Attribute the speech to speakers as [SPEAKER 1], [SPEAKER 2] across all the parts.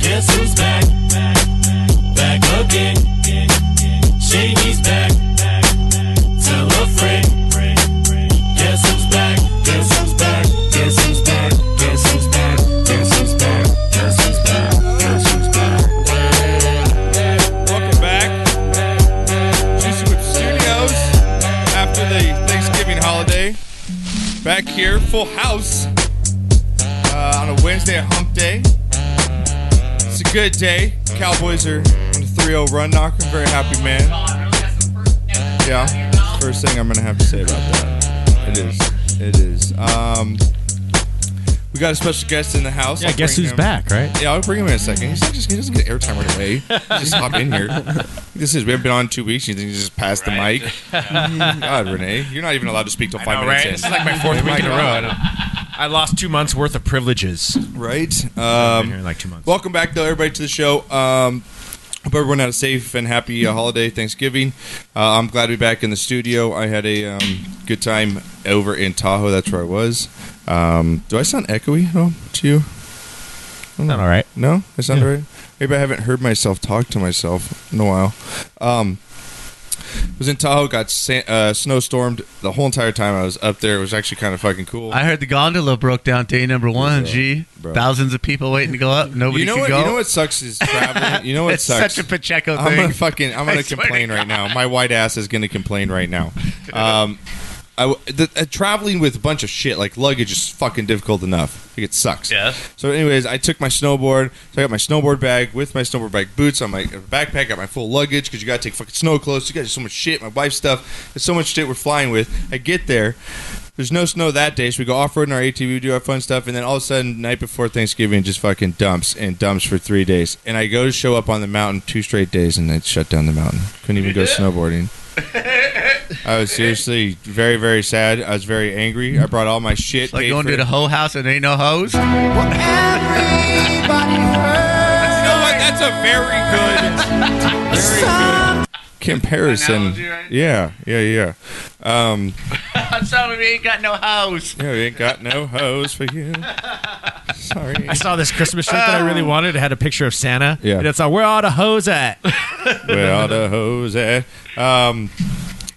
[SPEAKER 1] Guess who's back? Back again. Shady's back. Tell a friend. Guess who's back? Guess who's back? Guess who's back? Guess who's back? Guess who's back? Guess who's back? Guess who's back?
[SPEAKER 2] Welcome back. Juicy Whip Studios after the Thanksgiving holiday. Back here, full house uh, on a Wednesday, at hump day. It's a good day. Cowboys are on a 3 0 run knock. I'm very happy, man. Yeah, first thing I'm going to have to say about that. It is. It is. Um, we got a special guest in the house.
[SPEAKER 3] Yeah, guess
[SPEAKER 2] bring
[SPEAKER 3] who's
[SPEAKER 2] him-
[SPEAKER 3] back, right?
[SPEAKER 2] Yeah, I'll bring him in a second. He's not just he doesn't get airtime right away. He just hop in here. This is we haven't been on two weeks. You think you just passed the mic? God, Renee, you're not even allowed to speak till five
[SPEAKER 4] know,
[SPEAKER 2] minutes.
[SPEAKER 4] right?
[SPEAKER 2] in.
[SPEAKER 4] This is like my fourth
[SPEAKER 2] Oh
[SPEAKER 4] week in a row.
[SPEAKER 2] God.
[SPEAKER 4] I lost two months worth of privileges.
[SPEAKER 2] Right.
[SPEAKER 4] Been
[SPEAKER 2] Um,
[SPEAKER 4] here like two months.
[SPEAKER 2] Welcome back, though, everybody, to the show. Um, hope everyone had a safe and happy uh, holiday, Thanksgiving. Uh, I'm glad to be back in the studio. I had a um, good time over in Tahoe. That's where I was. Um, do I sound echoey at all to you?
[SPEAKER 3] Not all right.
[SPEAKER 2] Mm. No, I sound right. Maybe I haven't heard myself talk to myself in a while. Um, was in Tahoe, got sa- uh, snowstormed the whole entire time I was up there. It was actually kind of fucking cool.
[SPEAKER 5] I heard the gondola broke down day number one. G
[SPEAKER 2] bro.
[SPEAKER 5] thousands of people waiting to go up. Nobody
[SPEAKER 2] you know
[SPEAKER 5] could
[SPEAKER 2] what?
[SPEAKER 5] go.
[SPEAKER 2] You know what sucks is traveling. You know what
[SPEAKER 5] it's
[SPEAKER 2] sucks?
[SPEAKER 5] such a Pacheco
[SPEAKER 2] I'm
[SPEAKER 5] thing.
[SPEAKER 2] gonna fucking. I'm gonna
[SPEAKER 5] I swear
[SPEAKER 2] complain
[SPEAKER 5] to
[SPEAKER 2] right now. My white ass is gonna complain right now. Um, I w the, uh, traveling with a bunch of shit like luggage is fucking difficult enough. Like it sucks.
[SPEAKER 5] Yeah.
[SPEAKER 2] So, anyways, I took my snowboard. So I got my snowboard bag with my snowboard bag boots on my backpack. Got my full luggage because you gotta take fucking snow clothes. You got so much shit. My wife's stuff. There's so much shit we're flying with. I get there. There's no snow that day, so we go off road in our ATV, we do our fun stuff, and then all of a sudden, night before Thanksgiving, just fucking dumps and dumps for three days. And I go to show up on the mountain two straight days, and they shut down the mountain. Couldn't even go snowboarding. I was seriously very, very sad. I was very angry. I brought all my shit.
[SPEAKER 5] Like
[SPEAKER 2] paid
[SPEAKER 5] going
[SPEAKER 2] for
[SPEAKER 5] to
[SPEAKER 2] it.
[SPEAKER 5] the hoe house and ain't no hoes.
[SPEAKER 2] You know what? That's a very good, very good comparison.
[SPEAKER 5] Analogy, right?
[SPEAKER 2] Yeah, yeah, yeah. Um,
[SPEAKER 5] I'm sorry, we ain't got no hoes.
[SPEAKER 2] yeah, we ain't got no hose for you. Sorry. Um,
[SPEAKER 4] I saw this Christmas shirt that I really wanted. It had a picture of Santa.
[SPEAKER 2] Yeah.
[SPEAKER 4] And it's like, where are the hoes at?
[SPEAKER 2] Where all the hose at? Um,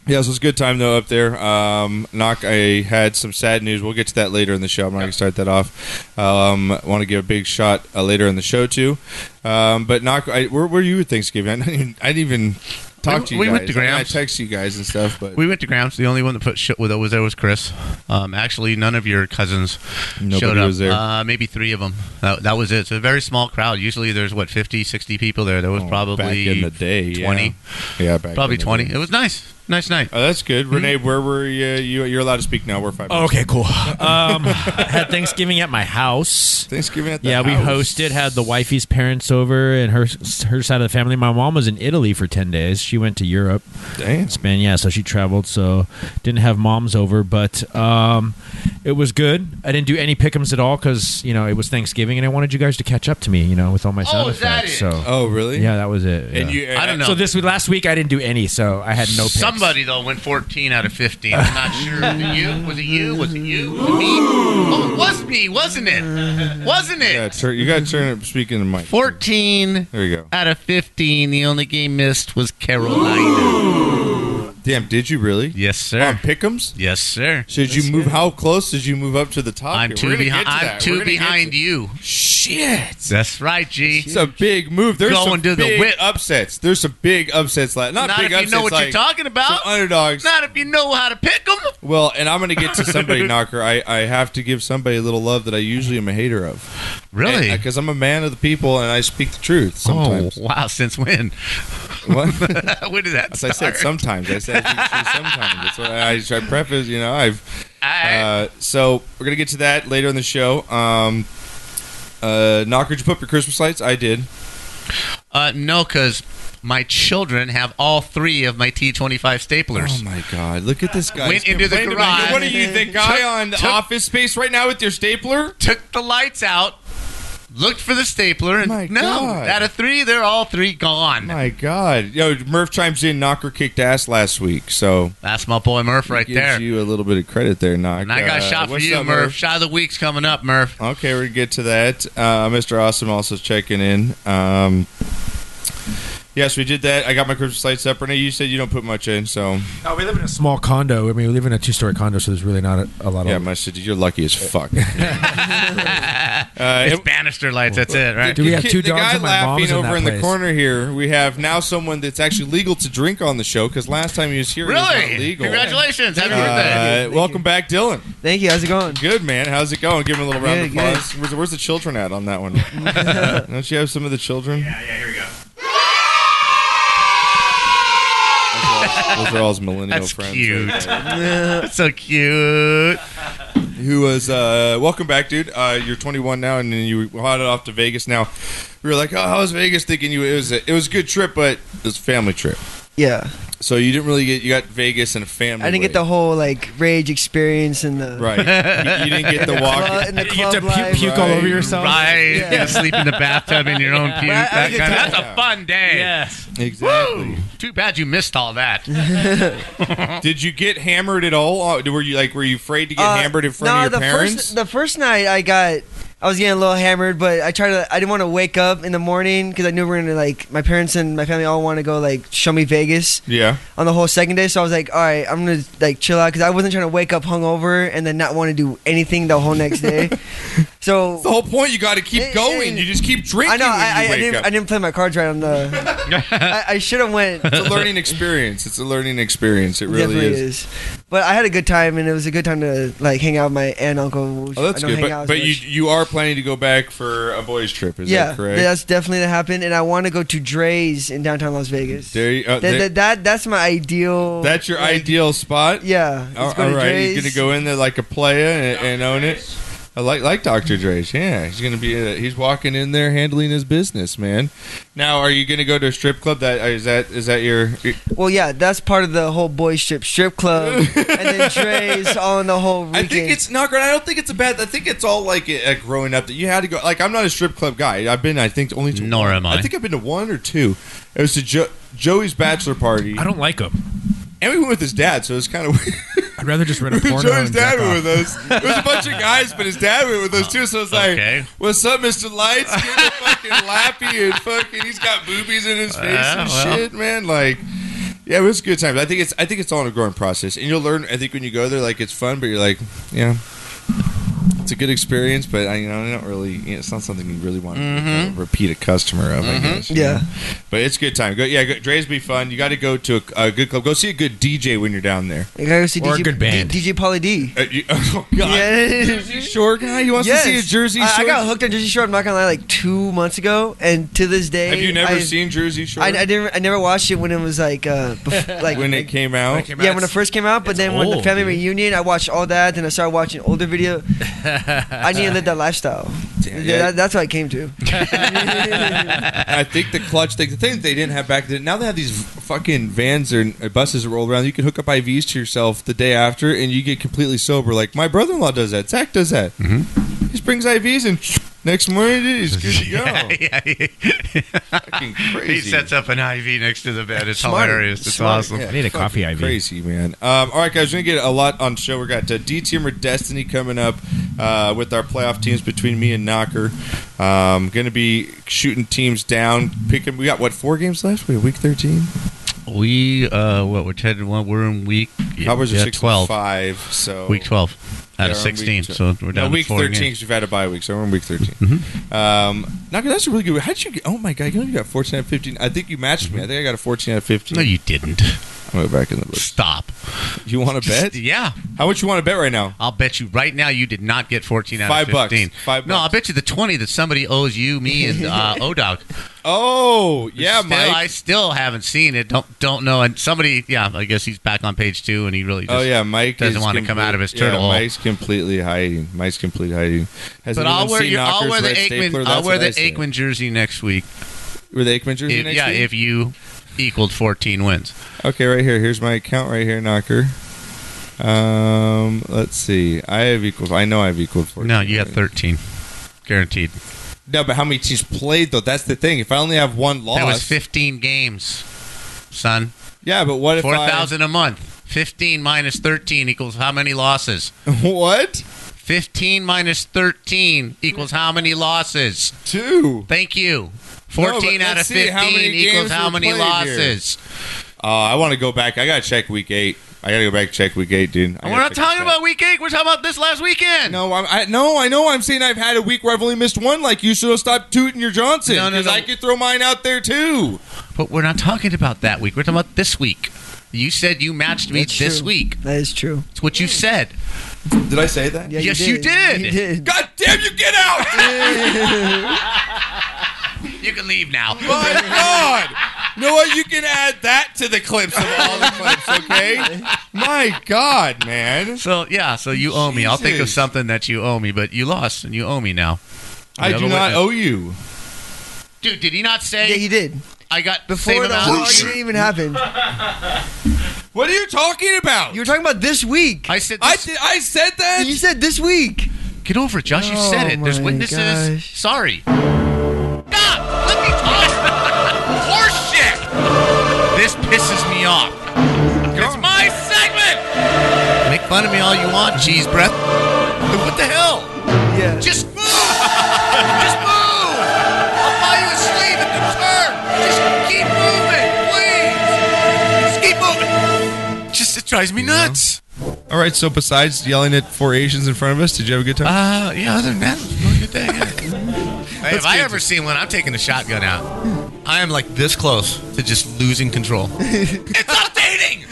[SPEAKER 2] yeah, so it was a good time though up there. Um, knock, I had some sad news. We'll get to that later in the show. I'm not gonna start that off. Um, want to give a big shot uh, later in the show too. Um, but knock, I, where were you at Thanksgiving? I didn't even, I didn't even talk
[SPEAKER 5] We-
[SPEAKER 2] to you.
[SPEAKER 5] we
[SPEAKER 2] guys.
[SPEAKER 5] went to
[SPEAKER 2] I mean, I,
[SPEAKER 5] Gramps.
[SPEAKER 2] text you guys and stuff, but
[SPEAKER 5] We went to Gramps. The only one that put shit with us there was Chris. Um, actually, none of your cousins
[SPEAKER 2] Nobody
[SPEAKER 5] showed up.
[SPEAKER 2] was there.
[SPEAKER 5] Uh, maybe three of them. That, that was it. It's a very small crowd. Usually, there's what 50, 60 people there. There was probably
[SPEAKER 2] Oh, back in the day, yeah.
[SPEAKER 5] 20,
[SPEAKER 2] yeah, back
[SPEAKER 5] probably
[SPEAKER 2] in the
[SPEAKER 5] twenty.
[SPEAKER 2] day.
[SPEAKER 5] It was nice, nice night.
[SPEAKER 2] Oh, that's good, Renee. Where were you? you? You're allowed to speak now. We're five. minutes.
[SPEAKER 4] okay, cool. Um, had Thanksgiving at my house.
[SPEAKER 2] Thanksgiving at the
[SPEAKER 4] Yeah, we
[SPEAKER 2] house.
[SPEAKER 4] hosted, had the wifey's parents over and her her side of the family. My mom was in Italy for 10 days. She went to Europe.
[SPEAKER 2] Damn.
[SPEAKER 4] Spain, yeah. So she traveled, so didn't have moms over, but um, it was good. I didn't do any pickums at all because you know it was Thanksgiving, and I wanted you guys to catch up to me, you know, with all my sound
[SPEAKER 5] is that
[SPEAKER 4] effects.
[SPEAKER 5] it?
[SPEAKER 4] So
[SPEAKER 2] Oh, really?
[SPEAKER 4] yeah, that was it. yeah.
[SPEAKER 2] And you? uh,
[SPEAKER 5] I don't know.
[SPEAKER 4] So this last week I didn't do any, so I had no. Picks.
[SPEAKER 5] Somebody though went 14 out of 15. I'm not sure. Was it you? Was it you? Was it you? Was it me? Oh, it was me, wasn't it? Wasn't it?
[SPEAKER 2] Yeah, tur- you got to turn it. Speaking of Mike.
[SPEAKER 5] 14
[SPEAKER 2] There you go.
[SPEAKER 5] out of 15. The only game missed was Carolina.
[SPEAKER 2] Damn, did you really?
[SPEAKER 5] Yes,
[SPEAKER 2] On
[SPEAKER 5] sir.
[SPEAKER 2] Pickums?
[SPEAKER 5] Yes, sir.
[SPEAKER 2] So did you move? How close did you move up to the top?
[SPEAKER 5] I'm
[SPEAKER 2] here?
[SPEAKER 5] two
[SPEAKER 2] We're gonna
[SPEAKER 5] behind.
[SPEAKER 2] get to
[SPEAKER 5] I'm
[SPEAKER 2] that.
[SPEAKER 5] two
[SPEAKER 2] We're gonna get
[SPEAKER 5] behind
[SPEAKER 2] to-
[SPEAKER 5] you.
[SPEAKER 2] Shit.
[SPEAKER 5] That's right, G.
[SPEAKER 2] It's a big move. There's
[SPEAKER 5] Going
[SPEAKER 2] some
[SPEAKER 5] to the
[SPEAKER 2] big
[SPEAKER 5] whip.
[SPEAKER 2] upsets. There's some big upsets. Like not,
[SPEAKER 5] Not
[SPEAKER 2] big
[SPEAKER 5] if you
[SPEAKER 2] upsets.
[SPEAKER 5] know what
[SPEAKER 2] like
[SPEAKER 5] you're talking about.
[SPEAKER 2] some underdogs.
[SPEAKER 5] Not if you know how to pick them.
[SPEAKER 2] well, and I'm going to get to somebody knocker. I, I have to give somebody a little love that I usually am a hater of.
[SPEAKER 5] Really?
[SPEAKER 2] Because I'm a man of the people and I speak the truth
[SPEAKER 5] Oh,
[SPEAKER 2] sometimes.
[SPEAKER 5] wow. Since when?
[SPEAKER 2] What?
[SPEAKER 5] when did that
[SPEAKER 2] As I
[SPEAKER 5] start?
[SPEAKER 2] said, sometimes I said I speak the truth sometimes. That's what I, I try preface. You know, I've
[SPEAKER 5] I-
[SPEAKER 2] Uh, so we're gonna get to that later in the show. Um, uh, Knocker, did you put up your Christmas lights? I did.
[SPEAKER 5] Uh, no, because My children have all three of my T25 staplers.
[SPEAKER 2] Oh my God! Look at this guy.
[SPEAKER 5] Went
[SPEAKER 2] He's
[SPEAKER 5] into the
[SPEAKER 2] complaining about-
[SPEAKER 5] garage.
[SPEAKER 2] What are you, the guy
[SPEAKER 5] Took-
[SPEAKER 2] on
[SPEAKER 5] took-
[SPEAKER 2] Office Space right now with your stapler?
[SPEAKER 5] Took the lights out, looked for the stapler, and
[SPEAKER 2] My
[SPEAKER 5] no,
[SPEAKER 2] God.
[SPEAKER 5] out of three, they're all three gone.
[SPEAKER 2] My God! Yo, Murph chimes in. Knocker kicked ass last week, so
[SPEAKER 5] That's my boy Murph right
[SPEAKER 2] gives
[SPEAKER 5] there.
[SPEAKER 2] you a little bit of credit there, Knock.
[SPEAKER 5] and I got
[SPEAKER 2] Uh,
[SPEAKER 5] shot for
[SPEAKER 2] what's
[SPEAKER 5] you,
[SPEAKER 2] up,
[SPEAKER 5] Murph. Shot of the week's coming up, Murph.
[SPEAKER 2] Okay, we're gonna get to that. Uh, Mr. Awesome also checking in. Um, yes, we did that. I got my Christmas lights up. Renee, you said you don't put much in, so
[SPEAKER 4] No, we live in a small condo. I mean, we live in a two-story condo, so there's really not a, a lot
[SPEAKER 2] yeah,
[SPEAKER 4] of.
[SPEAKER 2] my city, you're lucky as fuck. uh,
[SPEAKER 5] It's
[SPEAKER 2] and-
[SPEAKER 5] banister lights. That's it, right?
[SPEAKER 4] Do we have
[SPEAKER 2] Uh, the
[SPEAKER 4] two
[SPEAKER 2] kid- the
[SPEAKER 4] dogs
[SPEAKER 2] guy
[SPEAKER 4] and my
[SPEAKER 2] laughing
[SPEAKER 4] mom's in
[SPEAKER 2] over
[SPEAKER 4] that
[SPEAKER 2] in, the
[SPEAKER 4] place.
[SPEAKER 2] corner here. We have now someone that's actually legal to drink on the show because last time he was here, it was not
[SPEAKER 5] really?
[SPEAKER 2] legal.
[SPEAKER 5] Congratulations. Happy birthday.
[SPEAKER 2] Uh,
[SPEAKER 6] Thank you.
[SPEAKER 2] welcome back, Dylan.
[SPEAKER 6] Thank you. How's it going?
[SPEAKER 2] Good man. How's it going? Give him a little round of
[SPEAKER 6] Good, good.
[SPEAKER 2] applause. Where's, where's the children at on that one? Don't you have some of the children? Yeah, yeah. Here we go. Those are all his millennial
[SPEAKER 5] That's
[SPEAKER 2] friends.
[SPEAKER 5] cute.
[SPEAKER 2] right there.
[SPEAKER 5] That's so cute.
[SPEAKER 2] Who was uh, welcome back, dude? Uh, you're 21 now, and then you hot off to Vegas. Now we were like, "Oh, how was Vegas?" Thinking you it was a, it was a good trip, but it was a family trip.
[SPEAKER 6] Yeah,
[SPEAKER 2] So you didn't really get you got Vegas and a family.
[SPEAKER 6] I didn't get the
[SPEAKER 2] rate.
[SPEAKER 6] whole like rage experience and the
[SPEAKER 2] right. You, you didn't get the
[SPEAKER 6] club,
[SPEAKER 2] walk.
[SPEAKER 6] and the
[SPEAKER 4] You have
[SPEAKER 6] club
[SPEAKER 4] to puke,
[SPEAKER 6] life.
[SPEAKER 4] puke all
[SPEAKER 2] Right.
[SPEAKER 4] over yourself.
[SPEAKER 5] Right. You sleep in the bathtub in your own puke.
[SPEAKER 6] Right,
[SPEAKER 5] That
[SPEAKER 6] have a good
[SPEAKER 5] kind
[SPEAKER 6] time.
[SPEAKER 5] of, that's a fun day.
[SPEAKER 4] Yes.
[SPEAKER 2] Exactly.
[SPEAKER 5] Woo! Too bad you missed all that.
[SPEAKER 2] Did you get hammered at all? Or Were you like were you afraid to get
[SPEAKER 6] Uh,
[SPEAKER 2] hammered in front
[SPEAKER 6] nah,
[SPEAKER 2] of
[SPEAKER 6] the
[SPEAKER 2] your parents?
[SPEAKER 6] First, the first night I got, I was getting a little hammered, but I tried to. I didn't want to wake up in the morning because I knew we are gonna like my parents and my family all want to go like show me Vegas
[SPEAKER 2] yeah.
[SPEAKER 6] on the whole second day. So I was like, all right, I'm gonna like chill out because I wasn't trying to wake up hungover and then not want to do anything the whole next day. so
[SPEAKER 2] The whole point you got to keep
[SPEAKER 6] It-
[SPEAKER 2] going.
[SPEAKER 6] it-
[SPEAKER 2] you just keep drinking.
[SPEAKER 6] I know
[SPEAKER 2] when
[SPEAKER 6] I,
[SPEAKER 2] you
[SPEAKER 6] I, I
[SPEAKER 2] wake
[SPEAKER 6] didn't.
[SPEAKER 2] up.
[SPEAKER 6] I didn't play my cards right on the. I, I should have went.
[SPEAKER 2] it's a learning experience. It's a learning experience. It really
[SPEAKER 6] Definitely
[SPEAKER 2] is.
[SPEAKER 6] is. But I had a good time, and it was a good time to like hang out with my aunt and uncle. which
[SPEAKER 2] Oh, that's
[SPEAKER 6] I don't
[SPEAKER 2] good.
[SPEAKER 6] hang out
[SPEAKER 2] But,
[SPEAKER 6] as
[SPEAKER 2] but you
[SPEAKER 6] much.
[SPEAKER 2] you are planning to go back for a boys trip. Is
[SPEAKER 6] yeah,
[SPEAKER 2] that correct?
[SPEAKER 6] that's definitely to happen. And I want to go to Dre's in downtown Las Vegas.
[SPEAKER 2] There you- uh,
[SPEAKER 6] that,
[SPEAKER 2] there-
[SPEAKER 6] that, that- that's my ideal.
[SPEAKER 2] That's your ideal spot.
[SPEAKER 6] yeah.
[SPEAKER 2] All,
[SPEAKER 6] let's go
[SPEAKER 2] all
[SPEAKER 6] to
[SPEAKER 2] right. You're gonna
[SPEAKER 6] Dre's.
[SPEAKER 2] go in there like a player and, and own it. I like like Dr. Dre's. Yeah, he's gonna be. uh he's walking in there handling his business, man. Now, are you gonna go to a strip club? That is that is that your
[SPEAKER 6] Well, yeah, that's part of the whole boys strip strip club, and then Dre's all in the whole
[SPEAKER 2] I
[SPEAKER 6] weekend.
[SPEAKER 2] think it's not great. I don't think it's a bad. I think it's all like uh, growing up that you had to go. Like I'm not a strip club guy. I've been. I think only. To
[SPEAKER 5] Nor am I.
[SPEAKER 2] I think I've been to one or two. It was to jo- Joey's bachelor party,
[SPEAKER 4] I don't like them.
[SPEAKER 2] and we went with his dad, so it was kind of weird.
[SPEAKER 4] I'd rather just rent a porno.
[SPEAKER 2] Joey's
[SPEAKER 4] and jack
[SPEAKER 2] dad
[SPEAKER 4] off.
[SPEAKER 2] went with us. It was a bunch of guys, but his dad went with us too. So it's like,
[SPEAKER 5] Okay.
[SPEAKER 2] "What's up, Mister Lights?" Give him a fucking lappy and fucking. He's got boobies in his face and
[SPEAKER 5] Ah, well.
[SPEAKER 2] shit, man. Like, yeah, it was a good time. But I think it's. I think it's all in a growing process, and you'll learn. I think when you go there, like it's fun, but you're like, yeah. It's a good experience, but I, you know, I don't really. You know, it's not something you really want to uh, repeat a customer of. I guess. you
[SPEAKER 6] yeah.
[SPEAKER 2] but it's a good time. Go, yeah, go, Dre's be fun. You got to go to a, a good club. Go see a good DJ when you're down there.
[SPEAKER 6] I gotta go see
[SPEAKER 4] Or a
[SPEAKER 6] DJ,
[SPEAKER 4] good band.
[SPEAKER 6] D- DJ Pauly D.
[SPEAKER 2] Uh, you- oh God.
[SPEAKER 6] Yeah.
[SPEAKER 2] Shore guy? He wants
[SPEAKER 6] Yes.
[SPEAKER 2] to see a Jersey Shore.
[SPEAKER 6] I, I got hooked on Jersey Shore. I'm not gonna lie, like two months ago, and to this day,
[SPEAKER 2] Have you never
[SPEAKER 6] I've-
[SPEAKER 2] seen Jersey Shore?
[SPEAKER 6] I, I didn't. I never watched it when it was like, uh, bef- like
[SPEAKER 2] when it came out,
[SPEAKER 4] came
[SPEAKER 6] Oh. yeah, when it first came out. But
[SPEAKER 4] it's
[SPEAKER 6] then when the
[SPEAKER 4] old,
[SPEAKER 6] family
[SPEAKER 4] dude.
[SPEAKER 6] reunion, I watched all that. Then I started watching older video. I need to live that lifestyle.
[SPEAKER 2] Damn,
[SPEAKER 6] Yeah,
[SPEAKER 2] yeah.
[SPEAKER 6] that- that's what I came to.
[SPEAKER 2] I think the clutch thing, the thing they didn't have back then. Now they have these fucking vans or uh, buses that roll around. You can hook up IVs to yourself the day after, and you get completely sober. Like my brother-in-law does that. Zach does that. Mm-hmm. He just brings IVs, and next morning dude, he's good to go.
[SPEAKER 5] yeah, he,
[SPEAKER 2] Fucking
[SPEAKER 5] he
[SPEAKER 2] crazy.
[SPEAKER 5] sets up an IV next to the bed. It's
[SPEAKER 6] Smart.
[SPEAKER 5] hilarious. It's
[SPEAKER 6] Smart,
[SPEAKER 5] awesome.
[SPEAKER 4] I need a coffee IV.
[SPEAKER 2] Crazy man. Um, all right, guys, we're gonna get a lot on show. We got uh, D Team or Destiny coming up uh, with our playoff teams between me and Knocker. Um, gonna be shooting teams down, picking. We got what four games left? We have week thirteen.
[SPEAKER 5] We uh, what we're headed one. We're in week yeah,
[SPEAKER 2] Cowboys are
[SPEAKER 5] yeah,
[SPEAKER 2] six
[SPEAKER 5] twelve.
[SPEAKER 2] and five. So
[SPEAKER 5] Week twelve out of
[SPEAKER 2] Yeah, we're on week
[SPEAKER 5] sixteen.
[SPEAKER 2] tw-
[SPEAKER 5] So we're
[SPEAKER 2] No,
[SPEAKER 5] down to
[SPEAKER 2] week
[SPEAKER 5] four Mm-hmm.
[SPEAKER 2] thirteen
[SPEAKER 5] games.
[SPEAKER 2] because we've had a bye week, so we're in week 13 Um, Knocker, that's a really good. How would you? get Oh my god, you only got fourteen out of fifteen. I think you matched me. I think I got a fourteen out of fifteen.
[SPEAKER 5] Mm-hmm. No, you didn't.
[SPEAKER 2] I'm gonna go back in the list.
[SPEAKER 5] Stop.
[SPEAKER 2] You want to bet?
[SPEAKER 5] Yeah,
[SPEAKER 2] How much you want to bet right now?
[SPEAKER 5] I'll bet you right now you did not get fourteen out
[SPEAKER 2] Five
[SPEAKER 5] of
[SPEAKER 2] bucks.
[SPEAKER 5] fifteen.
[SPEAKER 2] Five
[SPEAKER 5] No,
[SPEAKER 2] bucks.
[SPEAKER 5] I'll bet you the twenty that somebody owes you, me, and uh, Odog.
[SPEAKER 2] Oh yeah,
[SPEAKER 5] still,
[SPEAKER 2] Mike.
[SPEAKER 5] I still haven't seen it. Don't don't know. And somebody, yeah, I guess he's back on page two, and he really. Just,
[SPEAKER 2] oh yeah, Mike
[SPEAKER 5] doesn't
[SPEAKER 2] is
[SPEAKER 5] want to come out of his
[SPEAKER 2] complete- yeah,
[SPEAKER 5] turtle hole.
[SPEAKER 2] Mike's completely hiding. Mike's completely hiding. Has
[SPEAKER 5] But
[SPEAKER 2] anyone
[SPEAKER 5] I'll wear
[SPEAKER 2] seen
[SPEAKER 5] your, I'll
[SPEAKER 2] Knocker's
[SPEAKER 5] wear the
[SPEAKER 2] red
[SPEAKER 5] Aikman
[SPEAKER 2] stapler?
[SPEAKER 5] I'll
[SPEAKER 2] That's
[SPEAKER 5] wear
[SPEAKER 2] what I
[SPEAKER 5] the
[SPEAKER 2] said.
[SPEAKER 5] Aikman jersey next week.
[SPEAKER 2] Wear the Aikman jersey
[SPEAKER 5] If-
[SPEAKER 2] next
[SPEAKER 5] yeah,
[SPEAKER 2] week?
[SPEAKER 5] if you equaled 14 wins.
[SPEAKER 2] Okay, right here. Here's my account right here, Knocker. Um, let's see. I have equals. I know I have equals. 14.
[SPEAKER 5] No, you got 13. Guaranteed.
[SPEAKER 2] No, but how many teams played though? That's the thing. If I only have one loss,
[SPEAKER 5] That was 15 games, son.
[SPEAKER 2] yeah. But what if I-
[SPEAKER 5] 4,000 a month. 15 minus 13 equals how many losses?
[SPEAKER 2] What
[SPEAKER 5] 15 minus 13 equals how many losses?
[SPEAKER 2] two?
[SPEAKER 5] Thank you.
[SPEAKER 2] No, but
[SPEAKER 5] 14 out of
[SPEAKER 2] let's see
[SPEAKER 5] 15
[SPEAKER 2] how many
[SPEAKER 5] equals
[SPEAKER 2] games
[SPEAKER 5] how
[SPEAKER 2] were
[SPEAKER 5] many
[SPEAKER 2] played here.
[SPEAKER 5] losses?
[SPEAKER 2] Uh, I want to go back. I gotta check week eight. I gotta go back and check week eight, dude. I
[SPEAKER 5] And we're not
[SPEAKER 2] gotta check
[SPEAKER 5] talking
[SPEAKER 2] that.
[SPEAKER 5] about week eight. We're talking about this last weekend.
[SPEAKER 2] No, I'm, I no, I know. I'm saying I've had a week where I've only missed one. Like you should have stopped tooting your Johnson
[SPEAKER 5] No, no,
[SPEAKER 2] because
[SPEAKER 5] no.
[SPEAKER 2] I could throw mine out there too.
[SPEAKER 5] But we're not talking about that week. We're talking about this week. You said you matched me
[SPEAKER 6] That's
[SPEAKER 5] this
[SPEAKER 6] true.
[SPEAKER 5] week.
[SPEAKER 6] That is true. Hmm.
[SPEAKER 5] It's what you said.
[SPEAKER 2] Did I say that?
[SPEAKER 6] Yeah,
[SPEAKER 5] Yes, you did.
[SPEAKER 6] You did.
[SPEAKER 2] God damn you! Get out!
[SPEAKER 5] You can leave now.
[SPEAKER 2] My God! You know what? You can add that to the clips of all the clips, okay? My God, man!
[SPEAKER 5] So yeah, so you owe me. I'll think of
[SPEAKER 2] Jesus.
[SPEAKER 5] something that you owe me, but you lost and you owe me now.
[SPEAKER 2] I
[SPEAKER 5] have
[SPEAKER 2] do
[SPEAKER 5] a
[SPEAKER 2] not
[SPEAKER 5] witness.
[SPEAKER 2] owe you.
[SPEAKER 5] Dude, did he not say
[SPEAKER 6] Yeah, he did.
[SPEAKER 5] I got the same
[SPEAKER 6] Before the whole
[SPEAKER 5] amount?
[SPEAKER 6] argument even happened,
[SPEAKER 2] What are you talking about?
[SPEAKER 6] you were talking about this week.
[SPEAKER 5] I said,
[SPEAKER 2] I
[SPEAKER 5] this-
[SPEAKER 2] did- I said that.
[SPEAKER 6] You said this week.
[SPEAKER 5] get over it, Josh. you said
[SPEAKER 6] Oh
[SPEAKER 5] it. There's
[SPEAKER 6] my
[SPEAKER 5] witnesses.
[SPEAKER 6] gosh.
[SPEAKER 5] Sorry. Stop. Let me talk. Horseshit. This pisses me off. It's my segment. Make fun of me all you want, cheese breath. What the hell?
[SPEAKER 6] Yeah.
[SPEAKER 5] Just move! Just move! I'll buy you a sleeve at the turn! Just keep moving, please! Just keep moving! Just, it drives me nuts!
[SPEAKER 2] All right. So besides yelling at four Asians in front of us, did you have a good time?
[SPEAKER 5] Uh, yeah, other than that, it was a really good day. hey, if I ever seen one, I'm taking the shotgun out. I am like this close to just losing control. it's updating!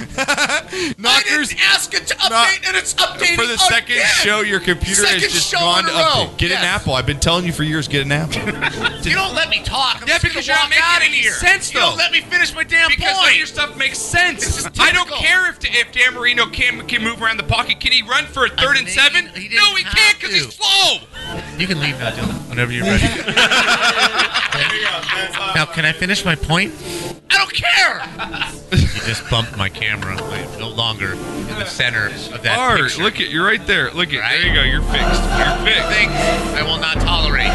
[SPEAKER 5] Knockers ask it to update, and it's updating
[SPEAKER 2] for the second
[SPEAKER 5] again!
[SPEAKER 2] show, your computer
[SPEAKER 5] Second
[SPEAKER 2] has just
[SPEAKER 5] show in
[SPEAKER 2] gone
[SPEAKER 5] a
[SPEAKER 2] to
[SPEAKER 5] row.
[SPEAKER 2] update. Get an
[SPEAKER 5] Yes.
[SPEAKER 2] Apple. I've been telling you for years. Get an Apple.
[SPEAKER 5] You don't let me talk. I'm
[SPEAKER 7] Yeah,
[SPEAKER 5] just gonna
[SPEAKER 7] because you're not
[SPEAKER 5] walk out
[SPEAKER 7] making
[SPEAKER 5] of
[SPEAKER 7] any
[SPEAKER 5] here.
[SPEAKER 7] sense,
[SPEAKER 5] You don't
[SPEAKER 7] though.
[SPEAKER 5] let me finish my damn
[SPEAKER 7] Because none
[SPEAKER 5] point.
[SPEAKER 7] of your stuff makes sense.
[SPEAKER 5] This is
[SPEAKER 7] I don't
[SPEAKER 5] typical.
[SPEAKER 7] care if if Dan Marino can can move around the pocket. Can he run for a third and
[SPEAKER 5] think
[SPEAKER 7] seven?
[SPEAKER 5] he- he didn't
[SPEAKER 7] no, he can't
[SPEAKER 5] have
[SPEAKER 7] because
[SPEAKER 5] to.
[SPEAKER 7] he's slow.
[SPEAKER 5] You can leave now, Dylan, whenever you're ready. now, can I finish my point? I don't care. you just bumped my camera. I'm no longer in the center of that
[SPEAKER 7] Art,
[SPEAKER 5] picture.
[SPEAKER 7] look at you're right there. Look at
[SPEAKER 5] Right?
[SPEAKER 7] there you go. You're fixed. You're fixed.
[SPEAKER 5] Things I will not tolerate.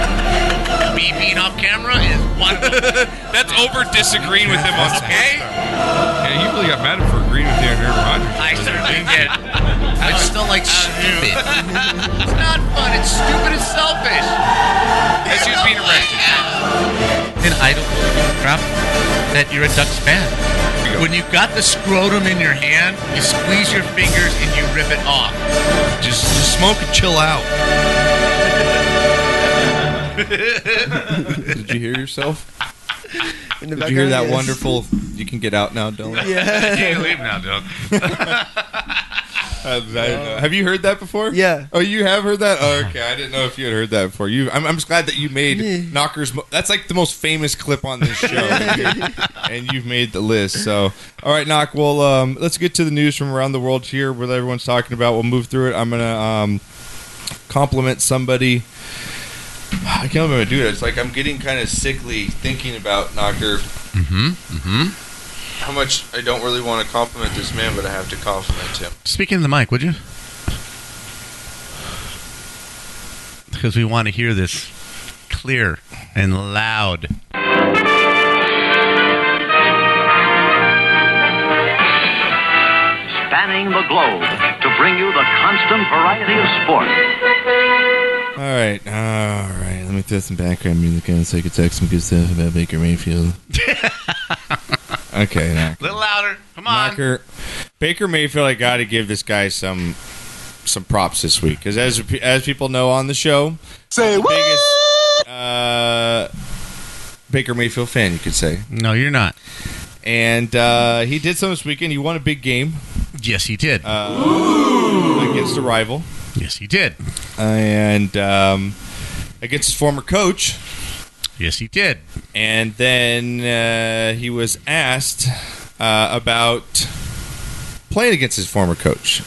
[SPEAKER 5] Me being off camera is one of them.
[SPEAKER 7] That's over disagreeing with him on okay. Yeah, you really got mad at him for agreeing with Aaron Rodgers.
[SPEAKER 5] I certainly did. I still like stupid. it's not fun. It's stupid. It's selfish.
[SPEAKER 7] That's just being arrested.
[SPEAKER 5] Then I don't crap that you're a Ducks fan. When you got the scrotum in your hand, you squeeze your fingers and you rip it off.
[SPEAKER 2] just, just smoke and chill out. Did you hear yourself?
[SPEAKER 6] In the
[SPEAKER 2] Did you hear
[SPEAKER 6] background,
[SPEAKER 2] that
[SPEAKER 6] yes.
[SPEAKER 2] wonderful? You can get out now, Dylan.
[SPEAKER 7] You
[SPEAKER 6] Yeah.
[SPEAKER 7] can't leave now, Dylan.
[SPEAKER 2] I- I don't know. Have you heard that before?
[SPEAKER 6] Yeah.
[SPEAKER 2] Oh, you have heard that. Oh, okay, I didn't know if you had heard that before. You, I'm, I'm just glad that you made Knockers. mo- That's like the most famous clip on this show, and you've made the list. So, all right, Knock. Well, um, let's get to the news from around the world here, what everyone's talking about. We'll move through it. I'm gonna um, compliment somebody. I can't remember how to do it. It's like I'm getting kind of sickly thinking about Knocker. Mm-hmm. Mm-hmm. How much I don't really want to compliment this man, but I have to compliment him.
[SPEAKER 5] Speaking of the mic, would you? Because we want to hear this clear and loud.
[SPEAKER 8] spanning the globe to bring you the constant variety of sports.
[SPEAKER 2] All right, all right. Let me throw some background music in so I could talk some good stuff about Baker Mayfield. okay, now.
[SPEAKER 5] A little louder. Come on.
[SPEAKER 2] Knocker. Baker Mayfield, I got to give this guy some some props this week because as as people know on the show, say the biggest uh, Baker Mayfield fan, you could say,
[SPEAKER 5] No, you're not.
[SPEAKER 2] and uh, he did something this weekend. He won a big game Uh,
[SPEAKER 5] Yes, he did.
[SPEAKER 2] against a rival,
[SPEAKER 5] yes, he did.
[SPEAKER 2] and um, against his former coach.
[SPEAKER 5] Yes, he did.
[SPEAKER 2] And then uh, he was asked uh, about playing against his former coach.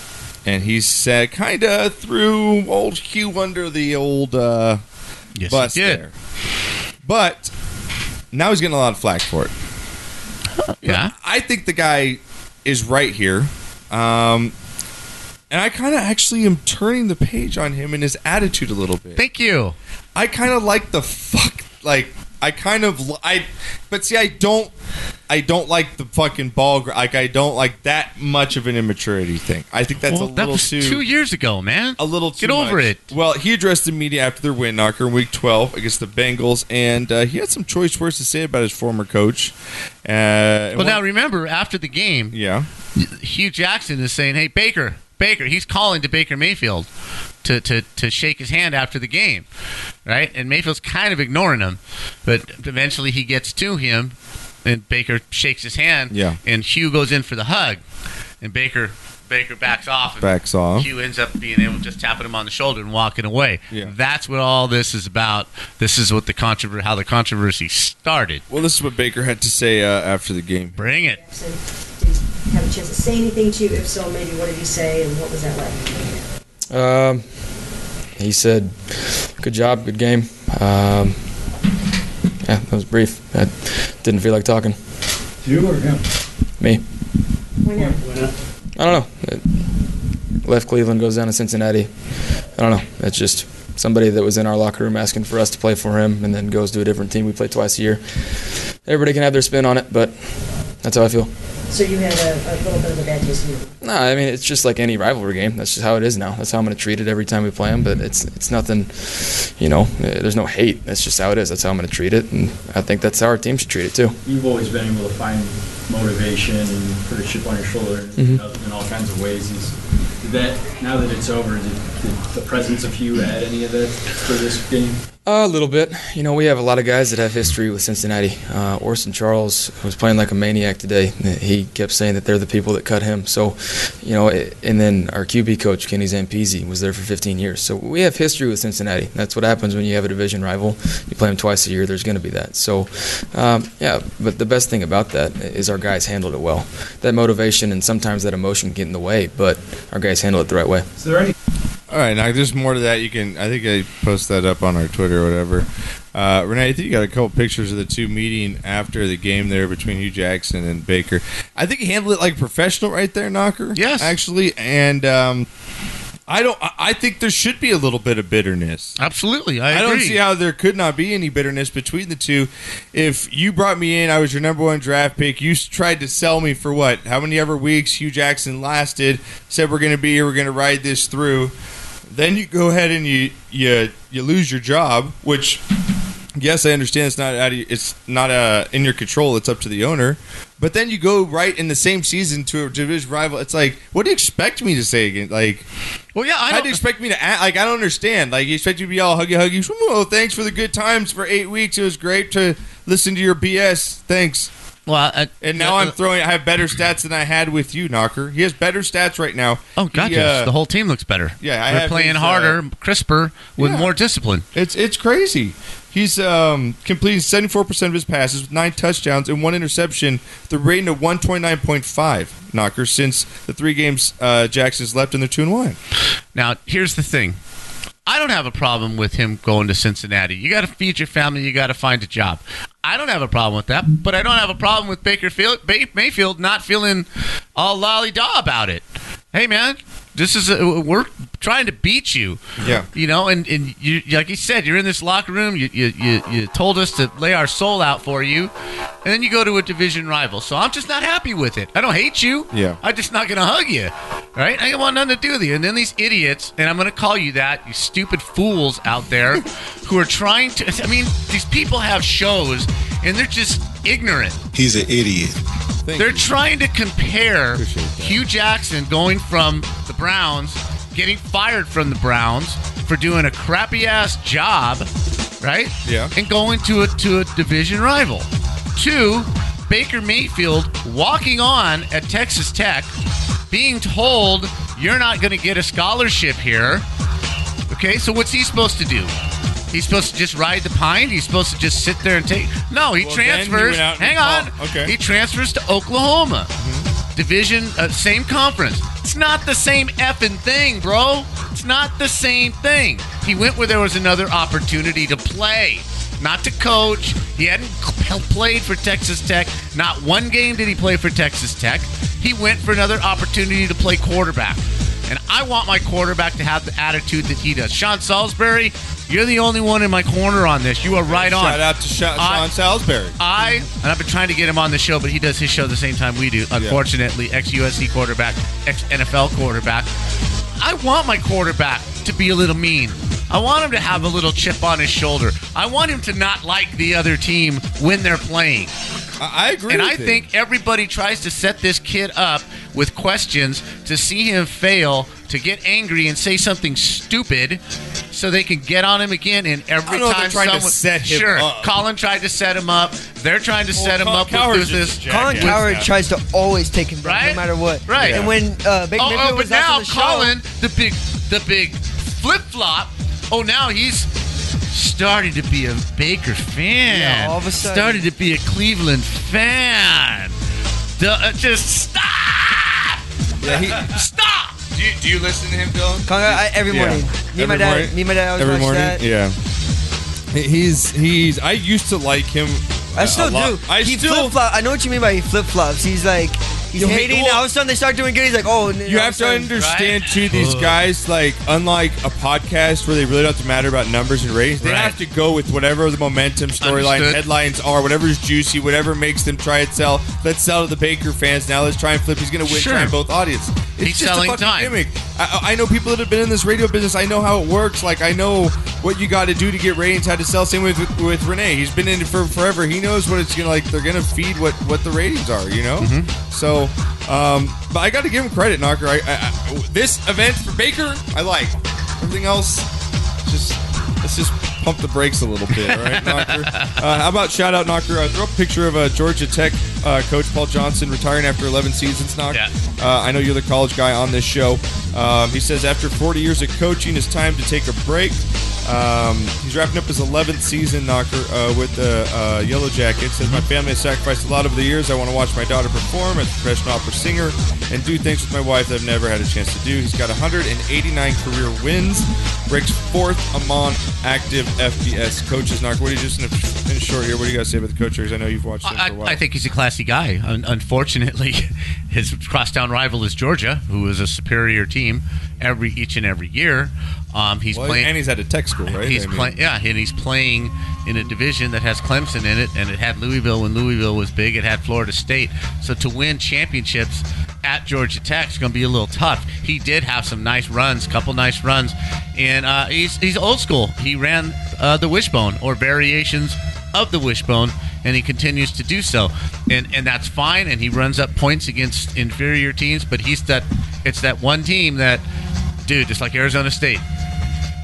[SPEAKER 2] And he said, kind of threw old Hugh under the old uh,
[SPEAKER 5] Yes,
[SPEAKER 2] bus
[SPEAKER 5] he did.
[SPEAKER 2] there. But now he's getting a lot of flack for it.
[SPEAKER 5] Yeah.
[SPEAKER 2] I think the guy is right here. Um, and I kind of actually am turning the page on him and his attitude a little bit.
[SPEAKER 5] Thank you.
[SPEAKER 2] I kind of like the fuck like I kind of li- I but see I don't I don't like the fucking ball gr- like I don't like that much of an immaturity thing. I think that's
[SPEAKER 5] well,
[SPEAKER 2] a
[SPEAKER 5] that
[SPEAKER 2] little
[SPEAKER 5] was
[SPEAKER 2] too
[SPEAKER 5] two years ago, man.
[SPEAKER 2] a little too
[SPEAKER 5] Get over
[SPEAKER 2] much.
[SPEAKER 5] it.
[SPEAKER 2] Well, he addressed the media after their win knocker in week 12 against the Bengals and uh, he had some choice words to say about his former coach. Uh, and
[SPEAKER 5] Well,
[SPEAKER 2] one-
[SPEAKER 5] now remember, after the game,
[SPEAKER 2] yeah.
[SPEAKER 5] Hugh Jackson is saying, "Hey, Baker, Baker." He's calling to Baker Mayfield to to, to shake his hand after the game, right? And Mayfield's kind of ignoring him, but eventually he gets to him, and Baker shakes his hand.
[SPEAKER 2] Yeah.
[SPEAKER 5] And Hugh goes in for the hug, and Baker. Baker backs off. And
[SPEAKER 2] Backs off.
[SPEAKER 5] Hugh ends up being able just tapping him on the shoulder and walking away.
[SPEAKER 2] Yeah.
[SPEAKER 5] That's what all this is about. This is what the controversy, how the controversy started.
[SPEAKER 2] Well, this is what Baker had to say uh, after the game.
[SPEAKER 5] Bring it.
[SPEAKER 9] So, did he have a chance to say anything to you? If so, maybe what did he say and what was that like?
[SPEAKER 10] Um, he said, "Good job, good game." Um, yeah, that was brief. I didn't feel like talking.
[SPEAKER 11] You or him?
[SPEAKER 10] Me,
[SPEAKER 9] Why not?
[SPEAKER 10] I don't know. It- left Cleveland, goes down to Cincinnati. I don't know. That's just somebody that was in our locker room asking for us to play for him, and then goes to a different team. We play twice a year. Everybody can have their spin on it, but that's how I feel.
[SPEAKER 9] So you had a, a little bit of a bad taste in your mouth.
[SPEAKER 10] No, I mean it's just like any rivalry game. That's just how it is now. That's how I'm going to treat it every time we play them. But it's it's nothing, you know. eh, There's no hate. That's just how it is. That's how I'm going to treat it, and I think that's how our team should treat it too.
[SPEAKER 11] You've always been able to find motivation and put a chip on your shoulder in- in all kinds of ways. Is did that now that it's over, did, did the presence of Hugh add any of that for this game?
[SPEAKER 10] Uh, a little bit. You know, we have a lot of guys that have history with Cincinnati. Uh, Orson Charles was playing like a maniac today. He kept saying that they're the people that cut him. So, you know, eh, and then our QB coach, Kenny Zampezi, was there for 15 years. So we have history with Cincinnati. That's what happens when you have a division rival. You play them twice a year, there's going to be that. So, um, yeah, but the best thing about that is our guys handled it well. That motivation and sometimes that emotion get in the way, but our guys handle it the right way.
[SPEAKER 11] Is there any
[SPEAKER 2] All right, now there's more to that. You can, I think I post that up on our Twitter or whatever. Uh, Renee, I think you got a couple pictures of the two meeting after the game there between Hugh Jackson and Baker. I think he handled it like a professional right there, Knocker.
[SPEAKER 5] Yes.
[SPEAKER 2] actually, and um, I don't. I, I think there should be a little bit of bitterness.
[SPEAKER 5] Absolutely, I,
[SPEAKER 2] I,
[SPEAKER 5] agree.
[SPEAKER 2] don't see how there could not be any bitterness between the two. If you brought me in, I was your number one draft pick. You s- tried to sell me for what? How many ever weeks Hugh Jackson lasted? Said we're going to be here. We're going to ride this through. Then you go ahead and you you you lose your job, which yes, I understand it's not out of, it's not uh, in your control. It's up to the owner. But then you go right in the same season to a division rival. It's like, what do you expect me to say again? Like,
[SPEAKER 5] Well, yeah, I
[SPEAKER 2] how
[SPEAKER 5] don't,
[SPEAKER 2] do you expect me to act? Like, I don't understand. Like, you expect you to be all huggy huggy. Oh, thanks for the good times for eight weeks. It was great to listen to your BS. Thanks.
[SPEAKER 5] Well, uh, I,
[SPEAKER 2] And now I'm throwing. I have better stats than I had with you, Knocker. He has better stats right now.
[SPEAKER 5] Oh God,
[SPEAKER 2] He,
[SPEAKER 5] yes.
[SPEAKER 2] uh,
[SPEAKER 5] the whole team looks better.
[SPEAKER 2] Yeah, I
[SPEAKER 5] we're
[SPEAKER 2] have
[SPEAKER 5] playing
[SPEAKER 2] his, uh,
[SPEAKER 5] harder, crisper, with
[SPEAKER 2] Yeah.
[SPEAKER 5] more discipline.
[SPEAKER 2] It's it's crazy. He's um, completing 74% of his passes with nine touchdowns and one interception, the rating of 129.5 knocker since the three games uh, Jackson's left in their 2 and 1.
[SPEAKER 5] Now, here's the thing. I don't have a problem with him going to Cincinnati. You got to feed your family. You got to find a job. I don't have a problem with that, but I don't have a problem with Baker Field, Bay, Mayfield not feeling all lolly daw about it. Hey, man, this is a, we're trying to beat you.
[SPEAKER 2] Yeah.
[SPEAKER 5] you know, and, and you like you said, you're in this locker room. You, you you you told us to lay our soul out for you, and then you go to a division rival. So I'm just not happy with it. I don't hate you.
[SPEAKER 2] Yeah.
[SPEAKER 5] I'm just not gonna hug you, right? I don't want nothing to do with you. And then these idiots, and I'm gonna call you that, you stupid fools out there, who are trying to. I mean, these people have shows, and they're just ignorant.
[SPEAKER 12] He's an idiot.
[SPEAKER 5] They're trying to compare
[SPEAKER 12] Appreciate
[SPEAKER 5] Hugh Jackson going from the Browns, getting fired from the Browns for doing a crappy ass job, right?
[SPEAKER 2] Yeah.
[SPEAKER 5] And going to a to a division rival. Two, Baker Mayfield walking on at Texas Tech, being told you're not going to get a scholarship here. Okay, so what's he supposed to do? He's supposed to just ride the pine. He's supposed to just sit there and take. No, he
[SPEAKER 2] Well, then he
[SPEAKER 5] transfers.
[SPEAKER 2] went out and
[SPEAKER 5] Hang on.
[SPEAKER 2] called- okay.
[SPEAKER 5] He transfers to Oklahoma. Division, uh, same conference. It's not the same effing thing, bro. It's not the same thing. He went where there was another opportunity to play. not to coach. He hadn't c- played for Texas Tech. Not one game did he play for Texas Tech. He went for another opportunity to play quarterback. And I want my quarterback to have the attitude that he does. Sean Salisbury, you're the only one in my corner on this. You are right on.
[SPEAKER 2] Shout out to Sha-
[SPEAKER 5] I-
[SPEAKER 2] Sean Salisbury.
[SPEAKER 5] I and I've been trying to get him on the show, but he does his show the same time we do. Unfortunately, ex USC quarterback, ex NFL quarterback. I want my quarterback to be a little mean. I want him to have a little chip on his shoulder. I want him to not like the other team when they're playing.
[SPEAKER 2] I, agree.
[SPEAKER 5] And
[SPEAKER 2] with
[SPEAKER 5] I
[SPEAKER 2] you.
[SPEAKER 5] think everybody tries to set this kid up with questions to see him fail, to get angry and say something stupid, so they can get on him again. And every
[SPEAKER 2] I don't know if
[SPEAKER 5] time
[SPEAKER 2] they're trying to
[SPEAKER 5] someone
[SPEAKER 2] set him
[SPEAKER 5] sure,
[SPEAKER 2] up.
[SPEAKER 5] Colin tried to set him up. They're trying to
[SPEAKER 6] Well,
[SPEAKER 5] set him
[SPEAKER 6] Colin
[SPEAKER 5] up
[SPEAKER 6] Cowherd's
[SPEAKER 5] with this.
[SPEAKER 6] just a Colin jackass Cowherd now. tries to always take him down, no matter what.
[SPEAKER 5] Right.
[SPEAKER 6] And when, uh, Baker
[SPEAKER 5] oh,
[SPEAKER 6] Mayfield
[SPEAKER 5] oh, but
[SPEAKER 6] was out
[SPEAKER 5] now
[SPEAKER 6] for the show-
[SPEAKER 5] Colin, the big, the big flip flop. Oh, now he's starting to be a Baker fan.
[SPEAKER 6] Yeah, all of a sudden.
[SPEAKER 5] started to be a Cleveland fan. Duh, uh, just stop.
[SPEAKER 2] Yeah, he,
[SPEAKER 5] Stop!
[SPEAKER 2] Do you, do you listen to him, Dylan?
[SPEAKER 6] Conga, I, every morning. Me and my dad. Me and my dad always
[SPEAKER 2] every
[SPEAKER 6] watch
[SPEAKER 2] morning.
[SPEAKER 6] that.
[SPEAKER 2] Yeah. He- He's he's. I used to like him.
[SPEAKER 6] I still
[SPEAKER 2] a lot.
[SPEAKER 6] do. he flip flop. I know what you mean by he flip flops. He's like, he's
[SPEAKER 2] Yo, he-
[SPEAKER 6] hating.
[SPEAKER 2] well-
[SPEAKER 6] all of a sudden they start doing good. He's like, oh. and then
[SPEAKER 2] You
[SPEAKER 6] all
[SPEAKER 2] have
[SPEAKER 6] of a
[SPEAKER 2] to
[SPEAKER 6] sudden-
[SPEAKER 2] understand too. These guys, like, unlike a podcast where they really don't have to matter about numbers and ratings, they
[SPEAKER 5] Right.
[SPEAKER 2] have to go with whatever the momentum, storyline,
[SPEAKER 5] Understood.
[SPEAKER 2] headlines are, whatever's juicy, whatever makes them try and sell. Let's sell to the Baker fans now. Let's try and flip. He's going to win.
[SPEAKER 5] Sure.
[SPEAKER 2] Try and both audience. It's
[SPEAKER 5] He's
[SPEAKER 2] just
[SPEAKER 5] selling
[SPEAKER 2] a fucking
[SPEAKER 5] time.
[SPEAKER 2] gimmick. I, I know people that have been in this radio business. I know how it works. Like I know what you got to do to get ratings, how to sell. Same with with Renee. He's been in it for forever. He knows what it's gonna like. They're gonna feed what what the ratings are. You know.
[SPEAKER 5] Mm-hmm.
[SPEAKER 2] So, um, but I got to give him credit, Knocker. I, I, I, this event for Baker, I like. Everything else, just let's just pump the brakes a little bit. All right, Knocker. Uh, how about shout out Knocker? Uh, throw up a picture of uh, Georgia Tech uh, coach Paul Johnson retiring after 11 seasons. Knock. Uh, I know you're the college guy on this show. Um, he says after 40 years of coaching, it's time to take a break. Um, he's wrapping up his 11th season knocker uh, with the uh, Yellow Jacket. Says my family has sacrificed a lot over the years. I want to watch my daughter perform as a professional opera singer and do things with my wife that I've never had a chance to do. He's got 189 career wins, breaks fourth among active FBS coaches. Knocker, what do you just in a, in a short here? What do you guys say about the coach? Because I know you've watched him
[SPEAKER 5] I,
[SPEAKER 2] for a while.
[SPEAKER 5] I think he's a classy guy. Un- unfortunately, his crosstown rival is Georgia, who is a superior team every each and every year. Um, he's
[SPEAKER 2] Well,
[SPEAKER 5] playing,
[SPEAKER 2] and he's at a tech school, right?
[SPEAKER 5] He's
[SPEAKER 2] I mean-
[SPEAKER 5] playing, yeah, and he's playing in a division that has Clemson in it, and it had Louisville when Louisville was big. It had Florida State, so to win championships at Georgia Tech is going to be a little tough. He did have some nice runs, couple nice runs, and uh, he's he's old school. He ran uh, the wishbone or variations of the wishbone, and he continues to do so, and and that's fine. And he runs up points against inferior teams, but he's that it's that one team that, dude, just like Arizona State.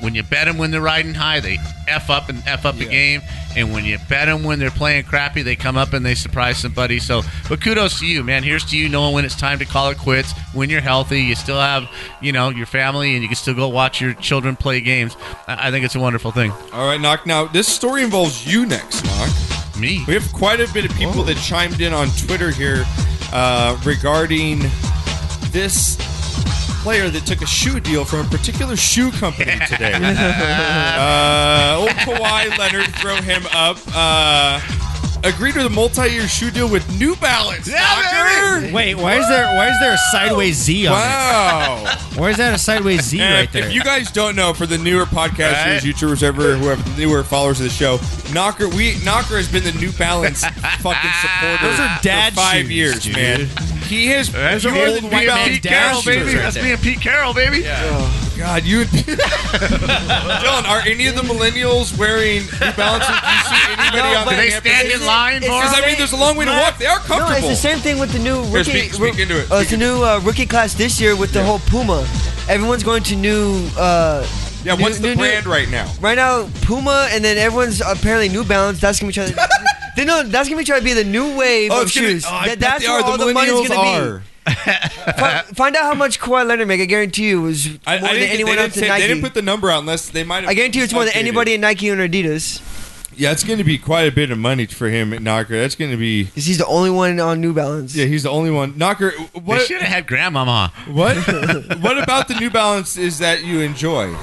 [SPEAKER 5] When you bet them when they're riding high, they f up and f up the game. And when you bet them when they're playing crappy, they come up and they surprise somebody. So, but kudos to you, man. Here's to you knowing when it's time to call it quits. When you're healthy, you still have, you know, your family, and you can still go watch your children play games. I, I think it's a wonderful thing.
[SPEAKER 2] All right, Knock. Now, this story involves you next, Knock.
[SPEAKER 5] Me?
[SPEAKER 2] We have quite a bit of people that chimed in on Twitter here uh, regarding this player that took a shoe deal from a particular shoe company today. uh, old Kawhi Leonard, throw him up. Uh, agreed to the multi-year shoe deal with New Balance. Knocker!
[SPEAKER 12] Wait, why is there why is there a sideways Z on
[SPEAKER 2] Wow.
[SPEAKER 12] it? Why is that a sideways Z
[SPEAKER 2] And
[SPEAKER 12] right there?
[SPEAKER 2] If you guys don't know, for the newer podcasters,
[SPEAKER 12] Right.
[SPEAKER 2] YouTubers, ever whoever the newer followers of the show, Knocker, we Knocker has been the New Balance fucking supporter.
[SPEAKER 12] Those are dad
[SPEAKER 2] for five
[SPEAKER 12] shoes,
[SPEAKER 2] years,
[SPEAKER 12] dude.
[SPEAKER 2] man. He has
[SPEAKER 12] That's
[SPEAKER 2] you
[SPEAKER 12] a
[SPEAKER 2] are
[SPEAKER 12] old
[SPEAKER 2] the New
[SPEAKER 12] white
[SPEAKER 2] Balance
[SPEAKER 12] man's
[SPEAKER 2] dad
[SPEAKER 12] dad
[SPEAKER 2] shoes
[SPEAKER 12] shoes right
[SPEAKER 2] right
[SPEAKER 12] That's
[SPEAKER 2] there.
[SPEAKER 12] me
[SPEAKER 5] and Pete Carroll, baby.
[SPEAKER 2] Oh God, you, Dylan, are any of the millennials wearing New Balances? Do you see anybody
[SPEAKER 6] No,
[SPEAKER 2] on
[SPEAKER 6] but
[SPEAKER 2] the
[SPEAKER 6] they
[SPEAKER 2] campus?
[SPEAKER 6] stand in line for
[SPEAKER 2] Because I
[SPEAKER 6] them?
[SPEAKER 2] mean, there's a long way to
[SPEAKER 6] Right.
[SPEAKER 2] walk. They are
[SPEAKER 6] No,
[SPEAKER 2] comfortable.
[SPEAKER 6] it's the same thing with the new
[SPEAKER 2] Here,
[SPEAKER 6] rookie.
[SPEAKER 2] speak- speak
[SPEAKER 6] ro-
[SPEAKER 2] into it.
[SPEAKER 6] Uh, it's a new uh, rookie class this year with the whole Puma. Everyone's going to new. Uh,
[SPEAKER 2] yeah,
[SPEAKER 6] new,
[SPEAKER 2] what's the
[SPEAKER 6] new- new-
[SPEAKER 2] brand right now?
[SPEAKER 6] Right now, Puma, and then everyone's apparently New Balance. That's gonna be trying. To, they know that's gonna be trying to be the new wave
[SPEAKER 2] Oh,
[SPEAKER 6] of
[SPEAKER 2] it's gonna be-
[SPEAKER 6] shoes.
[SPEAKER 2] oh, I bet
[SPEAKER 6] That- that's
[SPEAKER 2] they
[SPEAKER 6] where
[SPEAKER 2] are. The
[SPEAKER 6] all the, money's
[SPEAKER 2] millennials
[SPEAKER 6] gonna
[SPEAKER 2] are.
[SPEAKER 6] be. Fi- Find out how much Kawhi Leonard make. I guarantee you it was more
[SPEAKER 2] I, I
[SPEAKER 6] than
[SPEAKER 2] didn't,
[SPEAKER 6] anyone
[SPEAKER 2] they,
[SPEAKER 6] else in
[SPEAKER 2] didn't say,
[SPEAKER 6] Nike.
[SPEAKER 2] they didn't put the number out unless they might have.
[SPEAKER 6] I guarantee you it's more than
[SPEAKER 2] updated it.
[SPEAKER 6] anybody in Nike and Adidas.
[SPEAKER 2] Yeah, it's going to be quite a bit of money for him at Knocker. That's going to be.
[SPEAKER 6] He's the only one on New Balance.
[SPEAKER 2] Yeah, he's the only one. Knocker, what?
[SPEAKER 5] They should have had Grandmama.
[SPEAKER 2] What? what about the New Balance is that you enjoy?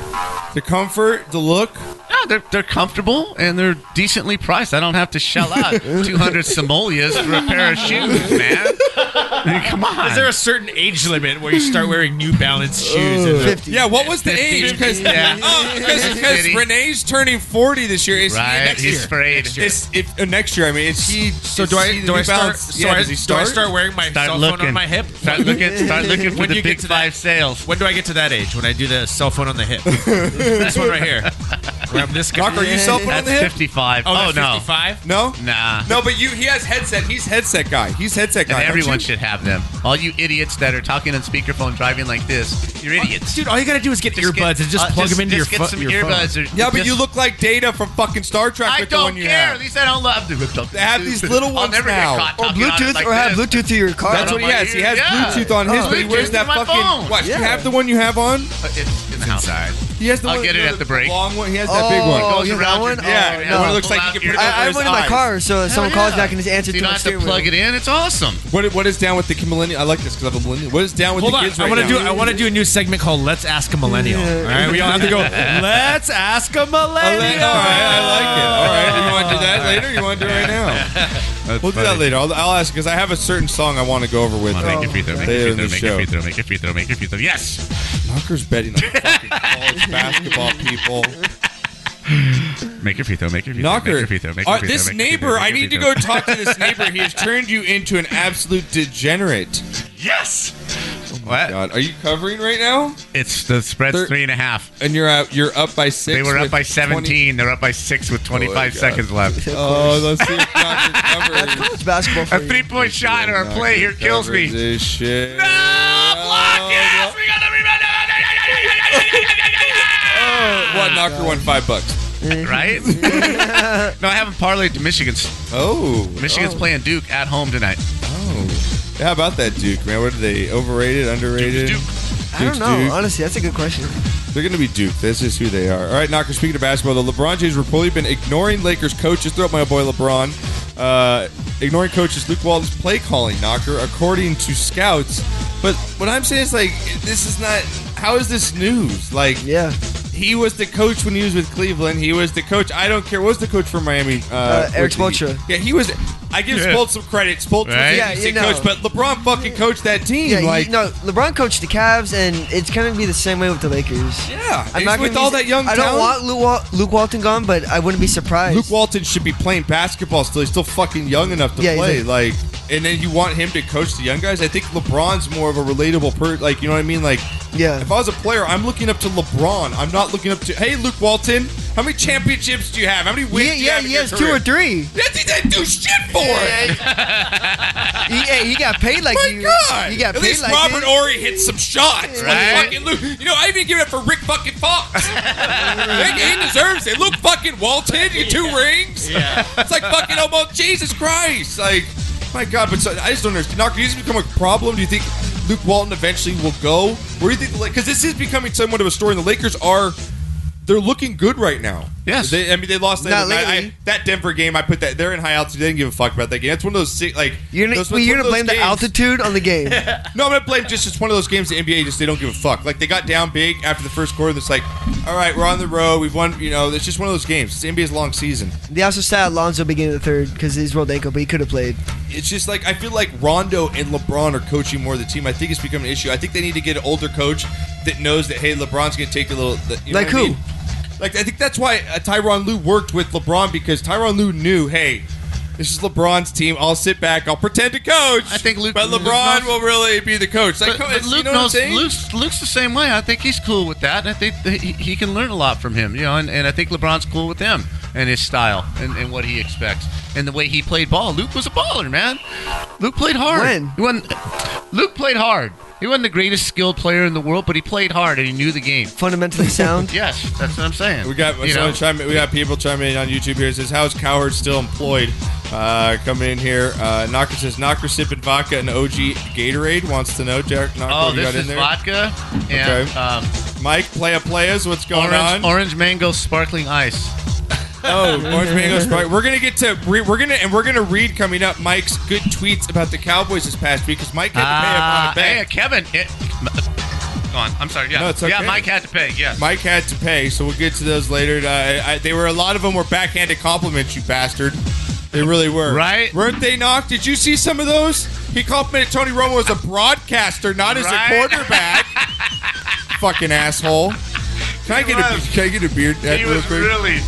[SPEAKER 2] The comfort, the look.
[SPEAKER 5] No, they're, they're comfortable and they're decently priced. I don't have to shell out 200 simoleons for a pair of shoes, man. come on.
[SPEAKER 4] Is there a certain age limit where you start wearing New Balance shoes?
[SPEAKER 2] Ooh. Yeah, what was the age? Because
[SPEAKER 4] Yeah.
[SPEAKER 2] because
[SPEAKER 4] Fifty.
[SPEAKER 2] Renee's turning forty this year. Is
[SPEAKER 5] Right,
[SPEAKER 2] next
[SPEAKER 5] he's
[SPEAKER 2] year.
[SPEAKER 5] sprayed.
[SPEAKER 2] Next year. It's- if, uh, next year, I mean, it's he.
[SPEAKER 4] So do I? Do I start? So I, do I start wearing my cell phone on my hip?
[SPEAKER 5] Start looking- start looking for
[SPEAKER 4] When
[SPEAKER 5] the
[SPEAKER 4] do you get
[SPEAKER 5] big
[SPEAKER 4] to that-
[SPEAKER 5] five sales.
[SPEAKER 4] When do I get to that age? When I do the cell phone on the hip? this one right here. Grab this guy.
[SPEAKER 2] Mark, are you cell phone on the hip?
[SPEAKER 4] Oh, that's
[SPEAKER 2] no.
[SPEAKER 4] 55?
[SPEAKER 2] No.
[SPEAKER 5] Nah.
[SPEAKER 2] No, but you. He has headset. He's headset guy. He's headset guy.
[SPEAKER 5] And
[SPEAKER 2] aren't
[SPEAKER 5] everyone
[SPEAKER 2] you?
[SPEAKER 5] should have them. All you idiots that are talking on speakerphone, driving like this, you're idiots.
[SPEAKER 4] Dude, all you gotta do is get earbuds and just
[SPEAKER 5] uh,
[SPEAKER 4] plug
[SPEAKER 5] just-
[SPEAKER 4] them into
[SPEAKER 5] just
[SPEAKER 4] your,
[SPEAKER 5] get
[SPEAKER 4] pho-
[SPEAKER 5] some
[SPEAKER 4] your phone.
[SPEAKER 5] earbuds or-
[SPEAKER 2] Yeah, but
[SPEAKER 5] just-
[SPEAKER 2] you look like Data from fucking Star Trek.
[SPEAKER 5] I
[SPEAKER 2] with the
[SPEAKER 5] don't
[SPEAKER 2] one you
[SPEAKER 5] care.
[SPEAKER 2] have.
[SPEAKER 5] At least I don't love them.
[SPEAKER 2] They have these little
[SPEAKER 5] I'll
[SPEAKER 2] ones
[SPEAKER 5] never get
[SPEAKER 2] now.
[SPEAKER 4] Oh,
[SPEAKER 5] caught
[SPEAKER 2] Or
[SPEAKER 5] talking on it
[SPEAKER 2] Bluetooth,
[SPEAKER 5] like
[SPEAKER 2] or have
[SPEAKER 5] this.
[SPEAKER 6] Bluetooth to your car.
[SPEAKER 2] That's what he has. He has
[SPEAKER 5] Yeah.
[SPEAKER 2] Bluetooth on his,
[SPEAKER 5] Oh.
[SPEAKER 2] but he wears
[SPEAKER 5] Bluetooth
[SPEAKER 2] that
[SPEAKER 5] to my
[SPEAKER 2] fucking.
[SPEAKER 5] phone.
[SPEAKER 2] Watch,
[SPEAKER 5] Yeah.
[SPEAKER 2] you have the one you have on.
[SPEAKER 5] It's in the house.
[SPEAKER 2] He has the
[SPEAKER 5] I'll
[SPEAKER 2] one.
[SPEAKER 5] get it
[SPEAKER 2] you know,
[SPEAKER 5] at the break.
[SPEAKER 2] Long one. He has that big
[SPEAKER 6] Oh,
[SPEAKER 2] one.
[SPEAKER 6] you have that one?
[SPEAKER 2] Yeah,
[SPEAKER 6] Oh,
[SPEAKER 2] yeah.
[SPEAKER 6] no.
[SPEAKER 2] One that looks like you can put it
[SPEAKER 6] I, I
[SPEAKER 2] over
[SPEAKER 6] have
[SPEAKER 2] his
[SPEAKER 6] one in my
[SPEAKER 2] eyes.
[SPEAKER 6] car, so if someone calls back and just answer
[SPEAKER 5] So
[SPEAKER 6] to
[SPEAKER 5] you don't
[SPEAKER 6] my
[SPEAKER 5] have to
[SPEAKER 6] steering
[SPEAKER 5] plug
[SPEAKER 6] wheel.
[SPEAKER 5] it in. It's awesome.
[SPEAKER 2] What what is down with the millennial? I like this because I'm a millennial. What is down with
[SPEAKER 4] Hold
[SPEAKER 2] the
[SPEAKER 4] on,
[SPEAKER 2] kids
[SPEAKER 4] I
[SPEAKER 2] right
[SPEAKER 4] want to
[SPEAKER 2] now?
[SPEAKER 4] do. I want to do a new segment called "Let's Ask a Millennial." All right, we all have to go. Let's ask a millennial.
[SPEAKER 2] All right, I like it. All right, you want to do that later? You want to do it right now? we'll do that later. I'll, I'll ask because I have a certain song I want to go over with.
[SPEAKER 5] Make your free throw. Make
[SPEAKER 2] later
[SPEAKER 5] your
[SPEAKER 2] in the
[SPEAKER 5] free throw.
[SPEAKER 2] show.
[SPEAKER 5] Make your free throw. Make your free throw. Make your free throw. Yes.
[SPEAKER 2] Knocker's betting on fucking college basketball people.
[SPEAKER 5] Make your free throw. Make your free throw. Make
[SPEAKER 2] Knocker,
[SPEAKER 5] your free throw. Make
[SPEAKER 2] uh,
[SPEAKER 5] your free throw.
[SPEAKER 2] this
[SPEAKER 5] make your free throw,
[SPEAKER 2] neighbor, I
[SPEAKER 5] make your
[SPEAKER 2] need to
[SPEAKER 5] free
[SPEAKER 2] go
[SPEAKER 5] throw.
[SPEAKER 2] talk to this neighbor. He has turned you into an absolute degenerate.
[SPEAKER 5] Yes.
[SPEAKER 2] What? God, are you covering right now?
[SPEAKER 5] It's the spread's three and a half.
[SPEAKER 2] And you're out. You're up by six.
[SPEAKER 5] They were up
[SPEAKER 2] with
[SPEAKER 5] by
[SPEAKER 2] 20
[SPEAKER 5] 17. They're up by six with 25
[SPEAKER 2] God.
[SPEAKER 5] seconds left.
[SPEAKER 2] Oh, let's see if
[SPEAKER 6] College basketball.
[SPEAKER 5] A three point shot or a play here kills me.
[SPEAKER 2] This shit. Oh, what? Knocker won five bucks.
[SPEAKER 5] Right? no, I haven't parlayed to Michigan's.
[SPEAKER 2] Oh.
[SPEAKER 5] Michigan's
[SPEAKER 2] Oh.
[SPEAKER 5] playing Duke at home tonight.
[SPEAKER 2] Oh. Yeah, how about that Duke, man? What are they? Overrated, underrated?
[SPEAKER 6] I don't
[SPEAKER 2] Duke's
[SPEAKER 6] know.
[SPEAKER 2] Duke.
[SPEAKER 6] Honestly, that's a good question.
[SPEAKER 2] They're going to be Duke. That's just who they are. All right, Knocker, speaking of basketball, the LeBron James reportedly been ignoring Lakers coaches. Throw up my boy LeBron. Uh, ignoring coaches Luke Walton's play calling, Knocker, according to scouts. But what I'm saying is, like, this is not. How is this news? Like,
[SPEAKER 6] yeah.
[SPEAKER 2] He was the coach when he was with Cleveland. He was the coach. I don't care. Was the coach for Miami? Uh,
[SPEAKER 6] Uh, Eric
[SPEAKER 2] with the-
[SPEAKER 6] Spoelstra.
[SPEAKER 2] Yeah, he was. I give
[SPEAKER 6] Yeah.
[SPEAKER 2] Spoelstra some credit. Spoelstra was
[SPEAKER 6] Right?
[SPEAKER 2] the
[SPEAKER 6] Yeah,
[SPEAKER 2] decent
[SPEAKER 6] you know.
[SPEAKER 2] coach, but LeBron fucking coached that team.
[SPEAKER 6] Yeah,
[SPEAKER 2] like,
[SPEAKER 6] you, no, LeBron coached the Cavs, and it's going to be the same way with the Lakers.
[SPEAKER 2] Yeah,
[SPEAKER 6] I'm
[SPEAKER 2] it's
[SPEAKER 6] not gonna
[SPEAKER 2] with
[SPEAKER 6] be-
[SPEAKER 2] all that young
[SPEAKER 6] I don't
[SPEAKER 2] talent.
[SPEAKER 6] want Luke, Wal- Luke Walton gone, but I wouldn't be surprised.
[SPEAKER 2] Luke Walton should be playing basketball still. He's still fucking young enough to
[SPEAKER 6] Yeah, he's
[SPEAKER 2] play. Like, and then you want him to coach the young guys. I think LeBron's more of a relatable per. Like, you know what I mean? Like,
[SPEAKER 6] yeah.
[SPEAKER 2] If I was a player, I'm looking up to LeBron. I'm not looking up to hey Luke Walton. How many championships do you have? How many wins?
[SPEAKER 6] Yeah,
[SPEAKER 2] do you
[SPEAKER 6] yeah,
[SPEAKER 2] have in
[SPEAKER 6] he
[SPEAKER 2] your
[SPEAKER 6] has two or
[SPEAKER 2] career?
[SPEAKER 6] three.
[SPEAKER 2] That's he didn't do shit for. it.
[SPEAKER 6] He, hey, he got paid like
[SPEAKER 2] My
[SPEAKER 6] you.
[SPEAKER 2] God.
[SPEAKER 6] He got
[SPEAKER 2] At
[SPEAKER 6] paid
[SPEAKER 2] least
[SPEAKER 6] like
[SPEAKER 2] Robert
[SPEAKER 6] it.
[SPEAKER 2] Ory hit some shots.
[SPEAKER 6] Right?
[SPEAKER 2] Fucking Luke. You know, I even give it up for Rick fucking Fox. Like, he deserves it. Luke fucking Walton, you two rings. It's like fucking almost Jesus Christ. Like, my God. But so, I just don't understand. Knocker, does this become a problem? Do you think Luke Walton eventually will go? Where do you think? Because this is becoming somewhat of a story. And the Lakers are. They're looking good right now. Yes, they, I mean they lost that,
[SPEAKER 6] Not
[SPEAKER 2] I-
[SPEAKER 6] lately.
[SPEAKER 2] I- that Denver game. I put that they're in high altitude. They didn't give a fuck about that game. That's one of those si- like
[SPEAKER 6] You're gonna,
[SPEAKER 2] those-
[SPEAKER 6] well,
[SPEAKER 2] it's
[SPEAKER 6] you're
[SPEAKER 2] one
[SPEAKER 6] gonna
[SPEAKER 2] of
[SPEAKER 6] blame
[SPEAKER 2] those
[SPEAKER 6] the
[SPEAKER 2] games-
[SPEAKER 6] altitude on the game.
[SPEAKER 2] no, I'm gonna blame just it's one of those games the NBA just they don't give a fuck. Like they got down big after the first quarter. That's like, all right, we're on the road. We've won. You know, it's just one of those games. It's the NBA's long season.
[SPEAKER 6] They also sat Alonzo beginning of the third because his rolled ankle, but he could have played.
[SPEAKER 2] It's just like I feel like Rondo and LeBron are coaching more of the team. I think it's become an issue. I think they need to get an older coach that knows that hey, LeBron's gonna take a little. that- you know
[SPEAKER 6] Like
[SPEAKER 2] what I
[SPEAKER 6] who?
[SPEAKER 2] mean? Like I think that's why uh, Tyron Lue worked with LeBron because Tyron Lue knew hey. This is LeBron's team. I'll sit back. I'll pretend to coach. I think Luke, but
[SPEAKER 5] Luke
[SPEAKER 2] LeBron
[SPEAKER 5] knows-
[SPEAKER 2] will really be the coach. Like,
[SPEAKER 5] But-
[SPEAKER 2] co-
[SPEAKER 5] but
[SPEAKER 2] it's- you
[SPEAKER 5] Luke
[SPEAKER 2] know what I'm
[SPEAKER 5] knows.
[SPEAKER 2] saying?
[SPEAKER 5] Luke's, Luke's the same way. I think he's cool with that, and I think that he, he can learn a lot from him. You know, and, and I think LeBron's cool with him and his style and, and what he expects and the way he played ball. Luke was a baller, man. Luke played hard.
[SPEAKER 6] When?
[SPEAKER 5] he wasn't, Luke played hard. He wasn't the greatest skilled player in the world, but he played hard and he knew the game.
[SPEAKER 6] Fundamentally sound.
[SPEAKER 5] yes, that's what I'm saying.
[SPEAKER 2] We got
[SPEAKER 5] You
[SPEAKER 2] someone
[SPEAKER 5] know?
[SPEAKER 2] chime- we got people chiming in on YouTube here. It says, "How is Cowherd still employed?" Uh, coming in here, uh, Knocker says, "Knocker sipping vodka and OG Gatorade." Wants to know, Jack. Knocker,
[SPEAKER 5] Oh,
[SPEAKER 2] what you
[SPEAKER 5] this
[SPEAKER 2] got
[SPEAKER 5] is
[SPEAKER 2] in there?
[SPEAKER 5] vodka and
[SPEAKER 2] Okay.
[SPEAKER 5] um,
[SPEAKER 2] Mike, playa playas. What's going
[SPEAKER 5] orange,
[SPEAKER 2] on?
[SPEAKER 5] orange mango sparkling ice.
[SPEAKER 2] Oh, orange mango sprite. We're gonna get to re- we're gonna and we're gonna read coming up Mike's good tweets about the Cowboys this past week because Mike had to pay up on
[SPEAKER 5] Ah,
[SPEAKER 2] a bet.
[SPEAKER 5] hey, Kevin. it- gone. I'm sorry. Yeah,
[SPEAKER 2] No, it's
[SPEAKER 5] yeah.
[SPEAKER 2] okay.
[SPEAKER 5] Mike had to pay. Yes.
[SPEAKER 2] Mike had to pay, so we'll get to those later. Uh, I, they were a lot of them were backhanded compliments, you bastard. They really were, right? Weren't they? Knock. Did you see some of those? He complimented Tony Romo as a broadcaster, not as
[SPEAKER 5] Right?
[SPEAKER 2] a quarterback. Fucking asshole. Can I get a can I get a beard?
[SPEAKER 5] He
[SPEAKER 2] real
[SPEAKER 5] was
[SPEAKER 2] quick?
[SPEAKER 5] really,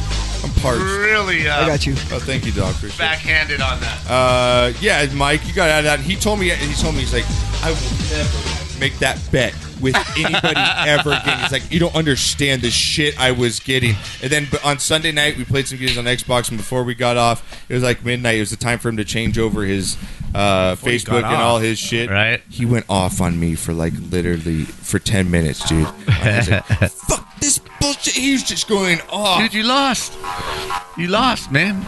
[SPEAKER 2] I'm parched.
[SPEAKER 5] really. Uh,
[SPEAKER 2] Oh, thank you, Doc. Appreciate it.
[SPEAKER 5] Backhanded on that.
[SPEAKER 2] Uh, yeah, Mike, you got out of that. He told me. He told me he's like, I will never make that bet with anybody ever again. He's like, you don't understand the shit I was getting. And then but on Sunday night, we played some games on Xbox, and before we got off, it was like midnight. It was the time for him to change over his uh,
[SPEAKER 5] Before he
[SPEAKER 2] Facebook
[SPEAKER 5] got
[SPEAKER 2] and all
[SPEAKER 5] off,
[SPEAKER 2] his shit. Right? He went off on me for like literally for ten minutes, dude. I was like, Fuck this bullshit. He's just going off.
[SPEAKER 5] Dude, you lost. You lost, man.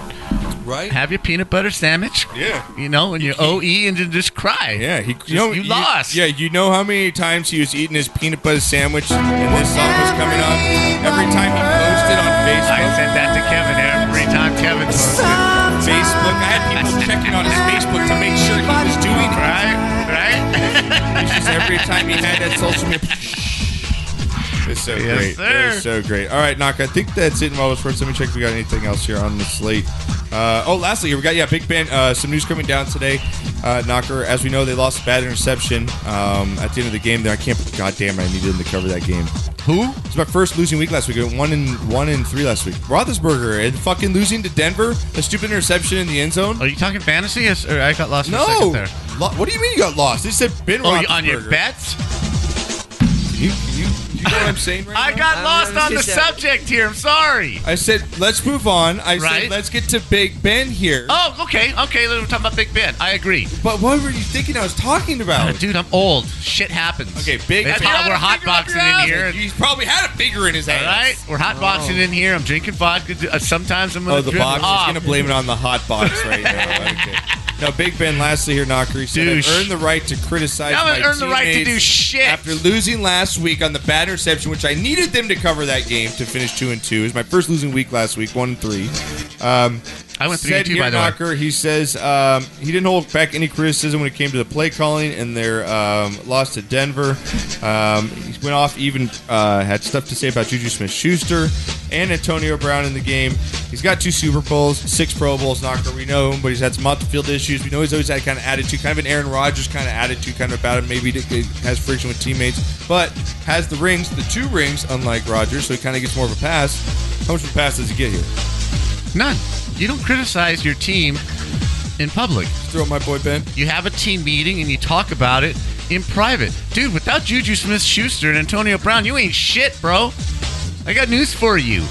[SPEAKER 2] Right?
[SPEAKER 5] Have your peanut butter sandwich.
[SPEAKER 2] Yeah.
[SPEAKER 5] You know, and your OE and then just cry.
[SPEAKER 2] Yeah, he
[SPEAKER 5] you, you lost.
[SPEAKER 2] Yeah, you know how many times he was eating his peanut butter sandwich and this song was coming on? Every time he posted on Facebook. I
[SPEAKER 5] sent that to Kevin every time Kevin posted.
[SPEAKER 2] Facebook. I had people checking on his Facebook to make sure he was doing it.
[SPEAKER 5] Right, right.
[SPEAKER 2] it's just every time he had that social media. It's so
[SPEAKER 5] Yes,
[SPEAKER 2] great.
[SPEAKER 5] sir.
[SPEAKER 2] It's so great. All right, Knock. I think that's it in Marvel Sports. Let me check if we got anything else here on the slate. Uh, oh, lastly, here we got yeah, Big Ben. Uh, some news coming down today. Uh, Knocker, as we know, they lost a bad interception um, at the end of the game. There, I can't. God damn it! I needed them to cover that game.
[SPEAKER 5] Who?
[SPEAKER 2] It's my first losing week last week. I went One and one and three last week. Roethlisberger and fucking losing to Denver. A stupid interception in the end zone.
[SPEAKER 5] Are you talking fantasy? Yes, Or I got lost for
[SPEAKER 2] No.
[SPEAKER 5] a second there.
[SPEAKER 2] Lo- what do you mean you got lost? They said Ben
[SPEAKER 5] Oh, you-
[SPEAKER 2] Roethlisberger.
[SPEAKER 5] on your bets?
[SPEAKER 2] You, you, you know what I'm saying right
[SPEAKER 5] I
[SPEAKER 2] now?
[SPEAKER 5] got lost on the subject here. I'm sorry.
[SPEAKER 2] I said, let's move on. I
[SPEAKER 5] Right?
[SPEAKER 2] said, let's get to Big Ben here.
[SPEAKER 5] Oh, okay, okay. We're talking about Big Ben. I agree.
[SPEAKER 2] But what were you thinking I was talking about?
[SPEAKER 5] Dude, I'm old. Shit happens. Okay,
[SPEAKER 2] Big
[SPEAKER 5] That's
[SPEAKER 2] Ben.
[SPEAKER 5] how we're hotboxing in here.
[SPEAKER 2] He's probably had a bigger in his
[SPEAKER 5] All
[SPEAKER 2] ass.
[SPEAKER 5] right, we're hotboxing in here. I'm drinking vodka. Uh, Sometimes I'm gonna
[SPEAKER 2] Oh, the
[SPEAKER 5] drip
[SPEAKER 2] box.
[SPEAKER 5] off.
[SPEAKER 2] He's gonna blame it on the hot box right now. Okay. Now, Big Ben, lastly here, Knocker, he said,
[SPEAKER 5] Douche.
[SPEAKER 2] I've earned the right to criticize
[SPEAKER 5] Now I've
[SPEAKER 2] my
[SPEAKER 5] earned the right to
[SPEAKER 2] teammates
[SPEAKER 5] do shit.
[SPEAKER 2] After losing last week on the bad interception, which I needed them to cover that game to finish 2 and 2. It was my first losing week last week, 1 and 3. Um,
[SPEAKER 5] I went three
[SPEAKER 2] said
[SPEAKER 5] and two,
[SPEAKER 2] here,
[SPEAKER 5] by the way.
[SPEAKER 2] Knocker, He says um, he didn't hold back any criticism when it came to the play calling and their um, loss to Denver. Um, he went off, even uh, had stuff to say about Juju Smith Schuster and Antonio Brown in the game. He's got two Super Bowls, six Pro Bowls, Knocker. We know him, but he's had some off the field issues. We know he's always had kind of attitude, kind of an Aaron Rodgers kind of attitude, kind of about him. Maybe he has friction with teammates, but has the rings, the two rings, unlike Rodgers, so he kind of gets more of a pass. How much of a pass does he get here?
[SPEAKER 5] None. You don't criticize your team in public.
[SPEAKER 2] Throw my boy Ben.
[SPEAKER 5] You have a team meeting and you talk about it in private. Dude, without Juju Smith Schuster and Antonio Brown, you ain't shit, bro. I got news for you.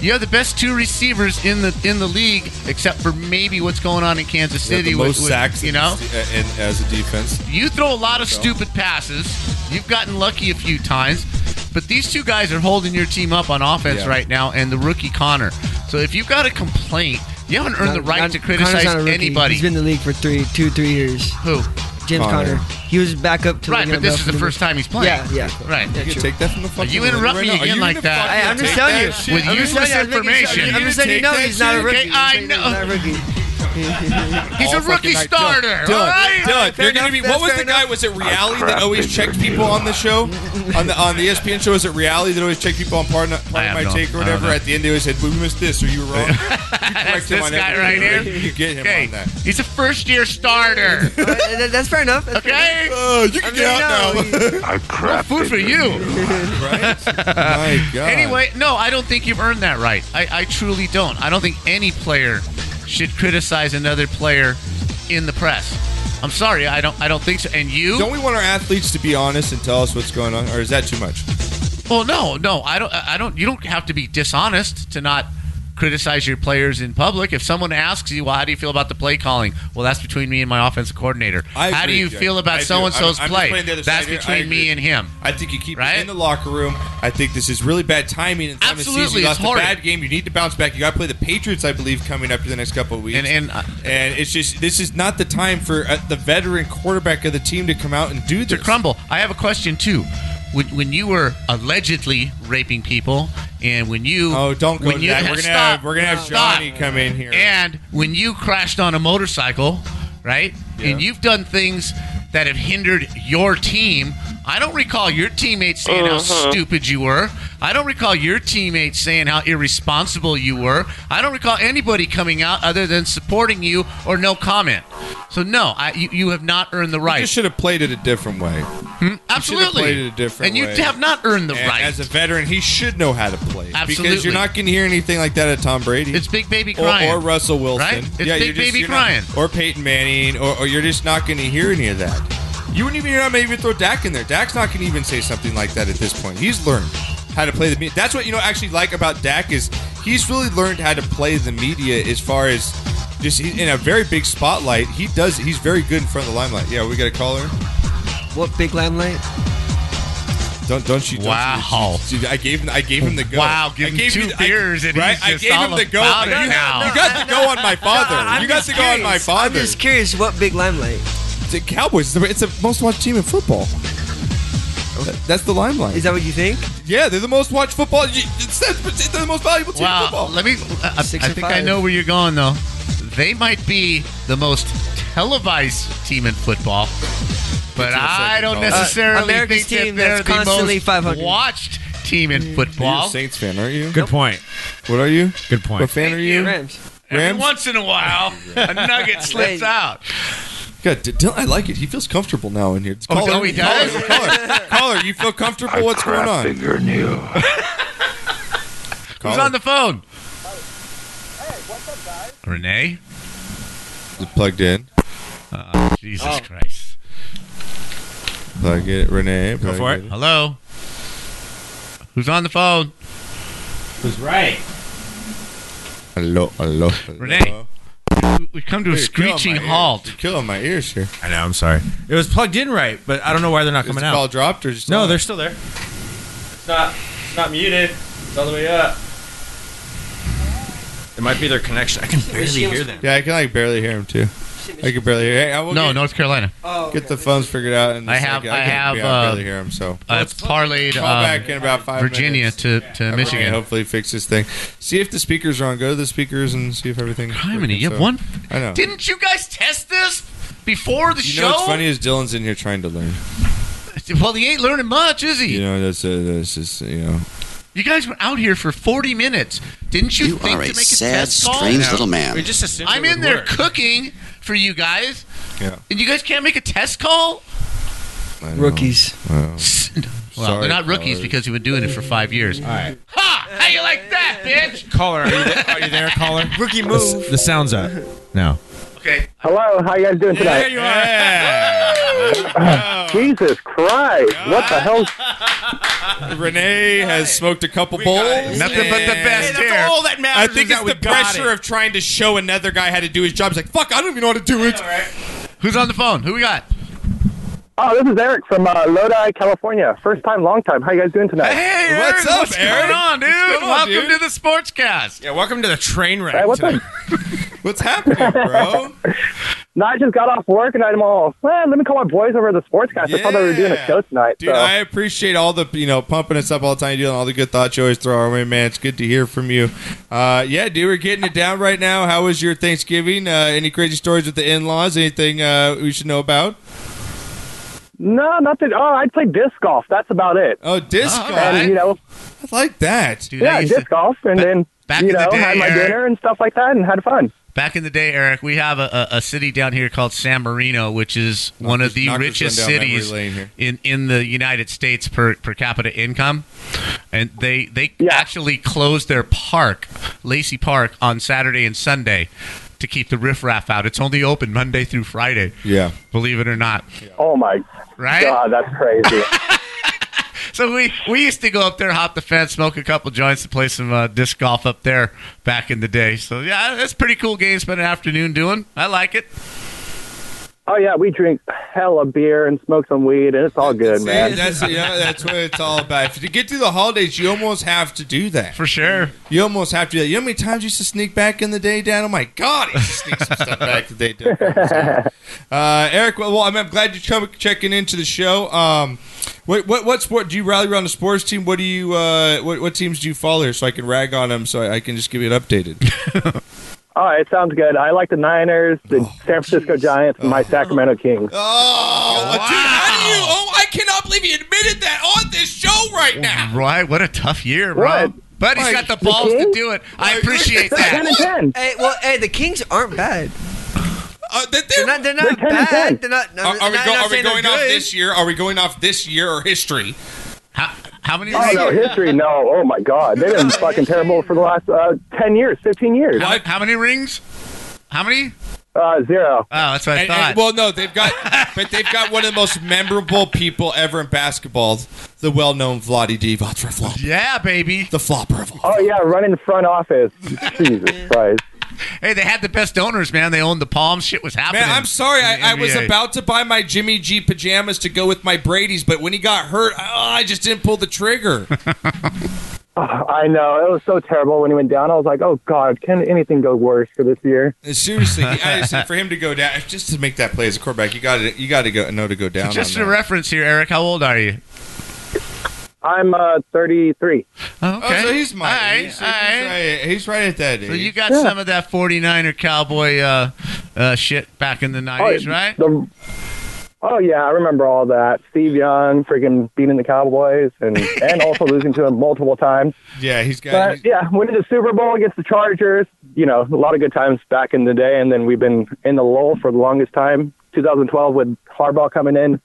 [SPEAKER 5] You have the best two receivers in the in the league, except for maybe what's going on in Kansas
[SPEAKER 2] Yeah,
[SPEAKER 5] City.
[SPEAKER 2] the
[SPEAKER 5] with-
[SPEAKER 2] most
[SPEAKER 5] with-
[SPEAKER 2] sacks,
[SPEAKER 5] you know.
[SPEAKER 2] and, and as a defense.
[SPEAKER 5] You throw a lot of
[SPEAKER 2] So.
[SPEAKER 5] stupid passes. You've gotten lucky a few times, but these two guys are holding your team up on offense
[SPEAKER 2] Yeah.
[SPEAKER 5] right now, and the rookie Connor. So if you've got a complaint, you haven't earned the
[SPEAKER 6] Not-
[SPEAKER 5] right
[SPEAKER 6] not-
[SPEAKER 5] to
[SPEAKER 6] Connor's
[SPEAKER 5] criticize
[SPEAKER 6] not a rookie.
[SPEAKER 5] anybody.
[SPEAKER 6] He's been in the league for three, two, three years.
[SPEAKER 5] Who?
[SPEAKER 6] James
[SPEAKER 5] Connor.
[SPEAKER 6] Connor. He was back up to
[SPEAKER 5] right,
[SPEAKER 6] the
[SPEAKER 5] but this is the first time he's playing.
[SPEAKER 6] Yeah, yeah.
[SPEAKER 5] Right.
[SPEAKER 6] You can true. take
[SPEAKER 2] that from the fucking
[SPEAKER 5] You interrupt
[SPEAKER 6] right
[SPEAKER 5] me
[SPEAKER 6] now. Are
[SPEAKER 5] again
[SPEAKER 6] you
[SPEAKER 5] like
[SPEAKER 6] gonna
[SPEAKER 5] that.
[SPEAKER 6] fucking I- I'm just take telling that you. shit?
[SPEAKER 5] With
[SPEAKER 6] I'm just telling
[SPEAKER 5] useless
[SPEAKER 6] you, I was making-
[SPEAKER 5] information.
[SPEAKER 6] I'm just saying you know he's not a rookie.
[SPEAKER 5] Okay, I
[SPEAKER 6] He's not a
[SPEAKER 5] know.
[SPEAKER 6] rookie.
[SPEAKER 5] He's a
[SPEAKER 2] All fucking
[SPEAKER 5] rookie
[SPEAKER 2] night.
[SPEAKER 5] starter.
[SPEAKER 2] Dylan, Dylan,
[SPEAKER 5] all right?
[SPEAKER 2] Dylan, you're gonna be. What was the guy? Was it
[SPEAKER 4] Oh,
[SPEAKER 2] Reality that always checked people on the show, on the on the E ESPN show? Was it Reality that always checked people on part, of- part
[SPEAKER 5] I
[SPEAKER 2] of
[SPEAKER 5] have
[SPEAKER 2] my
[SPEAKER 5] no- I
[SPEAKER 2] take or
[SPEAKER 5] don't
[SPEAKER 2] whatever?
[SPEAKER 5] know.
[SPEAKER 2] At the end, they always said we missed this or you were wrong. You
[SPEAKER 5] That's
[SPEAKER 2] correct him
[SPEAKER 5] this
[SPEAKER 2] on
[SPEAKER 5] guy right
[SPEAKER 2] everything.
[SPEAKER 5] here.
[SPEAKER 2] You get him
[SPEAKER 5] Okay.
[SPEAKER 2] on that.
[SPEAKER 5] He's a first year starter.
[SPEAKER 6] That's fair enough.
[SPEAKER 5] okay?
[SPEAKER 6] Oh,
[SPEAKER 2] you can get out
[SPEAKER 5] now. I crap. Food for you.
[SPEAKER 2] My God.
[SPEAKER 5] Anyway, no, I don't think you've earned that right. I, I truly don't. I don't think any player should criticize another player in the press. I'm sorry, I don't. I don't think so. And you?
[SPEAKER 2] Don't we want our athletes to be honest and tell us what's going on, or is that too much?
[SPEAKER 5] Well, no, no, I don't. I don't. You don't have to be dishonest to not criticize your players in public. If someone asks you, "Well, how do you feel about the play calling?" Well, that's between me and my offensive coordinator.
[SPEAKER 2] I
[SPEAKER 5] how do
[SPEAKER 2] agree,
[SPEAKER 5] you
[SPEAKER 2] Jack.
[SPEAKER 5] feel
[SPEAKER 2] I
[SPEAKER 5] about
[SPEAKER 2] do.
[SPEAKER 5] so and so's
[SPEAKER 2] I'm- I'm just
[SPEAKER 5] play?
[SPEAKER 2] playing the other
[SPEAKER 5] That's
[SPEAKER 2] side here. I
[SPEAKER 5] between me
[SPEAKER 2] agree.
[SPEAKER 5] and him.
[SPEAKER 2] I think you keep it in the locker room. I think this is really bad timing. And time of
[SPEAKER 5] Absolutely,
[SPEAKER 2] season. You
[SPEAKER 5] it's
[SPEAKER 2] lost
[SPEAKER 5] horrid.
[SPEAKER 2] a bad game. You need to bounce back. You got to play the Patriots, I believe, coming up for the next couple of weeks.
[SPEAKER 5] And- uh, and,
[SPEAKER 2] and it's just this is not the time for uh, the veteran quarterback of the team to come out and do
[SPEAKER 5] To
[SPEAKER 2] this.
[SPEAKER 5] crumble. I have a question too. When, when you were allegedly raping people, and when you oh
[SPEAKER 2] don't go
[SPEAKER 5] when
[SPEAKER 2] to
[SPEAKER 5] you,
[SPEAKER 2] that. We're gonna
[SPEAKER 5] stop,
[SPEAKER 2] have- we're gonna have
[SPEAKER 5] stop.
[SPEAKER 2] Johnny come in here.
[SPEAKER 5] And when you crashed on a motorcycle, right?
[SPEAKER 2] Yeah.
[SPEAKER 5] And you've done things that have hindered your team. I don't recall your teammates saying how
[SPEAKER 1] Uh-huh.
[SPEAKER 5] stupid you were. I don't recall your teammates saying how irresponsible you were. I don't recall anybody coming out other than supporting you or no comment. So no, I, you, you have not earned the right.
[SPEAKER 2] You should have played it a different way.
[SPEAKER 5] Absolutely.
[SPEAKER 2] played it a different
[SPEAKER 5] and you
[SPEAKER 2] way.
[SPEAKER 5] have not earned the
[SPEAKER 2] And
[SPEAKER 5] right.
[SPEAKER 2] As a veteran, he should know how to play. Because
[SPEAKER 5] Absolutely.
[SPEAKER 2] you're not going to hear anything like that at Tom Brady. It's
[SPEAKER 5] big baby
[SPEAKER 2] Or,
[SPEAKER 5] crying,
[SPEAKER 2] Russell Wilson.
[SPEAKER 5] right? It's
[SPEAKER 2] yeah,
[SPEAKER 5] big
[SPEAKER 2] you're just,
[SPEAKER 5] baby
[SPEAKER 2] you're not-
[SPEAKER 5] crying.
[SPEAKER 2] or Peyton Manning. Or, or you're just not going to hear any of that. You wouldn't even, you're not gonna even throw Dak in there. Dak's not going to even say something like that at this point. He's learned how to play the media. That's what you know actually like about Dak is he's really learned how to play the media as far as just he- in a very big spotlight. He does. He's very good in front of the limelight. Yeah, we got a caller.
[SPEAKER 6] What big limelight?
[SPEAKER 2] Don't don't you? Don't wow. You, I gave him. I gave him the go.
[SPEAKER 5] Wow, give
[SPEAKER 2] I
[SPEAKER 5] him
[SPEAKER 2] gave
[SPEAKER 5] two
[SPEAKER 2] the- I-
[SPEAKER 5] beers and
[SPEAKER 2] right.
[SPEAKER 5] he's
[SPEAKER 2] I
[SPEAKER 5] just
[SPEAKER 2] gave
[SPEAKER 5] all
[SPEAKER 2] him the go.
[SPEAKER 5] about it
[SPEAKER 2] you,
[SPEAKER 5] now.
[SPEAKER 2] you got the go on my father.
[SPEAKER 6] I'm
[SPEAKER 2] you got
[SPEAKER 6] just
[SPEAKER 2] the go on my
[SPEAKER 6] curious. I'm
[SPEAKER 2] father.
[SPEAKER 6] just curious. What big limelight?
[SPEAKER 2] The Cowboys. It's the most watched team in football. That's the limelight. Is
[SPEAKER 6] that what you think?
[SPEAKER 2] Yeah, they're the most watched football. you- It's, it's- they're the most valuable team in football.
[SPEAKER 5] Wow. Let me. uh, I, I think I know where you're going though. They might be the most televised team in football, but
[SPEAKER 1] Get to the
[SPEAKER 5] I
[SPEAKER 1] second
[SPEAKER 5] don't
[SPEAKER 1] caller.
[SPEAKER 5] necessarily
[SPEAKER 1] Uh, America's
[SPEAKER 5] think
[SPEAKER 1] team
[SPEAKER 5] that they're
[SPEAKER 1] that's constantly
[SPEAKER 5] the
[SPEAKER 1] 500.
[SPEAKER 5] most watched team in
[SPEAKER 2] You're
[SPEAKER 5] football.
[SPEAKER 2] a Saints fan, aren't you?
[SPEAKER 4] Good point.
[SPEAKER 2] What are you?
[SPEAKER 4] Good point.
[SPEAKER 2] What fan are you?
[SPEAKER 6] Rams.
[SPEAKER 2] Rams.
[SPEAKER 5] Every once in a while, a nugget slips
[SPEAKER 6] Hey.
[SPEAKER 5] out.
[SPEAKER 2] God, D- Dylan, I like it. He feels comfortable now in here.
[SPEAKER 5] Oh,
[SPEAKER 2] Caller,
[SPEAKER 5] oh, he does?
[SPEAKER 2] Caller, caller, caller, you feel comfortable? What's going on?
[SPEAKER 5] Who's on the phone? Renee.
[SPEAKER 2] Is it plugged in?
[SPEAKER 5] Uh, Jesus
[SPEAKER 1] Oh.
[SPEAKER 5] Christ.
[SPEAKER 2] Plug it, Renee. Plug
[SPEAKER 5] for it. Hello. Who's on the phone?
[SPEAKER 2] Who's right? Hello, hello. hello.
[SPEAKER 5] Renee. We- We've come to a
[SPEAKER 2] Dude, you're killing
[SPEAKER 5] screeching
[SPEAKER 2] my ears.
[SPEAKER 5] halt.
[SPEAKER 2] You're killing my ears here.
[SPEAKER 4] I know. I'm sorry. It was plugged in right, but I don't know why they're not
[SPEAKER 2] Is
[SPEAKER 4] coming
[SPEAKER 2] the
[SPEAKER 4] out.
[SPEAKER 2] call dropped or just
[SPEAKER 4] no?
[SPEAKER 2] on?
[SPEAKER 4] They're still there.
[SPEAKER 11] It's not, it's not muted. It's all the way up.
[SPEAKER 4] It might be their connection. I can barely hear them.
[SPEAKER 2] Yeah, I can like barely hear him too. I can barely hear. Hey, I will
[SPEAKER 5] No,
[SPEAKER 2] get,
[SPEAKER 5] North Carolina.
[SPEAKER 4] Oh,
[SPEAKER 2] Get the phones figured out. And
[SPEAKER 5] I have.
[SPEAKER 2] can,
[SPEAKER 5] I,
[SPEAKER 2] can-
[SPEAKER 5] have.
[SPEAKER 2] Yeah, I
[SPEAKER 5] uh,
[SPEAKER 2] barely hear him. So
[SPEAKER 5] I've parlayed
[SPEAKER 2] Call
[SPEAKER 5] um,
[SPEAKER 2] back in about five
[SPEAKER 5] Virginia
[SPEAKER 2] minutes.
[SPEAKER 5] to, to
[SPEAKER 2] Have Renee
[SPEAKER 5] Michigan.
[SPEAKER 2] Hopefully, fix this thing. See if the speakers are on. Go to the speakers and see if everything.
[SPEAKER 5] Criminy, you have
[SPEAKER 2] so-
[SPEAKER 5] one-
[SPEAKER 2] I know.
[SPEAKER 5] Didn't you guys test this before the
[SPEAKER 2] you
[SPEAKER 5] show?
[SPEAKER 2] know what's funny is Dylan's in here trying to learn.
[SPEAKER 5] Well, he ain't learning much, is he?
[SPEAKER 2] You know that's uh, that's just you know.
[SPEAKER 5] You guys were out here for 40 minutes. Didn't you, think
[SPEAKER 2] are
[SPEAKER 5] to make a
[SPEAKER 2] a sad,
[SPEAKER 5] test call?
[SPEAKER 2] strange No. little man. We
[SPEAKER 4] just assumed
[SPEAKER 5] I'm
[SPEAKER 4] it
[SPEAKER 5] in
[SPEAKER 4] would
[SPEAKER 5] there
[SPEAKER 4] work.
[SPEAKER 5] cooking for you guys,
[SPEAKER 2] Yeah.
[SPEAKER 5] and you guys can't make a test call?
[SPEAKER 6] Rookies.
[SPEAKER 2] Well,
[SPEAKER 5] Well, they're not rookies because you've been doing it for five years. All right. Ha! How you like that, bitch?
[SPEAKER 4] Caller, are you there, are you there caller?
[SPEAKER 6] Rookie
[SPEAKER 4] The s- The, sound's up now.
[SPEAKER 5] Okay.
[SPEAKER 13] Hello, how you guys doing tonight? Jesus Christ! What the hell?
[SPEAKER 2] Renee has smoked a couple bowls.
[SPEAKER 5] Nothing but the best
[SPEAKER 2] And-
[SPEAKER 5] Hey, that's here. all that matters
[SPEAKER 2] I
[SPEAKER 5] is
[SPEAKER 2] think
[SPEAKER 5] that
[SPEAKER 2] it's
[SPEAKER 5] we
[SPEAKER 2] the
[SPEAKER 5] got
[SPEAKER 2] pressure
[SPEAKER 5] it.
[SPEAKER 2] of trying to show another guy how to do his job. He's like, fuck, I don't even know how to do it.
[SPEAKER 5] Who's on the phone? Who we got?
[SPEAKER 13] Oh, this is Eric from uh, Lodi, California. First time, long time. How you guys doing tonight?
[SPEAKER 5] Hey,
[SPEAKER 2] What's
[SPEAKER 5] Aaron,
[SPEAKER 2] up,
[SPEAKER 5] what's
[SPEAKER 2] Aaron?
[SPEAKER 5] going on, dude?
[SPEAKER 2] What's going on,
[SPEAKER 5] Welcome to
[SPEAKER 2] dude?
[SPEAKER 5] the Sportscast.
[SPEAKER 4] Yeah, welcome to the train wreck.
[SPEAKER 13] Hey, what's up?
[SPEAKER 2] What's happening, bro?
[SPEAKER 13] No, I just got off work and I'm all, well, let me call my boys over to the sportscast. I thought they were doing a show tonight.
[SPEAKER 2] Dude,
[SPEAKER 13] so.
[SPEAKER 2] I appreciate all the you know pumping us up all the time, doing all the good thoughts you always throw our way, man. It's good to hear from you. Uh, yeah, dude, we're getting it down right now. How was your Thanksgiving? Uh, any crazy stories with the in-laws? Anything uh, we should know about?
[SPEAKER 13] No, nothing. Oh, I played disc golf. That's about it.
[SPEAKER 2] Oh, disc
[SPEAKER 13] and,
[SPEAKER 2] golf.
[SPEAKER 13] you know,
[SPEAKER 2] I like that.
[SPEAKER 13] yeah, disc golf, and then
[SPEAKER 5] back
[SPEAKER 13] you
[SPEAKER 5] in the
[SPEAKER 13] know,
[SPEAKER 5] day,
[SPEAKER 13] had my
[SPEAKER 5] Eric.
[SPEAKER 13] dinner and stuff like that, and had fun.
[SPEAKER 5] Back in the day, Eric, we have a, a, a city down here called San Marino, which is one of the
[SPEAKER 2] knock this
[SPEAKER 5] richest
[SPEAKER 2] one down memory
[SPEAKER 5] cities
[SPEAKER 2] lane here.
[SPEAKER 5] in, in the United States per, per capita income. And they, they actually closed their park, Lacey Park, on Saturday and Sunday to keep the riffraff out. It's only open Monday through Friday.
[SPEAKER 2] Yeah.
[SPEAKER 5] Believe it or not.
[SPEAKER 13] Oh my
[SPEAKER 5] Right?
[SPEAKER 13] god, that's crazy.
[SPEAKER 5] So we, we used to go up there, hop the fence, smoke a couple joints, and play some uh, disc golf up there back in the day. So, yeah, that's a pretty cool game. Spent an afternoon doing. I like it.
[SPEAKER 13] oh yeah, we drink hella beer and smoke some weed, and it's all good, man.
[SPEAKER 2] See, that's you know, that's what it's all about. If you get through the holidays, you almost have to do that
[SPEAKER 5] for sure.
[SPEAKER 2] You almost have to do that. You know how many times you used to sneak back in the day, Dad? Oh my God, he used to Oh, sneak some stuff back that they did. Uh, Eric, well, I'm, I'm glad you're chum- checking into the show. Um, what, what what sport do you rally around the sports team? What do you uh, what, what teams do you follow here so I can rag on them so I, I can just give you an updated?
[SPEAKER 13] All right, sounds good. I like the Niners, the San Francisco Giants, and my Sacramento Kings.
[SPEAKER 2] Oh, dude, how do you? Oh, I cannot believe
[SPEAKER 5] believe he admitted that on this show right now.
[SPEAKER 3] Right? What a tough year,
[SPEAKER 5] Right.
[SPEAKER 3] right?
[SPEAKER 5] But he's got the balls to do it. I appreciate that.
[SPEAKER 6] Hey, well, hey, the Kings aren't bad.
[SPEAKER 5] they're,
[SPEAKER 6] not. They're not bad. They're not.
[SPEAKER 2] Uh, Are, are we,
[SPEAKER 6] not-
[SPEAKER 2] go,
[SPEAKER 6] not
[SPEAKER 2] are we
[SPEAKER 6] saying they're
[SPEAKER 2] going off
[SPEAKER 6] good.
[SPEAKER 2] this year? Are we going off this year or history?
[SPEAKER 5] How, how many?
[SPEAKER 13] Oh no, history, no. Oh my God, they've been fucking terrible for the last uh, ten years, fifteen years.
[SPEAKER 5] How, how many rings? How many?
[SPEAKER 13] Uh, zero.
[SPEAKER 5] Oh, that's what I
[SPEAKER 2] And-
[SPEAKER 5] thought.
[SPEAKER 2] and- well, no, they've got, but they've got one of the most memorable people ever in basketball, the well-known Vladi Divac for flop.
[SPEAKER 5] Yeah, baby,
[SPEAKER 2] the flopper of all.
[SPEAKER 13] Oh yeah, running front office. Jesus Christ.
[SPEAKER 5] Hey, they had the best owners, man. They owned the Palms. Shit was happening.
[SPEAKER 2] Man, I'm sorry.
[SPEAKER 5] in the
[SPEAKER 2] I, I was
[SPEAKER 5] NBA.
[SPEAKER 2] about to buy my Jimmy G pajamas to go with my Brady's, but when he got hurt, I, I just didn't pull the trigger.
[SPEAKER 13] Oh, I know it was so terrible when he went down. I was like, oh God, can anything go worse for this year?
[SPEAKER 2] Seriously, I just said for him to go down, just to make that play as a quarterback, you got to you got to go know to go down.
[SPEAKER 5] Just
[SPEAKER 2] on
[SPEAKER 5] a
[SPEAKER 2] that.
[SPEAKER 5] reference here, Eric. How old are you?
[SPEAKER 13] I'm uh,
[SPEAKER 5] Okay.
[SPEAKER 13] 33.
[SPEAKER 2] oh, so he's my he's, he's right, he's right at that age.
[SPEAKER 5] So you got some of that 49er cowboy uh, uh, shit back in the 90s,
[SPEAKER 13] yeah,
[SPEAKER 5] right?
[SPEAKER 13] Oh, the- oh yeah, I remember all that. Steve Young freaking beating the Cowboys and and also losing to him multiple times.
[SPEAKER 2] Yeah, he's got.
[SPEAKER 13] But yeah, winning the Super Bowl against the Chargers. You know, a lot of good times back in the day, and then we've been in the lull for the longest time. 2012 with Harbaugh coming in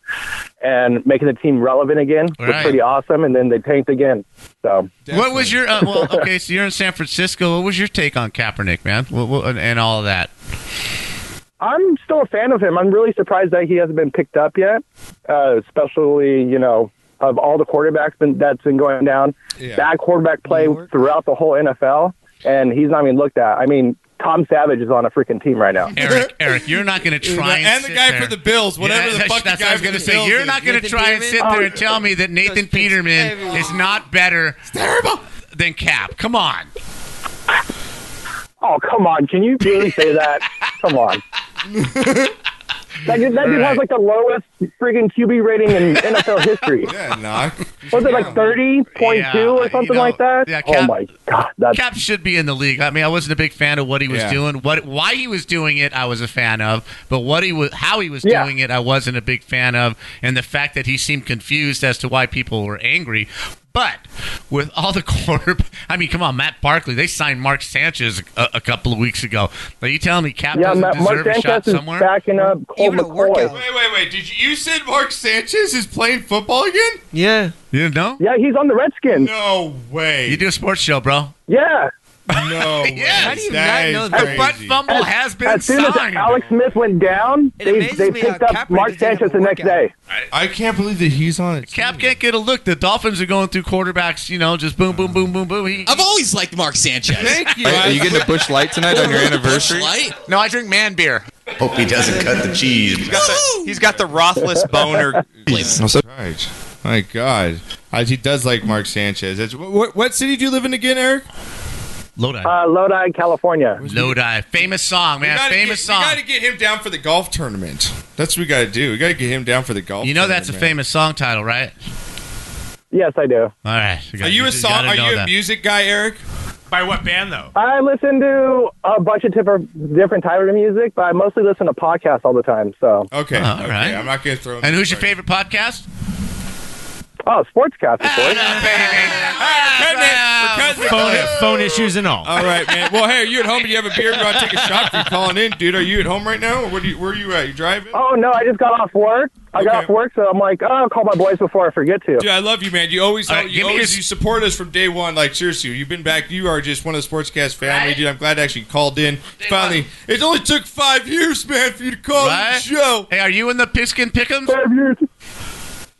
[SPEAKER 13] and making the team relevant again was
[SPEAKER 5] Right.
[SPEAKER 13] pretty awesome, and then they tanked again. So
[SPEAKER 5] What was your uh, well? Okay, so you're in San Francisco. What was your take on Kaepernick, man, what, what, and, and all of that?
[SPEAKER 13] I'm still a fan of him. I'm really surprised that he hasn't been picked up yet, uh, especially you know of all the quarterbacks been, that's been going down.
[SPEAKER 14] Yeah.
[SPEAKER 13] Bad quarterback play throughout the whole NFL, and he's not even looked at. I mean, Tom Savage is on a freaking team right now.
[SPEAKER 5] Eric, Eric, you're not going to try and,
[SPEAKER 2] And the
[SPEAKER 5] sit
[SPEAKER 2] guy
[SPEAKER 5] there.
[SPEAKER 2] for the Bills, whatever the
[SPEAKER 5] that's-
[SPEAKER 2] fuck the
[SPEAKER 5] That's
[SPEAKER 2] guy
[SPEAKER 5] what I was
[SPEAKER 2] for
[SPEAKER 5] gonna
[SPEAKER 2] the
[SPEAKER 5] say.
[SPEAKER 2] Bills
[SPEAKER 5] You're
[SPEAKER 2] is.
[SPEAKER 5] not going to
[SPEAKER 2] Nathan
[SPEAKER 5] try and sit
[SPEAKER 2] Peterman?
[SPEAKER 5] there and tell me that Nathan Peterman is not better. Than Cap. Come on.
[SPEAKER 13] Oh come on! Can you really say that? Come on. That dude, that dude has like the lowest freaking QB rating in NFL history.
[SPEAKER 2] Yeah, knock.
[SPEAKER 13] Was it like thirty point two
[SPEAKER 5] Yeah,
[SPEAKER 13] or something
[SPEAKER 5] you know,
[SPEAKER 13] like that?
[SPEAKER 5] yeah,
[SPEAKER 13] oh
[SPEAKER 5] Cap-
[SPEAKER 13] my god, that's
[SPEAKER 5] Cap should be in the league. I mean, I wasn't a big fan of what he was
[SPEAKER 13] Yeah.
[SPEAKER 5] doing, what why he was doing it. I was a fan of, but what he was, how he was doing it, I wasn't a big fan of, and the fact that he seemed confused as to why people were angry. But with all the quarter, I mean, come on, Matt Barkley. They signed Mark Sanchez a, a couple of weeks ago. Are you telling me Cap
[SPEAKER 13] yeah.
[SPEAKER 5] doesn't
[SPEAKER 13] Matt,
[SPEAKER 5] deserve
[SPEAKER 13] Mark
[SPEAKER 5] a shot
[SPEAKER 13] Sanchez is
[SPEAKER 5] somewhere?
[SPEAKER 13] backing up Colt McCoy.
[SPEAKER 2] Wait, wait, wait! Did you, you said Mark Sanchez is playing football again?
[SPEAKER 6] Yeah.
[SPEAKER 5] You didn't know?
[SPEAKER 13] Yeah, he's on the Redskins.
[SPEAKER 2] No way.
[SPEAKER 5] You do a sports show, bro.
[SPEAKER 13] Yeah.
[SPEAKER 2] No.
[SPEAKER 5] yes. How do you not know
[SPEAKER 13] that?
[SPEAKER 5] The butt fumble
[SPEAKER 13] As-
[SPEAKER 5] has been
[SPEAKER 13] as soon
[SPEAKER 5] signed.
[SPEAKER 13] as Alex Smith went down, they, they picked up Mark Sanchez the next day.
[SPEAKER 2] I can't believe that he's on it.
[SPEAKER 5] Cap can't get a look. The Dolphins are going through quarterbacks, you know, just boom, boom, boom, boom, boom. I've always liked Mark Sanchez.
[SPEAKER 2] Thank you.
[SPEAKER 15] Are, are you getting a bush light tonight on your anniversary?
[SPEAKER 5] No, I drink man beer.
[SPEAKER 15] Hope he doesn't cut the cheese. He's got the, he's got the Rothless boner.
[SPEAKER 2] Right. My God, I, he does like Mark Sanchez. That's, what, what city do you live in again, Eric?
[SPEAKER 5] Lodi.
[SPEAKER 13] Uh, Lodi, California.
[SPEAKER 5] Lodi. Famous song, man.
[SPEAKER 2] gotta
[SPEAKER 5] Famous
[SPEAKER 2] get,
[SPEAKER 5] song.
[SPEAKER 2] We got to get him down for the golf tournament. That's what we got to do. We got to get him down for the golf.
[SPEAKER 5] You know that's a
[SPEAKER 2] tournament.
[SPEAKER 5] famous song title, right?
[SPEAKER 13] Yes, I do.
[SPEAKER 5] All right.
[SPEAKER 2] Are you a
[SPEAKER 5] just
[SPEAKER 2] song?
[SPEAKER 5] gotta
[SPEAKER 2] Are
[SPEAKER 5] know
[SPEAKER 2] you a
[SPEAKER 5] that.
[SPEAKER 2] music guy, Eric?
[SPEAKER 7] By what band though?
[SPEAKER 13] I listen to a bunch of different different types of music, but I mostly listen to podcasts all the time. So
[SPEAKER 2] Okay.
[SPEAKER 5] All
[SPEAKER 2] okay.
[SPEAKER 5] right.
[SPEAKER 2] I'm not going to throw.
[SPEAKER 5] And who's your favorite podcast?
[SPEAKER 13] oh, sportscast, of course.
[SPEAKER 4] phone, phone issues and all.
[SPEAKER 2] All right, man. Well, hey, are you at home? Do you have a beer? Do I take a shot for you calling in, dude? Are you at home right now? Or what do you, where are you at? You driving?
[SPEAKER 13] Oh no, I just got off work. I got off work, so I'm like, oh, I'll call my boys before I forget to.
[SPEAKER 2] Dude, I love you, man. You always,
[SPEAKER 13] All right,
[SPEAKER 2] you
[SPEAKER 13] give me
[SPEAKER 2] always,
[SPEAKER 13] your-
[SPEAKER 2] you support us from day one. Like seriously, you've been back. You are just one of the sportscast family, dude. I'm glad I actually called in. Finally, it only took five years, man, for you to call
[SPEAKER 5] Right?
[SPEAKER 2] the show.
[SPEAKER 5] Hey, are you in the Piskin Pick'ems?
[SPEAKER 13] Five years.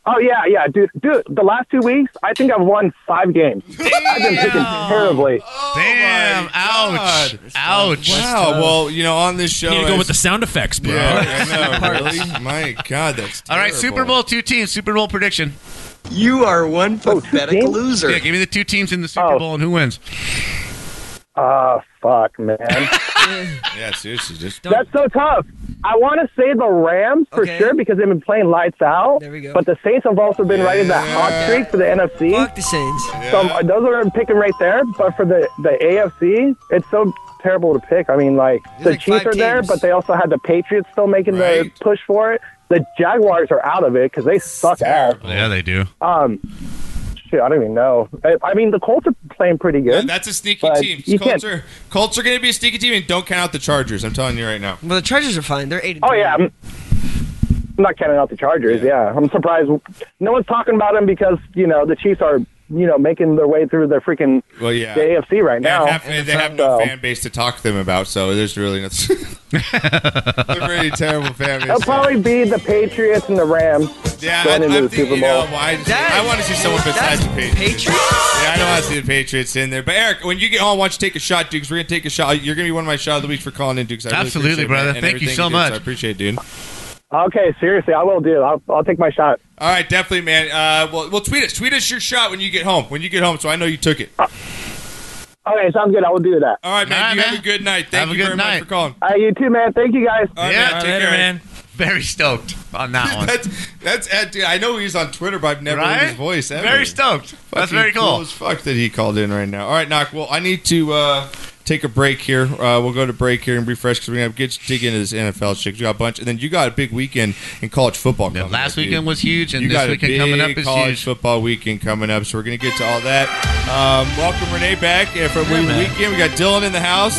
[SPEAKER 13] Oh yeah, yeah, dude, dude. The last two weeks, I think I've won five games. I've been picking terribly.
[SPEAKER 5] Damn. Ouch. Ouch.
[SPEAKER 2] Oh Wow. Well, you know, on this show,
[SPEAKER 4] You need to go
[SPEAKER 2] as-
[SPEAKER 4] with the sound effects, bro.
[SPEAKER 2] Yeah, I know, really. My God, that's
[SPEAKER 5] All right,
[SPEAKER 2] terrible.
[SPEAKER 5] Super Bowl two teams. Super Bowl prediction.
[SPEAKER 15] You are one pathetic loser.
[SPEAKER 5] Yeah, give me the two teams in the Super Bowl and who wins.
[SPEAKER 13] Ah, fuck, man.
[SPEAKER 2] Yeah, seriously, just
[SPEAKER 13] That's so tough. I want to say the Rams for sure because they've been playing lights out. There we go. But the Saints have also been riding that hot streak for the NFC. Fuck the Saints. So uh, those are I'm picking right there. But for the the AFC, it's so terrible to pick. I mean, like the Chiefs are there, but they also had the Patriots still making the push for it. The Jaguars are out of it because they suck ass.
[SPEAKER 5] Yeah, they do.
[SPEAKER 13] Um, shit, I don't even know. I, I mean, the Colts are playing pretty good.
[SPEAKER 2] That's a sneaky
[SPEAKER 13] But
[SPEAKER 2] team.
[SPEAKER 13] you
[SPEAKER 2] Colts
[SPEAKER 13] can't-
[SPEAKER 2] are, Colts are going to be a sneaky team, and don't count out the Chargers. I'm telling you right now.
[SPEAKER 6] Well, the Chargers are fine. They're eight.
[SPEAKER 13] Oh yeah, I'm, I'm not counting out the Chargers. Yeah. I'm surprised no one's talking about them because you know the Chiefs are you know making their way through their freaking
[SPEAKER 2] Well, yeah.
[SPEAKER 13] the AFC right now.
[SPEAKER 2] They have, they have no fan base to talk to them about, so there's really nothing. They're pretty terrible fan
[SPEAKER 13] It'll
[SPEAKER 2] base.
[SPEAKER 13] probably be the Patriots and the Rams
[SPEAKER 2] Yeah,
[SPEAKER 13] going
[SPEAKER 2] I-
[SPEAKER 13] into
[SPEAKER 2] I'm
[SPEAKER 13] the
[SPEAKER 2] thinking, you
[SPEAKER 13] Super Bowl.
[SPEAKER 2] know, I, just- I want to see someone besides the Patriots. Yeah, I don't want to see the Patriots in there. But Eric, when you get home, why don't you take a shot, dude? 'cause we're gonna take a shot. You're gonna be one of my shot of the week for calling in, dude. 'cause I really
[SPEAKER 5] Absolutely,
[SPEAKER 2] appreciate it,
[SPEAKER 5] brother.
[SPEAKER 2] man, and
[SPEAKER 5] Thank you
[SPEAKER 2] everything
[SPEAKER 5] so
[SPEAKER 2] do,
[SPEAKER 5] much.
[SPEAKER 2] I appreciate it, dude.
[SPEAKER 13] okay, seriously, I will do. I'll, I'll take my shot.
[SPEAKER 2] All right, definitely, man. Uh, well, well, tweet us. Tweet us your shot when you get home. When you get home, so I know you took it.
[SPEAKER 13] Okay, sounds good. I will do that.
[SPEAKER 2] All right, man. you have a good night. Thank you very much for calling.
[SPEAKER 13] All right, you too, man. Thank you guys.
[SPEAKER 2] All right, man. Take care, man.
[SPEAKER 5] Very stoked on that one.
[SPEAKER 2] that's that's uh, dude, I know he's on Twitter, but I've never
[SPEAKER 5] Right?
[SPEAKER 2] heard his voice ever.
[SPEAKER 5] Very stoked. That's
[SPEAKER 2] Fucking
[SPEAKER 5] very cool.
[SPEAKER 2] as fuck that he called in right now. All right, knock. Well, I need to uh, take a break here. Uh, we'll go to break here and refresh because we're gonna get dig into this NFL shit. 'cause We got a bunch, and then you got a big weekend in college football. coming
[SPEAKER 5] last
[SPEAKER 2] up, dude.
[SPEAKER 5] weekend was huge, and
[SPEAKER 2] you
[SPEAKER 5] this
[SPEAKER 2] got a
[SPEAKER 5] weekend coming
[SPEAKER 2] big
[SPEAKER 5] up is
[SPEAKER 2] college
[SPEAKER 5] huge.
[SPEAKER 2] football weekend coming up. So we're gonna get to all that. Um, welcome Renee back uh, from
[SPEAKER 5] Yeah, man.
[SPEAKER 2] weekend. We got Dylan in the house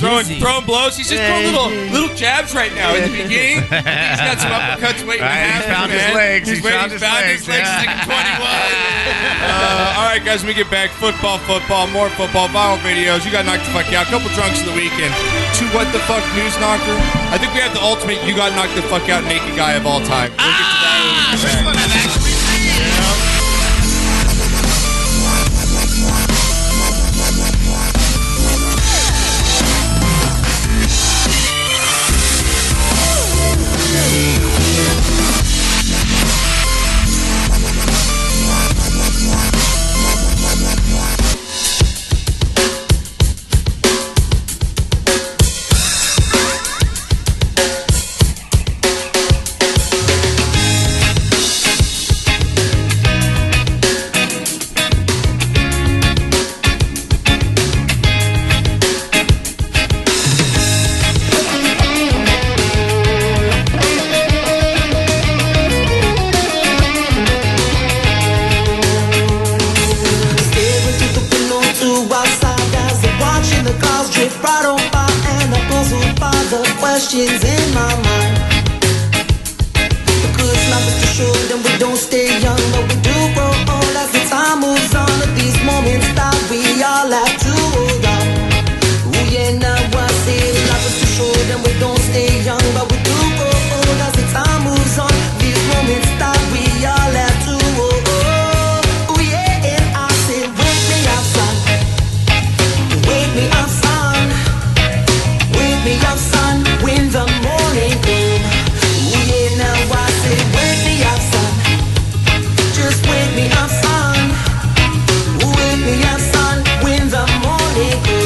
[SPEAKER 2] throwing
[SPEAKER 5] hizzy.
[SPEAKER 2] throwing blows. He's just throwing little little jabs right now. In the beginning, he's got some uppercuts waiting to
[SPEAKER 5] Right, he
[SPEAKER 2] happen.
[SPEAKER 5] found his
[SPEAKER 2] man.
[SPEAKER 5] legs.
[SPEAKER 2] He's
[SPEAKER 5] He
[SPEAKER 2] waiting.
[SPEAKER 5] found
[SPEAKER 2] He's
[SPEAKER 5] his
[SPEAKER 2] found
[SPEAKER 5] legs.
[SPEAKER 2] his legs. He's like 21. Uh, all right, guys, when we get back, football, football, more football, viral videos. You got knocked the fuck out. Couple drunks of the weekend. To what the fuck news knocker? I think we have the ultimate. You got knocked the fuck out naked guy of all time. We'll get to that. when we get back.
[SPEAKER 14] Staring through the window to outside as I'm watching the cars drift right on by, and I'm puzzled by the questions in my mind. Because life is too short and we don't stay young, but we do grow old as the time moves on. At these moments that we all have to hold on. Ooh, yeah, now I say life is too short and we don't stay young, but we do grow old as the time moves on. These moments that we all have to hold on. Ooh, yeah, and I say, wake me up, son. Wake me up, son. Wake me up, son, when the morning came. Ooh, yeah, now I say, wake me up, son. Just wake me up, son. Wake me up, son, when the morning came.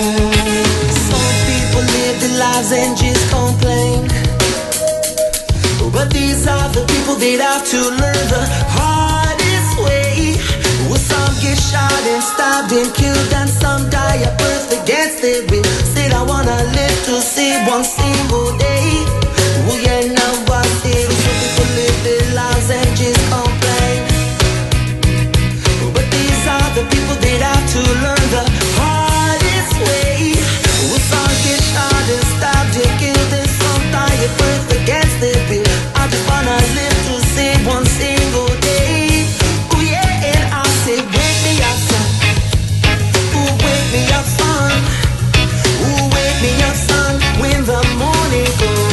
[SPEAKER 14] Some people live their lives and just complain. But these are the people that have to learn the hardest way. Well, some get shot and stabbed and killed, and some die at birth against their will. Said I wanna live to see one single day. Well, yeah, now I see some people live their lives and just complain. But these are the people that have to learn the hardest way. With some get shot and stabbed and killed, and some die at birth against their will. I just wanna live to see one single day. Ooh yeah, and I say, wake me up, son. Ooh, wake me up, son. Ooh, wake me up, son, when the morning comes.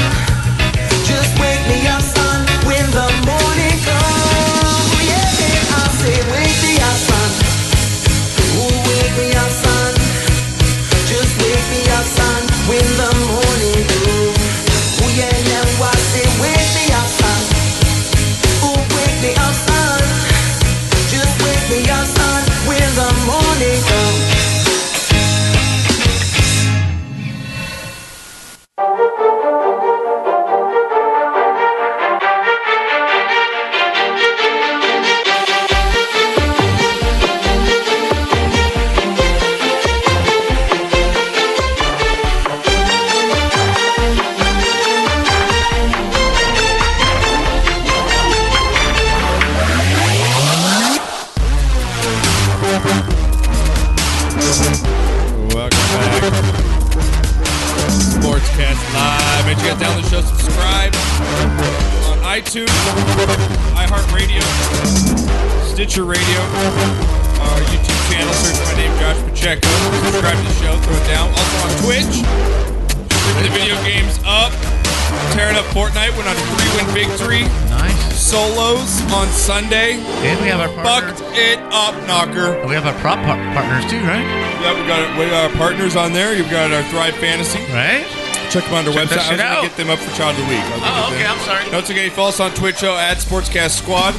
[SPEAKER 14] Oh, Oh,
[SPEAKER 2] Podcast Live. Make sure you get down the show, subscribe on iTunes, iHeartRadio, Stitcher Radio, our YouTube channel. Search my name, Josh Pacheco. Subscribe to the show, throw it down. Also on Twitch, ripping the video games up, tearing up Fortnite. Went on a three-win victory. Nice solos on Sunday.
[SPEAKER 5] And we have our partner.
[SPEAKER 2] Fucked it up, knocker.
[SPEAKER 5] We have our prop par- partners too, right?
[SPEAKER 2] Yeah, we got we got our partners on there. You've got our Thrive Fantasy.
[SPEAKER 5] Right.
[SPEAKER 2] Check them on their
[SPEAKER 5] Check that
[SPEAKER 2] website. I
[SPEAKER 5] shit
[SPEAKER 2] was gonna
[SPEAKER 5] out.
[SPEAKER 2] get them up for Child of the Week.
[SPEAKER 5] Oh, okay. I'm sorry.
[SPEAKER 2] No, it's okay. Follow us on Twitch oh, at Sportscast Squad.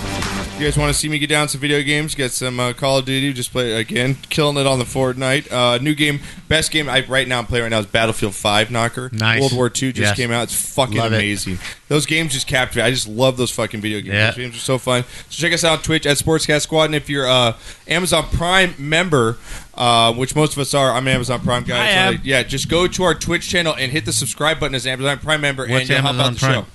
[SPEAKER 2] You guys want to see me get down some video games? Get some uh, Call of Duty. Just play again, killing it on the Fortnite. Uh, new game, best game I right now I'm playing right now is Battlefield Five Knocker.
[SPEAKER 5] Nice.
[SPEAKER 2] World War II just
[SPEAKER 5] Yes.
[SPEAKER 2] came out. It's fucking
[SPEAKER 5] Love it.
[SPEAKER 2] amazing. Those games just captivate. I just love those fucking video games.
[SPEAKER 5] Yeah.
[SPEAKER 2] Those games are so fun. So check us out on Twitch at Sportscast Squad, and if you're uh, Amazon Prime member, uh, which most of us are, I'm an Amazon Prime guy.
[SPEAKER 5] I
[SPEAKER 2] so
[SPEAKER 5] am.
[SPEAKER 2] like, uh, yeah, just go to our Twitch channel and hit the subscribe button as an Amazon Prime member, and
[SPEAKER 5] What's
[SPEAKER 2] you'll hop
[SPEAKER 5] Amazon
[SPEAKER 2] out the
[SPEAKER 5] Prime?
[SPEAKER 2] show.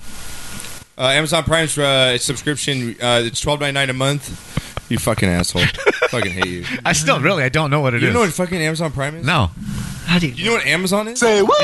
[SPEAKER 2] Uh, Amazon Prime's uh, subscription uh, it's twelve ninety nine a month. You fucking asshole! fucking hate you.
[SPEAKER 5] I still really I don't know what it is.
[SPEAKER 2] You know what fucking Amazon Prime is?
[SPEAKER 5] No.
[SPEAKER 2] How do you? You know what Amazon is? Say what?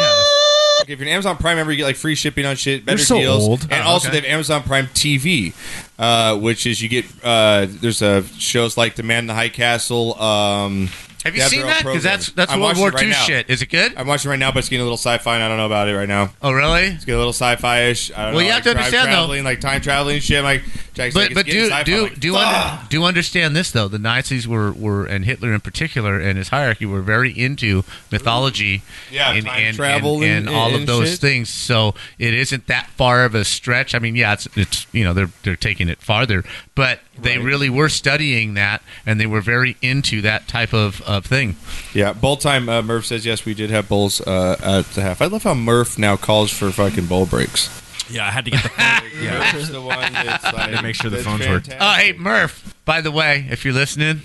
[SPEAKER 2] If you're an Amazon Prime member, you get like free shipping on shit, better
[SPEAKER 4] You're so
[SPEAKER 2] deals,
[SPEAKER 4] old.
[SPEAKER 2] and
[SPEAKER 4] Oh,
[SPEAKER 2] also
[SPEAKER 4] okay.
[SPEAKER 2] they have Amazon Prime TV, uh, which is you get uh, there's uh, shows like The Man in the High Castle. Um,
[SPEAKER 5] Have you
[SPEAKER 2] they
[SPEAKER 5] seen
[SPEAKER 2] their own
[SPEAKER 5] that? 'Cause that's-
[SPEAKER 2] programming.
[SPEAKER 5] that's
[SPEAKER 2] I'm
[SPEAKER 5] World
[SPEAKER 2] watching
[SPEAKER 5] War
[SPEAKER 2] it right
[SPEAKER 5] II
[SPEAKER 2] now.
[SPEAKER 5] shit. Is it good?
[SPEAKER 2] I'm watching it right now, but it's getting a little sci-fi. and I don't know about it right now.
[SPEAKER 5] Oh really?
[SPEAKER 2] It's getting a little sci-fi ish.
[SPEAKER 5] Well, you have to understand, though-
[SPEAKER 2] though, like time traveling and shit. Like, Jack's like,
[SPEAKER 5] But
[SPEAKER 2] it's
[SPEAKER 5] but
[SPEAKER 2] getting
[SPEAKER 5] do
[SPEAKER 2] sci-fi. I'm
[SPEAKER 5] do
[SPEAKER 2] like,
[SPEAKER 5] do
[SPEAKER 2] fuck.
[SPEAKER 5] under, do understand this though? The Nazis were, were and Hitler in particular and his hierarchy were very into mythology,
[SPEAKER 2] Yeah,
[SPEAKER 5] and,
[SPEAKER 2] time travel
[SPEAKER 5] and,
[SPEAKER 2] and-
[SPEAKER 5] all of
[SPEAKER 2] and
[SPEAKER 5] those
[SPEAKER 2] shit.
[SPEAKER 5] things. So it isn't that far of a stretch. I mean, yeah, it's it's you know they're they're taking it farther, but they really were studying that and they were very into that type of, of thing.
[SPEAKER 2] Yeah, bowl time. Uh, Murph says yes. We did have bowls uh, at the half. I love how Murph now calls for fucking bowl breaks.
[SPEAKER 5] Yeah, I had to get the phone.
[SPEAKER 2] Murph's the one that's like-
[SPEAKER 4] To make sure the
[SPEAKER 2] that's
[SPEAKER 4] phones
[SPEAKER 2] fantastic.
[SPEAKER 5] Oh, hey, Murph. By the way, if you're listening,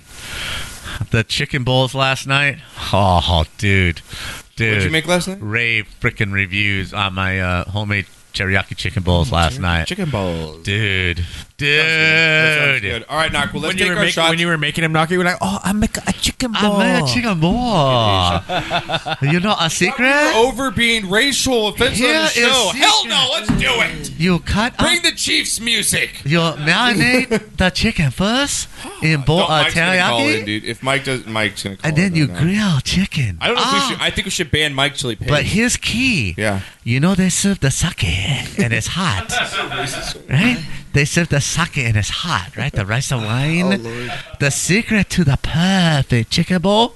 [SPEAKER 5] the chicken bowls last night. Oh, dude, dude.
[SPEAKER 2] What'd you make last night?
[SPEAKER 5] Rave freaking reviews on my uh, homemade teriyaki chicken bowls last night.
[SPEAKER 2] Mm-hmm. Chicken bowls,
[SPEAKER 5] dude,
[SPEAKER 2] That sounds
[SPEAKER 5] dude.
[SPEAKER 2] good. All right, knock. Well, let's
[SPEAKER 4] when, you
[SPEAKER 2] take
[SPEAKER 4] were
[SPEAKER 2] our
[SPEAKER 4] making,
[SPEAKER 2] shot.
[SPEAKER 4] when you were making him knock, you were like, "Oh, I'm making a chicken ball.
[SPEAKER 5] I made a chicken ball. you know a secret?
[SPEAKER 2] Over being racial offensive on
[SPEAKER 5] Here
[SPEAKER 2] the
[SPEAKER 5] is
[SPEAKER 2] show.
[SPEAKER 5] secret.
[SPEAKER 2] Hell no, let's do it.
[SPEAKER 5] You cut up
[SPEAKER 2] Bring the Chiefs music.
[SPEAKER 5] you marinate the chicken first in bowl
[SPEAKER 2] No,
[SPEAKER 5] of
[SPEAKER 2] Mike's gonna call in,
[SPEAKER 5] uh, teriyaki,
[SPEAKER 2] dude. If Mike does, Mike's gonna call
[SPEAKER 5] and then
[SPEAKER 2] in
[SPEAKER 5] you
[SPEAKER 2] right now.
[SPEAKER 5] grill chicken.
[SPEAKER 2] I don't know if
[SPEAKER 5] Ah.
[SPEAKER 2] we should. I think we should ban Mike Chili Pig.
[SPEAKER 5] But here's key.
[SPEAKER 2] Yeah.
[SPEAKER 5] You know they serve the sake and it's hot, right? They serve the sake and it's hot, right? The rice and wine. The secret to the perfect chicken bowl,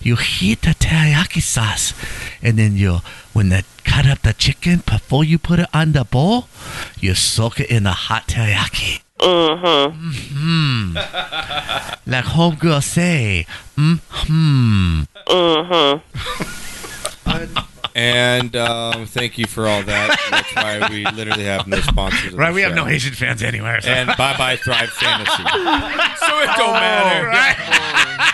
[SPEAKER 5] you heat the teriyaki sauce, and then you when they cut up the chicken before you put it on the bowl, you soak it in the hot teriyaki.
[SPEAKER 1] Mm-hmm.
[SPEAKER 5] Hmm. like homegirl say, mm hmm.
[SPEAKER 2] And um, thank you for all that. That's why we literally have no sponsors. on
[SPEAKER 5] Right,
[SPEAKER 2] the
[SPEAKER 5] we have
[SPEAKER 2] show.
[SPEAKER 5] no Asian fans anywhere. so-
[SPEAKER 2] And bye bye Thrive Fantasy. so it don't matter.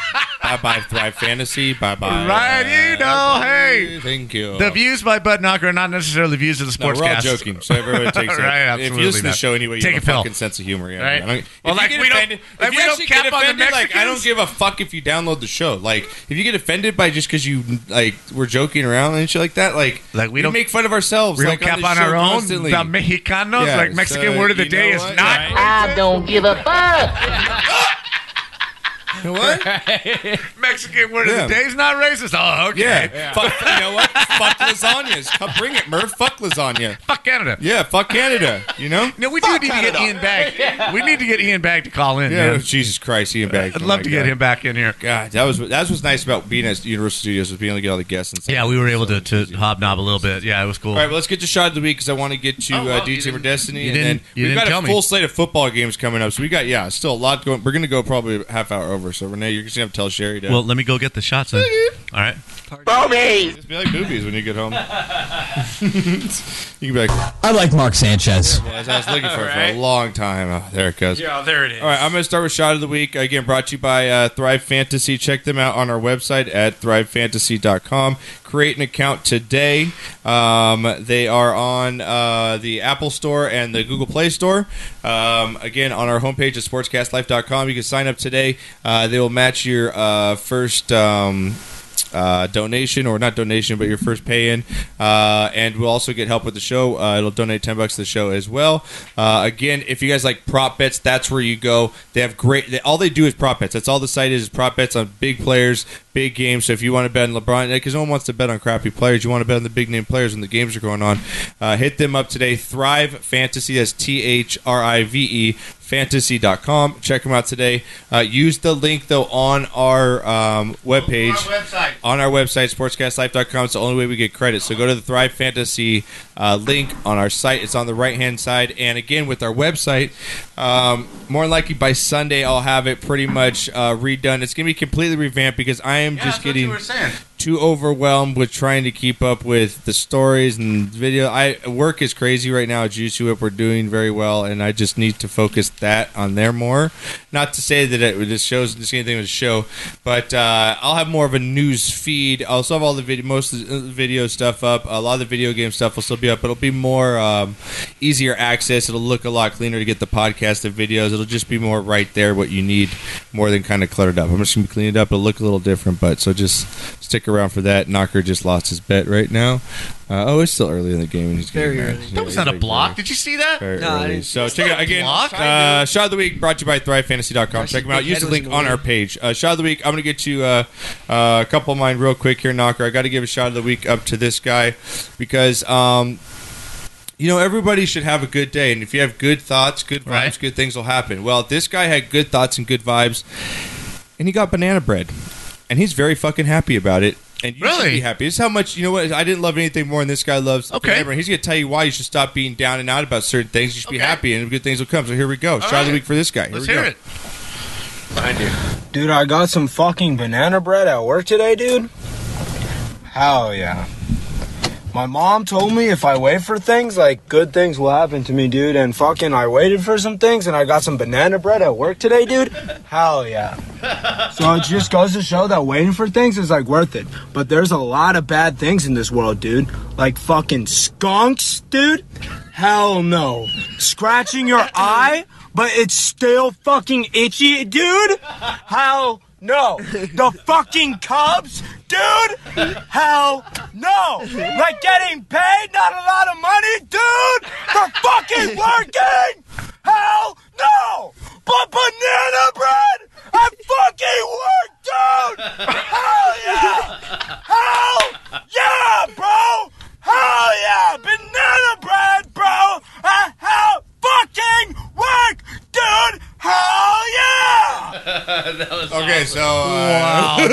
[SPEAKER 2] Bye bye Thrive Fantasy. Bye bye.
[SPEAKER 5] Right, you know, hey.
[SPEAKER 2] Thank you.
[SPEAKER 5] The views by Bud Knocker are not necessarily the views of the
[SPEAKER 2] No,
[SPEAKER 5] sportscast.
[SPEAKER 2] we're all joking, so everyone takes it.
[SPEAKER 5] right,
[SPEAKER 2] if
[SPEAKER 5] absolutely.
[SPEAKER 2] you listen to the
[SPEAKER 5] not.
[SPEAKER 2] show anyway, you
[SPEAKER 5] take
[SPEAKER 2] have
[SPEAKER 5] a
[SPEAKER 2] a
[SPEAKER 5] pill.
[SPEAKER 2] fucking sense of humor. Yeah,
[SPEAKER 5] Right.
[SPEAKER 2] I don't-
[SPEAKER 5] Well,
[SPEAKER 2] if you
[SPEAKER 5] like,
[SPEAKER 2] get
[SPEAKER 5] we don't-
[SPEAKER 2] offended-
[SPEAKER 5] like,
[SPEAKER 2] if
[SPEAKER 5] we
[SPEAKER 2] you
[SPEAKER 5] don't
[SPEAKER 2] actually get
[SPEAKER 5] cap on the
[SPEAKER 2] offended, like I don't
[SPEAKER 5] Mexicans.
[SPEAKER 2] give a fuck if you download the show. Like if you get offended by just because you like we're joking around and shit like that, like
[SPEAKER 5] Like, we don't-
[SPEAKER 2] make fun of ourselves.
[SPEAKER 5] We
[SPEAKER 2] like,
[SPEAKER 5] don't cap
[SPEAKER 2] this
[SPEAKER 5] on our
[SPEAKER 2] show
[SPEAKER 5] own.
[SPEAKER 2] constantly.
[SPEAKER 5] The Mexicanos,
[SPEAKER 2] Yeah,
[SPEAKER 5] like Mexican
[SPEAKER 2] so
[SPEAKER 5] word of the
[SPEAKER 2] you
[SPEAKER 5] day,
[SPEAKER 2] know
[SPEAKER 5] is
[SPEAKER 2] what?
[SPEAKER 5] not.
[SPEAKER 1] I don't give a fuck.
[SPEAKER 2] What?
[SPEAKER 5] Mexican word
[SPEAKER 2] Yeah.
[SPEAKER 5] of the day is not racist. Oh, okay.
[SPEAKER 2] Yeah. Fuck, you know what? fuck lasagnas. Come, bring it, Merv. Fuck lasagna.
[SPEAKER 5] Fuck Canada.
[SPEAKER 2] Yeah, fuck Canada. You know?
[SPEAKER 5] No, we do need to get Ian back. We need to get Ian back to call in.
[SPEAKER 2] Yeah,
[SPEAKER 5] man.
[SPEAKER 2] Jesus Christ, Ian back.
[SPEAKER 5] I'd love to get him back in here.
[SPEAKER 2] God, that was that was what's nice about being at Universal Studios was being able to get all the guests and stuff.
[SPEAKER 5] Yeah, we were able to, to hobnob a little bit. Yeah, it was cool.
[SPEAKER 2] All right, well, let's get to shot of the week because I want to get to uh, D Team or
[SPEAKER 5] Oh,
[SPEAKER 2] Destiny,
[SPEAKER 5] you
[SPEAKER 2] and then
[SPEAKER 5] didn't- you
[SPEAKER 2] we've
[SPEAKER 5] didn't
[SPEAKER 2] got
[SPEAKER 5] tell
[SPEAKER 2] a
[SPEAKER 5] me.
[SPEAKER 2] full slate of football games coming up. So we got yeah, still a lot going. We're gonna go probably a half hour over. So Renee, you're just gonna have to tell Sherry to
[SPEAKER 5] Well, let me go get the shots then. All right.
[SPEAKER 2] boobies. Just be like boobies when you get home. you can be like,
[SPEAKER 16] I like Mark Sanchez.
[SPEAKER 2] As I was looking for it for a long time. Oh, there it goes.
[SPEAKER 16] Yeah, there it is.
[SPEAKER 2] All right, I'm going to start with Shot of the Week. Again, brought to you by uh, Thrive Fantasy. Check them out on our website at thrivefantasy.com. Create an account today. Um, they are on uh, the Apple Store and the Google Play Store. Um, again, on our homepage at sportscastlife.com, you can sign up today. Uh, they will match your uh, first. Um, uh, donation or not donation, but your first pay in, uh, and we'll also get help with the show. Uh, it'll donate ten bucks to the show as well. Uh, again, if you guys like prop bets, that's where you go. They have great. They, all they do is prop bets. That's all the site is, is prop bets on big players, big games. So if you want to bet on LeBron, because no one wants to bet on crappy players, you want to bet on the big name players when the games are going on. Uh, hit them up today. Thrive Fantasy. That's T H R I V E fantasy.com. Check them out today. Uh, use the link, though, on our um, webpage.
[SPEAKER 5] On our website.
[SPEAKER 2] On our website, sportscastlife.com. It's the only way we get credit. So go to the Thrive Fantasy uh, link on our site. It's on the right hand side. And again, with our website, um, more than likely by Sunday, I'll have it pretty much uh, redone. It's going to be completely revamped because I am just getting too overwhelmed with trying to keep up with the stories and video. I work is crazy right now at Juice Up. We're doing very well, and I just need to focus that on there more. Not to say that it this shows this anything with the show, but uh, I'll have more of a news feed. I'll still have all the video, most of the uh, video stuff up. A lot of the video game stuff will still be up. It'll be more um, easier access. It'll look a lot cleaner to get the podcast and videos. It'll just be more right there what you need, more than kind of cluttered up. I'm just gonna clean it up. It'll look a little different, but so just stick around for that. Knocker just lost his bet right now. Uh, oh, it's still early in the game, and he's
[SPEAKER 6] Very
[SPEAKER 2] getting mad.
[SPEAKER 6] early.
[SPEAKER 2] Yeah,
[SPEAKER 5] That was
[SPEAKER 2] he's
[SPEAKER 5] not a
[SPEAKER 2] like,
[SPEAKER 5] block. Did you see that?
[SPEAKER 2] very
[SPEAKER 5] No, I
[SPEAKER 2] early.
[SPEAKER 5] didn't-
[SPEAKER 2] So
[SPEAKER 5] It's
[SPEAKER 2] check it
[SPEAKER 5] not
[SPEAKER 2] out
[SPEAKER 5] a
[SPEAKER 2] again.
[SPEAKER 5] block.
[SPEAKER 2] Uh, shot of the week brought to you by ThriveFantasy.com. Check them out. Use the link on our page. Uh, shot of the week. I'm going to get to uh, uh, a couple of mine real quick here, Knocker. I got to give a shot of the week up to this guy because. Um, you know, everybody should have a good day, and if you have good thoughts, good vibes, good things will happen. Well, this guy had good thoughts and good vibes, and he got banana bread, and he's very fucking happy about it. And you should be happy. This is how much you know. What I didn't love anything more than this guy loves. Okay, banana bread. he's gonna tell you why you should stop being down and out about certain things. You should be happy, and good things will come. So here we go. Shot of the week for this guy. Here we go.
[SPEAKER 16] Behind you. Dude, I got some fucking banana bread at work today, dude. Hell yeah. My mom told me if I wait for things, like good things will happen to me, dude. And fucking, I waited for some things and I got some banana bread at work today, dude. Hell yeah. So it just goes to show that waiting for things is like worth it. But there's a lot of bad things in this world, dude. Like fucking skunks, dude. Hell no. Scratching your eye, but it's still fucking itchy, dude. Hell no. The fucking Cubs, dude. Hell no. Like getting paid not a lot of money, dude. For fucking working. Hell no. But banana bread. I fucking work, dude. Hell yeah. Hell yeah, bro. Hell yeah. Banana bread, bro. I hell fucking work, dude. Hell yeah.
[SPEAKER 2] okay, so uh,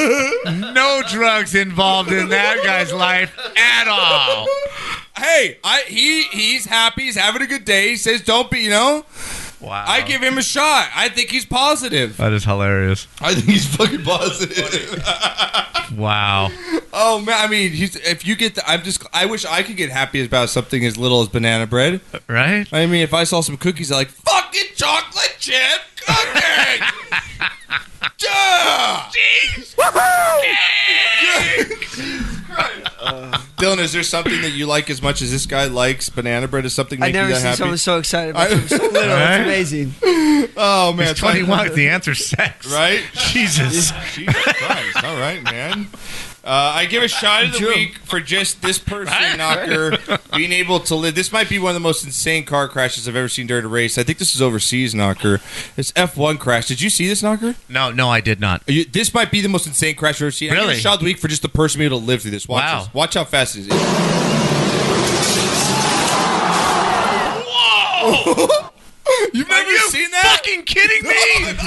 [SPEAKER 5] wow. no drugs involved in that guy's life at all.
[SPEAKER 2] Hey, I he he's happy. He's having a good day. He says, "Don't be," you know.
[SPEAKER 5] Wow.
[SPEAKER 2] I give him a shot. I think he's positive.
[SPEAKER 5] That is hilarious.
[SPEAKER 2] I think he's fucking positive.
[SPEAKER 5] Wow.
[SPEAKER 2] oh man, I mean, he's, if you get, the, I'm just, I wish I could get happy about something as little as banana bread,
[SPEAKER 5] right?
[SPEAKER 2] I mean, if I saw some cookies, I like fucking chocolate chip cookie. yeah! Jeez!
[SPEAKER 6] Uh,
[SPEAKER 2] Dylan, is there something that you like as much as this guy likes banana bread? Is something
[SPEAKER 6] I
[SPEAKER 2] make
[SPEAKER 6] never
[SPEAKER 2] you that
[SPEAKER 6] seen
[SPEAKER 2] happy?
[SPEAKER 6] someone so excited about something so little.
[SPEAKER 2] Right?
[SPEAKER 6] It's amazing.
[SPEAKER 2] Oh man,
[SPEAKER 5] He's 21. the answer's sex.
[SPEAKER 2] Right?
[SPEAKER 5] Jesus.
[SPEAKER 2] Jesus Christ. All right, man. Uh, I give a shot of the week for just this person, Knocker, being able to live. This might be one of the most insane car crashes I've ever seen during a race. I think this is overseas, Knocker. This F1 crash. Did you see this, Knocker?
[SPEAKER 5] No, no, I did not.
[SPEAKER 2] this might be the most insane crash I've ever seen. I give
[SPEAKER 5] Really?
[SPEAKER 2] a shot of the week for just the person being able to live through this. Watch
[SPEAKER 5] Wow.
[SPEAKER 2] this. Watch how fast it is.
[SPEAKER 5] Whoa!
[SPEAKER 2] You've never seen that?
[SPEAKER 5] Fucking kidding me?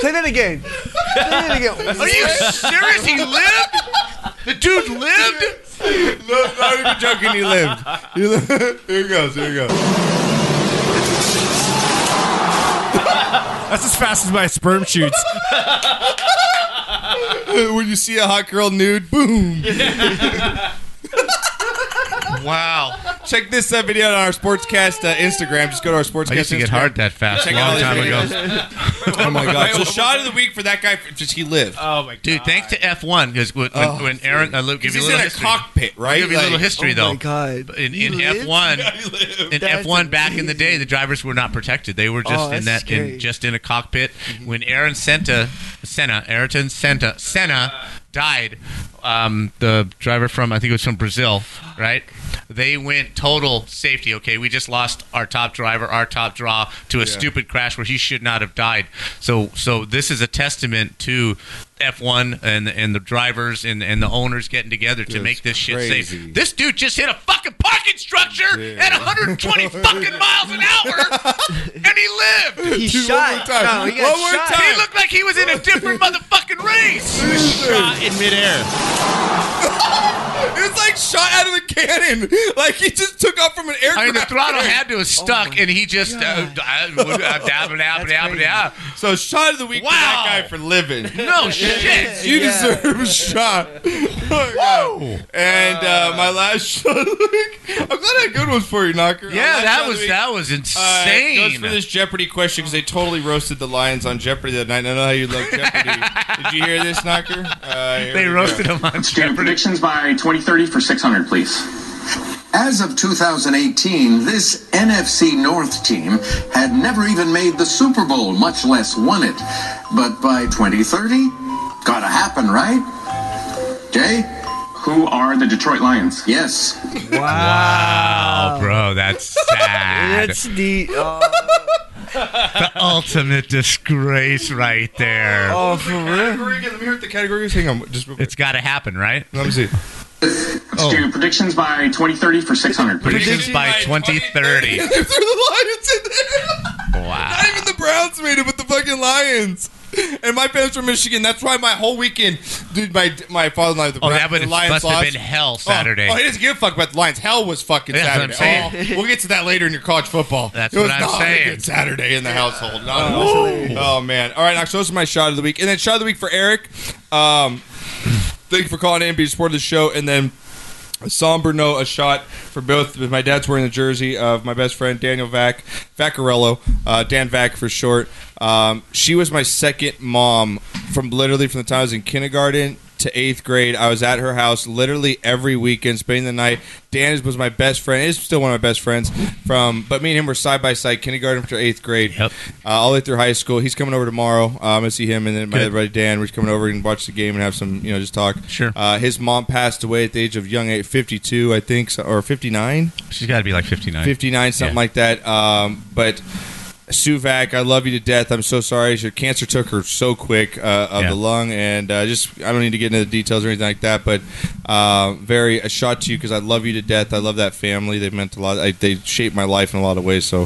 [SPEAKER 6] Play that again. Play that again.
[SPEAKER 5] Are you serious? He lived? The dude lived?
[SPEAKER 2] no, not even joking. He lived. He lived. Here it goes. Here it goes.
[SPEAKER 4] That's as fast as my sperm shoots.
[SPEAKER 2] when you see a hot girl nude, boom. Wow. Check this uh, video on our Sportscast uh, Instagram. Just go to our Sportscast
[SPEAKER 5] I used to get
[SPEAKER 2] Instagram.
[SPEAKER 5] hard that fast a
[SPEAKER 2] Check out
[SPEAKER 5] long time
[SPEAKER 2] all these
[SPEAKER 5] ago.
[SPEAKER 2] videos. oh, my God. So shot of the week for that guy. Just he lived.
[SPEAKER 5] Oh my god, dude! Thanks to F one because when, when-
[SPEAKER 2] Oh,
[SPEAKER 5] when Aaron, uh, Luke, give you a
[SPEAKER 2] he's
[SPEAKER 5] little
[SPEAKER 2] in a
[SPEAKER 5] history.
[SPEAKER 2] cockpit,
[SPEAKER 5] I'll
[SPEAKER 2] right?
[SPEAKER 5] Give you a little
[SPEAKER 2] Like-
[SPEAKER 5] history
[SPEAKER 2] Oh
[SPEAKER 5] though.
[SPEAKER 2] my
[SPEAKER 5] god! In,
[SPEAKER 2] He
[SPEAKER 5] in
[SPEAKER 2] lived?
[SPEAKER 5] F one,
[SPEAKER 2] Yeah, he lived.
[SPEAKER 5] in
[SPEAKER 2] That's
[SPEAKER 5] F one back in the day, the drivers were not protected. They were just
[SPEAKER 2] Oh,
[SPEAKER 5] in that,
[SPEAKER 2] that's
[SPEAKER 5] in,
[SPEAKER 2] scary. Mm-hmm.
[SPEAKER 5] just in a cockpit. When Aaron Senta, Senna, Ayrton Senta, Senna died, um, the driver from I think it was from Brazil, right? They went total safety. Okay, we just lost our top driver, our top draw to a
[SPEAKER 2] Yeah.
[SPEAKER 5] stupid crash where he should not have died. So, so this is a testament to F1 and and the drivers and and the owners getting together to
[SPEAKER 2] That's
[SPEAKER 5] make this shit
[SPEAKER 2] crazy.
[SPEAKER 5] safe. This dude just hit a fucking parking structure at 120 fucking miles an hour, and he lived.
[SPEAKER 1] He Dude, one shot. more time. No, he got One more shot. time.
[SPEAKER 5] He looked like he was in a different motherfucking race.
[SPEAKER 2] Shot
[SPEAKER 5] in midair.
[SPEAKER 2] It's like shot out of a cannon. Like he just took off from an aircraft.
[SPEAKER 5] I mean, the throttle had to have stuck, and he just uh, uh, dab and dab and dab and dab.
[SPEAKER 2] So shot of the week
[SPEAKER 5] wow.
[SPEAKER 2] that guy for living.
[SPEAKER 5] No shit.
[SPEAKER 2] You
[SPEAKER 5] Yeah.
[SPEAKER 2] deserve a shot. Oh, my God. And uh, my last shot. of the week- I'm glad I had good ones for you, Knocker.
[SPEAKER 5] Yeah, that was- that was insane.
[SPEAKER 2] Uh, goes for this Jeopardy question because they totally roasted the Lions on Jeopardy that night. I know how you love Jeopardy. Did you hear this, Knocker? Uh, here we go.
[SPEAKER 5] him on
[SPEAKER 17] predictions by 2030 for 600, please. As of 2018, this NFC North team had never even made the Super Bowl, much less won it. But by 2030, gotta happen, right? Jay? Who are the Detroit Lions? Yes.
[SPEAKER 5] Wow, bro, that's sad.
[SPEAKER 17] That's deep.
[SPEAKER 5] the ultimate disgrace right there.
[SPEAKER 2] Oh, for real? Let me hear what the category is. Hang on, just real quick.
[SPEAKER 5] It's got to happen, right?
[SPEAKER 2] Let me see. Oh.
[SPEAKER 17] Let's do predictions by 2030 for 600, please.
[SPEAKER 5] Predictions by 2030.
[SPEAKER 2] they threw the Lions in there.
[SPEAKER 5] Wow.
[SPEAKER 2] Not even the Browns made it, but the fucking Lions. And my parents from Michigan. That's why my whole weekend, dude, my my father-in-law, the,
[SPEAKER 5] Oh,
[SPEAKER 2] Browns-
[SPEAKER 5] that would-
[SPEAKER 2] the Lions
[SPEAKER 5] must have
[SPEAKER 2] lost.
[SPEAKER 5] been hell
[SPEAKER 2] Oh,
[SPEAKER 5] Saturday.
[SPEAKER 2] Oh, he doesn't give a fuck about the Lions. Hell was fucking
[SPEAKER 5] That's what I'm
[SPEAKER 2] Saturday. Oh, we'll get to that later in your college football.
[SPEAKER 5] That's
[SPEAKER 2] it was
[SPEAKER 5] what I'm
[SPEAKER 2] not
[SPEAKER 5] saying.
[SPEAKER 2] A good Saturday in the household. Not at all. Oh man. All right, Knox. Those are my shot of the week, and then shot of the week for Eric. Um, thank you for calling in, being supportive of the show, and then a somber note, a shot for both. My dad's wearing the jersey of my best friend Daniel Vac Vaccarello, uh, Dan Vac for short. Um, she was my second mom from literally from the time I was in kindergarten to eighth grade. I was at her house literally every weekend, spending the night. Dan was my best friend. Is still one of my best friends from, but me and him were side by side, kindergarten to eighth grade, yep. uh, all the way through high school. He's coming over tomorrow. Uh, I'm gonna see him, and then my
[SPEAKER 5] Good.
[SPEAKER 2] other buddy Dan. We're just coming over and watch the game and have some, you know, just talk.
[SPEAKER 5] Sure.
[SPEAKER 2] Uh, his mom passed away at the age of young age, 52, I think, so- or 59,
[SPEAKER 5] She's got to be like 59.
[SPEAKER 2] 59, something like that. Um, but Suvac, I love you to death. I'm so sorry. Your cancer took her so quick uh, of
[SPEAKER 5] Yeah.
[SPEAKER 2] the lung, and uh, just I don't need to get into the details or anything like that. But uh, very a shot to you because I love you to death. I love that family. They meant a lot. I, they shaped my life in a lot of ways. So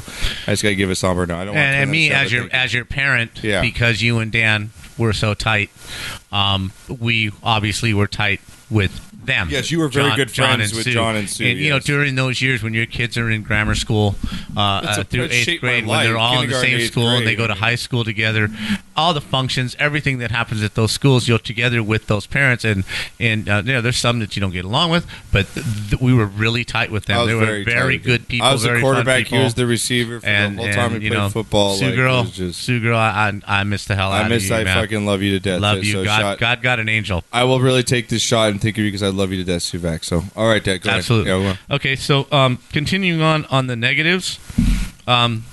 [SPEAKER 2] I just gotta give a somber note. I don't. wanna
[SPEAKER 5] and,
[SPEAKER 2] turn
[SPEAKER 5] and me
[SPEAKER 2] the show,
[SPEAKER 5] as
[SPEAKER 2] I
[SPEAKER 5] your
[SPEAKER 2] think.
[SPEAKER 5] as your parent
[SPEAKER 2] Yeah.
[SPEAKER 5] because you and Dan were so tight um, we obviously were tight with them
[SPEAKER 2] Yes, you were very good friends
[SPEAKER 5] and
[SPEAKER 2] with John and Sue,
[SPEAKER 5] you know
[SPEAKER 2] yes.
[SPEAKER 5] during those years when your kids are in grammar school uh,
[SPEAKER 2] That's
[SPEAKER 5] uh,
[SPEAKER 2] a-
[SPEAKER 5] through
[SPEAKER 2] that
[SPEAKER 5] eighth
[SPEAKER 2] shaped my
[SPEAKER 5] grade when they're
[SPEAKER 2] life,
[SPEAKER 5] all in the
[SPEAKER 2] kindergarten,
[SPEAKER 5] same
[SPEAKER 2] eighth
[SPEAKER 5] school and they
[SPEAKER 2] grade.
[SPEAKER 5] go to high school together all the functions everything that happens at those schools you're together with those parents and and uh, you know there's some that you don't get along with but th- th- we were really tight with
[SPEAKER 2] I
[SPEAKER 5] them
[SPEAKER 2] was
[SPEAKER 5] they were
[SPEAKER 2] very
[SPEAKER 5] very,
[SPEAKER 2] tight.
[SPEAKER 5] good people
[SPEAKER 2] I was the
[SPEAKER 5] very fun
[SPEAKER 2] quarterback, he
[SPEAKER 5] people.
[SPEAKER 2] was the receiver for the
[SPEAKER 5] and,
[SPEAKER 2] whole
[SPEAKER 5] and,
[SPEAKER 2] time we
[SPEAKER 5] you
[SPEAKER 2] played
[SPEAKER 5] know,
[SPEAKER 2] football,
[SPEAKER 5] Sue
[SPEAKER 2] like, it
[SPEAKER 5] girl,
[SPEAKER 2] was just-
[SPEAKER 5] Sue girl, I, I I miss the hell
[SPEAKER 2] I
[SPEAKER 5] out
[SPEAKER 2] miss.
[SPEAKER 5] of you.
[SPEAKER 2] I
[SPEAKER 5] man.
[SPEAKER 2] fucking love you to death.
[SPEAKER 5] Love you.
[SPEAKER 2] So
[SPEAKER 5] God,
[SPEAKER 2] shot-
[SPEAKER 5] God got an angel.
[SPEAKER 2] I will really take this shot and think of you because I love you to death, Suvac. So, all right, Dad, go ahead.
[SPEAKER 5] Absolutely.
[SPEAKER 2] Yeah, go on.
[SPEAKER 5] Okay, so um, continuing on on the negatives, um,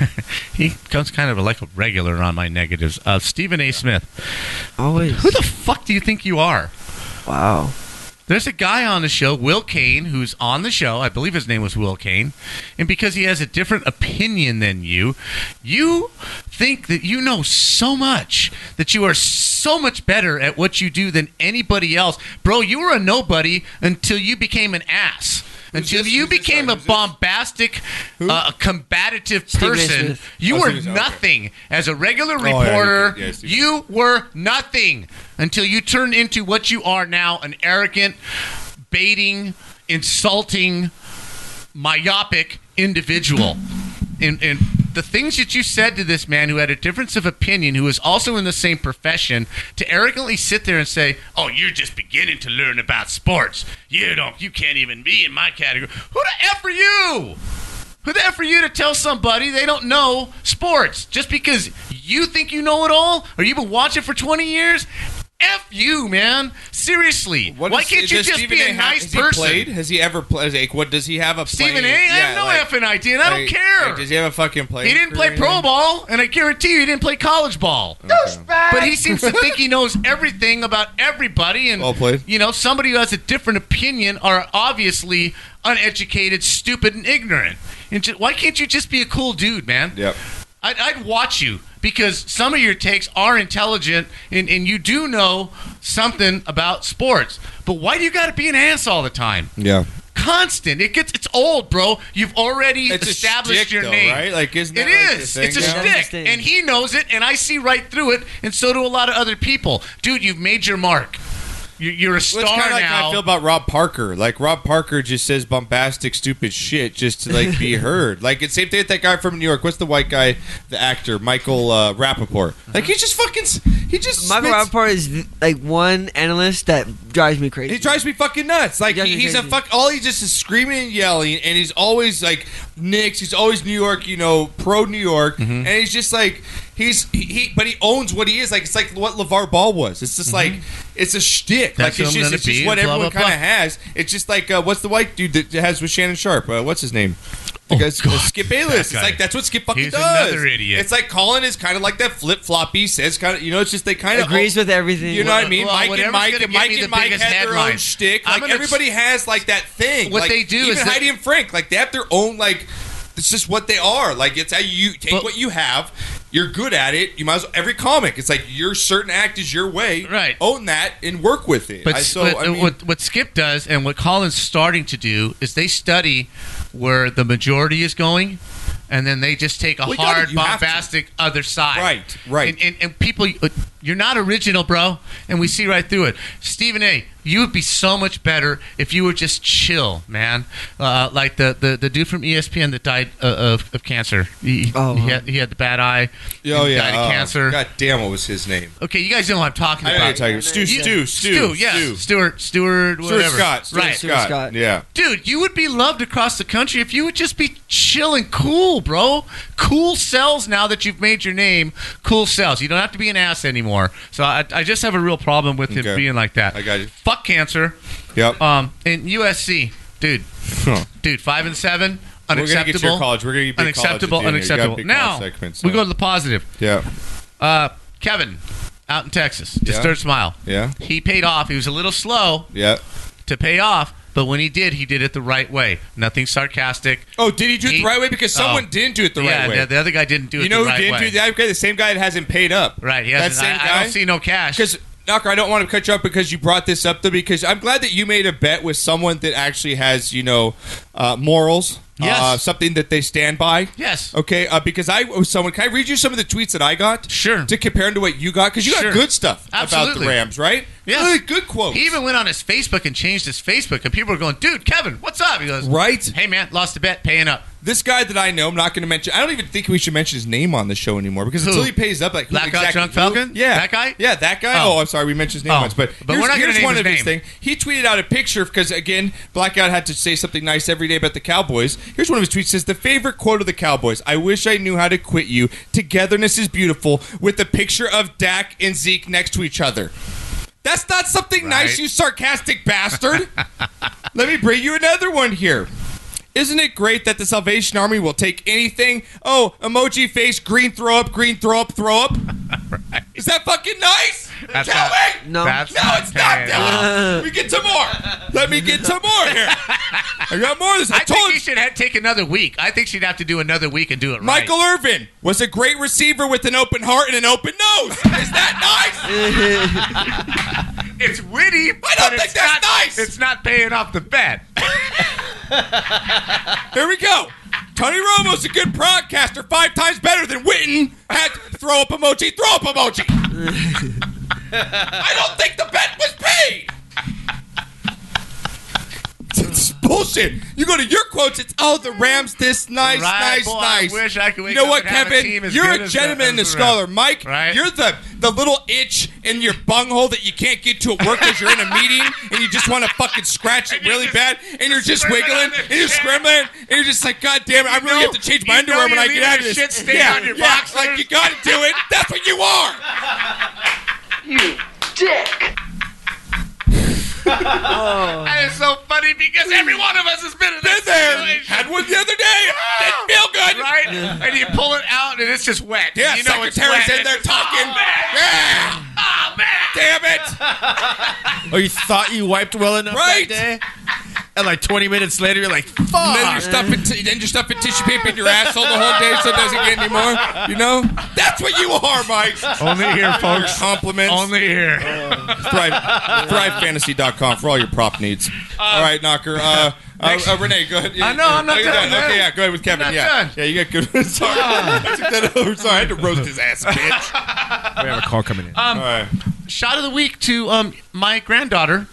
[SPEAKER 5] he comes kind of like a regular on my negatives. Uh, Stephen A. Smith.
[SPEAKER 6] Always.
[SPEAKER 5] Who the fuck do you think you are? Wow. There's a guy on the show, Will Kane, who's on the show. I believe his name was Will Kane. And because he has a different opinion than you, you think that you know so much, that you are so much better at what you do than anybody else. Bro, you were a nobody until you became an ass. Until you became a bombastic, uh, combative
[SPEAKER 1] Stephen A.
[SPEAKER 5] person,
[SPEAKER 1] Smith.
[SPEAKER 5] you
[SPEAKER 1] Oh,
[SPEAKER 5] were
[SPEAKER 1] Stephen A. Smith, okay.
[SPEAKER 5] nothing. As a regular
[SPEAKER 1] Oh, yeah, you
[SPEAKER 5] reporter,
[SPEAKER 1] did. Yeah, Stephen A.
[SPEAKER 5] you were nothing until you turned into what you are now an arrogant, baiting, insulting, myopic individual. And, and the things that you said to this man who had a difference of opinion, who is also in the same profession, to arrogantly sit there and say, "Oh, you're just beginning to learn about sports. You don't, you can't even be in my category." Who the f are you? Who the f are you to tell somebody they don't know sports just because you think you know it all, or you've been watching for 20 years? F you, man. Seriously, why
[SPEAKER 2] Does-
[SPEAKER 5] can't you
[SPEAKER 2] does
[SPEAKER 5] just
[SPEAKER 2] Stephen
[SPEAKER 5] be
[SPEAKER 2] A
[SPEAKER 5] a
[SPEAKER 2] have-
[SPEAKER 5] nice
[SPEAKER 2] has he
[SPEAKER 5] person?
[SPEAKER 2] played? Has he ever played? Like, what does he have a
[SPEAKER 5] Stephen
[SPEAKER 2] playing-
[SPEAKER 5] A? I have
[SPEAKER 2] yeah,
[SPEAKER 5] no
[SPEAKER 2] like-
[SPEAKER 5] effing idea, and I
[SPEAKER 2] like-
[SPEAKER 5] don't care.
[SPEAKER 2] like, does he have a fucking play?
[SPEAKER 5] he didn't play pro ball, and I guarantee you he didn't play college ball. But he seems to think he knows everything about everybody, and
[SPEAKER 2] Well played.
[SPEAKER 5] you know somebody who has a different opinion are obviously uneducated, stupid, and ignorant. And ju- why can't you just be a cool dude, man?
[SPEAKER 2] Yep.
[SPEAKER 5] I'd, I'd watch you because some of your takes are intelligent and, and you do know something about sports. But why do you got to be an ass all the time?
[SPEAKER 2] Yeah.
[SPEAKER 5] Constant. It gets. It's old, bro. You've already
[SPEAKER 2] It's a
[SPEAKER 5] established
[SPEAKER 2] shtick,
[SPEAKER 5] your
[SPEAKER 2] though,
[SPEAKER 5] name,
[SPEAKER 2] right? Like, isn't
[SPEAKER 5] It
[SPEAKER 2] that, like, the
[SPEAKER 5] is.
[SPEAKER 2] thing
[SPEAKER 5] it's a
[SPEAKER 2] now? That's the
[SPEAKER 5] shtick, and he knows it, and I see right through it, and so do a lot of other people. Dude, you've made your mark. You- You're a star
[SPEAKER 2] Well, it's kind of like how
[SPEAKER 5] now.
[SPEAKER 2] I feel about Rob Parker. Like Rob Parker just says bombastic, stupid shit just to like be heard. Like it's same thing with that guy from New York. What's the white guy, the actor Michael uh, Rappaport? Like he just fucking s- he just
[SPEAKER 6] Michael
[SPEAKER 2] spits-
[SPEAKER 6] Rappaport is like one analyst that drives me crazy.
[SPEAKER 2] He drives me fucking nuts. Like he- he's a fuck. All he just is screaming and yelling, and he's always like Knicks. He's always New York. You know, pro New York,
[SPEAKER 5] Mm-hmm.
[SPEAKER 2] and he's just like he's he, he. But he owns what he is. Like it's like what LeVar Ball was. It's just like it's a shtick.
[SPEAKER 5] Mm-hmm. That's
[SPEAKER 2] like
[SPEAKER 5] who
[SPEAKER 2] it's
[SPEAKER 5] I'm
[SPEAKER 2] just
[SPEAKER 5] gonna
[SPEAKER 2] it's just
[SPEAKER 5] be,
[SPEAKER 2] what
[SPEAKER 5] and blah,
[SPEAKER 2] everyone
[SPEAKER 5] blah,
[SPEAKER 2] kind of
[SPEAKER 5] blah.
[SPEAKER 2] has. It's just like uh, what's the white dude that has with Shannon Sharp? Uh, what's his name? The guy's- uh, Skip Bayless. It's
[SPEAKER 5] Oh, guy.
[SPEAKER 2] like that's what Skip fucking
[SPEAKER 5] He's
[SPEAKER 2] does.
[SPEAKER 5] another idiot.
[SPEAKER 2] It's like Colin is kind of like that flip floppy. Says kind of you know. It's just they kind of
[SPEAKER 6] Agrees with everything.
[SPEAKER 2] You know what I mean?
[SPEAKER 5] Well,
[SPEAKER 2] Mike and
[SPEAKER 5] whatever's
[SPEAKER 2] Mike
[SPEAKER 5] gonna
[SPEAKER 2] and
[SPEAKER 5] get
[SPEAKER 2] Mike
[SPEAKER 5] me the
[SPEAKER 2] and Mike had
[SPEAKER 5] biggest
[SPEAKER 2] their own
[SPEAKER 5] headlines.
[SPEAKER 2] shtick.
[SPEAKER 5] I'm
[SPEAKER 2] Like
[SPEAKER 5] gonna-
[SPEAKER 2] everybody has like that thing.
[SPEAKER 5] What
[SPEAKER 2] Like,
[SPEAKER 5] they do
[SPEAKER 2] even
[SPEAKER 5] is that-
[SPEAKER 2] Heidi and Frank, like they have their own like. It's just what they are. Like it's how you take what you have. You're good at it. You might as well, every comic. It's like your certain act is your way. Right. Own that and work with it.
[SPEAKER 5] But
[SPEAKER 2] I- so
[SPEAKER 5] but,
[SPEAKER 2] I mean,
[SPEAKER 5] what, what Skip does and what Colin's starting to do is they study where the majority is going, and then they just take a
[SPEAKER 15] Well, you gotta-
[SPEAKER 5] hard,
[SPEAKER 15] you have to.
[SPEAKER 5] bombastic other side.
[SPEAKER 15] Right,
[SPEAKER 5] right. And, and, and people, uh, you're not original, bro, and we see right through it. Stephen A., you would be so much better if you were just chill, man. Uh, like the, the, the dude from ESPN that died uh, of, of cancer. He, he, had, he had the bad eye.
[SPEAKER 2] oh
[SPEAKER 5] He
[SPEAKER 2] yeah,
[SPEAKER 5] Died of
[SPEAKER 2] oh,
[SPEAKER 5] cancer.
[SPEAKER 2] God damn, what was his name?
[SPEAKER 5] Okay, you guys know what I'm talking
[SPEAKER 2] I know
[SPEAKER 5] about.
[SPEAKER 2] what you're talking about. Stu-
[SPEAKER 5] You-
[SPEAKER 2] Stu-
[SPEAKER 5] Stu,
[SPEAKER 2] Stu-
[SPEAKER 5] yeah,
[SPEAKER 2] Stu.
[SPEAKER 5] Stuart, Stuart,
[SPEAKER 2] Stuart
[SPEAKER 5] whatever.
[SPEAKER 2] Scott, Stuart
[SPEAKER 5] right?
[SPEAKER 2] Scott, yeah.
[SPEAKER 5] dude, you would be loved across the country if you would just be chill and cool, bro. Cool sells now that you've made your name. Cool sells. You don't have to be an ass anymore. So I, I just have a real problem with him
[SPEAKER 2] Okay.
[SPEAKER 5] being like that. I
[SPEAKER 2] got you.
[SPEAKER 5] Fuck cancer.
[SPEAKER 2] Yep.
[SPEAKER 5] Um, in USC, dude, dude, five and seven.
[SPEAKER 2] We're gonna get
[SPEAKER 5] Unacceptable.
[SPEAKER 2] your college. We're gonna get big college at the
[SPEAKER 5] unacceptable.
[SPEAKER 2] end here. You got
[SPEAKER 5] unacceptable.
[SPEAKER 2] big
[SPEAKER 5] Now
[SPEAKER 2] college segments,
[SPEAKER 5] we go to the positive.
[SPEAKER 2] Yeah.
[SPEAKER 5] Uh, Kevin, out in Texas, just
[SPEAKER 2] Yeah.
[SPEAKER 5] third smile.
[SPEAKER 2] Yeah.
[SPEAKER 5] He paid off. He was a little slow
[SPEAKER 2] Yeah.
[SPEAKER 5] to pay off, but when he did, he did it the right way. Nothing sarcastic. Oh.
[SPEAKER 2] Oh, did he do it the right way? Because someone didn't do it the
[SPEAKER 5] yeah,
[SPEAKER 2] right way.
[SPEAKER 5] Yeah, the other guy didn't do it
[SPEAKER 2] you
[SPEAKER 5] the
[SPEAKER 2] know who
[SPEAKER 5] right
[SPEAKER 2] didn't
[SPEAKER 5] way.
[SPEAKER 2] do that? Okay, the same guy that hasn't paid up. Right.
[SPEAKER 5] he
[SPEAKER 2] That
[SPEAKER 5] hasn't.
[SPEAKER 2] same
[SPEAKER 5] I- I
[SPEAKER 2] guy.
[SPEAKER 5] don't see no cash.
[SPEAKER 2] Because Knocker, I don't want to cut you up because you brought this up though. Because I'm glad that you made a bet with someone that actually has you know uh, morals.
[SPEAKER 5] Yes.
[SPEAKER 2] Uh, something that they stand by.
[SPEAKER 5] Yes.
[SPEAKER 2] Okay. Uh, because I was someone. Can I read you some of the tweets that I got?
[SPEAKER 5] Sure.
[SPEAKER 2] To compare them to what you got, because you got
[SPEAKER 5] Sure.
[SPEAKER 2] good stuff about
[SPEAKER 5] Absolutely.
[SPEAKER 2] the Rams, right?
[SPEAKER 5] Yes.
[SPEAKER 2] Really good quote.
[SPEAKER 5] He even went on his Facebook and changed his Facebook, and people were going, "Dude, Kevin, what's up?" He goes,
[SPEAKER 2] Right.
[SPEAKER 5] Hey man, lost a bet, paying up."
[SPEAKER 2] This guy that I know, I'm not going to mention. I don't even think we should mention his name on the show anymore because
[SPEAKER 5] Who?
[SPEAKER 2] until he pays up, like who
[SPEAKER 5] Blackout
[SPEAKER 2] exactly
[SPEAKER 5] Drunk
[SPEAKER 2] who-
[SPEAKER 5] Falcon?
[SPEAKER 2] yeah,
[SPEAKER 5] That guy?
[SPEAKER 2] yeah, that guy. Oh,
[SPEAKER 5] Oh.
[SPEAKER 2] I'm sorry, we mentioned his name
[SPEAKER 5] Oh.
[SPEAKER 2] once, but
[SPEAKER 5] But
[SPEAKER 2] here's,
[SPEAKER 5] we're not gonna
[SPEAKER 2] here's
[SPEAKER 5] name
[SPEAKER 2] one
[SPEAKER 5] his
[SPEAKER 2] of his
[SPEAKER 5] name.
[SPEAKER 2] thing. He tweeted out a picture because again, Blackout had to say something nice every day about the Cowboys. Here's one of his tweets: says the favorite quote of the Cowboys. I wish I knew how to quit you. Togetherness is beautiful. With a picture of Dak and Zeke next to each other. That's not something nice,
[SPEAKER 5] Right.
[SPEAKER 2] you sarcastic bastard. Let me bring you another one here. Isn't it great that the Salvation Army will take anything? Oh, emoji face, green throw up, green throw up, throw up. Is that fucking nice?
[SPEAKER 5] That's
[SPEAKER 2] Tell
[SPEAKER 5] not-
[SPEAKER 2] me.
[SPEAKER 5] No. that's
[SPEAKER 2] no,
[SPEAKER 5] not
[SPEAKER 2] it's not.
[SPEAKER 5] paying
[SPEAKER 2] Dylan.
[SPEAKER 5] off.
[SPEAKER 2] We get some more. Let me get some more here. I got more of this. I,
[SPEAKER 5] I think he should have, take another week. I think she'd have to do another week and do it right.
[SPEAKER 2] Michael Irvin was a great receiver with an open heart and an open nose. Is that nice?
[SPEAKER 5] It's witty. I don't think that's nice. It's not paying off the bet.
[SPEAKER 2] Here we go. Tony Romo's a good broadcaster, five times better than Witten. Had throw up emoji, throw up emoji. I don't think the bet was paid. It's bull- bullshit. You go to your quotes, it's oh the Rams this nice,
[SPEAKER 5] Right,
[SPEAKER 2] nice,
[SPEAKER 5] boy, I
[SPEAKER 2] nice.
[SPEAKER 5] wish I could wake
[SPEAKER 2] you know
[SPEAKER 5] up
[SPEAKER 2] what,
[SPEAKER 5] and have a
[SPEAKER 2] Kevin?
[SPEAKER 5] team as
[SPEAKER 2] You're
[SPEAKER 5] good
[SPEAKER 2] a
[SPEAKER 5] as the-
[SPEAKER 2] gentleman and a
[SPEAKER 5] as the
[SPEAKER 2] scholar,
[SPEAKER 5] Rams.
[SPEAKER 2] Mike. You're the the little itch in your bunghole that you can't get to at work because you're in a meeting and you just want to fucking scratch it really bad, and you're just
[SPEAKER 5] squirming
[SPEAKER 2] wiggling and you're scrambling and you're just like, God damn it, I really
[SPEAKER 5] know-
[SPEAKER 2] have to change my
[SPEAKER 5] you
[SPEAKER 2] underwear
[SPEAKER 5] know
[SPEAKER 2] when
[SPEAKER 5] you're
[SPEAKER 2] I get
[SPEAKER 5] leaving
[SPEAKER 2] out of
[SPEAKER 5] a
[SPEAKER 2] this.
[SPEAKER 5] shit stain
[SPEAKER 2] yeah,
[SPEAKER 5] on your
[SPEAKER 2] yeah,
[SPEAKER 5] boxers.
[SPEAKER 2] like you gotta do it. That's what you are.
[SPEAKER 5] You dick. That is so funny because every one of us has been in this there. Had
[SPEAKER 2] one the other day. Didn't feel good,
[SPEAKER 5] right? And you pull it out and it's just wet.
[SPEAKER 2] Yeah,
[SPEAKER 5] you know it's
[SPEAKER 2] secretary's
[SPEAKER 5] wet.
[SPEAKER 2] in there
[SPEAKER 5] It's just,
[SPEAKER 2] talking.
[SPEAKER 5] Oh, man.
[SPEAKER 2] Yeah.
[SPEAKER 5] Oh man.
[SPEAKER 2] Damn it.
[SPEAKER 4] Oh, you thought you wiped well enough
[SPEAKER 2] Right.
[SPEAKER 4] that day? And like 20 minutes later, you're like, fuck.
[SPEAKER 2] And then you're stuffing, t- then you're stuffing tissue paper in your asshole the whole day, so it doesn't get any more. You know, that's what you are, Mike.
[SPEAKER 5] Only here, folks.
[SPEAKER 2] Compliments.
[SPEAKER 5] Only here.
[SPEAKER 2] Thrive, thrivefantasy.com for all your prop needs. all right, Knocker. Uh, uh,
[SPEAKER 5] next-
[SPEAKER 2] uh, Renee, go ahead.
[SPEAKER 5] I know, I'm not
[SPEAKER 2] Oh, you're
[SPEAKER 5] done, man.
[SPEAKER 2] Okay, yeah, go ahead with Kevin.
[SPEAKER 5] I'm not
[SPEAKER 2] yeah,
[SPEAKER 5] done.
[SPEAKER 2] yeah, you got good. Sorry, I took that over. Sorry, I had to roast his ass, bitch.
[SPEAKER 4] We have a call coming in.
[SPEAKER 5] Um, Shot of the week to um, my granddaughter,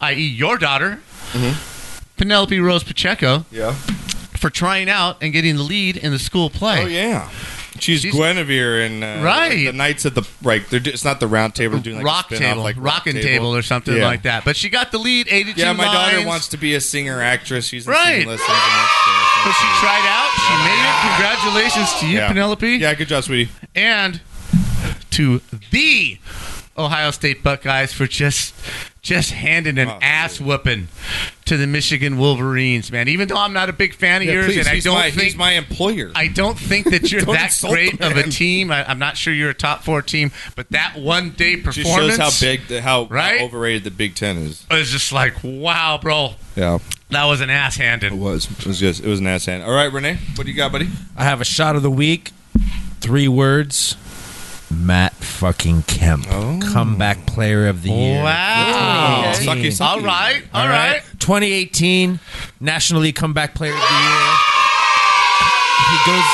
[SPEAKER 5] i.e., your daughter, Penelope Rose Pacheco.
[SPEAKER 2] Mm-hmm. Yeah.
[SPEAKER 5] For trying out and getting the lead in the school play.
[SPEAKER 2] Oh yeah. She's, Guinevere and uh,
[SPEAKER 5] Right.
[SPEAKER 2] the Knights at the like. They're do, it's not the round table. They're doing like a
[SPEAKER 5] rock
[SPEAKER 2] spin-off,
[SPEAKER 5] table,
[SPEAKER 2] like
[SPEAKER 5] rocking table. or something
[SPEAKER 2] Yeah.
[SPEAKER 5] like that. But she got the lead, 82
[SPEAKER 2] Yeah, my daughter
[SPEAKER 5] lines.
[SPEAKER 2] wants to be a singer actress. She's in
[SPEAKER 5] Right.
[SPEAKER 2] singing lessons. But
[SPEAKER 5] she tried out. She made it. Congratulations to you,
[SPEAKER 2] Yeah.
[SPEAKER 5] Penelope.
[SPEAKER 2] Yeah, good job, sweetie.
[SPEAKER 5] And to the Ohio State Buckeyes for just just handing
[SPEAKER 2] Oh,
[SPEAKER 5] an ass whooping to the Michigan Wolverines, man. Even though I'm not a big fan of
[SPEAKER 2] Yeah,
[SPEAKER 5] yours,
[SPEAKER 2] please,
[SPEAKER 5] and I
[SPEAKER 2] he's
[SPEAKER 5] don't
[SPEAKER 2] my-
[SPEAKER 5] think
[SPEAKER 2] he's my employer.
[SPEAKER 5] I don't think that you're
[SPEAKER 2] Don't
[SPEAKER 5] that
[SPEAKER 2] insult
[SPEAKER 5] great
[SPEAKER 2] the
[SPEAKER 5] of a
[SPEAKER 2] man.
[SPEAKER 5] team. I, I'm not sure you're a top four team, but that one day
[SPEAKER 2] Just
[SPEAKER 5] performance
[SPEAKER 2] shows how big, the, how, how overrated the Big Ten is.
[SPEAKER 5] I was just like, wow, bro.
[SPEAKER 2] Yeah,
[SPEAKER 5] that was an ass handed. It
[SPEAKER 2] was. It was just. It was an ass hand. All right, Renee, what do you got, buddy?
[SPEAKER 4] I have a shot of the week. Three words. Matt fucking Kemp.
[SPEAKER 2] Oh.
[SPEAKER 4] Comeback player of the year.
[SPEAKER 5] Wow.
[SPEAKER 4] for 2018.
[SPEAKER 5] Okay. Sucky, sucky. All right, all right.
[SPEAKER 4] 2018 National League Comeback Player of the Year. He goes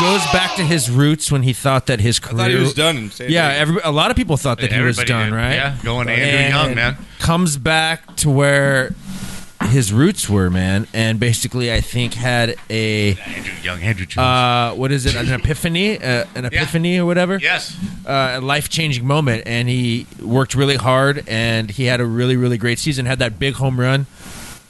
[SPEAKER 4] goes back to his roots when he thought that his career
[SPEAKER 2] thought he was done in San
[SPEAKER 4] Yeah,
[SPEAKER 2] Diego.
[SPEAKER 4] every, a lot of people thought that he was
[SPEAKER 5] Everybody
[SPEAKER 4] done,
[SPEAKER 5] did.
[SPEAKER 4] right?
[SPEAKER 5] Yeah, going Andrew Young, man.
[SPEAKER 4] Comes back to where his roots were, man, and basically I think had a Andrew
[SPEAKER 5] Young, Andrew Jones.
[SPEAKER 4] Uh, what is it? An epiphany, uh, an epiphany or whatever.
[SPEAKER 5] Yes,
[SPEAKER 4] uh, a life changing moment, and he worked really hard, and he had a really really great season. Had that big home run.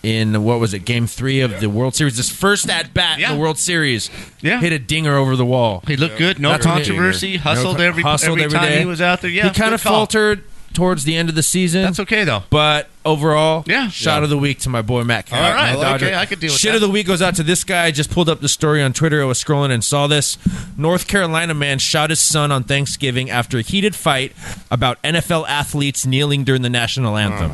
[SPEAKER 4] In what was it, Game Three of the World Series? His first at bat in the World Series, yeah, hit a dinger over the wall.
[SPEAKER 5] He looked good, no
[SPEAKER 4] That's what he-
[SPEAKER 5] controversy, hustled
[SPEAKER 4] con-
[SPEAKER 5] every- every time he was out there, yeah,
[SPEAKER 4] he kind
[SPEAKER 5] good
[SPEAKER 4] of
[SPEAKER 5] call.
[SPEAKER 4] faltered towards the end of the season. That's
[SPEAKER 5] okay though.
[SPEAKER 4] But overall,
[SPEAKER 5] Yeah.
[SPEAKER 4] shot
[SPEAKER 5] Yeah.
[SPEAKER 4] of the week to my boy Matt. All
[SPEAKER 5] All right,
[SPEAKER 4] right,
[SPEAKER 5] okay, I could deal with
[SPEAKER 4] Shit
[SPEAKER 5] that.
[SPEAKER 4] of the week goes out to this guy. I just pulled up the story on Twitter. I was scrolling and saw this. North Carolina man shot his son on Thanksgiving after a heated fight about NFL athletes kneeling during the national
[SPEAKER 2] Oh,
[SPEAKER 4] anthem.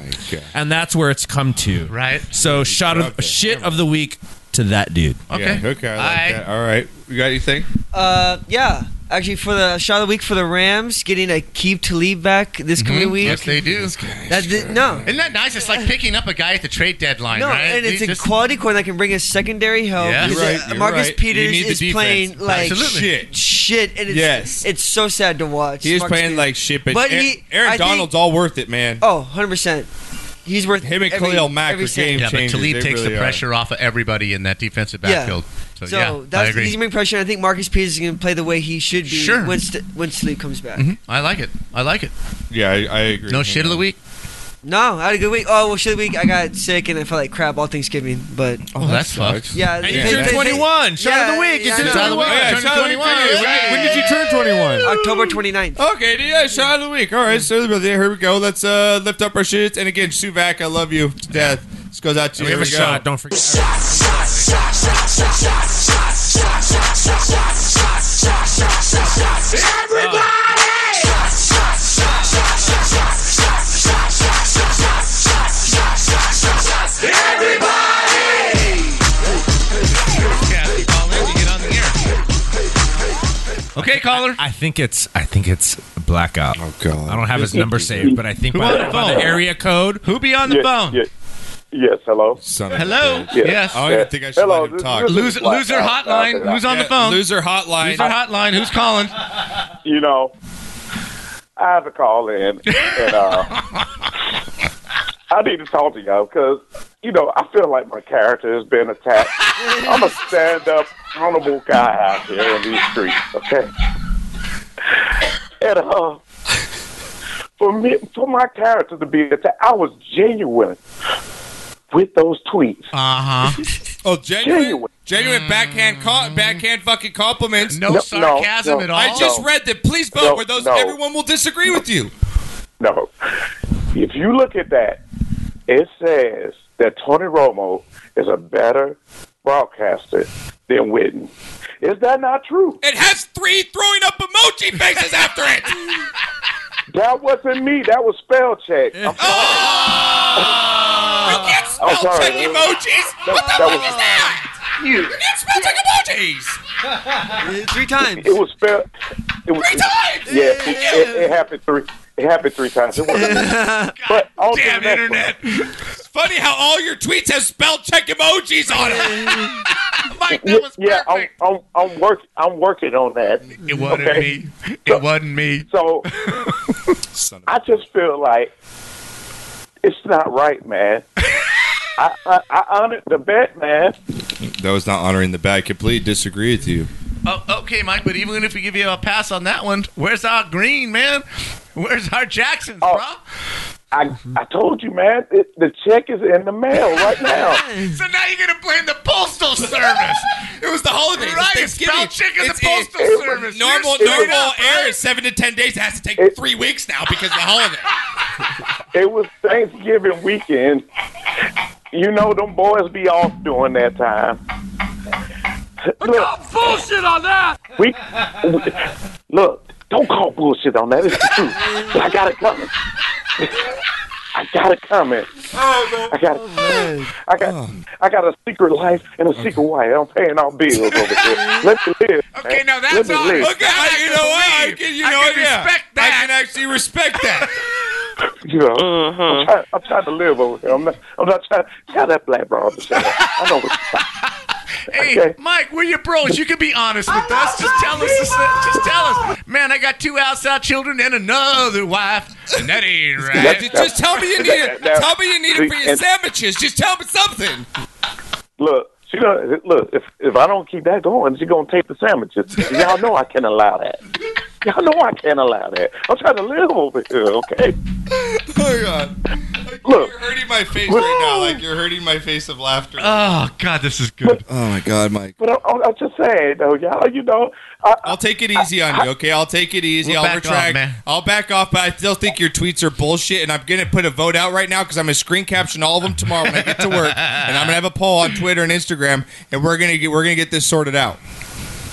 [SPEAKER 4] and that's where it's come to.
[SPEAKER 5] Right.
[SPEAKER 4] So shot of shit of the week to that dude.
[SPEAKER 2] Yeah, okay, I like
[SPEAKER 6] Aye.
[SPEAKER 2] that. All right, you got anything?
[SPEAKER 6] Uh, yeah. Actually, for the shot of the week for the Rams, getting a keep to leave back this coming week.
[SPEAKER 5] Mm-hmm. Yes, they do.
[SPEAKER 6] That di- no.
[SPEAKER 5] Isn't that nice? It's like picking up a guy at the trade deadline,
[SPEAKER 6] No,
[SPEAKER 5] right?
[SPEAKER 6] and it's
[SPEAKER 5] You
[SPEAKER 6] a
[SPEAKER 5] just-
[SPEAKER 6] quality corner that can bring us secondary help.
[SPEAKER 5] Yeah.
[SPEAKER 6] Because,
[SPEAKER 5] You're right,
[SPEAKER 6] uh,
[SPEAKER 5] you're
[SPEAKER 6] Marcus
[SPEAKER 5] right. You
[SPEAKER 6] Peters
[SPEAKER 5] need the
[SPEAKER 6] is
[SPEAKER 5] defense.
[SPEAKER 6] playing like
[SPEAKER 5] Absolutely.
[SPEAKER 6] shit, shit, and it's,
[SPEAKER 2] Yes.
[SPEAKER 6] it's so sad to watch.
[SPEAKER 2] He is
[SPEAKER 6] Marcus
[SPEAKER 2] playing
[SPEAKER 6] Peters.
[SPEAKER 2] like shit, but,
[SPEAKER 6] But
[SPEAKER 2] Aaron,
[SPEAKER 6] he-
[SPEAKER 2] Aaron
[SPEAKER 6] I think-
[SPEAKER 2] Donald's all worth it, man.
[SPEAKER 6] Oh, 100 percent. He's worth
[SPEAKER 2] him and
[SPEAKER 6] every-
[SPEAKER 2] Khalil Mack
[SPEAKER 6] every
[SPEAKER 2] are
[SPEAKER 6] cent.
[SPEAKER 2] game
[SPEAKER 5] Yeah, but
[SPEAKER 2] changers.
[SPEAKER 5] Talib
[SPEAKER 2] They
[SPEAKER 5] takes
[SPEAKER 2] really
[SPEAKER 5] the
[SPEAKER 2] are.
[SPEAKER 5] pressure off of everybody in that defensive
[SPEAKER 6] Yeah.
[SPEAKER 5] backfield. So,
[SPEAKER 6] So
[SPEAKER 5] yeah, I
[SPEAKER 6] that's
[SPEAKER 5] agree.
[SPEAKER 6] he's gonna bring pressure. and I think Marcus Peters is going to play the way he should be
[SPEAKER 5] Sure.
[SPEAKER 6] when St- when Sleep comes back.
[SPEAKER 5] Mhm. I like it. I like it.
[SPEAKER 2] Yeah, I, I agree.
[SPEAKER 5] No shit of the week.
[SPEAKER 6] No, I had a good week. Oh well, shit of the week I got sick and I felt like crap all Thanksgiving. But
[SPEAKER 5] Oh, that sucks.
[SPEAKER 6] Yeah,
[SPEAKER 5] And
[SPEAKER 6] they-
[SPEAKER 5] you
[SPEAKER 6] they-
[SPEAKER 5] turned
[SPEAKER 6] they-
[SPEAKER 5] 21. Shot of the
[SPEAKER 6] yeah,
[SPEAKER 5] week. You
[SPEAKER 6] yeah,
[SPEAKER 5] turned
[SPEAKER 6] I
[SPEAKER 5] shot
[SPEAKER 6] know.
[SPEAKER 5] of the week. Yeah, Turned shot of the week. 21. When- when did you
[SPEAKER 2] turn 21?
[SPEAKER 6] October 29th.
[SPEAKER 2] Okay, yeah, shot of the week. All right, so there, here we go. Let's uh, lift up our shits. And again, Suvak, I love you to death. This goes out to you.
[SPEAKER 4] We have
[SPEAKER 2] Here
[SPEAKER 4] a
[SPEAKER 2] go.
[SPEAKER 4] shot. Don't forget.
[SPEAKER 5] Okay, caller.
[SPEAKER 4] I, think it's I think it's blackout. Oh
[SPEAKER 2] god.
[SPEAKER 4] I don't have his number saved, but I think
[SPEAKER 5] Who
[SPEAKER 4] by,
[SPEAKER 5] on the
[SPEAKER 4] by
[SPEAKER 5] phone?
[SPEAKER 4] area code.
[SPEAKER 5] Who be on the
[SPEAKER 4] Yeah,
[SPEAKER 5] phone?
[SPEAKER 4] yeah.
[SPEAKER 18] Yes, hello.
[SPEAKER 5] Hello?
[SPEAKER 2] Yeah.
[SPEAKER 5] Yes.
[SPEAKER 2] Oh, I think I should let him talk.
[SPEAKER 5] Loser, loser hotline. Who's on the
[SPEAKER 2] Yeah,
[SPEAKER 5] phone?
[SPEAKER 2] Loser hotline.
[SPEAKER 5] Loser hotline. Who's calling?
[SPEAKER 18] You know, I have to call in, and uh, I need to talk to y'all because you know, I feel like my character has been attacked. I'm a stand-up, honorable guy out here in these streets. Okay, and uh, for me, for my character to be attacked, I was genuine with those tweets.
[SPEAKER 5] Uh huh.
[SPEAKER 2] Oh, genuine, genuine, backhand, co- backhand fucking compliments.
[SPEAKER 18] No No, no, sarcasm no, at all?
[SPEAKER 2] I just
[SPEAKER 18] no.
[SPEAKER 2] read that. Please vote
[SPEAKER 18] No,
[SPEAKER 2] where those.
[SPEAKER 18] no.
[SPEAKER 2] Everyone will disagree with you.
[SPEAKER 18] No. If you look at that, it says that Tony Romo is a better broadcaster than Whitten. Is that not true?
[SPEAKER 2] It has three throwing up emoji faces after it.
[SPEAKER 18] That wasn't me. That was spell check. I'm sorry.
[SPEAKER 2] Oh! you can't
[SPEAKER 18] spell
[SPEAKER 1] check
[SPEAKER 2] emojis.
[SPEAKER 1] What the fuck is
[SPEAKER 18] that? You
[SPEAKER 2] can't spell check
[SPEAKER 18] emojis. Three times. It was spell. It was, three times. Yeah, it, it- it happened three. It happened three times. It wasn't me. but on to
[SPEAKER 2] Damn
[SPEAKER 18] the next
[SPEAKER 2] internet. It's funny how all your tweets have spell check emojis on it.
[SPEAKER 18] Mike, that was yeah,
[SPEAKER 2] oh,
[SPEAKER 18] I'm, I'm, I'm, work, I'm working on that. It
[SPEAKER 5] wasn't
[SPEAKER 18] me. It wasn't me. So I just feel like it's not right, man. I, I, I honored the bet, man.
[SPEAKER 2] that was not honoring the bag. Completely disagree with you.
[SPEAKER 5] Oh, okay, Mike, but even if we give you a pass on that one, where's our Green, man? Where's our Jacksons,
[SPEAKER 18] Oh. I, I told you, man. It, the check is in the mail right
[SPEAKER 2] oh,
[SPEAKER 18] now.
[SPEAKER 5] so now you're going to blame the Postal Service.
[SPEAKER 2] it was the holidays.
[SPEAKER 5] Right, it's
[SPEAKER 2] Thanksgiving.
[SPEAKER 5] spell check in the
[SPEAKER 2] It's-
[SPEAKER 5] Postal
[SPEAKER 2] it-
[SPEAKER 5] Service.
[SPEAKER 2] Normal,
[SPEAKER 5] You're straight
[SPEAKER 2] normal
[SPEAKER 5] up,
[SPEAKER 2] air is seven to ten days. It has to take three weeks now because of the holiday.
[SPEAKER 18] It was Thanksgiving weekend. You know them boys be off during that time. Look,
[SPEAKER 1] Bullshit on that!
[SPEAKER 18] we, look, don't call bullshit on that. It's the truth. I got it coming. I got it coming. I got, I got, I got a secret life and a secret wife. I'm paying all bills over here. Let me live. Okay,
[SPEAKER 5] now
[SPEAKER 18] that's all.
[SPEAKER 2] Okay, I, you know what? I can, you know, what, yeah.
[SPEAKER 5] respect
[SPEAKER 2] I can actually respect that.
[SPEAKER 18] You know, uh-huh. I'm, trying, I'm trying to live over here. I'm not, I'm not trying. Tell that black bro to shut up. I know what you're
[SPEAKER 5] Hey, Mike, we're your bros. You can be honest with us. Just tell us. Just, just tell us. Man, I got two outside children and another wife, and that ain't right.
[SPEAKER 18] Just- just tell me you need it. Tell me you need it for your
[SPEAKER 2] sandwiches. Just tell me something.
[SPEAKER 18] Look, she gonna look. If if I don't keep that going, she gonna take the sandwiches. Y'all know I can't allow that. Y'all know I can't allow that. I'm trying to live over here, okay?
[SPEAKER 2] Oh god.
[SPEAKER 18] Look,
[SPEAKER 2] You're hurting my face right now. Like you're hurting my face of laughter.
[SPEAKER 5] Oh God, this is good.
[SPEAKER 2] Oh my God, Mike.
[SPEAKER 18] but I'm, I'm- I'm just saying, though, y'all. You know, I,
[SPEAKER 2] I'll take it easy on you, okay? I'll take it easy.
[SPEAKER 5] We'll
[SPEAKER 2] I'll
[SPEAKER 5] back off,
[SPEAKER 2] retract.
[SPEAKER 5] man.
[SPEAKER 2] I'll back off, but I still think your tweets are bullshit, and I'm gonna put a vote out right now because I'm gonna screen caption all of them tomorrow when I get to work, and I'm gonna have a poll on Twitter and Instagram, and we're gonna get we're gonna get this sorted out.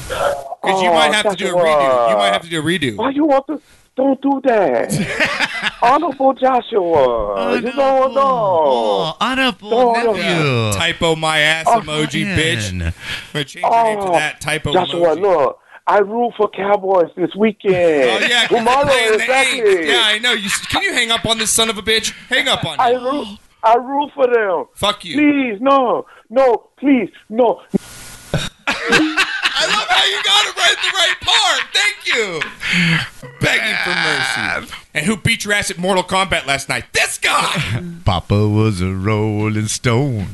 [SPEAKER 2] Because you
[SPEAKER 18] Oh,
[SPEAKER 2] might have to do a redo. You might have to do a redo.
[SPEAKER 18] Why you want to? Don't do that. Honorable Joshua. You know, no.
[SPEAKER 5] honorable
[SPEAKER 18] Don't- Oh,
[SPEAKER 2] Yeah. Typo my ass emoji, bitch. I'm gonna change your name to that typo emoji.
[SPEAKER 18] Joshua, look. I rule for Cowboys this weekend.
[SPEAKER 2] Oh yeah, 'cause they're
[SPEAKER 18] tomorrow
[SPEAKER 2] playing the
[SPEAKER 18] exactly.
[SPEAKER 2] Aints. Yeah, I know. You s- can you hang up on this son of a bitch? Hang up on.
[SPEAKER 18] I
[SPEAKER 2] him.
[SPEAKER 18] rule. I rule for them.
[SPEAKER 2] Fuck you.
[SPEAKER 18] Please, no, no, please, no.
[SPEAKER 2] I love how you got it right the right part. Thank you. Begging for mercy. And who beat your ass at Mortal Kombat last night? This guy.
[SPEAKER 5] Papa was a Rolling Stone.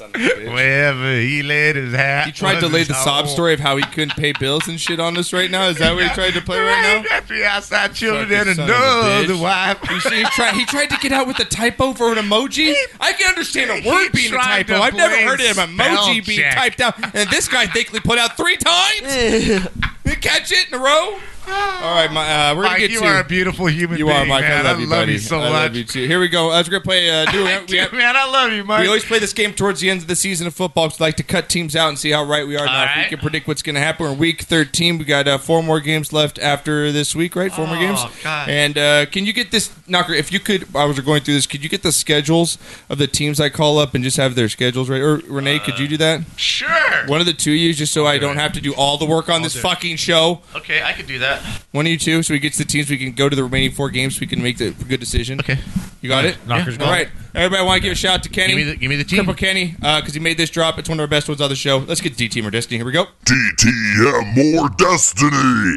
[SPEAKER 5] Wherever he laid his hat.
[SPEAKER 2] He tried to lay the sob story of how he couldn't pay bills and shit on us right now. Is that what he tried to play right now?
[SPEAKER 5] Three outside children
[SPEAKER 2] Fucking
[SPEAKER 5] and
[SPEAKER 2] son of a
[SPEAKER 5] another
[SPEAKER 2] bitch.
[SPEAKER 5] wife.
[SPEAKER 2] You see, he tried. He tried to get out with a typo for an emoji. I can understand a word being a
[SPEAKER 5] tried
[SPEAKER 2] typo.
[SPEAKER 5] to
[SPEAKER 2] I've never
[SPEAKER 5] play
[SPEAKER 2] heard of an emoji
[SPEAKER 5] spell
[SPEAKER 2] being
[SPEAKER 5] check.
[SPEAKER 2] typed out, and this guy thankfully put out three times. you catch it in a row. All right, my, uh, we're gonna
[SPEAKER 5] Mike,
[SPEAKER 2] get
[SPEAKER 5] you
[SPEAKER 2] to
[SPEAKER 5] are a beautiful human
[SPEAKER 2] You
[SPEAKER 5] being.
[SPEAKER 2] are, Mike.
[SPEAKER 5] man.
[SPEAKER 2] I love you, buddy.
[SPEAKER 5] so
[SPEAKER 2] I
[SPEAKER 5] much.
[SPEAKER 2] love you too. Here we go. Uh, we're gonna play. Uh, new,
[SPEAKER 5] I
[SPEAKER 2] we,
[SPEAKER 5] do, man, I love you, Mike.
[SPEAKER 2] we always play this game towards the end of the season of football. 'cause We like to cut teams out and see how right we are. now, if we can predict what's going to happen, we're in week thirteen. We got uh, four more games left after this week, right? Four more games.
[SPEAKER 5] Oh, God.
[SPEAKER 2] And uh, can you get this knocker? If you could, I was going through this. Could you get the schedules of the teams I call up and just have their schedules right? Or Renee, could you do that?
[SPEAKER 5] Uh, Sure.
[SPEAKER 2] One of the two of you, just so I don't have to do all the work on this
[SPEAKER 5] do it.
[SPEAKER 2] fucking show.
[SPEAKER 5] Okay, I could do that.
[SPEAKER 2] One of you two, so we get to the teams. We can go to the remaining four games. We can make the good decision. Okay, you got it.
[SPEAKER 5] Knocker's
[SPEAKER 2] All
[SPEAKER 5] gone.
[SPEAKER 2] right, everybody, want to give a shout out to Kenny.
[SPEAKER 5] Give me the- give me the team.
[SPEAKER 2] Triple Kenny, because he made this drop. It's one of our best ones on the show. Let's get D Team or Destiny. Here we go.
[SPEAKER 19] DTM or Destiny.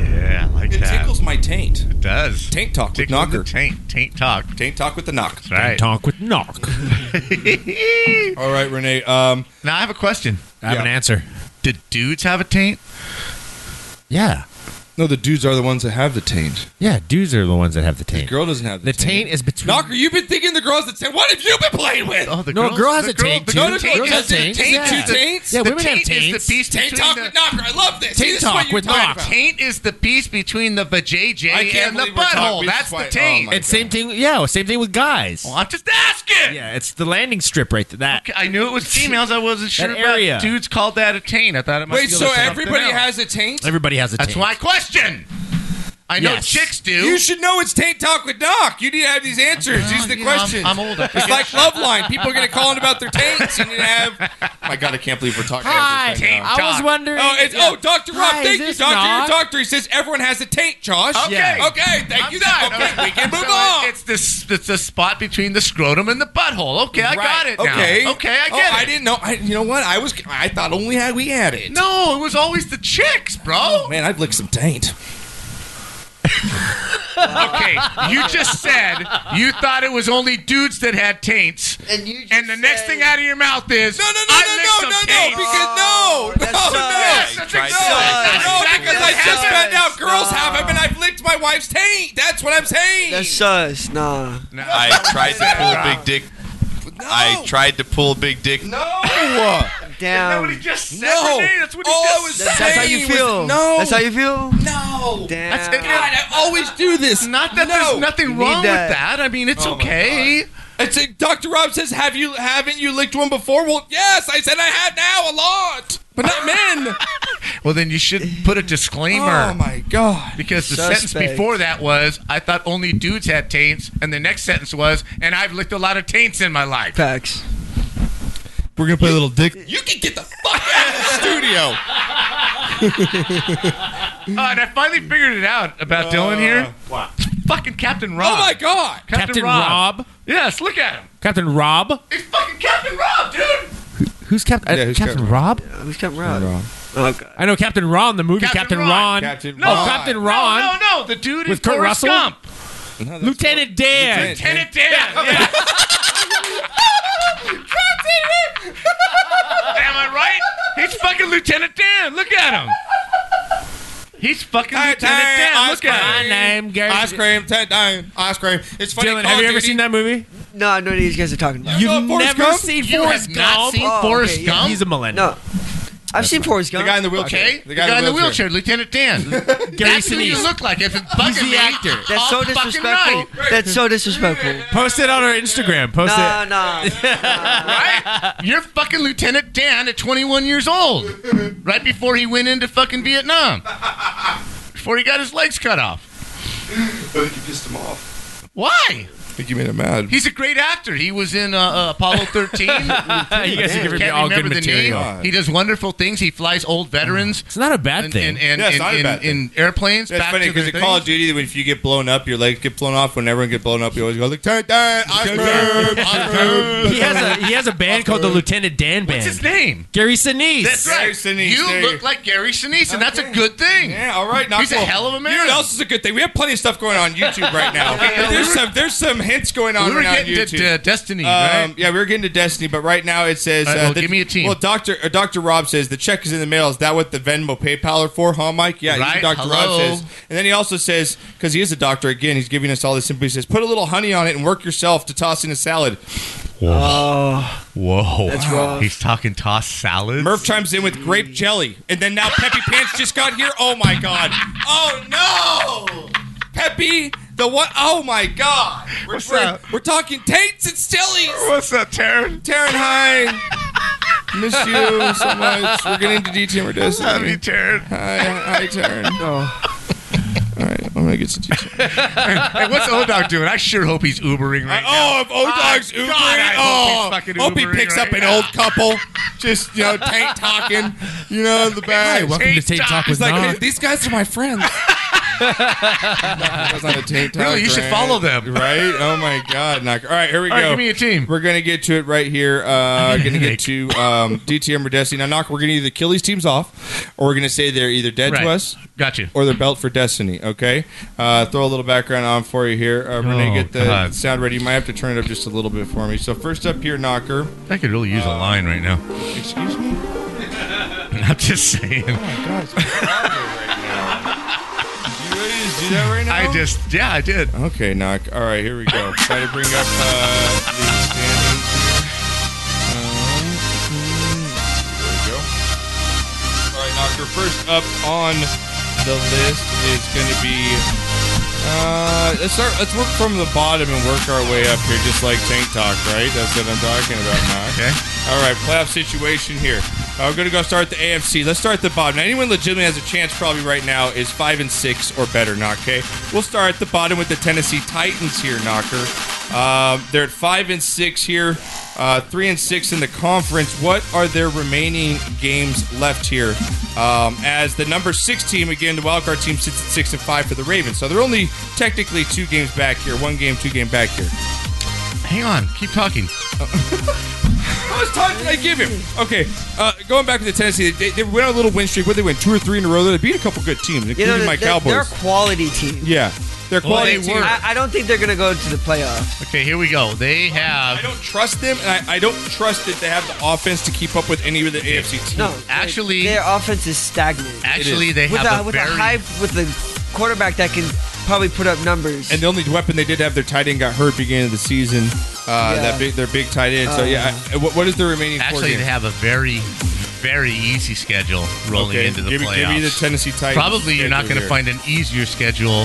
[SPEAKER 5] Yeah, I like
[SPEAKER 2] It
[SPEAKER 5] that.
[SPEAKER 2] tickles my taint. It
[SPEAKER 5] does.
[SPEAKER 2] Taint talk with knocker.
[SPEAKER 5] Taint. Taint talk.
[SPEAKER 2] Taint talk with the knock.
[SPEAKER 5] right. Taint
[SPEAKER 4] talk with knock.
[SPEAKER 2] All right, Renee. Um,
[SPEAKER 5] now I have a question.
[SPEAKER 4] I have an answer.
[SPEAKER 5] Did dudes have a taint?
[SPEAKER 4] Yeah.
[SPEAKER 2] No, the dudes are the ones that have the taint.
[SPEAKER 4] Yeah, dudes are the ones that have the taint.
[SPEAKER 2] Girl doesn't have the,
[SPEAKER 4] The taint is between.
[SPEAKER 2] Knocker, you've been thinking the girls that said, "What have you been playing with?" Oh,
[SPEAKER 4] the No, a girls- girl has the a girl- taint, the too. girl-
[SPEAKER 2] No, no,
[SPEAKER 4] taint
[SPEAKER 2] girls
[SPEAKER 4] has
[SPEAKER 2] have
[SPEAKER 4] taints.
[SPEAKER 2] taint,
[SPEAKER 4] Yeah.
[SPEAKER 2] two taints.
[SPEAKER 4] Yeah, The women have
[SPEAKER 5] taint is taints. the beast
[SPEAKER 2] Taint
[SPEAKER 5] between
[SPEAKER 2] talk
[SPEAKER 5] the-
[SPEAKER 2] with knocker. I love this. See,
[SPEAKER 5] Taint
[SPEAKER 2] this is what
[SPEAKER 5] talk
[SPEAKER 2] you're
[SPEAKER 5] with
[SPEAKER 2] talking
[SPEAKER 5] knock.
[SPEAKER 2] about.
[SPEAKER 5] Taint is the piece between the vajayjay and the butthole. That's
[SPEAKER 2] Oh
[SPEAKER 5] the taint.
[SPEAKER 4] it's same thing. Yeah, same thing with guys.
[SPEAKER 5] I'm just asking.
[SPEAKER 4] Yeah, it's the landing strip right there. That
[SPEAKER 5] I knew it was females. I wasn't sure
[SPEAKER 4] That
[SPEAKER 5] about
[SPEAKER 4] area.
[SPEAKER 5] dudes called that a taint. I thought it must
[SPEAKER 2] Wait,
[SPEAKER 5] be
[SPEAKER 2] so
[SPEAKER 5] like something
[SPEAKER 2] everybody
[SPEAKER 5] else.
[SPEAKER 2] has a taint?
[SPEAKER 4] everybody has a
[SPEAKER 5] That's
[SPEAKER 4] taint.
[SPEAKER 5] my question. I know
[SPEAKER 4] Yes.
[SPEAKER 5] chicks do.
[SPEAKER 2] You should know it's taint talk with knock. You need to have these answers. These are the
[SPEAKER 5] you know, I'm-
[SPEAKER 2] questions.
[SPEAKER 5] I'm old. I
[SPEAKER 2] It's
[SPEAKER 5] forget.
[SPEAKER 2] like love line. People are going to call in about their taints. You need to have. My God, I can't believe we're talking. about this right now.
[SPEAKER 4] wondering.
[SPEAKER 2] Oh, it's, oh, Doctor Rob,
[SPEAKER 4] Hi, is
[SPEAKER 2] thank you,
[SPEAKER 4] this
[SPEAKER 2] Doctor.
[SPEAKER 4] knock?
[SPEAKER 2] Your doctor he says everyone has a taint, Josh.
[SPEAKER 5] Okay. Yeah.
[SPEAKER 2] okay, thank you. That okay, we can move on.
[SPEAKER 5] It's this. It's the spot between the scrotum and the butthole. Okay, I got it. now.
[SPEAKER 2] Okay,
[SPEAKER 5] Okay, I get
[SPEAKER 2] oh,
[SPEAKER 5] it.
[SPEAKER 2] I didn't know. I, you know what? I was. I thought only had we had it.
[SPEAKER 5] No, it was always the chicks, bro.
[SPEAKER 2] Oh, man, I've licked some taint.
[SPEAKER 5] okay, you just said you thought it was only dudes that had taints, and, you and the next thing out of your mouth is no, no, no, I no, no, no, no,
[SPEAKER 2] because
[SPEAKER 5] Oh,
[SPEAKER 2] no, no, no,
[SPEAKER 5] Yes, that's
[SPEAKER 2] no, no, because I just found out girls have them, and I've licked my wife's taint. That's what I'm saying.
[SPEAKER 6] That's sus. Nah.
[SPEAKER 15] I tried to pull big dick. I tried to pull big dick.
[SPEAKER 2] No.
[SPEAKER 6] Damn.
[SPEAKER 5] just said,
[SPEAKER 2] No.
[SPEAKER 5] Renee? That's what he
[SPEAKER 2] All I
[SPEAKER 5] just
[SPEAKER 2] was
[SPEAKER 5] said.
[SPEAKER 6] Oh, That's how you
[SPEAKER 2] saying was-
[SPEAKER 6] feel.
[SPEAKER 2] no.
[SPEAKER 6] That's how you feel.
[SPEAKER 2] No.
[SPEAKER 6] Damn.
[SPEAKER 5] That's it.
[SPEAKER 2] God, I always do this. Oh
[SPEAKER 5] Not that there's nothing
[SPEAKER 6] need
[SPEAKER 5] wrong
[SPEAKER 6] that.
[SPEAKER 5] with that. I mean, it's okay.
[SPEAKER 2] It's like Dr. Rob says, "Have you haven't you licked one before?" Well, yes, I said I had now a lot, but not men.
[SPEAKER 5] Well, then you should put a disclaimer.
[SPEAKER 2] Oh my god.
[SPEAKER 5] Because the sentence
[SPEAKER 6] Suspect.
[SPEAKER 5] before that was, I thought only dudes had taints, and the next sentence was, and I've licked a lot of taints in my life.
[SPEAKER 6] Facts.
[SPEAKER 3] We're gonna play a little dick.
[SPEAKER 2] You can get the fuck out of the studio.
[SPEAKER 5] Uh, and I finally figured it out about Dylan here. Wow. Fucking Captain Rob.
[SPEAKER 2] Oh my god.
[SPEAKER 5] Captain,
[SPEAKER 4] Captain
[SPEAKER 5] Rob.
[SPEAKER 4] Rob.
[SPEAKER 5] Yes, look at him.
[SPEAKER 4] Captain Rob.
[SPEAKER 5] He's fucking Captain Rob, dude.
[SPEAKER 4] Who's Captain? uh,
[SPEAKER 2] Yeah, who's
[SPEAKER 4] Captain
[SPEAKER 2] Captain
[SPEAKER 4] Rob?
[SPEAKER 6] Who's Captain Rob? Oh, God.
[SPEAKER 4] I know Captain Ron, the movie.
[SPEAKER 5] Captain
[SPEAKER 4] Captain,
[SPEAKER 5] Ron.
[SPEAKER 4] Ron.
[SPEAKER 2] Captain
[SPEAKER 4] Oh,
[SPEAKER 2] Ron.
[SPEAKER 4] Captain Ron.
[SPEAKER 5] No, no, no. The dude
[SPEAKER 4] With
[SPEAKER 5] is
[SPEAKER 4] Kurt
[SPEAKER 5] Forrest
[SPEAKER 4] Russell?
[SPEAKER 5] Gump.
[SPEAKER 4] Lieutenant Dan.
[SPEAKER 5] Lieutenant Dan. Yeah. Am I right? He's fucking Lieutenant Dan. Look at him. He's fucking
[SPEAKER 2] Hey,
[SPEAKER 5] Lieutenant
[SPEAKER 2] hey,
[SPEAKER 5] Dan.
[SPEAKER 2] ice
[SPEAKER 5] Look at
[SPEAKER 4] My
[SPEAKER 2] cream.
[SPEAKER 5] him.
[SPEAKER 4] name, Gary.
[SPEAKER 2] Ice cream, ten time, ice cream. It's funny.
[SPEAKER 4] Dylan,
[SPEAKER 2] Call
[SPEAKER 4] have you
[SPEAKER 2] of
[SPEAKER 4] ever
[SPEAKER 2] Duty-
[SPEAKER 4] seen that movie?
[SPEAKER 6] No, I know what these guys are talking about.
[SPEAKER 2] You know Forrest
[SPEAKER 4] Never
[SPEAKER 2] Gump?
[SPEAKER 4] seen
[SPEAKER 5] You
[SPEAKER 4] Forrest
[SPEAKER 5] have not
[SPEAKER 4] Gump.
[SPEAKER 5] seen
[SPEAKER 6] Oh,
[SPEAKER 5] Forrest
[SPEAKER 6] okay, yeah.
[SPEAKER 5] Gump?
[SPEAKER 4] He's a millennial.
[SPEAKER 6] No. I've seen Forrest
[SPEAKER 2] The
[SPEAKER 6] Gump.
[SPEAKER 2] guy in the wheelchair.
[SPEAKER 5] Okay, the guy, in the wheelchair, Lieutenant Dan. That's who you
[SPEAKER 4] Sinise.
[SPEAKER 5] look like. If it's bugging
[SPEAKER 4] the
[SPEAKER 5] me,
[SPEAKER 4] actor.
[SPEAKER 6] That's so
[SPEAKER 5] all fucking
[SPEAKER 6] disrespectful.
[SPEAKER 5] night.
[SPEAKER 6] That's so disrespectful.
[SPEAKER 4] Post it on our Instagram. Post
[SPEAKER 6] Nah,
[SPEAKER 4] it.
[SPEAKER 6] nah.
[SPEAKER 5] right? You're fucking Lieutenant Dan at 21 years old, right before he went into fucking Vietnam, before he got his legs cut off.
[SPEAKER 2] I think you pissed him off.
[SPEAKER 5] Why?
[SPEAKER 2] I think you made him mad.
[SPEAKER 5] He's a great actor. He was in uh, uh, Apollo 13.
[SPEAKER 4] you guys are giving me
[SPEAKER 5] Can't
[SPEAKER 4] all good
[SPEAKER 5] remember the
[SPEAKER 4] material.
[SPEAKER 5] name. He does wonderful things. He flies old veterans
[SPEAKER 4] It's not a bad
[SPEAKER 5] in,
[SPEAKER 4] thing.
[SPEAKER 5] in, in,
[SPEAKER 2] Yeah, it's
[SPEAKER 5] in-
[SPEAKER 2] not a
[SPEAKER 5] in-
[SPEAKER 2] bad thing.
[SPEAKER 5] in airplanes.
[SPEAKER 2] That's
[SPEAKER 5] back
[SPEAKER 2] funny
[SPEAKER 5] to their
[SPEAKER 2] because in Call of
[SPEAKER 5] things.
[SPEAKER 2] Duty, when if you get blown up, your legs get blown off. When everyone get blown up, you always go Lieutenant Dan, ice cream, ice cream.
[SPEAKER 4] He has a he has a band called the Lieutenant Dan
[SPEAKER 5] What's
[SPEAKER 4] Band.
[SPEAKER 5] his name?
[SPEAKER 4] Gary Sinise.
[SPEAKER 5] That's right.
[SPEAKER 2] Gary Sinise, there
[SPEAKER 5] You
[SPEAKER 2] you-
[SPEAKER 5] look like Gary Sinise, and that's a
[SPEAKER 2] Okay.
[SPEAKER 5] good thing.
[SPEAKER 2] Yeah, all right. Not
[SPEAKER 5] He's a
[SPEAKER 2] cool.
[SPEAKER 5] hell of a man.
[SPEAKER 2] You know what else is a good thing? We have plenty of stuff going on YouTube right now.
[SPEAKER 5] Yeah,
[SPEAKER 2] there's
[SPEAKER 5] we were-
[SPEAKER 2] some there's some hints going on
[SPEAKER 5] we were
[SPEAKER 2] right now on
[SPEAKER 5] getting
[SPEAKER 2] YouTube.
[SPEAKER 5] to uh, Destiny,
[SPEAKER 2] Um,
[SPEAKER 5] right?
[SPEAKER 2] yeah, we were getting to Destiny, but right now it says. uh,
[SPEAKER 5] All right, well,
[SPEAKER 2] the-
[SPEAKER 5] give me a team.
[SPEAKER 2] Well, Doctor uh, Doctor Rob says the check is in the mail. Is that what the Venmo PayPal are for, huh, Mike? Yeah,
[SPEAKER 5] Right,
[SPEAKER 2] Doctor Rob
[SPEAKER 5] hello.
[SPEAKER 2] says, and then he also says because he is a doctor again. He's giving us all this. Simply says, put a little honey on it and work yourself to toss in a salad.
[SPEAKER 6] Oh,
[SPEAKER 5] Whoa.
[SPEAKER 6] That's rough.
[SPEAKER 5] He's talking toss salads.
[SPEAKER 2] Murph chimes in with grape jelly, and then now Peppy Pants just got here. Oh my god! Oh no! Peppy, the what? Oh my god! We're,
[SPEAKER 5] What's
[SPEAKER 2] we're,
[SPEAKER 5] up?
[SPEAKER 2] we're talking taints and stillies.
[SPEAKER 5] What's up, Taryn?
[SPEAKER 2] Taryn, hi. Miss you so much. We're getting into DTM or
[SPEAKER 5] Love you,
[SPEAKER 2] Destiny.
[SPEAKER 5] Taryn.
[SPEAKER 2] Hi, hi, Taryn.
[SPEAKER 6] oh.
[SPEAKER 2] All right, I'm gonna get some DTM.
[SPEAKER 5] Hey, what's Odog doing? I sure hope he's Ubering right now.
[SPEAKER 2] Oh, if O Dog's
[SPEAKER 5] Oh,
[SPEAKER 2] Ubering,
[SPEAKER 5] God, I
[SPEAKER 2] oh,
[SPEAKER 5] hope he's fucking
[SPEAKER 2] hope he
[SPEAKER 5] Ubering
[SPEAKER 2] picks up
[SPEAKER 5] right
[SPEAKER 2] an
[SPEAKER 5] now.
[SPEAKER 2] old couple, just you know, taint talking, you know, in the back.
[SPEAKER 4] Hey, welcome to
[SPEAKER 5] Tate
[SPEAKER 4] Tate Talk
[SPEAKER 5] Talk.
[SPEAKER 4] with
[SPEAKER 2] It's like,
[SPEAKER 4] Nog.
[SPEAKER 2] hey, these guys are my friends. That's not a taint
[SPEAKER 5] Really, you should follow
[SPEAKER 2] them, right? Oh my God, knock! All right, here we
[SPEAKER 5] All right,
[SPEAKER 2] go.
[SPEAKER 5] give me
[SPEAKER 2] a team. We're gonna get to it right here. Uh, gonna get to um, DTM or Destiny. Now, knock. We're gonna either kill these teams off, or we're gonna say they're either dead
[SPEAKER 5] Right.
[SPEAKER 2] to us, got you, or they're belt for Destiny. Okay. Uh, throw a little background on for you here. Uh, Renee,
[SPEAKER 5] Oh,
[SPEAKER 2] get the
[SPEAKER 5] God.
[SPEAKER 2] sound ready. You might have to turn it up just a little bit for me. So first up here, knocker.
[SPEAKER 5] I could really
[SPEAKER 2] Uh,
[SPEAKER 5] use a line right now.
[SPEAKER 2] Excuse me.
[SPEAKER 5] I'm just saying.
[SPEAKER 2] Oh
[SPEAKER 5] I just, yeah, I did.
[SPEAKER 2] Okay, knock. All right, here we go. Try to bring up uh, the standings. Um, there we go. All right, knocker. First up on the list is going to be. Uh, let's start. Let's work from the bottom and work our way up here, just like Tank Talk, right? That's what I'm talking about, knock. Okay. All right, playoff situation here. Uh, we're gonna go start the AFC. Let's start at the bottom. Now, anyone legitimately has a chance, probably right now, is five and six or better. Knock. Okay. We'll start at the bottom with the Tennessee Titans here, knocker. Um, they're at five and six here, uh, three and six in the conference. What are their remaining games left here? Um, as the number six team again, the wild card team sits at six and five for the Ravens. So they're only technically two games back here, one game, two game back here.
[SPEAKER 5] Hang on, keep talking.
[SPEAKER 2] How much Oh, time did I give him? Okay, uh, going back to the Tennessee, they, they went on a little win streak. What they win two or three in a row. They beat a couple good teams,
[SPEAKER 6] You
[SPEAKER 2] including
[SPEAKER 6] know,
[SPEAKER 2] my
[SPEAKER 6] they're,
[SPEAKER 2] Cowboys.
[SPEAKER 6] they're a quality team.
[SPEAKER 2] yeah, they're quality team.
[SPEAKER 6] I, I don't think they're gonna go to the playoffs.
[SPEAKER 5] Okay, here we go. They have.
[SPEAKER 2] I don't trust them, and I, I don't trust that they have the offense to keep up with any of the AFC teams.
[SPEAKER 6] No, actually, their offense is stagnant.
[SPEAKER 2] Actually, they
[SPEAKER 6] with
[SPEAKER 2] have
[SPEAKER 6] a,
[SPEAKER 2] a
[SPEAKER 6] with
[SPEAKER 2] very-
[SPEAKER 6] a hype with a quarterback that can probably put up numbers.
[SPEAKER 2] And the only weapon they did have, their tight end got hurt beginning of the season. Uh,
[SPEAKER 6] Yeah. Um,
[SPEAKER 2] That big, their big tight end. so
[SPEAKER 5] Uh.
[SPEAKER 2] yeah, I, what, what is the remaining? four
[SPEAKER 5] Actually, they
[SPEAKER 2] games?
[SPEAKER 5] have a very, very easy schedule rolling
[SPEAKER 2] Okay,
[SPEAKER 5] into the
[SPEAKER 2] give me-
[SPEAKER 5] playoffs.
[SPEAKER 2] give me the Tennessee Titans
[SPEAKER 5] Probably you're not
[SPEAKER 2] schedule
[SPEAKER 5] going to
[SPEAKER 2] here.
[SPEAKER 5] find an easier schedule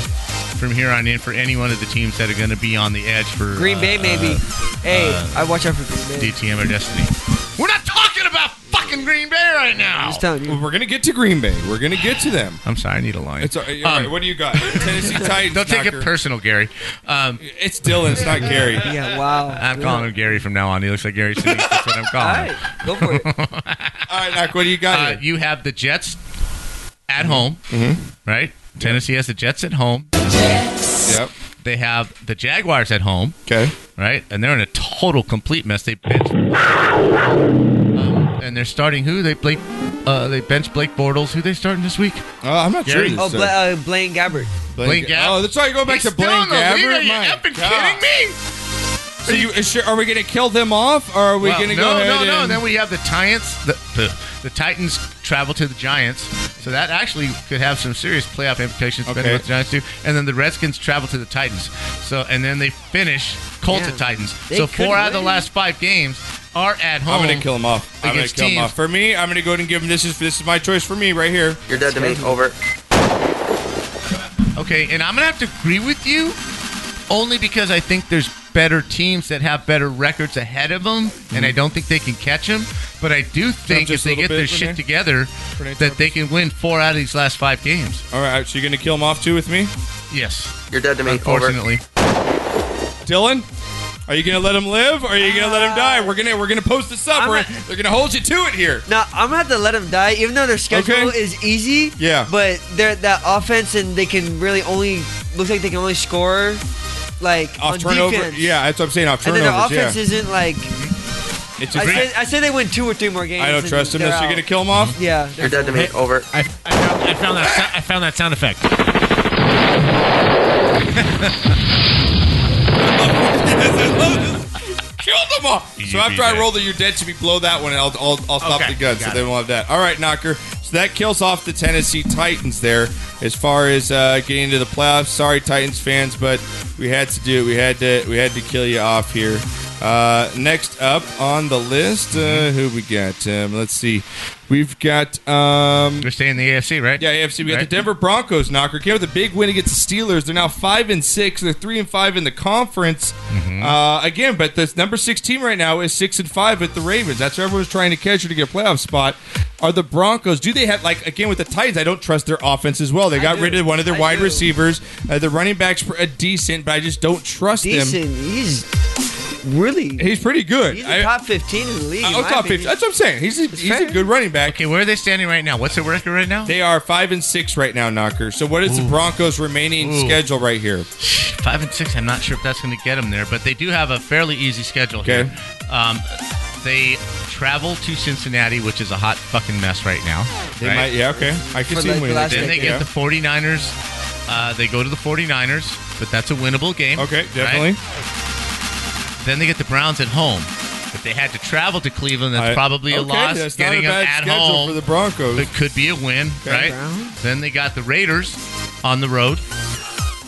[SPEAKER 5] from here on in for any one of the teams that are going to be on the edge for
[SPEAKER 6] Green
[SPEAKER 5] uh,
[SPEAKER 6] Bay, maybe.
[SPEAKER 5] uh,
[SPEAKER 6] hey,
[SPEAKER 5] uh,
[SPEAKER 6] I watch out for Green Bay.
[SPEAKER 5] DTM or Destiny.
[SPEAKER 1] We're not talking about fucking Green Bay right now.
[SPEAKER 2] Well, We're gonna get to Green Bay. We're gonna get to them.
[SPEAKER 5] I'm sorry, I need a line.
[SPEAKER 2] It's all right. all
[SPEAKER 5] Um,
[SPEAKER 2] right, what do you got? Tennessee Titans.
[SPEAKER 5] Don't take it
[SPEAKER 2] knocker.
[SPEAKER 5] personal, Gary. Um,
[SPEAKER 2] it's Dylan. It's not Gary.
[SPEAKER 6] Yeah. Wow.
[SPEAKER 5] I'm calling him Gary from now on. He looks like Gary Sinise. That's what I'm calling. him.
[SPEAKER 6] Go for it.
[SPEAKER 2] All right, Knock, what do you got? Mm-hmm.
[SPEAKER 5] Uh, you have the Jets at home, right? Tennessee has the Jets at home.
[SPEAKER 2] Yep.
[SPEAKER 5] They have the Jaguars at home.
[SPEAKER 2] Okay.
[SPEAKER 5] Right? And they're in a total complete mess. They bench. Um, and they're starting who? They Blake. Uh, they bench Blake Bortles. Who they starting this week?
[SPEAKER 2] Uh, I'm not
[SPEAKER 5] Gary?
[SPEAKER 6] Oh, Bla- uh, Blaine Gabbert.
[SPEAKER 5] Blaine Gabbert.
[SPEAKER 2] Oh, that's why you go back
[SPEAKER 5] He's
[SPEAKER 2] to
[SPEAKER 5] still
[SPEAKER 2] Blaine
[SPEAKER 5] in the league?
[SPEAKER 2] Gabbert.
[SPEAKER 5] Are you
[SPEAKER 2] My
[SPEAKER 5] effing
[SPEAKER 2] God.
[SPEAKER 5] kidding me?
[SPEAKER 2] So you is sure- are we gonna kill them off, or are we
[SPEAKER 5] Well,
[SPEAKER 2] gonna
[SPEAKER 5] no,
[SPEAKER 2] go ahead?
[SPEAKER 5] no, no.
[SPEAKER 2] and-
[SPEAKER 5] Then we have the Titans. The, the, the Titans travel to the Giants, so that actually could have some serious playoff implications. Depending
[SPEAKER 2] Okay.
[SPEAKER 5] on what the Giants do, and then the Redskins travel to the Titans. So and then they finish Colts
[SPEAKER 2] Yeah.
[SPEAKER 5] to Titans.
[SPEAKER 2] They
[SPEAKER 5] so
[SPEAKER 2] could
[SPEAKER 5] four out of the
[SPEAKER 2] win.
[SPEAKER 5] last five games are at home.
[SPEAKER 2] I'm gonna kill them off. I'm gonna
[SPEAKER 5] against
[SPEAKER 2] kill them
[SPEAKER 5] teams.
[SPEAKER 2] off. For me, I'm gonna go ahead and give them this is this is my choice for me right here. You're dead to me. Over.
[SPEAKER 5] Okay, and I'm gonna have to agree with you, only because I think there's better teams that have better records ahead of them, and I don't think they can catch them. But I do think if
[SPEAKER 2] Mm-hmm. just a
[SPEAKER 5] they
[SPEAKER 2] little
[SPEAKER 5] get
[SPEAKER 2] bit,
[SPEAKER 5] their shit
[SPEAKER 2] Renee?
[SPEAKER 5] together,
[SPEAKER 2] Renee,
[SPEAKER 5] that they can win four out of these last five games.
[SPEAKER 2] All right, so you're gonna kill them off too with me?
[SPEAKER 5] Yes,
[SPEAKER 2] You're dead to me.
[SPEAKER 5] Unfortunately.
[SPEAKER 2] Dylan. Are you gonna let them live? Or are you gonna let them die? We're gonna we're gonna post this up. We're, they're gonna hold you to it here.
[SPEAKER 6] No, I'm gonna have to let them die, even though their schedule
[SPEAKER 2] Okay.
[SPEAKER 6] is easy.
[SPEAKER 2] Yeah.
[SPEAKER 6] But they're that offense, and they can really only looks like they can only score like
[SPEAKER 2] Off
[SPEAKER 6] on
[SPEAKER 2] turnover.
[SPEAKER 6] defense.
[SPEAKER 2] Yeah, that's what I'm saying. Off
[SPEAKER 6] And then
[SPEAKER 2] turnovers.
[SPEAKER 6] their offense
[SPEAKER 2] yeah.
[SPEAKER 6] isn't like.
[SPEAKER 2] It's a
[SPEAKER 6] I
[SPEAKER 2] great-
[SPEAKER 6] said, I said they win two or three more games.
[SPEAKER 2] I don't
[SPEAKER 6] and
[SPEAKER 2] trust them.
[SPEAKER 6] they're
[SPEAKER 2] So you're
[SPEAKER 6] out.
[SPEAKER 2] gonna kill them off?
[SPEAKER 6] Yeah.
[SPEAKER 4] You're dead to me.
[SPEAKER 6] Over.
[SPEAKER 4] I, I, found, I found that. sou- I found that sound effect.
[SPEAKER 2] Killed them all. So after I roll the "You're Dead" to me, blow that one, and I'll, I'll, I'll stop
[SPEAKER 5] Okay,
[SPEAKER 2] the gun, so
[SPEAKER 5] got
[SPEAKER 2] they won't have that. All right, Knocker. So that kills off the Tennessee Titans there as far as uh, getting into the playoffs. Sorry, Titans fans, but we had to do it. We had to we had to kill you off here. Uh, next up on the list, uh,
[SPEAKER 5] Mm-hmm.
[SPEAKER 2] who we got? Um, let's see. We've got. Um,
[SPEAKER 5] We're staying in the AFC, right?
[SPEAKER 2] Yeah, AFC. We got
[SPEAKER 5] Right.
[SPEAKER 2] the Denver Broncos knocker. Came with a big win against the Steelers. They're now five and six. They're three and five in the conference. Uh, again, but this number six team right now is six and five with the Ravens. That's where everyone's trying to catch her to get a playoff spot. Are the Broncos? Do they have like again with the Titans? I don't trust their offense as well. They got rid of one of their wide uh, receivers. Uh, the running backs are decent, but I just don't trust them.
[SPEAKER 6] Decent. He's really.
[SPEAKER 2] He's pretty good.
[SPEAKER 6] He's the top fifteen in the league. in
[SPEAKER 2] Oh,
[SPEAKER 6] my
[SPEAKER 2] top
[SPEAKER 6] opinion.
[SPEAKER 2] 15. That's what I'm saying. He's a, he's a
[SPEAKER 6] fair.
[SPEAKER 2] good running back. Okay, where are they standing right now? What's their record right now? They are five and six right now, Knocker. So what is the Broncos' remaining
[SPEAKER 5] Ooh.
[SPEAKER 2] schedule right here?
[SPEAKER 5] Five and six. I'm not sure if that's going to get them there, but they do have a fairly easy schedule
[SPEAKER 2] Okay.
[SPEAKER 5] here. Um, they travel to Cincinnati, which is a hot fucking mess right now.
[SPEAKER 2] They
[SPEAKER 5] right?
[SPEAKER 2] might. Yeah. Okay. I can see them winning. this
[SPEAKER 5] Then
[SPEAKER 2] game,
[SPEAKER 5] they
[SPEAKER 2] yeah.
[SPEAKER 5] get the 49ers. Uh, they go to the 49ers, but that's a winnable game. Okay,
[SPEAKER 2] definitely.
[SPEAKER 5] Then they get the Browns at home. If they had to travel to Cleveland, that's
[SPEAKER 2] I-
[SPEAKER 5] probably a
[SPEAKER 2] okay,
[SPEAKER 5] loss.
[SPEAKER 2] that's not
[SPEAKER 5] Getting
[SPEAKER 2] a
[SPEAKER 5] them
[SPEAKER 2] bad
[SPEAKER 5] at
[SPEAKER 2] schedule
[SPEAKER 5] home
[SPEAKER 2] for the Broncos.
[SPEAKER 5] It could be a win,
[SPEAKER 2] Okay.
[SPEAKER 5] right?
[SPEAKER 2] Browns.
[SPEAKER 5] Then they got the Raiders on the road,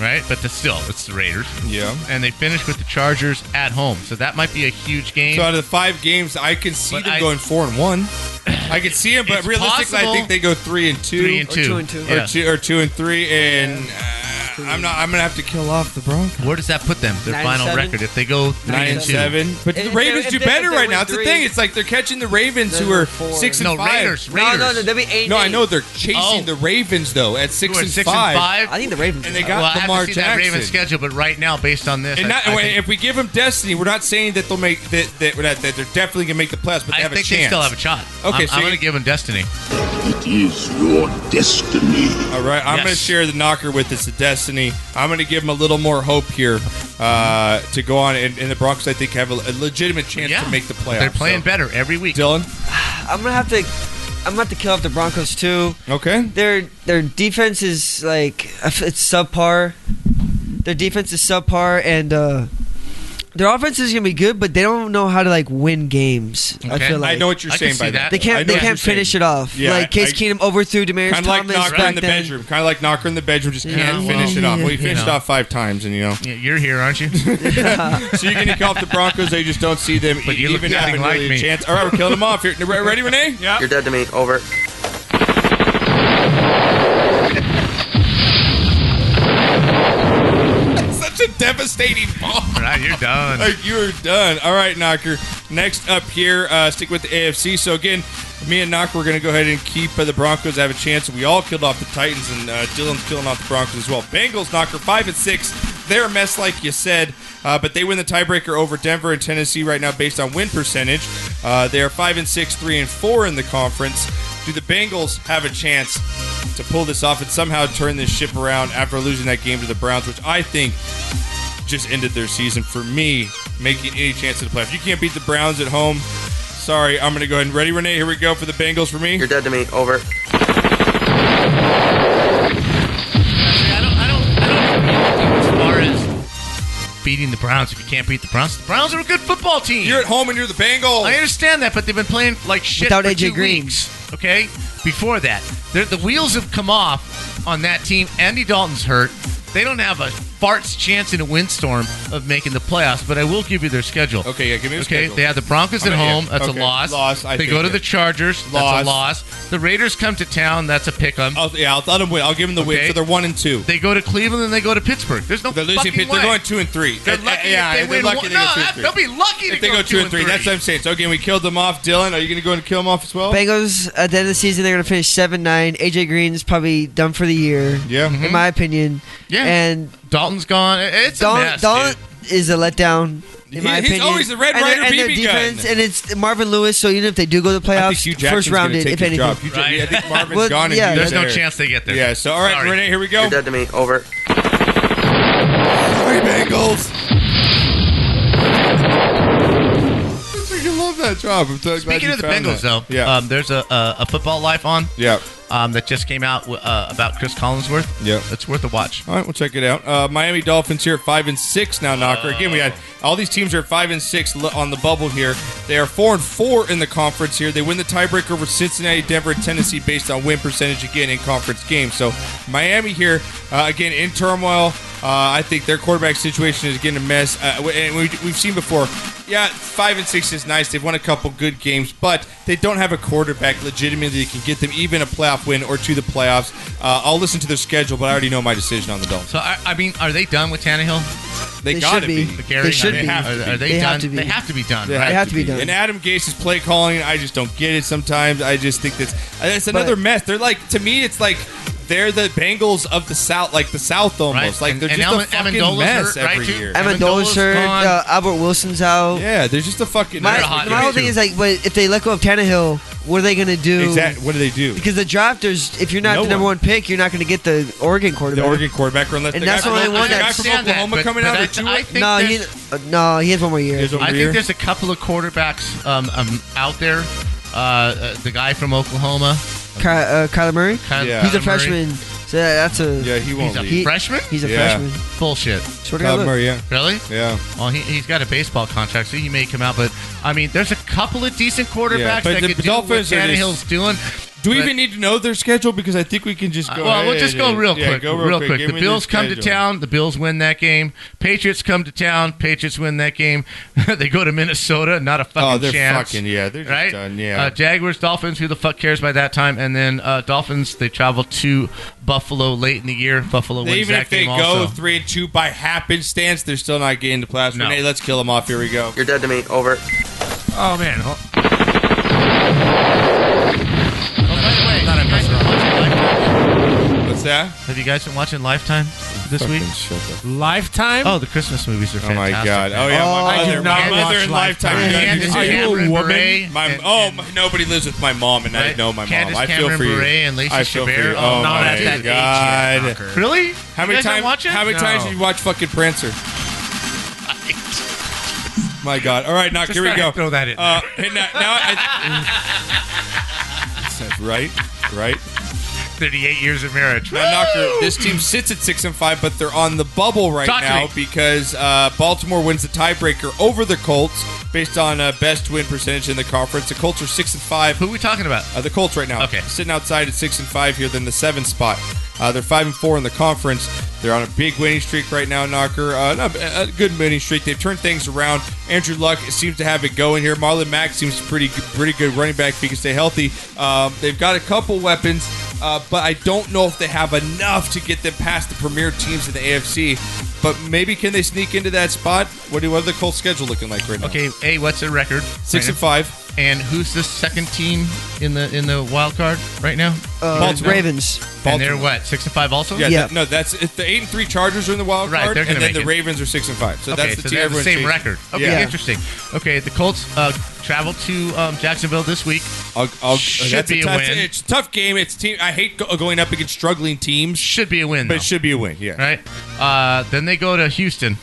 [SPEAKER 5] right? But the, still, it's the Raiders.
[SPEAKER 2] Yeah.
[SPEAKER 5] And they finish with the Chargers at home, so that might be a huge game.
[SPEAKER 2] So out of the five games, I can see them going four and one. I can see them, but
[SPEAKER 5] It's
[SPEAKER 2] realistically, I
[SPEAKER 5] possible.
[SPEAKER 2] think they go three and two,
[SPEAKER 5] Three and Or two. two and two.
[SPEAKER 2] or
[SPEAKER 5] Yeah.
[SPEAKER 2] two, or two and three, and uh, I'm not. I'm gonna have to kill off the Broncos.
[SPEAKER 5] Where does that put them? Their
[SPEAKER 2] Nine
[SPEAKER 5] final
[SPEAKER 2] and seven?
[SPEAKER 5] record. If they go three
[SPEAKER 2] Nine
[SPEAKER 5] and
[SPEAKER 2] and
[SPEAKER 5] two.
[SPEAKER 2] seven. But the Ravens do better right now. It's the thing. It's like they're catching the Ravens who are six and
[SPEAKER 5] No,
[SPEAKER 2] five.
[SPEAKER 5] Raiders, No, no, Raiders. they'll be eight and
[SPEAKER 2] No, I
[SPEAKER 5] eight.
[SPEAKER 2] know they're chasing
[SPEAKER 5] Oh.
[SPEAKER 2] the Ravens though at six,
[SPEAKER 5] Who are
[SPEAKER 2] and,
[SPEAKER 5] six and
[SPEAKER 2] five.
[SPEAKER 5] five?
[SPEAKER 6] I think the Ravens.
[SPEAKER 2] And they got
[SPEAKER 5] well, I
[SPEAKER 2] Lamar
[SPEAKER 5] haven't seen that
[SPEAKER 2] Jackson.
[SPEAKER 5] Ravens schedule, but right now, based on this,
[SPEAKER 2] And
[SPEAKER 5] I-
[SPEAKER 2] not,
[SPEAKER 5] I,
[SPEAKER 2] wait,
[SPEAKER 5] think,
[SPEAKER 2] if we give them destiny, we're not saying that they'll make that that, that they're definitely gonna make the playoffs, but they
[SPEAKER 5] I
[SPEAKER 2] have
[SPEAKER 5] think
[SPEAKER 2] a
[SPEAKER 5] they
[SPEAKER 2] chance.
[SPEAKER 5] still have a shot.
[SPEAKER 2] Okay,
[SPEAKER 5] I'm,
[SPEAKER 2] so
[SPEAKER 5] I'm
[SPEAKER 2] you-
[SPEAKER 5] going to give them destiny.
[SPEAKER 19] It is your destiny.
[SPEAKER 2] All right, I'm going to share the knocker with us, the destiny. I'm going to give him a little more hope here uh, to go on, and, and the Broncos, I think, have a, a legitimate chance to make the playoffs.
[SPEAKER 5] They're playing
[SPEAKER 2] so.
[SPEAKER 5] better every week.
[SPEAKER 2] Dylan,
[SPEAKER 6] I'm gonna have to. I'm gonna have to kill off the Broncos too.
[SPEAKER 2] Okay.
[SPEAKER 6] Their their defense is like it's subpar. Their defense is subpar, and uh, their offense is gonna be good, but they don't know how to like win games. I
[SPEAKER 2] Okay.
[SPEAKER 6] feel
[SPEAKER 2] I
[SPEAKER 6] like
[SPEAKER 2] know what you're I can saying by see that. that.
[SPEAKER 6] They
[SPEAKER 2] I
[SPEAKER 6] can't. They
[SPEAKER 2] know what
[SPEAKER 6] can't
[SPEAKER 2] you're saying.
[SPEAKER 6] finish it off.
[SPEAKER 2] Yeah,
[SPEAKER 6] like Case
[SPEAKER 2] I-
[SPEAKER 6] Keenum overthrew Demarius
[SPEAKER 2] kind of like
[SPEAKER 6] Thomas
[SPEAKER 2] knocker
[SPEAKER 6] back
[SPEAKER 2] in the
[SPEAKER 6] then.
[SPEAKER 2] bedroom, kind of like knocker in the bedroom, just can't
[SPEAKER 5] well,
[SPEAKER 2] finish it off. Well, he
[SPEAKER 5] you
[SPEAKER 2] finished
[SPEAKER 5] know.
[SPEAKER 2] off five times, and you know.
[SPEAKER 5] You're here, aren't you?
[SPEAKER 2] so you're going to call off the Broncos. They just don't see them but
[SPEAKER 5] you look
[SPEAKER 2] even
[SPEAKER 5] nothing
[SPEAKER 2] having
[SPEAKER 5] like
[SPEAKER 2] really a
[SPEAKER 5] me.
[SPEAKER 2] chance. All right, we're killing them off here. Re- Ready, Renee? Yeah.
[SPEAKER 20] You're dead to me. Over.
[SPEAKER 2] Such a devastating ball.
[SPEAKER 5] Right, you're done.
[SPEAKER 2] like you are done. All right, Knocker. Next up here, uh, stick with the AFC. So again, me and Knocker, we're going to go ahead and keep uh, the Broncos have a chance. We all killed off the Titans, and uh, Dylan's killing off the Broncos as well. Bengals, Knocker, five and six. They're a mess, like you said, uh, but they win the tiebreaker over Denver and Tennessee right now based on win percentage. Uh, they are five and six, three and four in the conference. Do the Bengals have a chance to pull this off and somehow turn this ship around after losing that game to the Browns, which I think just ended their season for me, making any chance of the playoff. You can't beat the Browns at home. Sorry, I'm going to go ahead and ready, Renee. Here we go for the Bengals for me. You're
[SPEAKER 20] dead to me. Over.
[SPEAKER 5] As far as beating the Browns, if you can't beat the Browns, the Browns are a good football team.
[SPEAKER 2] You're at home and you're the Bengals.
[SPEAKER 5] I understand that, but they've been playing like shit
[SPEAKER 6] Without
[SPEAKER 5] for
[SPEAKER 6] AJ
[SPEAKER 5] two
[SPEAKER 6] Green.
[SPEAKER 5] weeks. Okay, before that, They're- the wheels have come off on that team. Andy Dalton's hurt. They don't have a fart's chance in a windstorm of making the playoffs, but I will give you their schedule.
[SPEAKER 2] Okay, yeah, give me the
[SPEAKER 5] okay,
[SPEAKER 2] schedule.
[SPEAKER 5] they have the Broncos
[SPEAKER 2] I'm
[SPEAKER 5] at
[SPEAKER 2] an
[SPEAKER 5] home.
[SPEAKER 2] idiot.
[SPEAKER 5] That's
[SPEAKER 2] Okay,
[SPEAKER 5] a loss.
[SPEAKER 2] loss, I
[SPEAKER 5] they
[SPEAKER 2] think,
[SPEAKER 5] go to
[SPEAKER 2] yeah.
[SPEAKER 5] the Chargers.
[SPEAKER 2] Loss.
[SPEAKER 5] That's a loss. The Raiders come to town. That's a pick 'em.
[SPEAKER 2] I'll, yeah, I'll let them win. I'll give them the win. So they're one and two.
[SPEAKER 5] They go to Cleveland and they go to Pittsburgh. There's no
[SPEAKER 2] They're losing.
[SPEAKER 5] fucking
[SPEAKER 2] Pitt. They're
[SPEAKER 5] way.
[SPEAKER 2] going two and three.
[SPEAKER 5] They're
[SPEAKER 2] Uh,
[SPEAKER 5] lucky
[SPEAKER 2] yeah,
[SPEAKER 5] if they
[SPEAKER 2] they're
[SPEAKER 5] win
[SPEAKER 2] lucky
[SPEAKER 5] one-
[SPEAKER 2] they go
[SPEAKER 5] No,
[SPEAKER 2] two and
[SPEAKER 5] that-
[SPEAKER 2] three.
[SPEAKER 5] they'll be lucky
[SPEAKER 2] if
[SPEAKER 5] to
[SPEAKER 2] they
[SPEAKER 5] go
[SPEAKER 2] go
[SPEAKER 5] two
[SPEAKER 2] two and
[SPEAKER 5] and
[SPEAKER 2] three.
[SPEAKER 5] three.
[SPEAKER 2] That's what I'm saying. So again, we killed them off. Dylan, are you going to go and kill them off as well?
[SPEAKER 6] Bengals at the end of the season they're gonna finish seven nine. AJ Green's probably done for the year.
[SPEAKER 2] Yeah,
[SPEAKER 6] in my opinion.
[SPEAKER 5] Yeah.
[SPEAKER 6] and
[SPEAKER 5] Dalton's gone. It's a
[SPEAKER 6] Dalton,
[SPEAKER 5] mess,
[SPEAKER 6] Dalton is a letdown. In
[SPEAKER 2] He-
[SPEAKER 6] my
[SPEAKER 2] he's
[SPEAKER 6] opinion.
[SPEAKER 2] always the Red
[SPEAKER 6] and their-
[SPEAKER 2] Ryder
[SPEAKER 6] and their
[SPEAKER 2] BB gun.
[SPEAKER 6] defense, and it's Marvin Lewis. So even if they do go to the
[SPEAKER 2] I
[SPEAKER 6] playoffs,
[SPEAKER 2] think Hugh Jackson's
[SPEAKER 6] first rounded,
[SPEAKER 2] gonna
[SPEAKER 6] if
[SPEAKER 2] take
[SPEAKER 6] anything.
[SPEAKER 2] his job. Hugh Ja- I think Marvin's
[SPEAKER 6] Well,
[SPEAKER 2] gone. And
[SPEAKER 6] yeah.
[SPEAKER 2] Hugh's
[SPEAKER 6] There's no
[SPEAKER 2] there.
[SPEAKER 5] chance they get there.
[SPEAKER 2] Yeah. So all right,
[SPEAKER 5] Sorry.
[SPEAKER 2] Renee, here we go.
[SPEAKER 20] You're dead to me. Over.
[SPEAKER 2] Sorry, Bengals. I love that job. I'm so glad
[SPEAKER 5] Speaking
[SPEAKER 2] you
[SPEAKER 5] of the
[SPEAKER 2] found
[SPEAKER 5] Bengals,
[SPEAKER 2] that.
[SPEAKER 5] though, um, there's a, a, a football life on.
[SPEAKER 2] Yeah.
[SPEAKER 5] Um, that just came out uh, about Chris Collinsworth.
[SPEAKER 2] Yeah.
[SPEAKER 5] It's worth a watch.
[SPEAKER 2] All right, we'll check it out. Uh, Miami Dolphins here at five and six now. Knocker again. We had all these teams are at five and six li- on the bubble here. They are four and four in the conference here. They win the tiebreaker over Cincinnati, Denver, and Tennessee based on win percentage again in conference games. So Miami here uh, again in turmoil. Uh, I think their quarterback situation is getting a mess, uh, w- and we, we've seen before. Yeah, five and six is nice. They've won a couple good games, but they don't have a quarterback legitimately that can get them even a playoff win or to the playoffs. Uh, I'll listen to their schedule, but I already know my decision on the Dolphins.
[SPEAKER 5] So, I, I mean, are they done with Tannehill?
[SPEAKER 2] They They gotta should be. be.
[SPEAKER 5] The Gary,
[SPEAKER 2] They should
[SPEAKER 5] I mean,
[SPEAKER 2] be.
[SPEAKER 5] Are, are they,
[SPEAKER 2] They have
[SPEAKER 5] done?
[SPEAKER 2] to be.
[SPEAKER 5] They have to be done.
[SPEAKER 2] They
[SPEAKER 5] right?
[SPEAKER 2] have And Adam Gase's play uh, calling, I just don't get it sometimes. I just think that's that's another mess. They're like to me, it's like they're the Bengals of the South, like the South almost. Like they're
[SPEAKER 5] and
[SPEAKER 2] just
[SPEAKER 5] Am-
[SPEAKER 2] a fucking
[SPEAKER 5] Amendola's
[SPEAKER 2] mess
[SPEAKER 5] hurt, right,
[SPEAKER 2] every
[SPEAKER 5] too?
[SPEAKER 2] year.
[SPEAKER 6] Amendola's hurt. Uh, Albert Wilson's out.
[SPEAKER 2] Yeah, they're just a fucking.
[SPEAKER 6] My,
[SPEAKER 2] they're a hot
[SPEAKER 6] my whole
[SPEAKER 2] team.
[SPEAKER 6] thing is like, but if they let go of Tannehill, what are they going to do?
[SPEAKER 2] Exact- What do they do?
[SPEAKER 6] Because the drafters, if you're not
[SPEAKER 2] No
[SPEAKER 6] the number one pick, you're not going to get the Oregon quarterback.
[SPEAKER 2] The Oregon quarterback run that.
[SPEAKER 6] and that's the only one
[SPEAKER 2] The
[SPEAKER 6] that-
[SPEAKER 2] guy from Oklahoma coming out. of two-
[SPEAKER 6] no, he, uh, no, he has one more year.
[SPEAKER 5] I think there's a couple of quarterbacks um, um, out there. Uh, uh, the guy from Oklahoma.
[SPEAKER 6] Ky- uh, Kyler Murray.
[SPEAKER 5] Ky- Yeah.
[SPEAKER 6] He's a
[SPEAKER 5] Kyler Murray.
[SPEAKER 6] freshman. So that's a
[SPEAKER 2] yeah. He
[SPEAKER 5] He's a freshman?
[SPEAKER 6] He's a freshman.
[SPEAKER 5] Bullshit.
[SPEAKER 6] Swear to God, Kyler look. Murray, yeah.
[SPEAKER 5] Really?
[SPEAKER 2] Yeah.
[SPEAKER 5] Well, he, he's got a baseball contract, so he may come out. But, I mean, there's a couple of decent quarterbacks
[SPEAKER 2] Yeah,
[SPEAKER 5] that
[SPEAKER 2] but the
[SPEAKER 5] could do what
[SPEAKER 2] Dolphins are just-
[SPEAKER 5] Tannehill's doing.
[SPEAKER 2] Do we
[SPEAKER 5] but- Uh,
[SPEAKER 2] even need to know their schedule? Because I think we can just go.
[SPEAKER 5] well, we'll
[SPEAKER 2] ahead
[SPEAKER 5] just go
[SPEAKER 2] and-
[SPEAKER 5] real
[SPEAKER 2] yeah,
[SPEAKER 5] quick.
[SPEAKER 2] go
[SPEAKER 5] real, quick.
[SPEAKER 2] Give
[SPEAKER 5] The
[SPEAKER 2] me
[SPEAKER 5] Bills
[SPEAKER 2] the
[SPEAKER 5] come to
[SPEAKER 2] schedule.
[SPEAKER 5] town. The Bills win that game. Patriots come to town. Patriots win that game. they go to Minnesota. Not a fucking
[SPEAKER 2] Oh, they're
[SPEAKER 5] chance.
[SPEAKER 2] fucking yeah. They're just
[SPEAKER 5] right?
[SPEAKER 2] done. Yeah.
[SPEAKER 5] Uh, Jaguars, Dolphins. Who the fuck cares by that time? And then uh, Dolphins. They travel to Buffalo late in the year. Buffalo wins
[SPEAKER 2] even
[SPEAKER 5] that
[SPEAKER 2] if they
[SPEAKER 5] game
[SPEAKER 2] go
[SPEAKER 5] also.
[SPEAKER 2] three and two by happenstance, they're still not getting the playoffs.
[SPEAKER 5] No.
[SPEAKER 2] Renee, let's kill them off. Here we go. You're dead to me. Over.
[SPEAKER 5] Oh man. Oh, oh by the way, have you guys been watching Lifetime? Have you
[SPEAKER 2] What's that?
[SPEAKER 5] guys been watching Lifetime this week?
[SPEAKER 4] Lifetime?
[SPEAKER 5] Oh, the Christmas movies are
[SPEAKER 2] Oh my
[SPEAKER 5] fantastic.
[SPEAKER 2] god! Oh yeah,
[SPEAKER 5] man.
[SPEAKER 2] my mother, my mother in lifetime.
[SPEAKER 5] Candace
[SPEAKER 2] Are you
[SPEAKER 5] Cameron
[SPEAKER 2] a
[SPEAKER 5] Bure
[SPEAKER 2] woman? My,
[SPEAKER 5] and-
[SPEAKER 2] oh, my, nobody lives with my mom, and I
[SPEAKER 5] Right?
[SPEAKER 2] know my
[SPEAKER 5] Candace
[SPEAKER 2] mom. I feel
[SPEAKER 5] Cameron
[SPEAKER 2] for you.
[SPEAKER 5] Bure and Lacey
[SPEAKER 2] I feel for
[SPEAKER 5] Chabert.
[SPEAKER 2] you.
[SPEAKER 5] Oh,
[SPEAKER 2] Oh,
[SPEAKER 5] no,
[SPEAKER 2] my
[SPEAKER 5] that's that age
[SPEAKER 2] god!
[SPEAKER 5] yet, fucker. Really?
[SPEAKER 2] How
[SPEAKER 5] You
[SPEAKER 2] many
[SPEAKER 5] guys don't
[SPEAKER 2] times?
[SPEAKER 5] watch it?
[SPEAKER 2] How many times
[SPEAKER 5] No.
[SPEAKER 2] did you watch fucking Prancer? My God! All right, knock.
[SPEAKER 5] Just
[SPEAKER 2] Here we
[SPEAKER 5] thought I'd
[SPEAKER 2] go.
[SPEAKER 5] throw that in
[SPEAKER 2] Uh,
[SPEAKER 5] there.
[SPEAKER 2] and now, now I, right, right.
[SPEAKER 5] 38 years of marriage.
[SPEAKER 2] Now, Knocker, this team sits at six and five, but they're on the bubble right
[SPEAKER 5] Talk to
[SPEAKER 2] now
[SPEAKER 5] me.
[SPEAKER 2] because uh, Baltimore wins the tiebreaker over the Colts based on uh, best win percentage in the conference. The Colts are six and five. Who
[SPEAKER 5] are we talking about?
[SPEAKER 2] Uh, the Colts right now. Okay, sitting outside at six and five here, then the seventh spot. Uh, they're five and four in the conference. They're on a big winning streak right now, Knocker. Uh, not a a good winning streak. They've turned things around. Andrew Luck seems to have it going here. Marlon Mack seems pretty good, pretty good running back if he can stay healthy. Um, they've got a couple weapons, uh, but I don't know if they have enough to get them past the premier teams in the AFC. But maybe can they sneak into that spot? What do what are the Colts schedule looking like right now?
[SPEAKER 5] Okay, A, what's their record?
[SPEAKER 2] Six and five.
[SPEAKER 5] And who's the second team in the in the wild card right now?
[SPEAKER 6] Uh,
[SPEAKER 5] You guys know?
[SPEAKER 6] Ravens.
[SPEAKER 5] And they're what? Six and five also?
[SPEAKER 2] Yeah, th- no, that's if the eight and three Chargers are in the wild
[SPEAKER 5] Right,
[SPEAKER 2] card,
[SPEAKER 5] they're
[SPEAKER 2] and
[SPEAKER 5] gonna
[SPEAKER 2] then
[SPEAKER 5] make
[SPEAKER 2] the
[SPEAKER 5] it.
[SPEAKER 2] Ravens are six and five. So
[SPEAKER 5] okay,
[SPEAKER 2] that's the
[SPEAKER 5] so
[SPEAKER 2] team
[SPEAKER 5] they have the
[SPEAKER 2] everyone's
[SPEAKER 5] same
[SPEAKER 2] chasing.
[SPEAKER 5] record. Okay,
[SPEAKER 2] Yeah.
[SPEAKER 5] interesting. Okay, the Colts uh, travel to um, Jacksonville this week. Should
[SPEAKER 2] That's
[SPEAKER 5] be a,
[SPEAKER 2] tough,
[SPEAKER 5] win.
[SPEAKER 2] It's a tough game. It's team. I hate go- going up against struggling teams.
[SPEAKER 5] Should be a win,
[SPEAKER 2] but
[SPEAKER 5] though.
[SPEAKER 2] it should be a win. Yeah,
[SPEAKER 5] Right. Uh, then they go to Houston.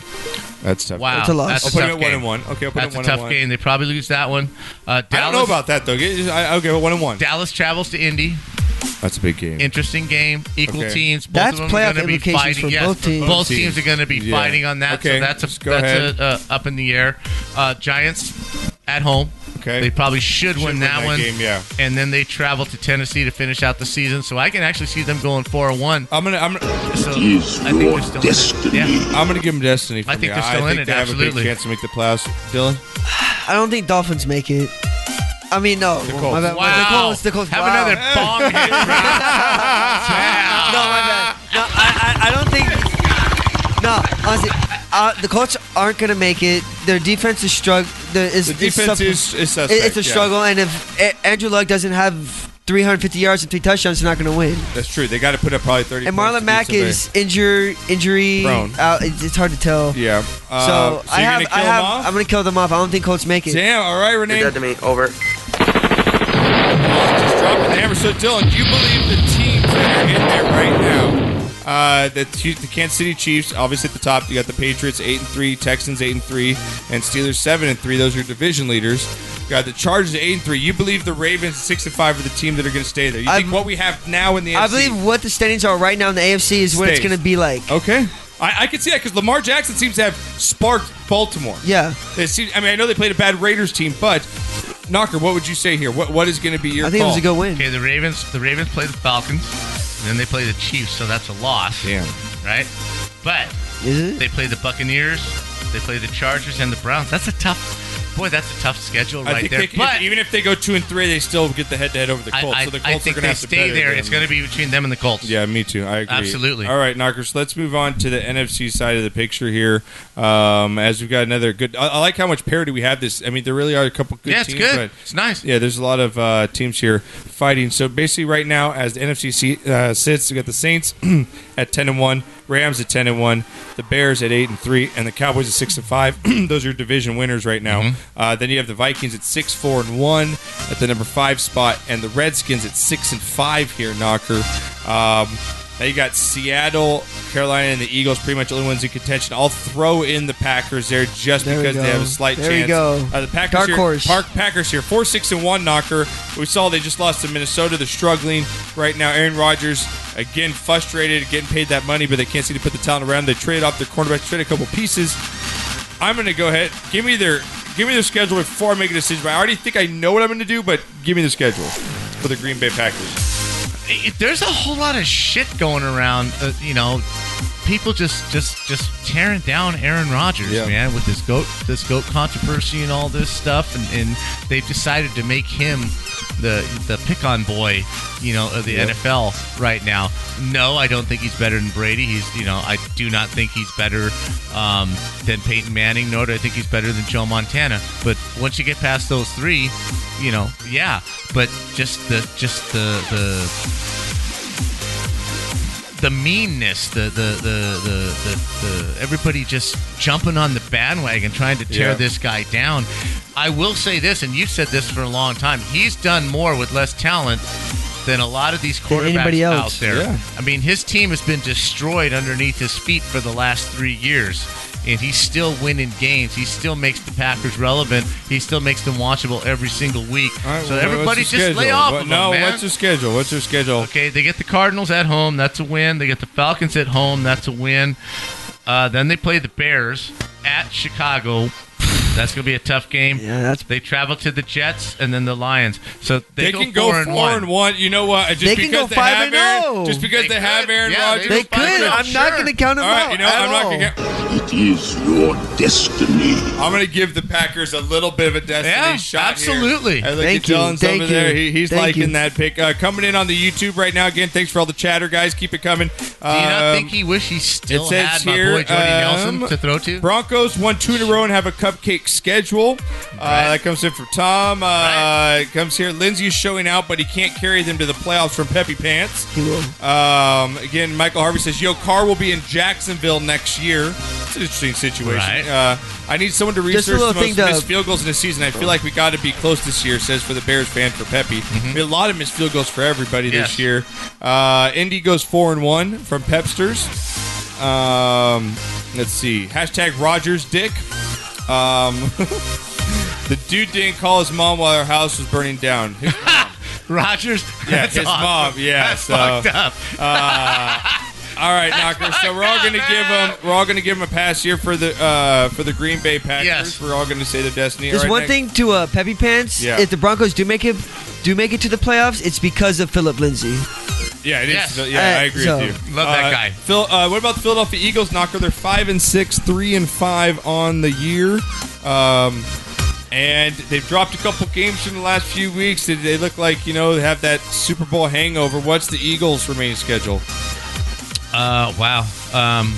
[SPEAKER 2] That's tough.
[SPEAKER 5] Wow,
[SPEAKER 2] That's a loss. I'll put
[SPEAKER 5] tough
[SPEAKER 2] it at one
[SPEAKER 5] game.
[SPEAKER 2] and one. Okay, I'll put it
[SPEAKER 5] that's
[SPEAKER 2] at
[SPEAKER 5] a
[SPEAKER 2] one and
[SPEAKER 5] tough
[SPEAKER 2] one.
[SPEAKER 5] game. They probably lose that one. Uh, Dallas,
[SPEAKER 2] I don't know about that though. Get- I, I'll give it one and one.
[SPEAKER 5] Dallas travels to Indy.
[SPEAKER 2] That's a big game.
[SPEAKER 5] Interesting game. Equal
[SPEAKER 2] Okay.
[SPEAKER 5] teams. Both
[SPEAKER 2] That's
[SPEAKER 5] of them are
[SPEAKER 2] playoff
[SPEAKER 5] going to be
[SPEAKER 2] implications
[SPEAKER 5] fighting.
[SPEAKER 2] for
[SPEAKER 5] yes,
[SPEAKER 2] both teams.
[SPEAKER 5] Both
[SPEAKER 2] Both
[SPEAKER 5] teams are going to be
[SPEAKER 2] teams.
[SPEAKER 5] fighting on that.
[SPEAKER 2] Okay,
[SPEAKER 5] So that's
[SPEAKER 2] just
[SPEAKER 5] a,
[SPEAKER 2] go
[SPEAKER 5] that's a, uh, up in the air. Uh, Giants at home.
[SPEAKER 2] Okay.
[SPEAKER 5] They probably should, win that,
[SPEAKER 2] that
[SPEAKER 5] one.
[SPEAKER 2] game, yeah.
[SPEAKER 5] And then they travel to Tennessee to finish out the season. So I can actually see them going four or one.
[SPEAKER 2] I'm gonna. I'm
[SPEAKER 5] so
[SPEAKER 19] Is
[SPEAKER 5] I think
[SPEAKER 19] your
[SPEAKER 5] they're still in it.
[SPEAKER 19] destiny.
[SPEAKER 2] I'm gonna give them destiny. For
[SPEAKER 5] I think
[SPEAKER 2] me.
[SPEAKER 5] they're still
[SPEAKER 2] I
[SPEAKER 5] in
[SPEAKER 2] think
[SPEAKER 5] it,
[SPEAKER 2] They have a
[SPEAKER 5] absolutely.
[SPEAKER 2] big chance to make the playoffs. Dylan,
[SPEAKER 6] I don't think Dolphins make it. I mean, no.
[SPEAKER 2] The
[SPEAKER 6] my
[SPEAKER 2] Colts.
[SPEAKER 6] bad, my-
[SPEAKER 5] Wow.
[SPEAKER 6] The Colts. The Colts.
[SPEAKER 5] Have
[SPEAKER 6] wow.
[SPEAKER 5] another bomb hit, bro.
[SPEAKER 6] No, my bad. No, I, I, I don't think. No, honestly, uh, the Colts aren't going to make it. Their defense is struggle. Is,
[SPEAKER 2] The
[SPEAKER 6] is
[SPEAKER 2] defense
[SPEAKER 6] suff-
[SPEAKER 2] is- is
[SPEAKER 6] it-
[SPEAKER 2] suspect,
[SPEAKER 6] It's a
[SPEAKER 2] yeah.
[SPEAKER 6] struggle, and if A- Andrew Luck doesn't have 350 yards and three touchdowns, they're not going to win.
[SPEAKER 2] that's true. They got to put up probably thirty.
[SPEAKER 6] And
[SPEAKER 2] points to
[SPEAKER 6] Marlon
[SPEAKER 2] beat
[SPEAKER 6] Mack
[SPEAKER 2] somebody.
[SPEAKER 6] is injury injury.
[SPEAKER 2] Prone.
[SPEAKER 6] Out, it's, it's hard to tell.
[SPEAKER 2] Yeah. Uh,
[SPEAKER 6] so,
[SPEAKER 2] so
[SPEAKER 6] I
[SPEAKER 2] you're
[SPEAKER 6] have, I
[SPEAKER 2] gonna kill 'em
[SPEAKER 6] have,
[SPEAKER 2] off?
[SPEAKER 6] I'm gonna kill them off. I don't think Colts make it.
[SPEAKER 2] Damn. All right, Renee.
[SPEAKER 6] You're dead
[SPEAKER 2] to me. Over. Just dropping the hammer. So, Dylan, do you believe the teams that are in there right now? Uh, the, Hu- the Kansas City Chiefs, obviously at the top. You got the Patriots eight and three, Texans eight and three, and Steelers seven and three. Those are your division leaders. You got the Chargers eight and three. You believe the Ravens six and five are the team that are going to stay there? You think what we have now in the
[SPEAKER 6] I
[SPEAKER 2] AFC
[SPEAKER 6] believe what the standings are right now in the AFC is what it's
[SPEAKER 2] Stays.
[SPEAKER 6] gonna be like.
[SPEAKER 2] Okay. I, I can see that because Lamar Jackson seems to have sparked Baltimore.
[SPEAKER 6] Yeah.
[SPEAKER 2] It seems, I mean, I know they played a bad Raiders team, but Knocker, what would you say here? What What is going to be your call?
[SPEAKER 6] win.
[SPEAKER 5] Okay, the Ravens. The Ravens play the Falcons, and then they play the Chiefs, so that's a loss.
[SPEAKER 2] Damn.
[SPEAKER 5] Right, but they play the Buccaneers, they play the Chargers, and the Browns. That's a tough. Boy, that's a tough schedule
[SPEAKER 2] I
[SPEAKER 5] right
[SPEAKER 2] think
[SPEAKER 5] there.
[SPEAKER 2] they can-
[SPEAKER 5] but
[SPEAKER 2] even if they go two and three, they still get the head-to-head over the
[SPEAKER 5] I-
[SPEAKER 2] Colts.
[SPEAKER 5] I-
[SPEAKER 2] so the
[SPEAKER 5] I
[SPEAKER 2] Colts
[SPEAKER 5] think
[SPEAKER 2] are going
[SPEAKER 5] they
[SPEAKER 2] to have to
[SPEAKER 5] stay
[SPEAKER 2] better
[SPEAKER 5] there.
[SPEAKER 2] them.
[SPEAKER 5] It's gonna be between them and the Colts.
[SPEAKER 2] Yeah, me too. I agree.
[SPEAKER 5] Absolutely.
[SPEAKER 2] All right, knockers. Let's move on to the NFC side of the picture here. Um, as we've got another good. I, I like how much parity we have. This. I mean, there really are a couple good
[SPEAKER 5] Yeah, it's
[SPEAKER 2] teams.
[SPEAKER 5] good.
[SPEAKER 2] But
[SPEAKER 5] It's nice.
[SPEAKER 2] Yeah, there's a lot of uh, teams here fighting. So basically, right now, as the NFC se- uh, sits, we got the Saints at ten and one, Rams at ten and one, the Bears at eight and three, and the Cowboys at six and five. Those are division winners right now.
[SPEAKER 5] Mm-hmm.
[SPEAKER 2] Uh, then you have the Vikings at six, four, and one at the number five spot, and the Redskins at six and five here, Knocker. Um, now you got Seattle, Carolina, and the Eagles, pretty much the only ones in contention. I'll throw in the Packers there just
[SPEAKER 6] There we
[SPEAKER 2] because they
[SPEAKER 6] go.
[SPEAKER 2] have a slight
[SPEAKER 6] There we
[SPEAKER 2] chance.
[SPEAKER 6] go.
[SPEAKER 2] Uh, the Packers
[SPEAKER 6] Dark
[SPEAKER 2] here,
[SPEAKER 6] horse.
[SPEAKER 2] Park Packers here, four six and one knocker. We saw they just lost to Minnesota. They're struggling right now. Aaron Rodgers again frustrated, getting paid that money, but they can't seem to put the talent around. They traded off their cornerback, traded a couple pieces. I'm going to go ahead. Give me their give me their schedule before I make a decision. But I already think I know what I'm going to do, but give me the schedule for the Green Bay Packers.
[SPEAKER 5] it- there's a whole lot of shit going around. Uh, you know, people just just just tearing down Aaron Rodgers, man, with this goat this goat controversy and all this stuff, and, and they've decided to make him the the pick on boy, you know, of the
[SPEAKER 15] Yep.
[SPEAKER 5] NFL right now. No, I don't think he's better than Brady. He's you know, I do not think he's better um, than Peyton Manning. Nor do I think he's better than Joe Montana. But once you get past those three, you know, yeah. But just the just the the the meanness, the the the the, the, the everybody just jumping on the bandwagon, trying to tear
[SPEAKER 15] Yeah.
[SPEAKER 5] this guy down. I will say this, and you've said this for a long time. He's done more with less talent than a lot of these
[SPEAKER 6] anybody
[SPEAKER 5] quarterbacks out
[SPEAKER 6] else.
[SPEAKER 5] there.
[SPEAKER 6] Yeah.
[SPEAKER 5] I mean, his team has been destroyed underneath his feet for the last three years. And he's still winning games. He still makes the Packers relevant. He still makes them watchable every single week. so
[SPEAKER 2] What's
[SPEAKER 5] everybody just
[SPEAKER 2] their schedule?
[SPEAKER 5] lay off
[SPEAKER 2] What-
[SPEAKER 5] of
[SPEAKER 2] no,
[SPEAKER 5] him, man.
[SPEAKER 2] what's their schedule? What's their schedule?
[SPEAKER 5] Okay, they get the Cardinals at home. That's a win. They get the Falcons at home. That's a win. Uh, then they play the Bears at Chicago. That's going to be a tough game. Yeah, that's. They travel to the Jets and then the Lions. So they,
[SPEAKER 2] They, can go four,
[SPEAKER 5] and one.
[SPEAKER 2] and one. You know what? Just
[SPEAKER 5] They can
[SPEAKER 2] because
[SPEAKER 5] go
[SPEAKER 2] they
[SPEAKER 5] five
[SPEAKER 2] have
[SPEAKER 5] and
[SPEAKER 2] Aaron,
[SPEAKER 5] oh.
[SPEAKER 2] just because they,
[SPEAKER 5] They
[SPEAKER 2] have
[SPEAKER 5] could.
[SPEAKER 2] Aaron
[SPEAKER 5] Yeah,
[SPEAKER 2] Rodgers,
[SPEAKER 19] they
[SPEAKER 2] five and
[SPEAKER 19] could.
[SPEAKER 2] oh.
[SPEAKER 19] I'm not gonna count 'em
[SPEAKER 2] All right,
[SPEAKER 19] out
[SPEAKER 2] You know,
[SPEAKER 19] at
[SPEAKER 2] I'm not
[SPEAKER 19] all.
[SPEAKER 2] gonna. count-
[SPEAKER 19] It is your destiny.
[SPEAKER 2] I'm going to give the Packers a little bit of a destiny
[SPEAKER 19] Yeah,
[SPEAKER 2] shot.
[SPEAKER 19] absolutely.
[SPEAKER 2] Here. I look
[SPEAKER 19] Thank
[SPEAKER 2] at
[SPEAKER 19] you,
[SPEAKER 2] Dylan's
[SPEAKER 19] thank
[SPEAKER 2] over there.
[SPEAKER 19] you,
[SPEAKER 2] He, he's
[SPEAKER 19] thank
[SPEAKER 2] liking
[SPEAKER 19] you.
[SPEAKER 2] that pick. Uh, coming in on the YouTube right now. Again, thanks for all the chatter, guys. Keep it coming.
[SPEAKER 5] Do you not
[SPEAKER 2] Um,
[SPEAKER 5] think he wish he still
[SPEAKER 2] it says
[SPEAKER 5] had my
[SPEAKER 2] here,
[SPEAKER 5] boy Jordy
[SPEAKER 2] um,
[SPEAKER 5] Nelson to throw to?
[SPEAKER 2] Broncos won two in a row and have a cupcake schedule. Uh, that comes in from Tom. Uh, it Comes here. Lindsey is showing out, but he can't carry them to the playoffs from Peppy Pants. He will. Um, again, Michael Harvey says, Yo, Carr will be in Jacksonville next year. It's an interesting situation.
[SPEAKER 15] Right.
[SPEAKER 2] Uh, I need someone to
[SPEAKER 15] Just a
[SPEAKER 2] research the
[SPEAKER 15] little
[SPEAKER 2] most
[SPEAKER 15] thing to-
[SPEAKER 2] missed field goals in a season. I feel like we got to be close this year, says for the Bears fan for Peppy. I
[SPEAKER 5] Mm-hmm.
[SPEAKER 2] mean, a lot of missed field goals for everybody
[SPEAKER 15] Yes.
[SPEAKER 2] this year. Uh, Indy goes four and one from Pepsters. Um, let's see. Hashtag Rogers Dick. Um, the dude didn't call his mom while her house was burning down. His mom.
[SPEAKER 5] Rogers.
[SPEAKER 2] Yeah,
[SPEAKER 5] That's
[SPEAKER 2] his
[SPEAKER 5] awesome.
[SPEAKER 2] mom. Yeah,
[SPEAKER 5] That's
[SPEAKER 2] so,
[SPEAKER 5] fucked up.
[SPEAKER 2] uh, all right, Knocker. So we're all gonna give him. We're all gonna give him a pass here for the uh, for the Green Bay Packers. We're all gonna say their destiny.
[SPEAKER 6] There's
[SPEAKER 2] All right,
[SPEAKER 6] one
[SPEAKER 2] next-
[SPEAKER 6] thing to uh, Peppy Pants.
[SPEAKER 2] Yeah.
[SPEAKER 6] If the Broncos do make it, do make it to the playoffs, it's because of Philip Lindsay.
[SPEAKER 2] Yeah, it is.
[SPEAKER 6] Yes.
[SPEAKER 2] Yeah, I
[SPEAKER 6] Uh,
[SPEAKER 2] agree
[SPEAKER 6] so-
[SPEAKER 2] with you.
[SPEAKER 6] Love that
[SPEAKER 2] Uh,
[SPEAKER 6] guy.
[SPEAKER 2] Phil, uh, what about the Philadelphia Eagles? Knocker, they're five and six, three and five on the year, um, and they've dropped a couple games from the last few weeks. They, they look like you know they have that Super Bowl hangover. What's the Eagles' remaining schedule?
[SPEAKER 5] Uh, wow. Um,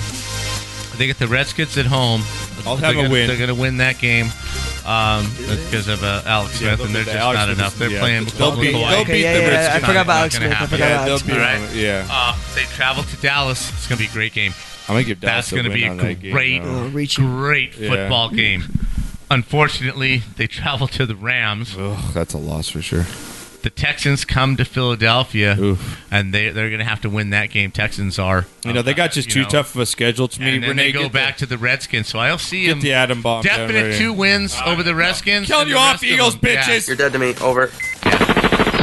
[SPEAKER 5] they get the Redskins at home.
[SPEAKER 2] I'll
[SPEAKER 5] they're
[SPEAKER 2] have a
[SPEAKER 5] gonna,
[SPEAKER 2] win.
[SPEAKER 5] They're going to win that game um, because of uh, Alex
[SPEAKER 2] Yeah,
[SPEAKER 5] Smith,
[SPEAKER 2] they'll
[SPEAKER 5] and they're
[SPEAKER 2] beat the
[SPEAKER 5] just
[SPEAKER 2] Alex
[SPEAKER 5] not
[SPEAKER 2] Smith,
[SPEAKER 5] enough. They're
[SPEAKER 2] yeah.
[SPEAKER 5] playing
[SPEAKER 2] They'll
[SPEAKER 5] with
[SPEAKER 2] beat-
[SPEAKER 5] Kawhi.
[SPEAKER 2] they'll beat Yeah, the yeah, yeah, Redskins. I
[SPEAKER 5] It's not-
[SPEAKER 2] forgot about
[SPEAKER 5] not
[SPEAKER 2] Alex
[SPEAKER 5] gonna
[SPEAKER 2] Smith. I
[SPEAKER 5] happen.
[SPEAKER 2] forgot Yeah, about Alex they'll beat
[SPEAKER 5] All
[SPEAKER 2] him.
[SPEAKER 5] right.
[SPEAKER 2] Yeah.
[SPEAKER 5] Um, they travel to Dallas. It's going to be a great game.
[SPEAKER 2] I'm gonna give Dallas
[SPEAKER 5] That's
[SPEAKER 2] a
[SPEAKER 5] going to
[SPEAKER 2] win
[SPEAKER 5] be
[SPEAKER 2] on
[SPEAKER 5] a
[SPEAKER 2] that game,
[SPEAKER 5] great,
[SPEAKER 2] though.
[SPEAKER 5] great
[SPEAKER 2] Yeah.
[SPEAKER 5] football game. Unfortunately, they travel to the Rams.
[SPEAKER 2] that's a loss for sure.
[SPEAKER 5] The Texans come to Philadelphia, and they they're going to have to win that game. Texans are.
[SPEAKER 2] You know they got just
[SPEAKER 5] Uh, you
[SPEAKER 2] too
[SPEAKER 5] know.
[SPEAKER 2] tough of a schedule to me.
[SPEAKER 5] And then
[SPEAKER 2] Renee,
[SPEAKER 5] they go
[SPEAKER 2] get
[SPEAKER 5] back to the Redskins, so I'll see
[SPEAKER 2] the,
[SPEAKER 5] him.
[SPEAKER 2] get the atom bomb. down
[SPEAKER 5] Definite
[SPEAKER 2] right
[SPEAKER 5] two
[SPEAKER 2] here.
[SPEAKER 5] wins over the Redskins.
[SPEAKER 2] Killing
[SPEAKER 5] and
[SPEAKER 2] you
[SPEAKER 5] the
[SPEAKER 2] off,
[SPEAKER 5] rest of
[SPEAKER 2] Eagles,
[SPEAKER 5] them. Yeah.
[SPEAKER 2] bitches. You're dead
[SPEAKER 5] to me. Over.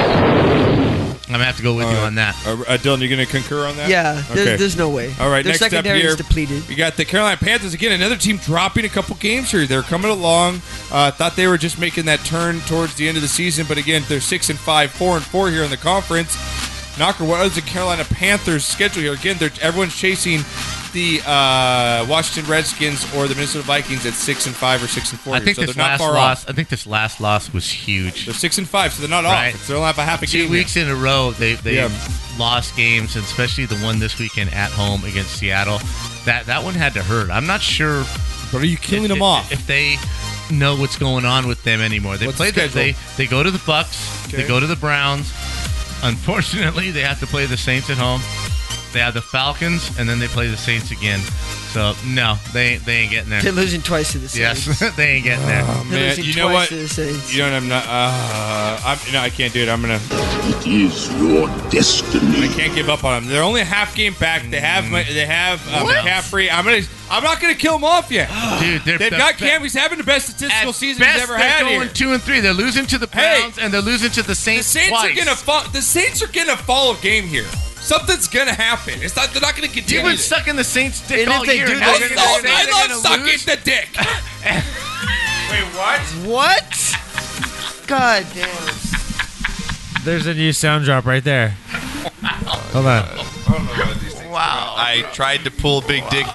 [SPEAKER 5] I'm gonna have to go with you on that.
[SPEAKER 2] Uh, uh, Dylan, you're going to concur on that?
[SPEAKER 6] Yeah, there's- there's no way.
[SPEAKER 2] All right,
[SPEAKER 6] Their
[SPEAKER 2] next up
[SPEAKER 6] secondary
[SPEAKER 2] here,
[SPEAKER 6] is depleted.
[SPEAKER 2] You got the Carolina Panthers again. Another team dropping a couple games here. They're coming along. Uh, thought they were just making that turn towards the end of the season, but again, they're six and five, four and four here in the conference. Knocker, what is the Carolina Panthers' schedule here? Again, they're everyone's chasing the uh, Washington Redskins or the Minnesota Vikings at six and five or six and four.
[SPEAKER 5] I
[SPEAKER 2] here,
[SPEAKER 5] think
[SPEAKER 2] so
[SPEAKER 5] this
[SPEAKER 2] they're not
[SPEAKER 5] last
[SPEAKER 2] far
[SPEAKER 5] loss.
[SPEAKER 2] off.
[SPEAKER 5] I think this last loss was huge.
[SPEAKER 2] They're six and five, so they're not
[SPEAKER 5] Right.
[SPEAKER 2] off. They're only up a half a
[SPEAKER 5] Two
[SPEAKER 2] game.
[SPEAKER 5] weeks in a row, they they
[SPEAKER 2] Yeah.
[SPEAKER 5] lost games, and especially the one this weekend at home against Seattle. That that one had to hurt. I'm not sure.
[SPEAKER 2] But are you
[SPEAKER 5] killing them off? If they know what's going on with them anymore, they
[SPEAKER 15] What's the
[SPEAKER 5] play. The they
[SPEAKER 15] schedule?
[SPEAKER 5] they go to the Bucks.
[SPEAKER 15] Okay.
[SPEAKER 5] They go to the Browns. Unfortunately, they have to play the Saints at home. They have the Falcons, and then they play the Saints again. So no, they they ain't getting there.
[SPEAKER 6] They're losing twice to the Saints.
[SPEAKER 5] Yes, they ain't getting there.
[SPEAKER 2] Oh, man, you know what? You know what? I'm not. Uh, I'm, no, I can't do it. I'm gonna. It is your destiny. I can't give up on them. They're only a half game back. They have. my- They have uh,
[SPEAKER 5] What?
[SPEAKER 2] McCaffrey. I'm gonna. I'm not gonna kill them off yet,
[SPEAKER 5] dude. They're
[SPEAKER 2] They've
[SPEAKER 5] the
[SPEAKER 2] got
[SPEAKER 5] be-
[SPEAKER 2] Cam. He's having the best statistical season
[SPEAKER 5] best
[SPEAKER 2] he's ever
[SPEAKER 5] they're
[SPEAKER 2] had
[SPEAKER 5] going
[SPEAKER 2] here.
[SPEAKER 5] two and three. They're losing to the Browns and they're losing to the Saints.
[SPEAKER 2] The Saints
[SPEAKER 5] twice.
[SPEAKER 2] are gonna fall. The Saints are gonna fall a game here. Something's gonna happen. It's not. They're not gonna continue.
[SPEAKER 5] been
[SPEAKER 2] this.
[SPEAKER 5] sucking the Saints' dick
[SPEAKER 2] And if
[SPEAKER 5] all
[SPEAKER 2] they
[SPEAKER 5] year.
[SPEAKER 2] do,
[SPEAKER 5] Now
[SPEAKER 2] they're
[SPEAKER 5] you're
[SPEAKER 2] gonna-
[SPEAKER 5] gonna say
[SPEAKER 2] I
[SPEAKER 5] they're
[SPEAKER 2] love
[SPEAKER 5] gonna
[SPEAKER 2] sucking
[SPEAKER 5] lose?
[SPEAKER 2] the dick. Wait, what?
[SPEAKER 6] What? God damn.
[SPEAKER 12] There's a new sound drop right there. Hold on.
[SPEAKER 5] Wow.
[SPEAKER 15] I tried to pull Big Dick.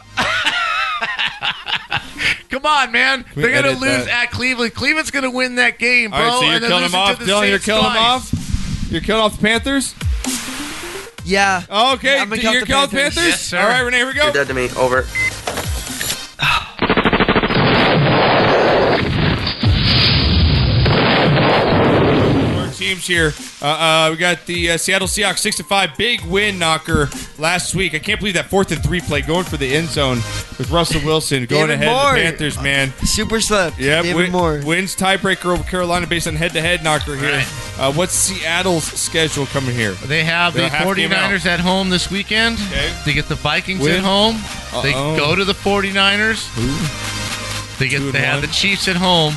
[SPEAKER 5] Come on, man.
[SPEAKER 15] we
[SPEAKER 5] They're gonna
[SPEAKER 15] edit
[SPEAKER 5] lose
[SPEAKER 15] that?
[SPEAKER 5] at Cleveland. Cleveland's gonna win that game, bro.
[SPEAKER 2] All right, so you're
[SPEAKER 5] and they're
[SPEAKER 2] killing
[SPEAKER 5] losing
[SPEAKER 2] them
[SPEAKER 5] to
[SPEAKER 2] off,
[SPEAKER 5] the
[SPEAKER 2] Dylan. You're
[SPEAKER 5] Saints
[SPEAKER 2] killing them
[SPEAKER 5] twice.
[SPEAKER 2] off. You're killing off the Panthers.
[SPEAKER 6] Yeah.
[SPEAKER 2] Okay.
[SPEAKER 6] I'm gonna
[SPEAKER 2] you're
[SPEAKER 6] count the
[SPEAKER 2] killing the
[SPEAKER 6] Panthers.
[SPEAKER 2] Panthers.
[SPEAKER 6] Yes, sir.
[SPEAKER 2] All right, Renee. Here we go.
[SPEAKER 19] You're dead to me. Over.
[SPEAKER 2] Our teams here. Uh, uh, we got the uh, Seattle Seahawks six to five big win knocker last week. I can't believe that fourth and three play going for the end zone with Russell Wilson going
[SPEAKER 6] David
[SPEAKER 2] ahead of
[SPEAKER 6] Moore.
[SPEAKER 2] the Panthers. Man,
[SPEAKER 6] Uh, super slept.
[SPEAKER 2] Yep,
[SPEAKER 6] David
[SPEAKER 2] win-
[SPEAKER 6] Moore.
[SPEAKER 2] wins tiebreaker over Carolina based on head to head knocker here. Uh, what's Seattle's schedule coming here?
[SPEAKER 5] They have
[SPEAKER 2] They're
[SPEAKER 5] the
[SPEAKER 2] a half game out.
[SPEAKER 5] 49ers at home this weekend. They get the Vikings
[SPEAKER 2] Win.
[SPEAKER 5] at home. They
[SPEAKER 2] Uh-oh.
[SPEAKER 5] go to the 49ers. They get they have the Chiefs at home.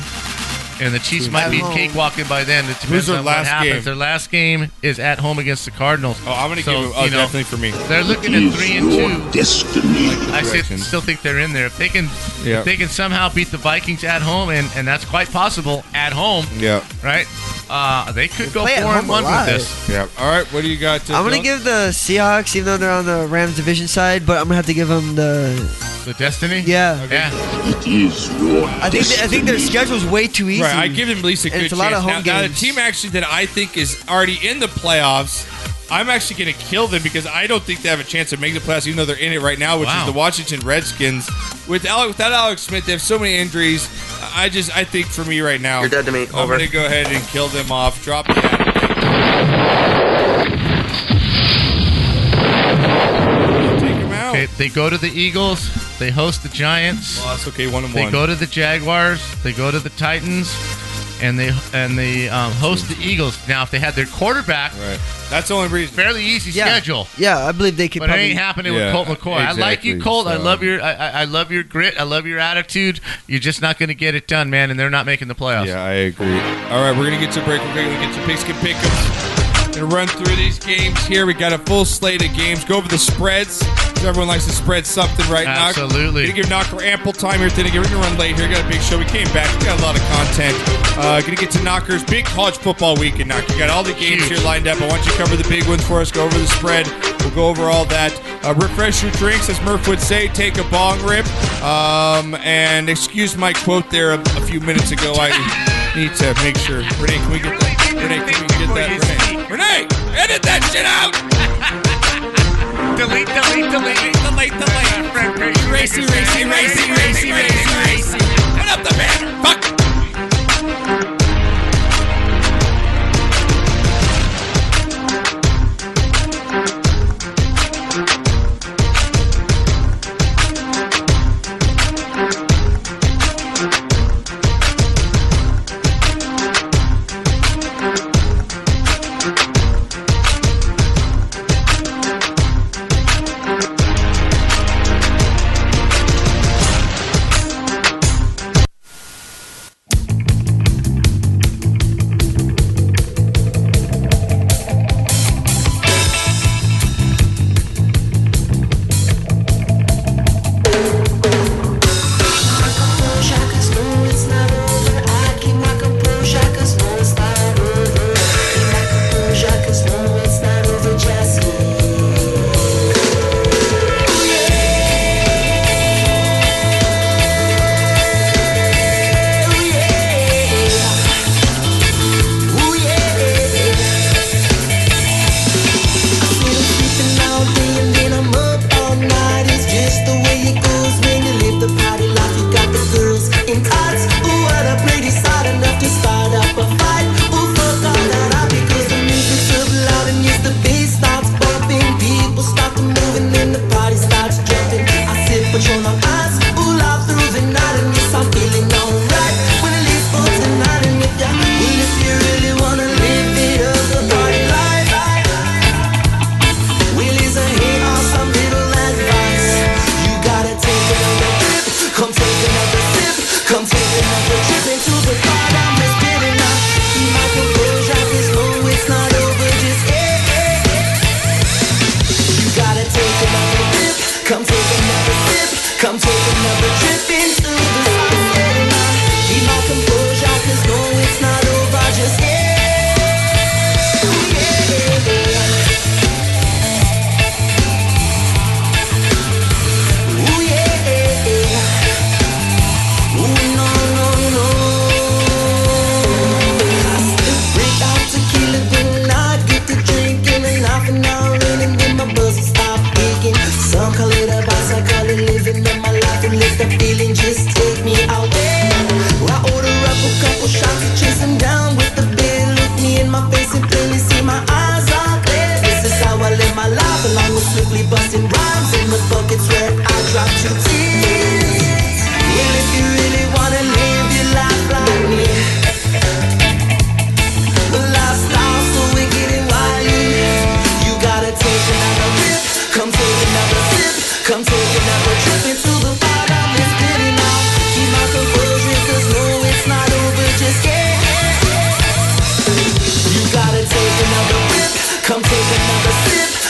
[SPEAKER 5] And the Chiefs
[SPEAKER 2] Two and
[SPEAKER 5] might be
[SPEAKER 2] one.
[SPEAKER 5] cakewalking by then. It depends
[SPEAKER 2] Who's their
[SPEAKER 5] on
[SPEAKER 2] last
[SPEAKER 5] what happens.
[SPEAKER 2] game?
[SPEAKER 5] Their last game is at home against the Cardinals. Oh,
[SPEAKER 2] I'm gonna give them- oh, definitely for me.
[SPEAKER 5] They're looking at three and two.
[SPEAKER 19] Destiny.
[SPEAKER 5] I still, still think they're in there. If they can,
[SPEAKER 2] Yeah.
[SPEAKER 5] if they can somehow beat the Vikings at home, and, and that's quite possible at home,
[SPEAKER 2] Yeah.
[SPEAKER 5] right? Uh, they could go
[SPEAKER 6] play at
[SPEAKER 5] four and
[SPEAKER 6] home
[SPEAKER 5] one
[SPEAKER 6] a lot.
[SPEAKER 5] with this.
[SPEAKER 2] Yeah. All right. What do you got?
[SPEAKER 6] I'm gonna
[SPEAKER 2] Dylan?
[SPEAKER 6] give the Seahawks, even though they're on the Rams division side, but I'm gonna have to give them the
[SPEAKER 5] the destiny.
[SPEAKER 6] Yeah,
[SPEAKER 5] yeah.
[SPEAKER 19] It is your
[SPEAKER 6] I think I think their schedule's way too easy.
[SPEAKER 2] Right, I give them at least a
[SPEAKER 6] And
[SPEAKER 2] good
[SPEAKER 6] it's a lot
[SPEAKER 2] chance.
[SPEAKER 6] of home
[SPEAKER 2] now, now the
[SPEAKER 6] games.
[SPEAKER 2] team actually that I think is already in the playoffs, I'm actually going to kill them because I don't think they have a chance of making the playoffs, even though they're in it right now, which
[SPEAKER 5] Wow.
[SPEAKER 2] is the Washington Redskins. With Alec, without Alex Smith, they have so many injuries. I just, I think for me right now,
[SPEAKER 19] You're dead to me.
[SPEAKER 2] I'm
[SPEAKER 19] Over.
[SPEAKER 2] going to go ahead and kill them off. Drop the atom.
[SPEAKER 5] Okay, they go to the Eagles. They host the Giants.
[SPEAKER 2] Lost. Okay, one and
[SPEAKER 5] They
[SPEAKER 2] one.
[SPEAKER 5] go to the Jaguars. They go to the Titans, and they and they um, host the Eagles. Now, if they had their quarterback,
[SPEAKER 2] Mm-hmm. right. That's the only reason.
[SPEAKER 5] Fairly easy
[SPEAKER 6] Yeah.
[SPEAKER 5] schedule.
[SPEAKER 6] Yeah, I believe they could.
[SPEAKER 5] But it
[SPEAKER 6] probably,
[SPEAKER 5] ain't happening
[SPEAKER 6] Yeah,
[SPEAKER 5] with Colt McCoy. I like you,
[SPEAKER 6] exactly,
[SPEAKER 5] Colt. I
[SPEAKER 6] so-
[SPEAKER 5] love your I, I I love your grit. I love your attitude. You're just not going to get it done, man. And they're not making the playoffs.
[SPEAKER 2] Yeah, I agree. All right, we're gonna get to a break. We're gonna get to pigskin pickups and run through these games here. We got a full slate of games. Go over the spreads. 'cause Everyone likes to spread something, right? Knock?
[SPEAKER 5] Absolutely.
[SPEAKER 2] Gonna give Knocker ample time here. Then we're gonna run late here. Got a big show. We came back. We got a lot of content. Uh, gonna get to Knocker's big college football weekend. Knocker, you got all the games here lined up. I want you to cover the big ones for us. Go over the spread. We'll go over all that. Uh, refresh your drinks, as Murph would say. Take a bong rip. Um, and excuse my quote there a, a few minutes ago. I need to make sure. Renee, can we get that? Renee, can we get that? Renee. Renee, edit that shit out.
[SPEAKER 5] delete, delete, delete,
[SPEAKER 2] delete, delete. Racy, racy, racy, racy, racy, racy. Put up the banner. Fuck.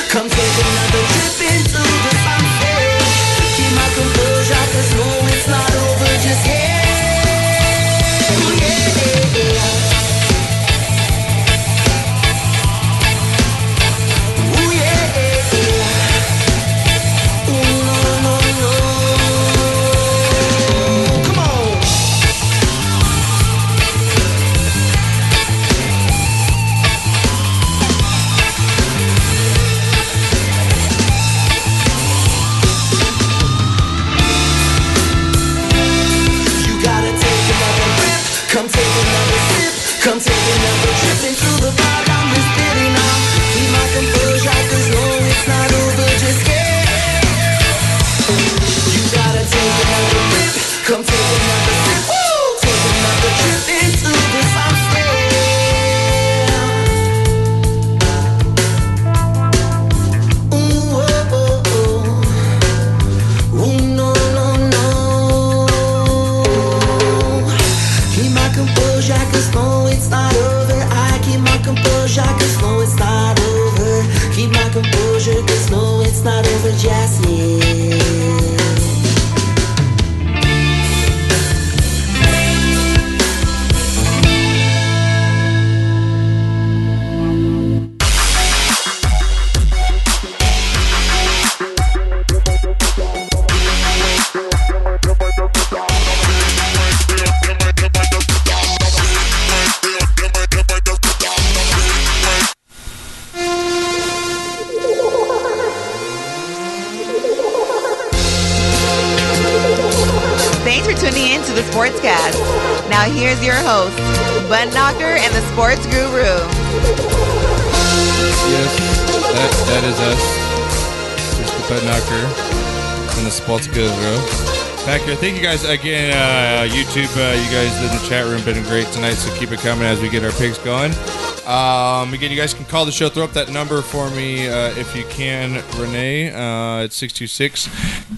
[SPEAKER 14] step into the sunset. Keep my composure, 'cause no, it's not over just yet. Oh, yeah. Oh, yeah. Oh, no, no, no. Come on. You gotta take another rip. Come take another sip. Come take another trip into the pot I'm just spitting on. Keep my composure, cause no, it's not over just yet. You gotta take another rip. Come take another sip. Woo! Take another trip into this sunset. Ooh, oh, oh, oh. Ooh, no, no, no. Keep my composure, cause no, it's not over. I keep my composure, cause no, it's not over. Keep my composure, cause no, it's not over just yet.
[SPEAKER 20] Thanks for tuning in to the Sportscast. Now here's your host, Bud Knocker and the Sports Guru.
[SPEAKER 3] Yes, that, that is us. It's the butt knocker and the spots good, bro.
[SPEAKER 2] Back here. Thank you guys again, uh, YouTube. Uh, you guys in the chat room been great tonight, so keep it coming as we get our picks going. Um, again, you guys can call the show. Throw up that number for me uh, if you can, Renee. Uh, it's 626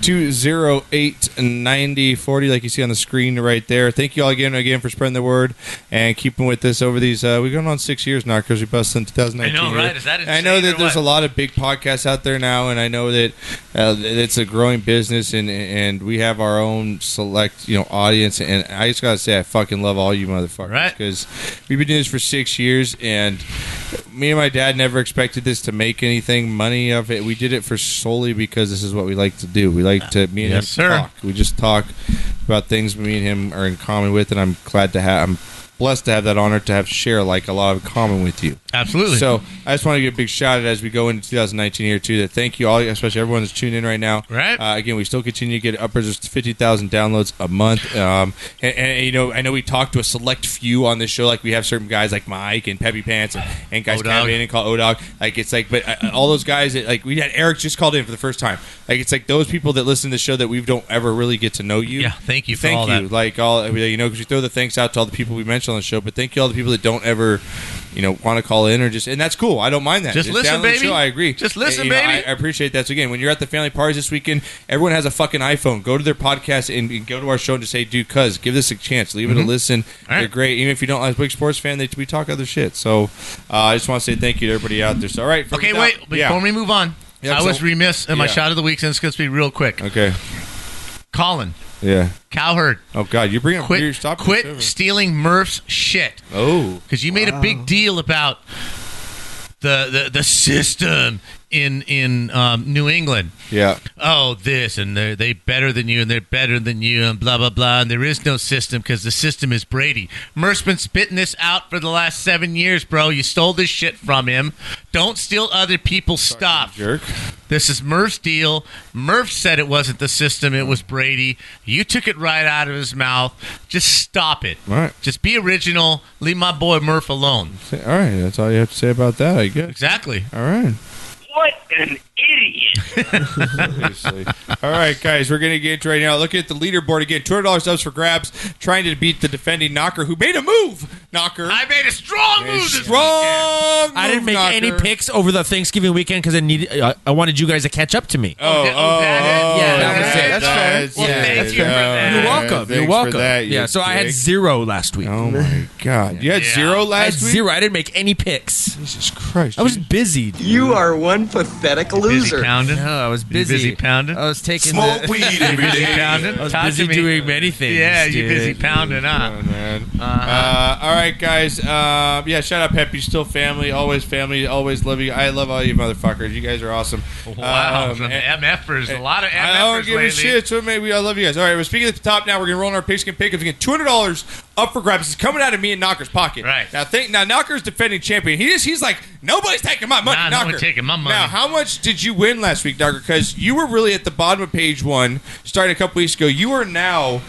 [SPEAKER 2] 208 9040, like you see on the screen right there. Thank you all again again for spreading the word and keeping with us over these. Uh, we've gone on six years now because we busted in 2019.
[SPEAKER 21] I know, right? Is that
[SPEAKER 2] I know
[SPEAKER 21] insane
[SPEAKER 2] that
[SPEAKER 21] or what?
[SPEAKER 2] there's a lot of big podcasts out there now, and I know that uh, it's a growing business, and and we have our own select you know audience. And I just gotta say, I fucking love all you motherfuckers because we've been doing this for six years, and me and my dad never expected this to make anything money of it. We did it for solely because this is what we like to do. We like to me and
[SPEAKER 21] Yes,
[SPEAKER 2] him
[SPEAKER 21] sir.
[SPEAKER 2] talk. We just talk about things me and him are in common with, and I'm glad to have. I'm blessed to have that honor to have share like a lot of common with you.
[SPEAKER 21] Absolutely.
[SPEAKER 2] So I just want to give a big shout out as we go into 2019 here too. That thank you all, especially everyone that's tuned in right now. Right. Uh, again, we still continue to get upwards of 50,000 downloads a month. Um, and, and, you know, I know we talked to a select few on this show. Like we have certain guys like Mike and Peppy Pants and, and guys
[SPEAKER 5] O-Dog.
[SPEAKER 2] come in and call Odog. Like it's like, but uh, all those guys that like we had Eric just called in for the first time. Like it's like those people that listen to the show that we don't ever really get to know you. Yeah.
[SPEAKER 5] thank you for
[SPEAKER 2] Thank
[SPEAKER 5] all
[SPEAKER 2] you
[SPEAKER 5] that.
[SPEAKER 2] like all I mean, you know because you throw the thanks out to all the people we mentioned on the show but thank you all the people that don't ever you know want to call in or just and that's cool i don't mind that
[SPEAKER 5] Just listen,
[SPEAKER 2] download the
[SPEAKER 5] baby.
[SPEAKER 2] show, i agree
[SPEAKER 5] Just listen,
[SPEAKER 2] And, you know,
[SPEAKER 5] baby.
[SPEAKER 2] I, I appreciate that so again when you're at the family parties this weekend everyone has a fucking iphone go to their podcast and, and go to our show and just say dude cuz give this a chance leave it a
[SPEAKER 5] Mhm.
[SPEAKER 2] listen
[SPEAKER 5] All right.
[SPEAKER 2] they're great even if you don't like big sports fan they we talk other shit so uh, i just want to say thank you to everybody out there so all right for-
[SPEAKER 5] Okay, wait. Before
[SPEAKER 2] yeah.
[SPEAKER 5] we move on,
[SPEAKER 2] Yeah,
[SPEAKER 5] I
[SPEAKER 2] so-
[SPEAKER 5] was remiss in my
[SPEAKER 2] yeah.
[SPEAKER 5] shot of the week since it's going to be real quick.
[SPEAKER 2] okay
[SPEAKER 5] Colin
[SPEAKER 2] yeah
[SPEAKER 5] Cowherd,
[SPEAKER 2] oh god you bring up
[SPEAKER 5] quit,
[SPEAKER 2] you're stopping us
[SPEAKER 5] quit
[SPEAKER 2] over.
[SPEAKER 5] stealing Murph's shit.
[SPEAKER 2] oh
[SPEAKER 5] because you made a big deal about the the, the system in in um, New England.
[SPEAKER 2] yeah
[SPEAKER 5] Oh, this and they're they better than you, and they're better than you, and blah blah blah. And there is no system because the system is Brady. Murph's been spitting this out for the last seven years, bro. You stole this shit from him. Don't steal other people's stuff,
[SPEAKER 2] jerk.
[SPEAKER 5] This is Murph's deal. Murph said it wasn't the system; it was Brady. You took it right out of his mouth. Just stop it.
[SPEAKER 2] all right
[SPEAKER 5] Just be original. Leave my boy Murph alone.
[SPEAKER 2] all right that's all you have to say about that i guess
[SPEAKER 5] Exactly.
[SPEAKER 2] all right
[SPEAKER 1] What an
[SPEAKER 2] Seriously. All right, guys, we're going to get into it right now. Look at the leaderboard again. Two hundred dollars subs for grabs, trying to beat the defending knocker who made a move. Knocker, I
[SPEAKER 5] made a strong
[SPEAKER 2] move. strong.
[SPEAKER 4] I didn't
[SPEAKER 2] move,
[SPEAKER 4] make
[SPEAKER 2] knocker.
[SPEAKER 4] any picks over the Thanksgiving weekend because I needed. I I wanted you guys to catch up to me.
[SPEAKER 2] Oh, oh, yeah,
[SPEAKER 4] that was it. That's-
[SPEAKER 2] That's fair.
[SPEAKER 4] yeah, that's fair. You're welcome. You're welcome. yeah, so I had zero last week.
[SPEAKER 2] Oh my god, you had
[SPEAKER 4] I
[SPEAKER 2] zero
[SPEAKER 4] had
[SPEAKER 2] last week.
[SPEAKER 4] Zero. I didn't make any picks.
[SPEAKER 2] Jesus Christ!
[SPEAKER 4] I was busy.
[SPEAKER 22] You are one pathetic loser.
[SPEAKER 4] loser. pounding? No, I was busy.
[SPEAKER 7] busy
[SPEAKER 4] pounding? I was taking
[SPEAKER 7] Smoke
[SPEAKER 4] the-
[SPEAKER 7] weed every
[SPEAKER 4] You busy
[SPEAKER 7] day.
[SPEAKER 4] pounding? I was
[SPEAKER 7] Talk to
[SPEAKER 4] busy
[SPEAKER 7] me.
[SPEAKER 4] doing many things.
[SPEAKER 7] Yeah, you
[SPEAKER 4] dude.
[SPEAKER 7] busy pounding, huh?
[SPEAKER 2] Oh, man.
[SPEAKER 4] Uh-huh.
[SPEAKER 2] Uh, all right, guys. Uh, yeah, shout out Pep. You're still family. Always family. Always love you. I love all you motherfuckers. You guys are awesome.
[SPEAKER 5] Wow,
[SPEAKER 2] Um,
[SPEAKER 5] some MFers. A lot of MFers
[SPEAKER 2] I don't give
[SPEAKER 5] lately.
[SPEAKER 2] a shit. So maybe I love you guys. All right, we're speaking at the top now. We're gonna roll on our pigskin pickups. We get two hundred dollars up for grabs. It's coming out of me and Knocker's pocket. Right now, think now. Knocker's defending champion. He is. He's like nobody's taking my money.
[SPEAKER 5] Nah, no
[SPEAKER 2] Knocker
[SPEAKER 5] one taking my money.
[SPEAKER 2] Now, how much did you win last week, Knocker? Because you were really at the bottom of page one, starting a couple weeks ago. You are now.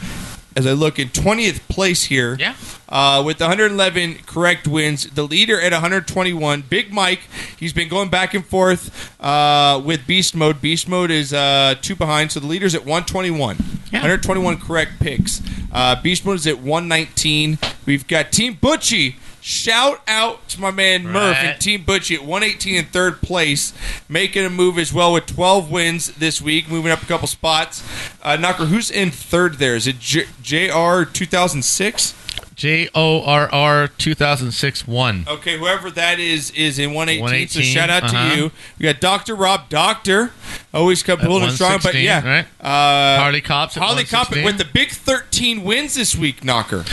[SPEAKER 2] As I look in 20th place here, yeah, uh, with 111 correct wins, the leader at 121, Big Mike. He's been going back and forth uh, with Beast Mode. Beast Mode is uh, two behind, so the leader's at 121. 121 correct picks. Uh, Beast Mode is at 119. We've got Team Butchie. Shout out to my man Murph and Team Butchie at 118 in third place, making a move as well with 12 wins this week, moving up a couple spots. Uh, Knocker, who's in third there? Is it J- JR 2006?
[SPEAKER 5] J O R R 2006 1.
[SPEAKER 2] Okay, whoever that is is in 118. So
[SPEAKER 5] 118,
[SPEAKER 2] shout out
[SPEAKER 5] uh-huh.
[SPEAKER 2] to you. We got Doctor Rob Doctor, always come pulling it strong. But
[SPEAKER 5] 116,
[SPEAKER 2] yeah,
[SPEAKER 5] right?
[SPEAKER 2] uh,
[SPEAKER 5] Harley Cops at
[SPEAKER 2] Harley Cobb
[SPEAKER 5] 116.
[SPEAKER 2] with the big 13 wins this week, Knocker.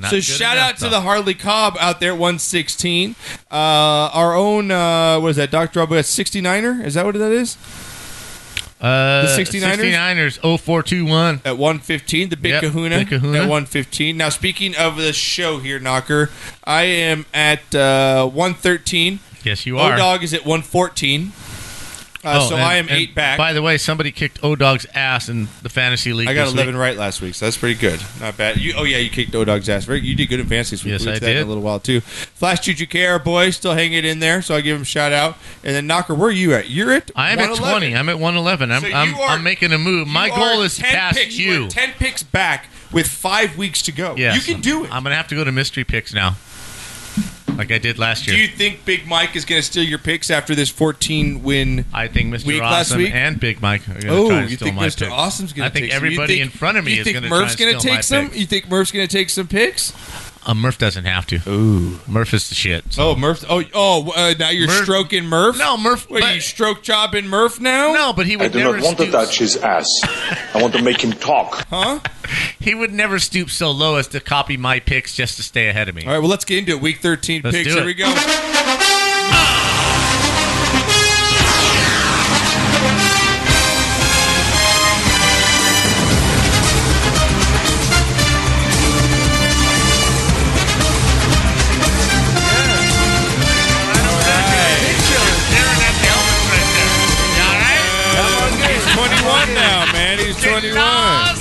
[SPEAKER 5] Not
[SPEAKER 2] so
[SPEAKER 5] good
[SPEAKER 2] shout
[SPEAKER 5] enough,
[SPEAKER 2] out to
[SPEAKER 5] though.
[SPEAKER 2] the Harley Cobb out there, at 116. Uh, our own, uh, what is that, Doctor Rob? We got 69er. Is that what that is?
[SPEAKER 5] Uh,
[SPEAKER 2] the 69ers?
[SPEAKER 5] 0421.
[SPEAKER 2] At 115, the Big
[SPEAKER 5] Yep,
[SPEAKER 2] Kahuna,
[SPEAKER 5] Big Kahuna.
[SPEAKER 2] at 115. Now, speaking of the show here, Knocker, I am at uh, 113.
[SPEAKER 5] Yes, you are.
[SPEAKER 2] Dog is at 114. Uh,
[SPEAKER 5] Oh,
[SPEAKER 2] so
[SPEAKER 5] and-
[SPEAKER 2] I am
[SPEAKER 5] and
[SPEAKER 2] eight back.
[SPEAKER 5] By the way, somebody kicked O Dog's ass in the fantasy league.
[SPEAKER 2] I got
[SPEAKER 5] this
[SPEAKER 2] 11
[SPEAKER 5] week.
[SPEAKER 2] right last week, so that's pretty good. Not bad. You, oh, yeah, you kicked O-Dog's ass. Very, you did good in fantasy this week.
[SPEAKER 5] Yes,
[SPEAKER 2] We'll get
[SPEAKER 5] I
[SPEAKER 2] to that in
[SPEAKER 5] did.
[SPEAKER 2] a little while, too. Flash Juju Care, our boy, still hanging in there, so I give him a shout-out. And then, Knocker, where are you at? You're at
[SPEAKER 5] I'm at 20. I'm at 111. I'm,
[SPEAKER 2] So you
[SPEAKER 5] I'm,
[SPEAKER 2] are-
[SPEAKER 5] I'm making a move. My
[SPEAKER 2] you
[SPEAKER 5] goal
[SPEAKER 2] are
[SPEAKER 5] is
[SPEAKER 2] 10
[SPEAKER 5] past
[SPEAKER 2] picks.
[SPEAKER 5] you.
[SPEAKER 2] are 10 picks back with five weeks to go.
[SPEAKER 5] Yes.
[SPEAKER 2] You can do it.
[SPEAKER 5] I'm going to have to go to mystery picks now, like I did last year.
[SPEAKER 2] Do you think Big Mike is going to steal your picks after this 14 win
[SPEAKER 5] I think Mr.
[SPEAKER 2] week last
[SPEAKER 5] Awesome
[SPEAKER 2] week?
[SPEAKER 5] and Big Mike are going to
[SPEAKER 2] Oh,
[SPEAKER 5] try and
[SPEAKER 2] you
[SPEAKER 5] steal
[SPEAKER 2] think
[SPEAKER 5] my
[SPEAKER 2] Mr.
[SPEAKER 5] picks.
[SPEAKER 2] Awesome's going
[SPEAKER 5] I
[SPEAKER 2] to
[SPEAKER 5] think
[SPEAKER 2] take some? You
[SPEAKER 5] everybody
[SPEAKER 2] think-
[SPEAKER 5] in front of me
[SPEAKER 2] you
[SPEAKER 5] is
[SPEAKER 2] think
[SPEAKER 5] going to
[SPEAKER 2] Murph's
[SPEAKER 5] try
[SPEAKER 2] going
[SPEAKER 5] and
[SPEAKER 2] to
[SPEAKER 5] steal
[SPEAKER 2] take
[SPEAKER 5] my
[SPEAKER 2] some?
[SPEAKER 5] picks.
[SPEAKER 2] You think Murph's going to take some picks?
[SPEAKER 5] Uh, Murph doesn't have to. Ooh, Murph is the shit.
[SPEAKER 2] Oh, Murph. Oh, oh. Uh, now you're
[SPEAKER 5] Murph-
[SPEAKER 2] stroking Murph. No,
[SPEAKER 5] Murph.
[SPEAKER 2] What, you stroke job in Murph now?
[SPEAKER 5] No, but he
[SPEAKER 19] I do not want to touch his ass. I want to make him talk.
[SPEAKER 2] Huh?
[SPEAKER 5] He would never stoop so low as to copy my picks just to stay ahead of me. All
[SPEAKER 2] right, well, let's get into it. Week 13
[SPEAKER 5] Let's
[SPEAKER 2] picks.
[SPEAKER 5] do
[SPEAKER 2] Here
[SPEAKER 5] it.
[SPEAKER 2] we go. He's 21 now, man. He's 21. He loved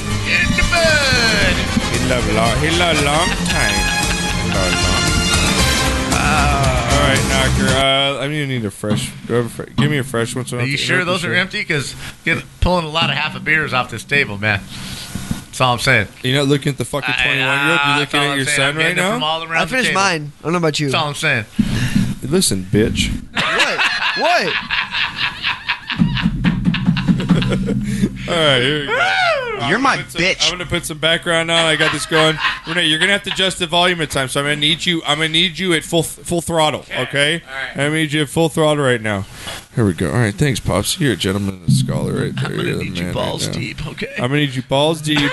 [SPEAKER 2] long. He loved long time. Loved long.
[SPEAKER 5] Ah.
[SPEAKER 2] All right, Knocker. Uh, I'm gonna need a fresh. do I have a fre- Give me a fresh one. So I
[SPEAKER 5] Are
[SPEAKER 2] don't
[SPEAKER 5] you
[SPEAKER 2] have to
[SPEAKER 5] sure
[SPEAKER 2] interrupt
[SPEAKER 5] those
[SPEAKER 2] the
[SPEAKER 5] are
[SPEAKER 2] show.
[SPEAKER 5] empty? Because pulling a lot of half a beers off this table, man. That's all I'm saying. uh,
[SPEAKER 2] You're not looking at the fucking 21 year old. You're
[SPEAKER 5] that's
[SPEAKER 2] looking
[SPEAKER 5] all
[SPEAKER 2] at
[SPEAKER 5] I'm
[SPEAKER 2] your
[SPEAKER 5] saying.
[SPEAKER 2] son
[SPEAKER 5] I'm
[SPEAKER 2] right
[SPEAKER 5] getting it
[SPEAKER 2] now.
[SPEAKER 5] from all around
[SPEAKER 6] I
[SPEAKER 5] the
[SPEAKER 6] finished
[SPEAKER 5] table.
[SPEAKER 6] mine. I don't know about you.
[SPEAKER 5] That's all I'm saying.
[SPEAKER 2] Listen, bitch.
[SPEAKER 6] What?
[SPEAKER 2] All right, here we go. You're my bitch. I'm gonna put some background on. I got this going. Renee, you're gonna have to adjust the volume at times. So I'm gonna need you. I'm gonna need you at full full throttle. Okay. I need you at full throttle right now. Here we go. All right, thanks, pops. You're a gentleman and a scholar right there. I'm gonna need you
[SPEAKER 5] balls deep, Okay.
[SPEAKER 2] I'm gonna need you balls deep,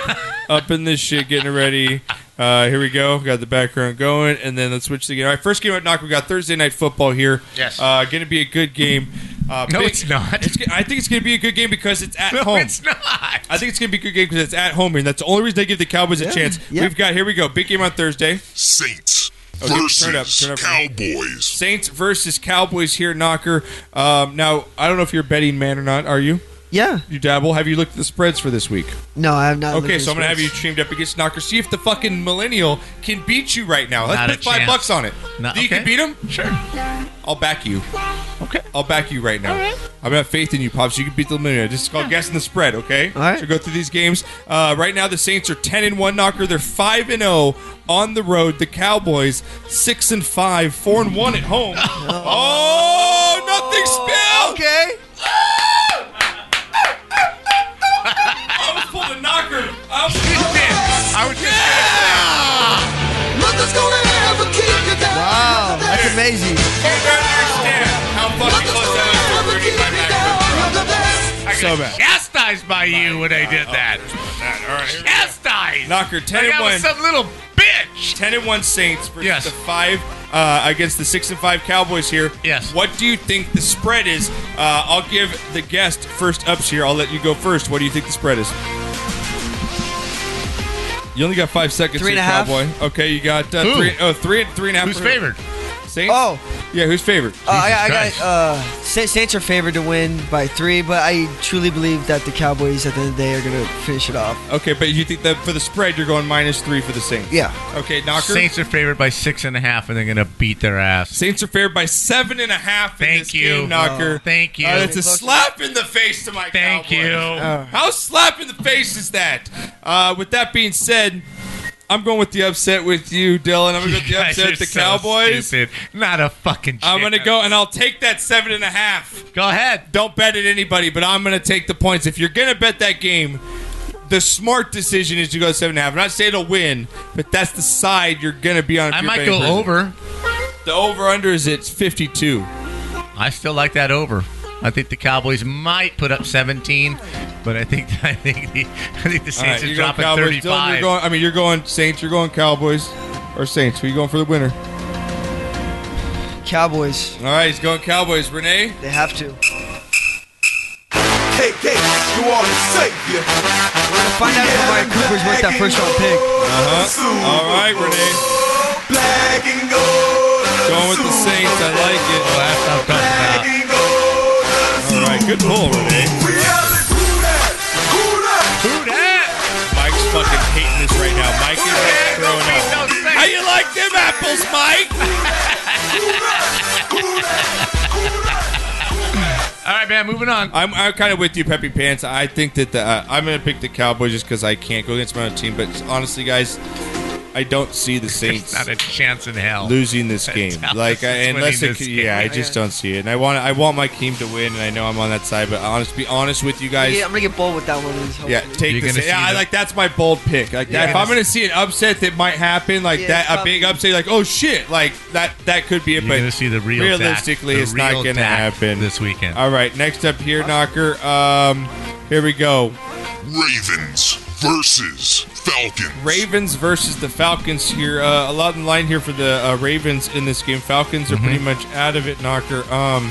[SPEAKER 2] up in this shit, getting ready. Uh, here we go. Got the background going, and then let's switch the game. All right, first game at knock. We got Thursday night football here.
[SPEAKER 5] Yes.
[SPEAKER 2] Uh, gonna be a good game. Uh,
[SPEAKER 5] No,
[SPEAKER 2] big-
[SPEAKER 5] it's not.
[SPEAKER 2] it's g- I think it's gonna be a good game because it's at
[SPEAKER 5] No,
[SPEAKER 2] home.
[SPEAKER 5] it's not.
[SPEAKER 2] I think it's going to be a good game because it's at home, and that's the only reason they give the Cowboys a chance. We've got here we go, big game on Thursday. Saints
[SPEAKER 23] versus
[SPEAKER 2] Cowboys. Saints versus Cowboys here, Knocker. Um, now I don't know if you're a betting man or not. Are you?
[SPEAKER 6] Yeah.
[SPEAKER 2] You dabble. Have you looked at the spreads for this week?
[SPEAKER 6] No, I have not.
[SPEAKER 2] okay, so I'm gonna have you teamed up against Knocker. See if the fucking millennial can beat you right now. Let's
[SPEAKER 5] Not a
[SPEAKER 2] put five
[SPEAKER 5] chance.
[SPEAKER 2] bucks on it.
[SPEAKER 5] Not-
[SPEAKER 2] Do you can
[SPEAKER 5] okay.
[SPEAKER 2] beat him? Sure. I'll back you. Okay. I'll back you right now. All right. I'm gonna have faith in you, pops. You can beat the millennial. Just call guessing the spread. Okay. All right. So go through these games. Uh, right now, the Saints are ten and one. Knocker. They're five and zero on the road. The Cowboys six and five, four and one at home. oh, nothing spilled.
[SPEAKER 6] Okay.
[SPEAKER 2] I was pulling knocker. I was just I was just yeah!
[SPEAKER 14] Nothing's gonna ever keep you down. Wow,
[SPEAKER 6] that's amazing.
[SPEAKER 2] You don't understand how fucking close I was to winning my background. so bad.
[SPEAKER 5] chastised by you when I did that. Chastised.
[SPEAKER 2] Knocker ten
[SPEAKER 5] Like
[SPEAKER 2] and
[SPEAKER 5] I was
[SPEAKER 2] one.
[SPEAKER 5] some little bitch.
[SPEAKER 2] Ten and one Saints versus the five uh, against the six and five Cowboys here. Yes. What do you think the spread is? Uh, I'll give the guest first ups here. I'll let you go first. What do you think the spread is? You only got five seconds.
[SPEAKER 3] Three
[SPEAKER 2] here,
[SPEAKER 3] and a half.
[SPEAKER 2] Cowboy. Okay, you got uh,
[SPEAKER 3] Who?
[SPEAKER 2] three. Oh, three and three and a half.
[SPEAKER 3] Who's
[SPEAKER 2] favored? Saints. Oh. Yeah, who's favored?
[SPEAKER 6] Uh, I, I got uh, Sa- Saints are favored to win by three, but I truly believe that the Cowboys at the end of the day are going to finish it off.
[SPEAKER 2] Okay, but you think that for the spread you're going minus three for the Saints?
[SPEAKER 6] Yeah.
[SPEAKER 2] Okay, knocker.
[SPEAKER 5] Saints are favored by six and a half, and they're gonna beat their ass.
[SPEAKER 2] Saints are favored by seven and a half. Thank in this
[SPEAKER 5] you.
[SPEAKER 2] game, knocker.
[SPEAKER 5] Oh, thank you.
[SPEAKER 2] Uh, it's a slap in the face to my. Thank you. How slap in the face is that? Uh, with that being said, I'm going with the upset with you, Dylan. I'm going to go with the
[SPEAKER 5] guys
[SPEAKER 2] upset
[SPEAKER 5] are
[SPEAKER 2] with the
[SPEAKER 5] so
[SPEAKER 2] Cowboys.
[SPEAKER 5] stupid. Not a fucking.
[SPEAKER 2] I'm going to
[SPEAKER 5] chance.
[SPEAKER 2] go and I'll take that seven and a half.
[SPEAKER 5] Go ahead.
[SPEAKER 2] Don't bet at anybody, but I'm going to take the points. If you're going to bet that game, the smart decision is to go seven and a half. I'm not saying it'll win, but that's the side you're going to be on. if
[SPEAKER 5] I
[SPEAKER 2] you're
[SPEAKER 5] might
[SPEAKER 2] betting
[SPEAKER 5] go
[SPEAKER 2] person.
[SPEAKER 5] over.
[SPEAKER 2] The over under is it's 52.
[SPEAKER 5] I still like that over. I think the Cowboys might put up 17, but I think I think the I think the
[SPEAKER 2] All right,
[SPEAKER 5] Saints are
[SPEAKER 2] you're going
[SPEAKER 5] dropping
[SPEAKER 2] Cowboys. Dylan,
[SPEAKER 5] 35.
[SPEAKER 2] you're going, I mean, you're going Saints. You're going Cowboys or Saints. Who you going for the winner?
[SPEAKER 6] Cowboys.
[SPEAKER 2] All right, he's going Cowboys. Renee.
[SPEAKER 6] They have to.
[SPEAKER 23] KK, you are the savior.
[SPEAKER 6] Find out if Mike Cooper's worth that first round pick.
[SPEAKER 2] Uh-huh. All right, Renee. Going with the Saints. I like it.
[SPEAKER 5] Oh,
[SPEAKER 2] All right, good pull, Renee. Mike's fucking hating this right now. Mike is like throwing up. How you like them apples, Mike?
[SPEAKER 5] All right, man, moving on.
[SPEAKER 2] I'm, I'm kind of with you, Peppy Pants. I think that the, uh, I'm going to pick the Cowboys just because I can't go against my own team. But honestly, guys, I don't see the Saints
[SPEAKER 5] Not a chance in hell.
[SPEAKER 2] losing this
[SPEAKER 5] That
[SPEAKER 2] game.
[SPEAKER 5] Dallas
[SPEAKER 2] Like, I,
[SPEAKER 5] is winning
[SPEAKER 2] unless it,
[SPEAKER 5] this
[SPEAKER 2] c-
[SPEAKER 5] game.
[SPEAKER 2] yeah, I just don't see it. And I want I want my team to win, and I know I'm on that side. But honest, be honest with you guys.
[SPEAKER 6] Yeah, I'm going to get bold with that one. is
[SPEAKER 2] Yeah,
[SPEAKER 6] hopefully.
[SPEAKER 2] take this. Yeah, I like that's my bold pick. Like
[SPEAKER 6] You're
[SPEAKER 2] that. If
[SPEAKER 6] gonna
[SPEAKER 2] I'm gonna see an upset that might happen, like
[SPEAKER 6] Yeah,
[SPEAKER 2] that,
[SPEAKER 6] it's
[SPEAKER 2] a big upset, like oh shit, like that that could be it. but
[SPEAKER 5] gonna see the real Dak,
[SPEAKER 2] realistically,
[SPEAKER 5] the
[SPEAKER 2] it's not
[SPEAKER 5] real
[SPEAKER 2] gonna
[SPEAKER 5] Dak
[SPEAKER 2] happen
[SPEAKER 5] this weekend.
[SPEAKER 2] All right, next up here, Knocker. Um, here we go.
[SPEAKER 19] Ravens versus Falcons.
[SPEAKER 2] Ravens versus the Falcons here. Uh, a lot in line here for the uh, Ravens in this game. Falcons are
[SPEAKER 5] Mm-hmm.
[SPEAKER 2] pretty much out of it, Knocker. Um,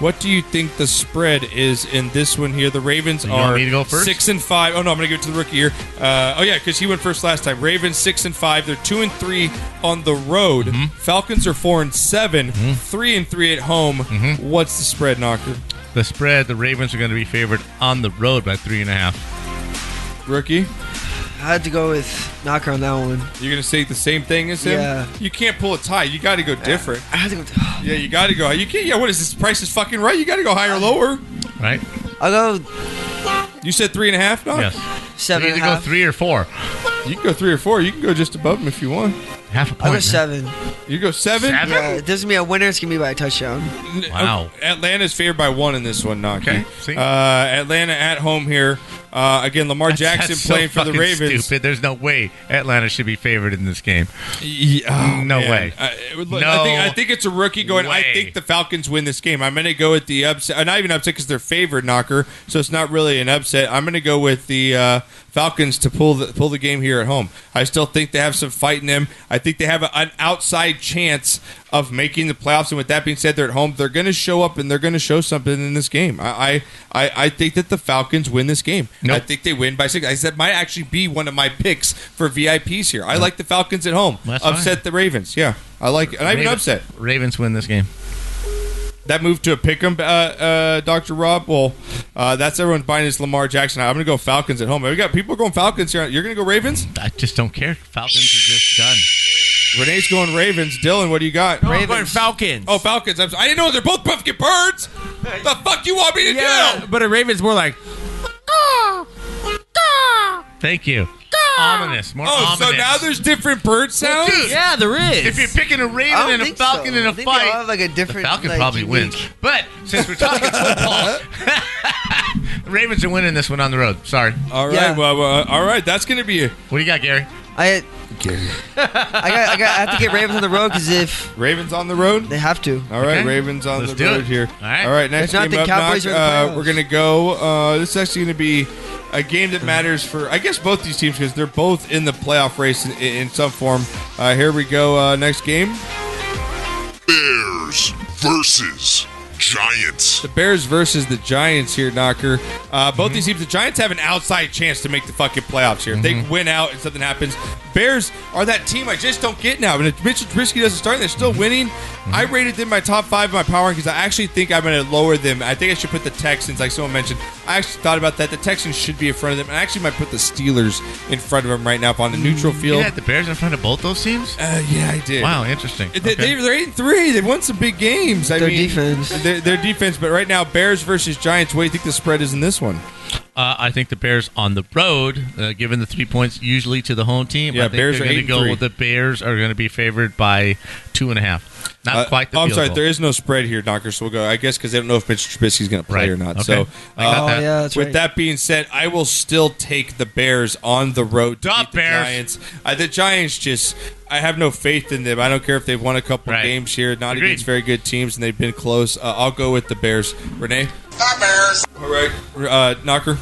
[SPEAKER 2] what do you think the spread is in this one here? The Ravens
[SPEAKER 5] You want
[SPEAKER 2] are
[SPEAKER 5] me to go first?
[SPEAKER 2] six and five. Oh no, I'm going to give it to the rookie here. Uh, oh yeah, because he went first last time. Ravens six and five. They're two and three on the road.
[SPEAKER 5] Mm-hmm.
[SPEAKER 2] Falcons are four and 7 three and three at home. What's the spread, Knocker?
[SPEAKER 5] Mm-hmm. The spread, the Ravens are going to be favored on the road by three and a half.
[SPEAKER 2] Rookie,
[SPEAKER 6] I had to go with Knocker on that one.
[SPEAKER 2] You're going to say the same thing as him.
[SPEAKER 6] Yeah.
[SPEAKER 2] You can't pull a tie. You got to go different.
[SPEAKER 6] I had to go.
[SPEAKER 2] yeah, you got to go. You can't. Yeah, what is this? Price is fucking right. You got to go higher, or lower.
[SPEAKER 5] right?
[SPEAKER 6] I'll go.
[SPEAKER 2] You said three and a half, no?
[SPEAKER 5] Yes.
[SPEAKER 6] Seven
[SPEAKER 5] You
[SPEAKER 6] and
[SPEAKER 5] either
[SPEAKER 6] a
[SPEAKER 5] go
[SPEAKER 6] half.
[SPEAKER 5] three or four.
[SPEAKER 2] You can go three or four. You can go just above them if you want.
[SPEAKER 5] Half a
[SPEAKER 6] I'll go seven.
[SPEAKER 2] You go seven? Seven?
[SPEAKER 6] Yeah, it doesn't mean a winner. It's going to be by a touchdown.
[SPEAKER 2] Wow. Atlanta's favored by one in this one, Knocky.
[SPEAKER 5] Okay,
[SPEAKER 2] Uh, Atlanta at home here. Uh, again, Lamar Jackson
[SPEAKER 5] That's so
[SPEAKER 2] playing for the
[SPEAKER 5] fucking
[SPEAKER 2] Ravens.
[SPEAKER 5] Stupid. There's no way Atlanta should be favored in this game. no
[SPEAKER 2] oh, man. Uh,
[SPEAKER 5] way.
[SPEAKER 2] I, it would look-
[SPEAKER 5] no.
[SPEAKER 2] I think, I think it's a rookie going. I think the Falcons win this game. I'm going to go with the upset. uh, Not even upset because they're favored, Knocker. So it's not really an upset. I'm going to go with the uh, Falcons to pull the pull the game here at home. I still think they have some fight in them. I think they have a, an outside chance of making the playoffs. And with that being said, they're at home. They're going to show up and they're going to show something in this game. I I, I, I think that the Falcons win this game. I think they win by six. I said might actually be one of my picks for VIPs here. I like the Falcons at home.
[SPEAKER 5] That's
[SPEAKER 2] upset the Ravens. Yeah, I like it. And I'm even
[SPEAKER 5] Raven-
[SPEAKER 2] upset.
[SPEAKER 5] Ravens win this game.
[SPEAKER 2] That move to a pick'em, uh, uh, Doctor Rob. Well, uh, that's everyone's buying is Lamar Jackson. I'm going to go Falcons at home. We got people going Falcons here. You're going to go Ravens?
[SPEAKER 5] I just don't care. Falcons are just done.
[SPEAKER 2] Renee's going Ravens. Dylan, what do you got?
[SPEAKER 4] No, I'm going Falcons.
[SPEAKER 2] Oh, Falcons. I'm, so- I didn't know they're both Puffkin birds. The fuck you want me to do?
[SPEAKER 4] But a Raven's more like
[SPEAKER 5] Thank you. Ominous. More
[SPEAKER 2] Oh, so
[SPEAKER 5] ominous.
[SPEAKER 2] now there's different bird sounds?
[SPEAKER 5] Dude, If you're picking a
[SPEAKER 6] I don't
[SPEAKER 5] Raven and a
[SPEAKER 6] think so.
[SPEAKER 5] Falcon in
[SPEAKER 6] I
[SPEAKER 5] a
[SPEAKER 6] think they
[SPEAKER 5] fight,
[SPEAKER 6] all have, like, a different,
[SPEAKER 5] the Falcon
[SPEAKER 6] like,
[SPEAKER 5] probably
[SPEAKER 6] unique-
[SPEAKER 5] wins. But since we're talking football, the Ravens are winning this one on the road. Sorry.
[SPEAKER 2] All right.
[SPEAKER 6] Yeah.
[SPEAKER 2] Well, well, all right. That's going to be it.
[SPEAKER 5] What do you got, Gary?
[SPEAKER 6] I
[SPEAKER 2] Gary.
[SPEAKER 6] I got, I got, I have to get Ravens on the road because if
[SPEAKER 2] Ravens on the road,
[SPEAKER 6] they have to.
[SPEAKER 2] All right, Ravens on the road here. All right, next
[SPEAKER 6] If not,
[SPEAKER 2] game
[SPEAKER 6] the
[SPEAKER 2] up,
[SPEAKER 6] Cowboys
[SPEAKER 2] Knock,
[SPEAKER 6] are in the
[SPEAKER 2] uh,
[SPEAKER 6] playoffs.
[SPEAKER 2] we're gonna go. Uh, this is actually gonna be a game that matters for I guess both these teams because they're both in the playoff race in, in some form. Uh, here we go. Uh, next game.
[SPEAKER 23] Bears versus Giants.
[SPEAKER 2] The Bears versus the Giants here, Knocker. Uh, both
[SPEAKER 5] Mm-hmm.
[SPEAKER 2] these teams, the Giants have an outside chance to make the fucking playoffs here. If
[SPEAKER 5] Mm-hmm.
[SPEAKER 2] they win out and something happens, Bears are that team I just don't get now. And if Mitchell Trubisky doesn't start, and they're still winning. I
[SPEAKER 5] Mm-hmm.
[SPEAKER 2] rated them my top five in my power because I actually think I'm going to lower them. I think I should put the Texans, like someone mentioned. I actually thought about that. The Texans should be in front of them, and I actually might put the Steelers in front of them right now if on the neutral
[SPEAKER 5] You
[SPEAKER 2] field.
[SPEAKER 5] had Mm, the Bears in front of both those teams?
[SPEAKER 2] Uh, yeah, I did.
[SPEAKER 5] Wow, interesting.
[SPEAKER 2] They, they, they're eight and three. They won some big games. I
[SPEAKER 5] Their
[SPEAKER 2] mean, defense. Their, their defense. But right now, Bears versus Giants. What do you think the spread is in this one?
[SPEAKER 5] Uh, I think the Bears on the road, uh, given the three points usually to the home team,
[SPEAKER 2] Yeah,
[SPEAKER 5] I think
[SPEAKER 2] Bears
[SPEAKER 5] they're
[SPEAKER 2] are
[SPEAKER 5] gonna
[SPEAKER 2] eight and
[SPEAKER 5] go
[SPEAKER 2] three.
[SPEAKER 5] with the Bears are going to be favored by two and a half. Not
[SPEAKER 2] Uh,
[SPEAKER 5] quite the
[SPEAKER 2] oh, I'm
[SPEAKER 5] field
[SPEAKER 2] sorry.
[SPEAKER 5] goal.
[SPEAKER 2] There is no spread here, Knocker. So we'll go. I guess because they don't know if Mitch Trubisky's going to play
[SPEAKER 5] Right.
[SPEAKER 2] or not.
[SPEAKER 5] Okay.
[SPEAKER 2] So,
[SPEAKER 5] I got
[SPEAKER 2] uh,
[SPEAKER 5] that. Oh, Yeah, that's
[SPEAKER 2] with
[SPEAKER 5] right.
[SPEAKER 2] that being said, I will still take the Bears on the road to beat the Giants. Uh, the Giants just. I have no faith in them. I don't care if they've won a couple games here, not
[SPEAKER 5] Agreed.
[SPEAKER 2] against very good teams, and they've been close. Uh, I'll go with the Bears. Renee,
[SPEAKER 23] Hi, Bears.
[SPEAKER 2] All right. uh, Knocker.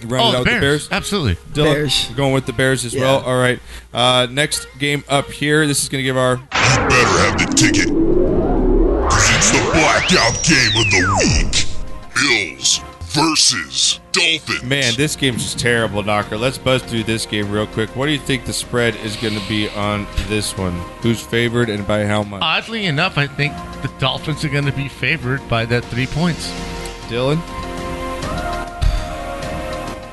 [SPEAKER 2] You running
[SPEAKER 23] Oh,
[SPEAKER 2] it
[SPEAKER 23] the
[SPEAKER 2] out with the
[SPEAKER 23] Bears.
[SPEAKER 2] Bears? Absolutely. Dylan,
[SPEAKER 23] Bears.
[SPEAKER 2] we're going with the Bears as well. All right. Uh, next game up here. This is going to give our. You better have the ticket.
[SPEAKER 23] It's the blackout game of the week. Bills versus Dolphins.
[SPEAKER 2] Man, this game's just terrible, Knocker. Let's buzz through this game real quick. What do you think the spread is going to be on this one? Who's favored and by how much?
[SPEAKER 5] Oddly enough, I think the Dolphins are going to be favored by that three points.
[SPEAKER 2] Dylan?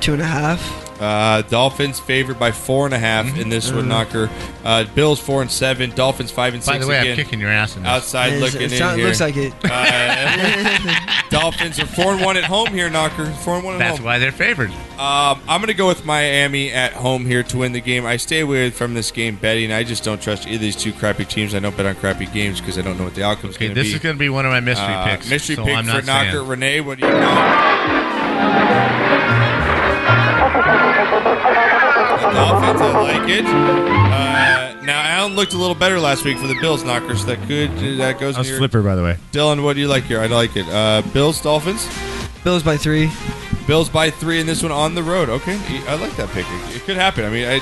[SPEAKER 6] Two and a half.
[SPEAKER 2] Uh, Dolphins favored by four and a half in this
[SPEAKER 5] Mm-hmm.
[SPEAKER 2] one,
[SPEAKER 6] Mhm.
[SPEAKER 2] Knocker. Uh, Bills four and seven. Dolphins five and
[SPEAKER 5] By
[SPEAKER 2] six.
[SPEAKER 5] the way, I'm
[SPEAKER 2] again.
[SPEAKER 5] kicking your ass in this.
[SPEAKER 2] Outside
[SPEAKER 5] It's-
[SPEAKER 2] looking
[SPEAKER 5] it
[SPEAKER 2] in
[SPEAKER 5] sound-
[SPEAKER 2] here.
[SPEAKER 5] looks like
[SPEAKER 6] it.
[SPEAKER 2] Uh, Dolphins are four and one at home here, Knocker. Four and one. At
[SPEAKER 5] That's
[SPEAKER 2] home.
[SPEAKER 5] why they're favored.
[SPEAKER 2] Um, I'm going to go with Miami at home here to win the game. I stay away from this game betting. I just don't trust either of these two crappy teams. I don't bet on crappy games because I don't know what the outcome's
[SPEAKER 5] Okay,
[SPEAKER 2] going to be.
[SPEAKER 5] this is going to be one of my mystery
[SPEAKER 2] Uh,
[SPEAKER 5] picks.
[SPEAKER 2] Mystery
[SPEAKER 5] so
[SPEAKER 2] pick
[SPEAKER 5] I'm
[SPEAKER 2] for
[SPEAKER 5] not
[SPEAKER 2] Knocker.
[SPEAKER 5] saying.
[SPEAKER 2] Renee, what do you got? The Dolphins, I like it. Uh, now, Allen looked a little better last week for the Bills, Knocker, so that could that goes
[SPEAKER 4] I was
[SPEAKER 2] near.
[SPEAKER 4] flipper, by the way.
[SPEAKER 2] Dylan, what do you like here? I like it. Uh, Bills, Dolphins.
[SPEAKER 6] Bills by three.
[SPEAKER 2] Bills by three, and this one on the road. Okay, I like that pick. It, it could happen. I mean, I,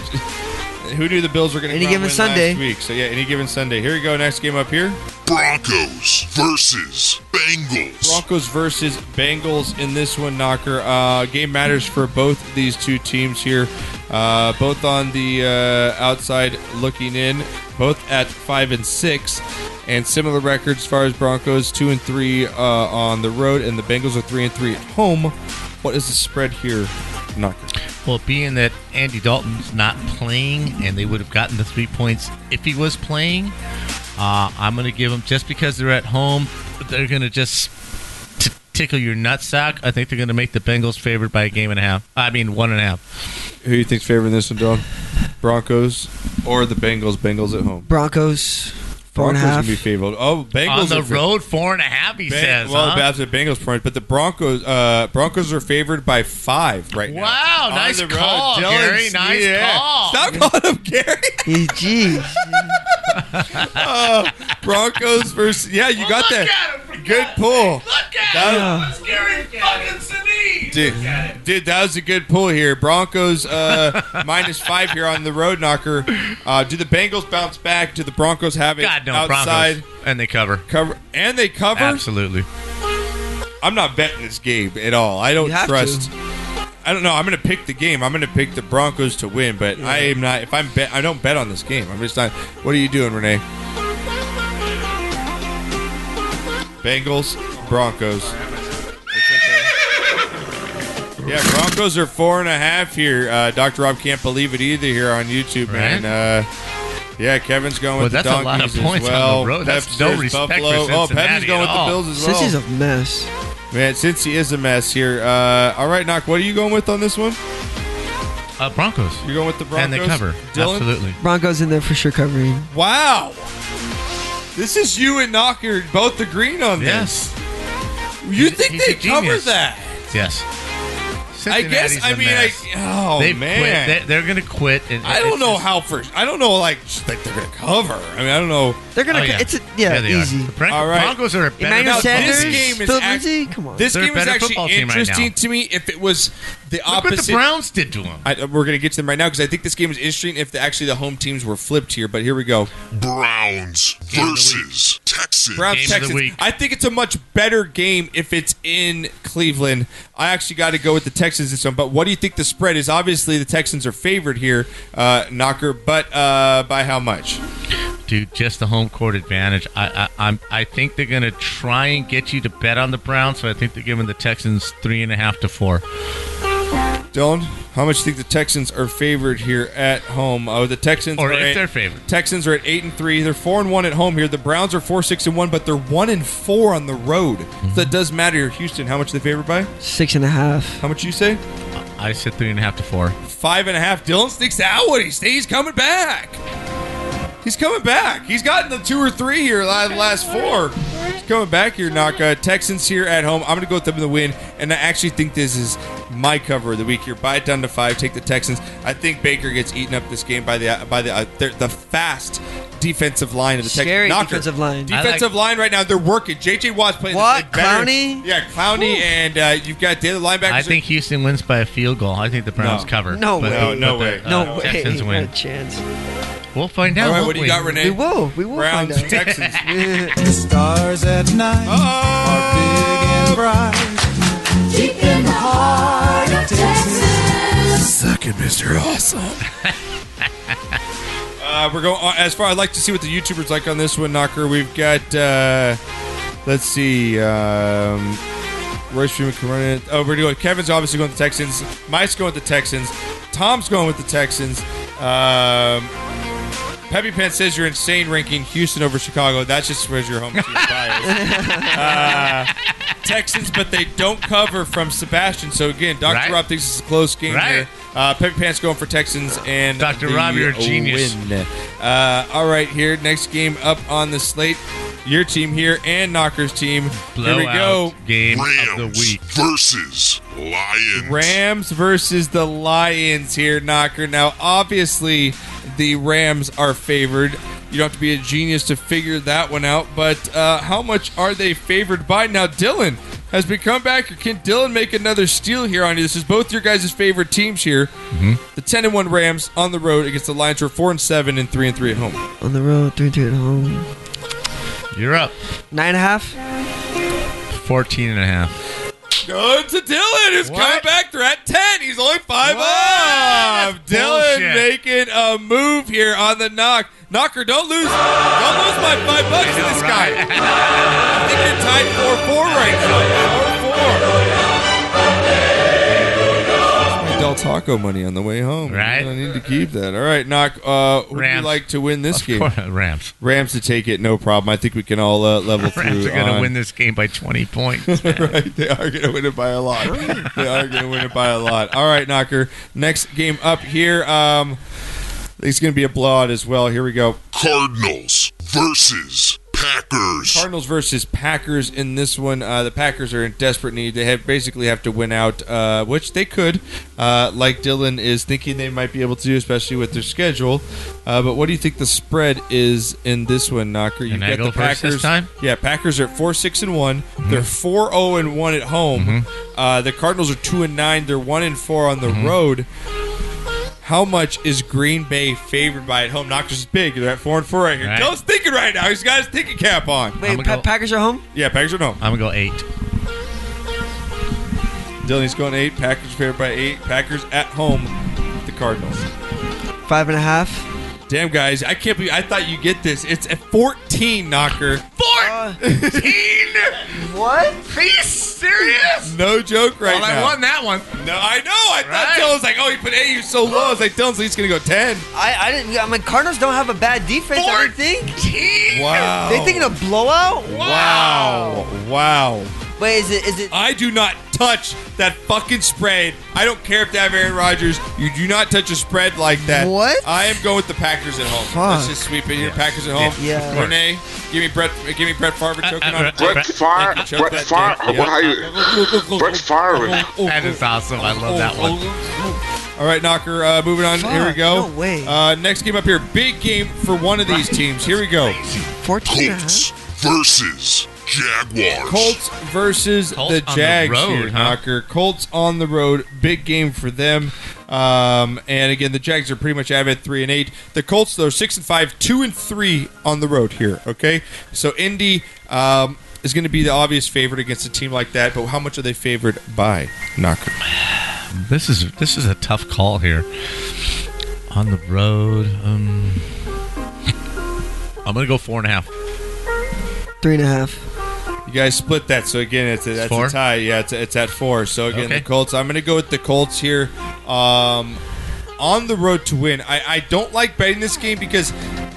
[SPEAKER 2] who knew the Bills were going to
[SPEAKER 6] Any given
[SPEAKER 2] win
[SPEAKER 6] Sunday.
[SPEAKER 2] last week? So yeah, any given Sunday. Here we go. Next game up here.
[SPEAKER 23] Broncos versus Bengals.
[SPEAKER 2] Broncos versus Bengals in this one, Knocker. Uh, game matters for both these two teams here. Uh, both on the uh, outside looking in, both at five and six, and similar records as far as Broncos two and three uh, on the road, and the Bengals are three and three at home. What is the spread here, Knocker?
[SPEAKER 5] Well, being that Andy Dalton's not playing and they would have gotten the three points if he was playing, uh, I'm going to give them just because they're at home, they're going to just t- tickle your nutsack. I think they're going to make the Bengals favored by a game and a half. I mean, one and a half.
[SPEAKER 2] Who do you think's favoring this one, John? Broncos or the Bengals? Bengals at home.
[SPEAKER 6] Broncos. Four and a
[SPEAKER 2] Broncos
[SPEAKER 6] half.
[SPEAKER 2] gonna be favored. Oh, Bengals
[SPEAKER 5] On the
[SPEAKER 2] are fa-
[SPEAKER 5] road, four and a half, he
[SPEAKER 2] Bang-
[SPEAKER 5] says.
[SPEAKER 2] Well,
[SPEAKER 5] huh?
[SPEAKER 2] that's the Bengals point, but the Broncos uh, Broncos are favored by five right now.
[SPEAKER 5] Wow,
[SPEAKER 2] On
[SPEAKER 5] nice
[SPEAKER 2] the road.
[SPEAKER 5] call,
[SPEAKER 2] Dylan
[SPEAKER 5] Gary.
[SPEAKER 2] Sneed,
[SPEAKER 5] Nice
[SPEAKER 2] yeah.
[SPEAKER 5] call.
[SPEAKER 2] Stop calling him Gary.
[SPEAKER 6] Jeez.
[SPEAKER 2] Oh, Broncos versus yeah, you got that. Good pull. Look at Dude, dude, that was a good pull here. Broncos uh, minus five here on the road knocker. Uh, do the Bengals bounce back? Do the Broncos have it
[SPEAKER 5] God, no,
[SPEAKER 2] outside?
[SPEAKER 5] Broncos. And they cover.
[SPEAKER 2] Cover and they cover.
[SPEAKER 5] Absolutely.
[SPEAKER 2] I'm not betting this game at all. I don't
[SPEAKER 5] You have
[SPEAKER 2] trust.
[SPEAKER 5] to.
[SPEAKER 2] I don't know. I'm going to pick the game. I'm going to pick the Broncos to win, but I am not. If I'm bet, I don't bet on this game. I'm just not. What are you doing, Renee? Bengals, Broncos. Yeah, Broncos are four and a half here. Uh, Doctor Rob can't believe it either here on YouTube, man. Uh, yeah, Kevin's going with
[SPEAKER 5] Well,
[SPEAKER 2] the
[SPEAKER 5] that's a lot
[SPEAKER 2] Donkeys
[SPEAKER 5] of points
[SPEAKER 2] as
[SPEAKER 5] on the
[SPEAKER 2] well.
[SPEAKER 5] road. That's
[SPEAKER 2] Pep's
[SPEAKER 5] no
[SPEAKER 2] there's
[SPEAKER 5] respect for
[SPEAKER 2] Buffalo. oh, Pep's
[SPEAKER 5] Cincinnati
[SPEAKER 2] going
[SPEAKER 5] at
[SPEAKER 2] with the
[SPEAKER 5] all.
[SPEAKER 2] Bills as well.
[SPEAKER 6] This is a mess.
[SPEAKER 2] Man, since he is a mess here. Uh, all right, Knock, what are you going with on this one?
[SPEAKER 5] Uh, Broncos.
[SPEAKER 2] You're going with the Broncos?
[SPEAKER 5] And they cover.
[SPEAKER 2] Dylan?
[SPEAKER 5] Absolutely.
[SPEAKER 6] Broncos in there for sure covering.
[SPEAKER 2] Wow. This is you and Knocker both agreeing on this. Yes. You think
[SPEAKER 5] he's
[SPEAKER 2] they
[SPEAKER 5] a genius.
[SPEAKER 2] cover that?
[SPEAKER 5] Yes.
[SPEAKER 2] I guess.
[SPEAKER 5] Cincinnati's
[SPEAKER 2] I
[SPEAKER 5] a
[SPEAKER 2] mean,
[SPEAKER 5] mess.
[SPEAKER 2] I, oh
[SPEAKER 5] They've
[SPEAKER 2] man,
[SPEAKER 5] quit. They, are going to quit. And
[SPEAKER 2] I
[SPEAKER 5] it's
[SPEAKER 2] don't know
[SPEAKER 5] just-
[SPEAKER 2] how first. I don't know like just like they're gonna cover. I mean, I don't know.
[SPEAKER 6] They're gonna
[SPEAKER 5] Oh,
[SPEAKER 6] co-
[SPEAKER 5] yeah.
[SPEAKER 6] it's a, yeah,
[SPEAKER 5] Yeah, they are.
[SPEAKER 6] easy.
[SPEAKER 5] The Bron- All right. Broncos are a better
[SPEAKER 6] Emmanuel
[SPEAKER 5] football
[SPEAKER 6] Sanders,
[SPEAKER 5] team. This game is
[SPEAKER 6] Philip
[SPEAKER 5] act-
[SPEAKER 6] Lindsay. Come on,
[SPEAKER 2] This
[SPEAKER 5] They're a
[SPEAKER 2] game is
[SPEAKER 5] better
[SPEAKER 2] actually
[SPEAKER 5] football team right now.
[SPEAKER 2] interesting to me if it was the
[SPEAKER 5] what the
[SPEAKER 2] opposite.
[SPEAKER 5] Browns did to them.
[SPEAKER 2] I, uh, we're going to get to them right now because I think this game is interesting if the, actually the home teams were flipped here. But here we go.
[SPEAKER 23] Browns versus Texans.
[SPEAKER 2] Browns Texans. I think it's a much better game if it's in Cleveland. I actually got to go with the Texans this one. But what do you think the spread is? Obviously, the Texans are favored here, uh, Knocker. But uh, by how much?
[SPEAKER 5] Dude, just the home court advantage. I, I, I'm, I think they're going to try and get you to bet on the Browns, so I think they're giving the Texans three and a half to four.
[SPEAKER 2] Dylan, how much do you think the Texans are favored here at home? Oh, the Texans
[SPEAKER 5] Or
[SPEAKER 2] are
[SPEAKER 5] if
[SPEAKER 2] at,
[SPEAKER 5] they're favored.
[SPEAKER 2] Texans are at eight and three. They're four and one at home here. The Browns are four six and one, but they're one and four on the road. So that does matter here. Houston, how much are they favored by?
[SPEAKER 6] Mm-hmm. Six and a half.
[SPEAKER 2] How much you say?
[SPEAKER 5] I said three and a half to four.
[SPEAKER 2] Five and a half. Dylan sticks out. What he's he's coming back. He's coming back. He's gotten the two or three here la- the last four. He's coming back here, Naka. Texans here at home. I'm going to go with them in the win, and I actually think this is my cover of the week here. Buy it down to five. Take the Texans. I think Baker gets eaten up this game by the by the uh, the, the fast defensive line of the Texans.
[SPEAKER 6] Scary
[SPEAKER 2] Knocker.
[SPEAKER 6] defensive line. I like-
[SPEAKER 2] Defensive line right now. They're working. J.J. Watt's playing.
[SPEAKER 6] Watt,
[SPEAKER 2] better.
[SPEAKER 6] Clowney?
[SPEAKER 2] Yeah, Clowney, and uh, you've got the other linebackers.
[SPEAKER 5] I think Houston wins by a field goal. I think the Browns
[SPEAKER 2] No.
[SPEAKER 5] cover.
[SPEAKER 2] No
[SPEAKER 5] But-
[SPEAKER 2] way. No, no
[SPEAKER 5] but
[SPEAKER 2] way.
[SPEAKER 5] the,
[SPEAKER 2] No
[SPEAKER 5] uh,
[SPEAKER 2] way.
[SPEAKER 5] Texans win.
[SPEAKER 6] Not a chance.
[SPEAKER 5] We'll find out.
[SPEAKER 2] All right,
[SPEAKER 5] won't
[SPEAKER 2] what do you
[SPEAKER 5] we?
[SPEAKER 2] got,
[SPEAKER 6] We
[SPEAKER 2] Renee?
[SPEAKER 6] will. We will
[SPEAKER 2] Browns,
[SPEAKER 6] find out.
[SPEAKER 2] Texans.
[SPEAKER 6] the
[SPEAKER 1] stars at night are big and bright. Deep in the heart of Texas.
[SPEAKER 2] Suck it, Mr. Awesome. Uh, we're going uh, as far. I'd like to see what the YouTubers like on this one, Knocker. We've got, uh, let's see, um, Royce Freeman can run it. Oh, we're doing Kevin's obviously going with the Texans. Mike's going with the Texans. Tom's going with the Texans. Um, Peppy Pants says you're insane ranking Houston over Chicago. That's just where's your home team bias. Uh, Texans, but they don't cover from Sebastian. So again, Dr.
[SPEAKER 5] Right.
[SPEAKER 2] Rob thinks it's a close game
[SPEAKER 5] Right.
[SPEAKER 2] here. Uh, Peppy Pants going for Texans and
[SPEAKER 5] Dr.
[SPEAKER 2] the
[SPEAKER 5] Rob, you're a genius.
[SPEAKER 2] win. Uh, all right, here next game up on the slate. Your team here and Knockers team. here we go.
[SPEAKER 5] Game
[SPEAKER 23] Rams
[SPEAKER 5] of the week.
[SPEAKER 23] versus Lions.
[SPEAKER 2] Rams versus the Lions here, Knocker. Now, obviously, the Rams are favored. You don't have to be a genius to figure that one out. But uh, how much are they favored by? Now, Dylan has become back. Can Dylan make another steal here on you? This is both your guys' favorite teams here.
[SPEAKER 5] Mm-hmm.
[SPEAKER 2] The ten and one Rams on the road against the Lions, who are four and seven and three and three at home.
[SPEAKER 6] On the road, three two at home.
[SPEAKER 5] You're up.
[SPEAKER 6] Nine and a half.
[SPEAKER 5] 14 and a half.
[SPEAKER 2] Good to Dylan, who's coming back. They're at 10. He's only 5 up.
[SPEAKER 5] That's
[SPEAKER 2] Dylan
[SPEAKER 5] bullshit.
[SPEAKER 2] making a move here on the knock. Knocker, don't lose. Don't lose my five bucks to this guy. I think you're tied 4 4 right now. 4 4. Del Taco money on the way home. Right. I need to keep that. All right, Knock. Uh, who would you
[SPEAKER 5] Rams.
[SPEAKER 2] like to win this game?
[SPEAKER 5] course, Rams.
[SPEAKER 2] Rams to take it, no problem. I think we can all uh, level through.
[SPEAKER 5] Rams are going to
[SPEAKER 2] on-
[SPEAKER 5] win this game by 20 points.
[SPEAKER 2] right, they are going to win it by a lot. they are going to win it by a lot. All right, Knocker. Next game up here. Um, it's going to be a blowout as well. Here we go.
[SPEAKER 23] Cardinals versus Packers.
[SPEAKER 2] Cardinals versus Packers in this one. Uh, the Packers are in desperate need. They have basically have to win out, uh, which they could, uh, like Dylan is thinking they might be able to do, especially with their schedule. Uh, but what do you think the spread is in this one, Knocker? You've
[SPEAKER 5] Can I go
[SPEAKER 2] the
[SPEAKER 5] first this time?
[SPEAKER 2] Yeah, Packers are at four six and one.
[SPEAKER 5] Mm-hmm.
[SPEAKER 2] They're four zero and one at home. Uh, the Cardinals are two and nine. They're one and four on the
[SPEAKER 5] Mm-hmm.
[SPEAKER 2] road. How much is Green Bay favored by at home? Knockers is big. They're at four and four right here.
[SPEAKER 5] Right.
[SPEAKER 2] Dylan's thinking right now. He's got his thinking cap on.
[SPEAKER 6] Wait, Pa- Packers are home.
[SPEAKER 2] Yeah, Packers are at home.
[SPEAKER 5] I'm going to go eight.
[SPEAKER 2] Dylan's going eight. Packers favored by eight. Packers at home. The Cardinals.
[SPEAKER 6] Five and a half.
[SPEAKER 2] Damn guys, I can't believe I thought you get this. It's a 14 knocker.
[SPEAKER 5] 14?
[SPEAKER 6] what?
[SPEAKER 5] Are you serious?
[SPEAKER 2] No joke right
[SPEAKER 5] well,
[SPEAKER 2] now.
[SPEAKER 5] I won that one.
[SPEAKER 2] No, I know. I thought Dylan was like, oh, he put eight. You're so low. I was like, Dylan's at least gonna go 10.
[SPEAKER 6] I, I didn't. I mean, Cardinals don't have a bad defense. I don't think.
[SPEAKER 2] Wow.
[SPEAKER 6] They thinking a blowout?
[SPEAKER 2] Wow. Wow.
[SPEAKER 6] But is it is it
[SPEAKER 2] I do not touch that fucking spread. I don't care if they have Aaron Rodgers. You do not touch a spread like that. What? I am going with the Packers at home. Let's just sweep it here. Packers at home.
[SPEAKER 6] Yeah.
[SPEAKER 2] yeah. Renee, give me Brett. Give me Brett Favre choking on
[SPEAKER 19] Uh, Brett Favre. Brett Favre. What are you? Brett
[SPEAKER 2] "Oh,
[SPEAKER 19] Favre.
[SPEAKER 5] That is awesome. I
[SPEAKER 23] Oh,
[SPEAKER 5] love that one.
[SPEAKER 2] All right, Knocker. Uh, moving on. Here we
[SPEAKER 5] Fuck,
[SPEAKER 2] go.
[SPEAKER 5] no
[SPEAKER 2] way. Uh, next game up here. Big game for one of these teams. Here we go.
[SPEAKER 6] Fourteen.
[SPEAKER 23] Colts versus Jaguars.
[SPEAKER 2] Colts versus
[SPEAKER 23] Colts
[SPEAKER 2] the
[SPEAKER 23] on the
[SPEAKER 2] Jags
[SPEAKER 23] road,
[SPEAKER 2] here,
[SPEAKER 23] huh?
[SPEAKER 2] Knocker. Colts on the road, big game for them. Um, and again, the Jags are pretty much out of it, three and eight. The Colts though, six and five, two and three on the road here. Okay, so Indy um, is going to be the obvious favorite against a team like that. But how much are they favored by? Knocker.
[SPEAKER 5] This is this is a tough call here. On the road, um, I'm gonna go four and a half.
[SPEAKER 6] three and a half?
[SPEAKER 2] You guys split that, so again, it's a, that's
[SPEAKER 5] four?
[SPEAKER 2] a tie. Yeah, it's, it's at four. So again,
[SPEAKER 5] Okay.
[SPEAKER 2] the Colts. I'm going to go with the Colts here, um, on the road to win. I, I don't like betting this game because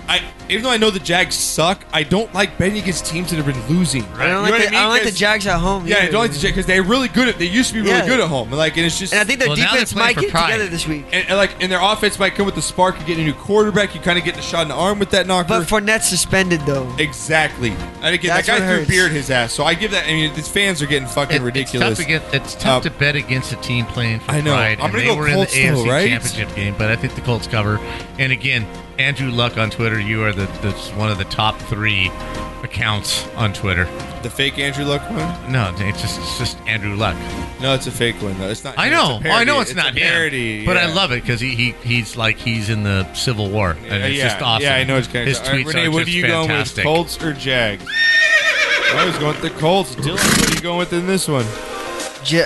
[SPEAKER 2] I, even though I know the Jags suck, I don't like betting against teams that have been losing.
[SPEAKER 6] I don't like the, I, don't like the
[SPEAKER 2] 'Cause-
[SPEAKER 6] Jags at home.
[SPEAKER 2] Yeah, I
[SPEAKER 6] either.
[SPEAKER 2] don't like the Jags because they're really good at. They used to be really
[SPEAKER 6] Yeah.
[SPEAKER 2] good at home. Like, and it's just.
[SPEAKER 6] And I think their Well, now they're defense playing might for get it pride. together this week.
[SPEAKER 2] And, and, like, and their offense might come with the spark. You get a new quarterback. You kind of get the shot in the arm with that knocker.
[SPEAKER 6] But Fournette's suspended though.
[SPEAKER 2] Exactly. And again,
[SPEAKER 6] That's
[SPEAKER 2] that
[SPEAKER 6] what
[SPEAKER 2] guy threw
[SPEAKER 6] hurts.
[SPEAKER 2] beard his ass. So I give that. I mean, these fans are getting fucking ridiculous.
[SPEAKER 5] Tough to get- it's tough
[SPEAKER 2] Uh,
[SPEAKER 5] to bet against a team playing for
[SPEAKER 2] I know.
[SPEAKER 5] pride.
[SPEAKER 2] I'm
[SPEAKER 5] and they
[SPEAKER 2] gonna go
[SPEAKER 5] were
[SPEAKER 2] Colts,
[SPEAKER 5] in the AFC
[SPEAKER 2] though, right?
[SPEAKER 5] Championship game, but I think the Colts cover. And again, Andrew Luck on Twitter, you are the, the one of the top three accounts on Twitter.
[SPEAKER 2] the fake Andrew Luck one.
[SPEAKER 5] No, it's just it's just Andrew Luck.
[SPEAKER 2] No, it's a fake one though. It's not.
[SPEAKER 5] I
[SPEAKER 2] him. It's a
[SPEAKER 5] know, I know
[SPEAKER 2] parody.
[SPEAKER 5] it's, not
[SPEAKER 2] a parody.
[SPEAKER 5] him, but I
[SPEAKER 2] yeah.
[SPEAKER 5] love it because he, he he's like he's in the Civil War, and it's
[SPEAKER 2] yeah,
[SPEAKER 5] just awesome.
[SPEAKER 2] Yeah, I know it's kind of
[SPEAKER 5] his tweets
[SPEAKER 2] Renee,
[SPEAKER 5] are
[SPEAKER 2] what
[SPEAKER 5] just
[SPEAKER 2] are you
[SPEAKER 5] fantastic.
[SPEAKER 2] going with, Colts or Jags? I was going with the Colts. Dylan, what are you going with in this one?
[SPEAKER 6] Ja-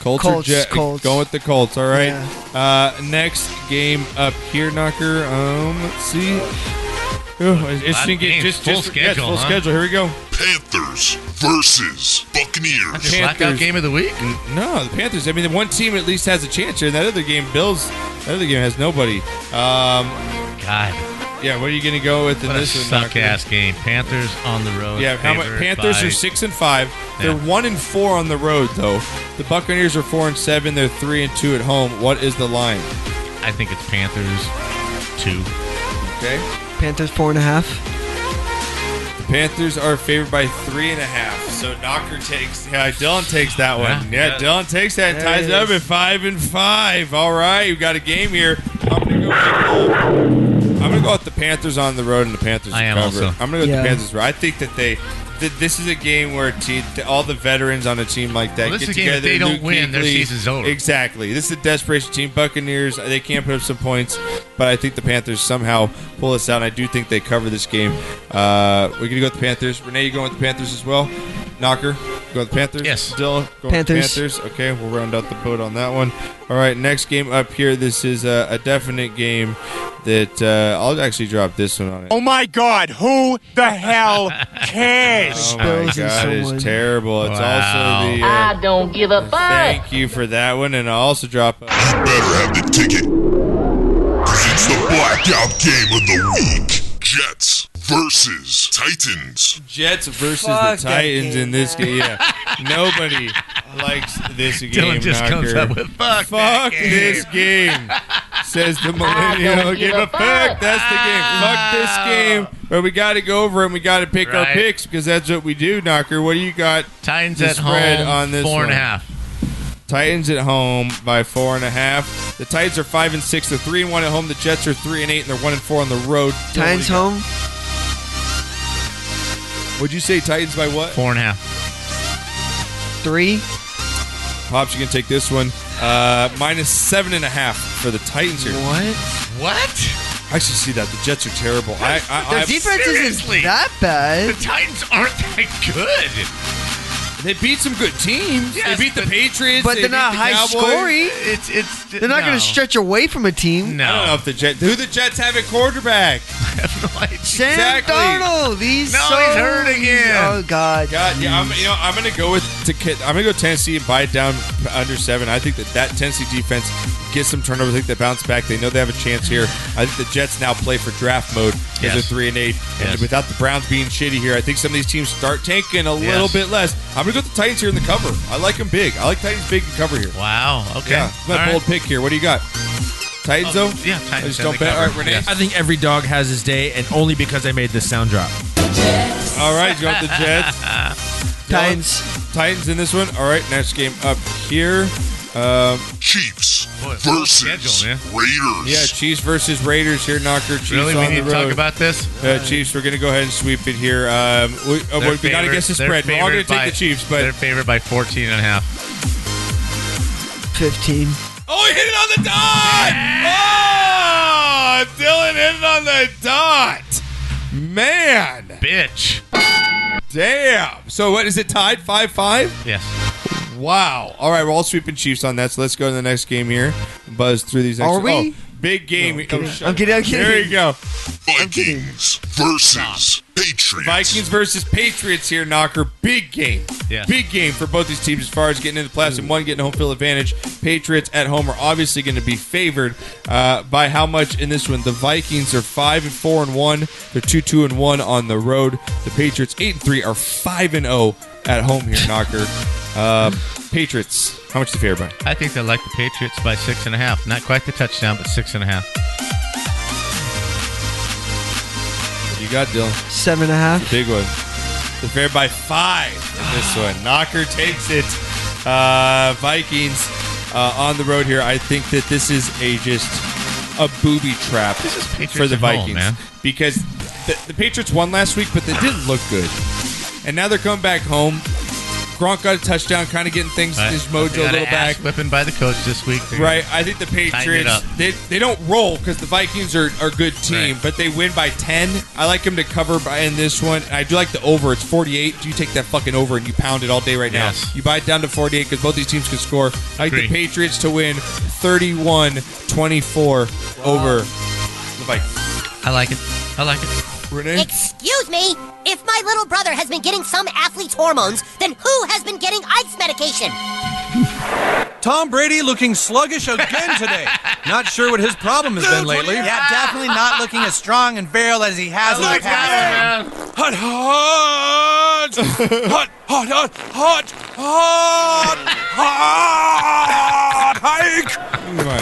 [SPEAKER 2] Colts,
[SPEAKER 6] Colts,
[SPEAKER 2] or Ja-
[SPEAKER 6] Colts.
[SPEAKER 2] Going with the Colts. All right. Uh, next game up here, Knocker. Um, let's see. Oh, it's- it's
[SPEAKER 23] Lot of
[SPEAKER 2] didn't get
[SPEAKER 23] games.
[SPEAKER 2] just
[SPEAKER 23] Full
[SPEAKER 2] just- yeah, it's
[SPEAKER 23] schedule,
[SPEAKER 2] full
[SPEAKER 23] huh?
[SPEAKER 2] schedule. Here we go.
[SPEAKER 23] Panthers versus Buccaneers.
[SPEAKER 5] of the week?
[SPEAKER 2] No, the Panthers. I mean, the one team at least has a chance here. That other game, Bills. That other game has nobody. Um,
[SPEAKER 5] God.
[SPEAKER 2] Yeah, what are you going to go with in
[SPEAKER 5] What a
[SPEAKER 2] this one?
[SPEAKER 5] suck
[SPEAKER 2] Knocker?
[SPEAKER 5] ass game. Panthers on the road.
[SPEAKER 2] Yeah, how much,
[SPEAKER 5] favored
[SPEAKER 2] Panthers
[SPEAKER 5] by-
[SPEAKER 2] are six and five. They're
[SPEAKER 5] Yeah.
[SPEAKER 2] one and four on the road, though. The Buccaneers are four and seven. They're three and two at home. What is the line?
[SPEAKER 5] I think it's Panthers two.
[SPEAKER 2] Okay,
[SPEAKER 6] Panthers four and a half.
[SPEAKER 2] the Panthers are favored by three and a half. So Knocker takes. Yeah, Dylan takes that one. Yeah,
[SPEAKER 23] Yeah.
[SPEAKER 2] Dylan takes that.
[SPEAKER 23] There
[SPEAKER 2] ties
[SPEAKER 23] it
[SPEAKER 2] it up
[SPEAKER 23] is.
[SPEAKER 2] at five and five. All right, we got a game here. I'm gonna go. I'm gonna go with the Panthers on the road and the Panthers
[SPEAKER 5] I am
[SPEAKER 2] cover.
[SPEAKER 5] also.
[SPEAKER 2] I'm gonna go with
[SPEAKER 5] Yeah.
[SPEAKER 2] the Panthers. I think that they. that This is a game where te- all the veterans on a team like that
[SPEAKER 5] Well, this
[SPEAKER 2] get
[SPEAKER 5] is a game,
[SPEAKER 2] together.
[SPEAKER 5] if they don't
[SPEAKER 2] Luke
[SPEAKER 5] win, their
[SPEAKER 2] Kuechly.
[SPEAKER 5] season's over.
[SPEAKER 2] Exactly. This is a desperation team. Buccaneers. They can't put up some points, but I think the Panthers somehow pull us out. And I do think they cover this game. Uh, we're gonna go with the Panthers. Renee, you going with the Panthers as well? Knocker, go with the Panthers. Yes. Dylan, go
[SPEAKER 6] Panthers.
[SPEAKER 2] With the Panthers. Okay, we'll round out the boat on that one. All right, next game up here. This is a, a definite game that uh, I'll actually drop this one on it.
[SPEAKER 1] Oh my God! Who the hell cares?
[SPEAKER 2] Oh my god, it's terrible. It's
[SPEAKER 1] Wow.
[SPEAKER 2] also the. Uh,
[SPEAKER 1] I don't give a
[SPEAKER 13] Ah.
[SPEAKER 1] fuck.
[SPEAKER 2] Thank you for that one, and I also drop. You
[SPEAKER 23] better have the ticket, cause it's the blackout game of the week. Jets versus Titans.
[SPEAKER 2] Jets versus
[SPEAKER 23] Fuck
[SPEAKER 2] the
[SPEAKER 23] that
[SPEAKER 2] Titans
[SPEAKER 23] game,
[SPEAKER 2] in this game. Yeah, nobody likes this game.
[SPEAKER 23] just
[SPEAKER 2] knocker.
[SPEAKER 23] comes up with,
[SPEAKER 5] fuck,
[SPEAKER 23] game."
[SPEAKER 2] this game. Says the millennial.
[SPEAKER 23] don't
[SPEAKER 2] Give
[SPEAKER 23] give
[SPEAKER 2] a
[SPEAKER 23] a
[SPEAKER 2] fuck. That's the game.
[SPEAKER 23] Ah.
[SPEAKER 2] Fuck this game. But we got to go over and we got to pick our
[SPEAKER 5] Right.
[SPEAKER 2] picks because that's what we do. Knocker, what do you got?
[SPEAKER 5] Titans
[SPEAKER 2] to
[SPEAKER 5] at
[SPEAKER 2] spread
[SPEAKER 5] home,
[SPEAKER 2] on this
[SPEAKER 5] four and a
[SPEAKER 2] one?
[SPEAKER 5] half.
[SPEAKER 2] Titans at home by four and a half. The Titans are five and six. They're three and one at home. The Jets are three and eight, and they're one and four on the road.
[SPEAKER 6] Titans home.
[SPEAKER 2] Would you say Titans by what?
[SPEAKER 5] Four and a half.
[SPEAKER 6] Three.
[SPEAKER 2] Pops, you can take this one. Uh, minus seven and a half for the Titans here.
[SPEAKER 6] What?
[SPEAKER 5] What?
[SPEAKER 2] I should see that. The Jets are terrible. I, I,
[SPEAKER 6] Their
[SPEAKER 2] I-
[SPEAKER 6] defense isn't that bad.
[SPEAKER 5] The Titans aren't that good.
[SPEAKER 2] They beat some good teams.
[SPEAKER 5] Yes,
[SPEAKER 2] they beat the Patriots.
[SPEAKER 6] but
[SPEAKER 2] they
[SPEAKER 6] they're
[SPEAKER 2] beat
[SPEAKER 6] not
[SPEAKER 2] the
[SPEAKER 6] high
[SPEAKER 2] Cowboys.
[SPEAKER 6] scoring.
[SPEAKER 5] It's it's
[SPEAKER 6] They're not going to stretch away from a team.
[SPEAKER 2] I don't know if the Jets. Do the Jets have a quarterback?
[SPEAKER 5] have no idea.
[SPEAKER 6] Sam Darnold. These
[SPEAKER 5] No, he's
[SPEAKER 6] songs-
[SPEAKER 5] hurt again.
[SPEAKER 6] Oh God.
[SPEAKER 2] God, yeah, I'm, you know, I'm gonna go with to kid. I'm gonna go Tennessee and buy it down under seven. I think that that Tennessee defense gets some turnovers. I think they bounce back. They know they have a chance here. I think the Jets now play for draft mode because
[SPEAKER 5] Yes.
[SPEAKER 2] they're three and eight. And without the Browns being shitty here, I think some of these teams start tanking a little bit less. I'm gonna go with the Titans here in the cover. I like them big. I like Titans big and cover here.
[SPEAKER 5] Wow. Okay.
[SPEAKER 2] Yeah, my
[SPEAKER 5] All right.
[SPEAKER 2] bold pick here. What do you got? Titans
[SPEAKER 5] Oh,
[SPEAKER 2] though.
[SPEAKER 5] yeah,
[SPEAKER 2] I just
[SPEAKER 5] Titans and
[SPEAKER 2] don't
[SPEAKER 5] the
[SPEAKER 2] bet.
[SPEAKER 5] cover.
[SPEAKER 2] All right, Renee.
[SPEAKER 4] I think every dog has his day, and only because I made this sound drop.
[SPEAKER 2] All right, you got the Jets. Titans. Titans in this one. All right, next game up here. Um,
[SPEAKER 23] Chiefs versus Raiders.
[SPEAKER 2] Yeah, Chiefs versus Raiders here, Knocker. Chiefs
[SPEAKER 23] Really? We
[SPEAKER 2] on
[SPEAKER 23] need
[SPEAKER 2] the
[SPEAKER 23] to talk
[SPEAKER 2] road.
[SPEAKER 23] about
[SPEAKER 5] this?
[SPEAKER 2] Uh, Chiefs, we're going to go ahead and sweep it here. Um, we
[SPEAKER 5] They're
[SPEAKER 2] oh, we got to
[SPEAKER 5] favored-
[SPEAKER 2] guess the
[SPEAKER 5] they're
[SPEAKER 2] spread. We're all
[SPEAKER 5] favored
[SPEAKER 2] going to take
[SPEAKER 5] by-
[SPEAKER 2] the Chiefs, but
[SPEAKER 5] They're favored by 14 and a half.
[SPEAKER 6] 15.
[SPEAKER 2] Oh, he hit it on the dot! Oh, Dylan hit it on the dot. Man.
[SPEAKER 5] Bitch.
[SPEAKER 2] Damn. So what is it tied? 5-5?
[SPEAKER 5] Yes.
[SPEAKER 2] Wow. All right, we're all sweeping Chiefs on that. So let's go to the next game here. Buzz through these next
[SPEAKER 23] Are we?
[SPEAKER 2] Oh, big game. Oh, shut
[SPEAKER 23] I'm
[SPEAKER 2] up.
[SPEAKER 23] kidding, I'm kidding.
[SPEAKER 2] There you go.
[SPEAKER 23] Vikings versus Patriots.
[SPEAKER 2] Vikings versus Patriots here, Knocker. Big game.
[SPEAKER 23] Yeah.
[SPEAKER 2] Big game for both these teams as far as getting into the playoffs and one getting home field advantage. Patriots at home are obviously going to be favored uh, by how much in this one. The Vikings are five and four and one. They're two two and one on the road. The Patriots eight and three are five and zero at home here, Knocker. Uh, Patriots. How much do you favor by?
[SPEAKER 5] I think they like the Patriots by six and a half. Not quite the touchdown, but six and a half.
[SPEAKER 2] You got Dylan.
[SPEAKER 6] Seven and a half.
[SPEAKER 2] Big one. The fair by five in this one. Knocker takes it. Uh, Vikings uh, on the road here. I think that this is a just a booby trap for the
[SPEAKER 5] at home,
[SPEAKER 2] Vikings
[SPEAKER 5] man.
[SPEAKER 2] because the, the Patriots won last week, but they didn't look good, and now they're coming back home. Gronk got a touchdown, kind of getting things his mojo
[SPEAKER 5] They
[SPEAKER 2] a
[SPEAKER 5] got
[SPEAKER 2] little
[SPEAKER 5] an ass
[SPEAKER 2] back.
[SPEAKER 5] Whipping by the coach this week. They're
[SPEAKER 2] Right.
[SPEAKER 5] gonna
[SPEAKER 2] I think the
[SPEAKER 5] tighten it
[SPEAKER 2] Patriots
[SPEAKER 5] up.
[SPEAKER 2] they, they don't roll because the Vikings are, are a good team, but they win by ten. I like them to cover by in this one. And I do like the over. It's forty eight. Do you take that fucking over and you pound it all day right
[SPEAKER 5] Yes.
[SPEAKER 2] now? You buy it down to forty eight because both these teams can score. I like
[SPEAKER 5] Agree.
[SPEAKER 2] the Patriots to win 31-24 over the Vikings.
[SPEAKER 5] I like it. I like it.
[SPEAKER 2] Renee?
[SPEAKER 8] Excuse me? If my little brother has been getting some athlete's hormones, then who has been getting ice medication?
[SPEAKER 21] Tom Brady looking sluggish again today. Not sure what his problem has been lately.
[SPEAKER 22] Yeah, definitely not looking as strong and virile as he has in the
[SPEAKER 21] Look
[SPEAKER 22] past.
[SPEAKER 21] Hot, hot, hot, hot, hot, hot, hot, hot, hike.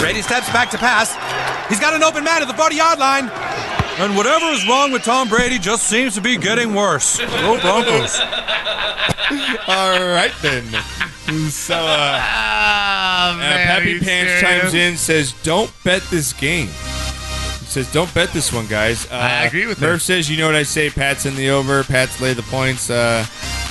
[SPEAKER 21] Brady steps back to pass. He's got an open man at the 40 yard line. And whatever is wrong with Tom Brady just seems to be getting worse. Go Broncos.
[SPEAKER 2] All right then. So uh,
[SPEAKER 5] Oh, man,
[SPEAKER 2] uh,
[SPEAKER 5] are
[SPEAKER 2] Pappy
[SPEAKER 5] you
[SPEAKER 2] Pants
[SPEAKER 5] serious?
[SPEAKER 2] chimes in says, "Don't bet this game." He says, "Don't bet this one, guys." Uh,
[SPEAKER 5] I agree with
[SPEAKER 2] Murph
[SPEAKER 5] him.
[SPEAKER 2] says, "You know what I say? Pat's in the over. Pat's lay the points." Uh,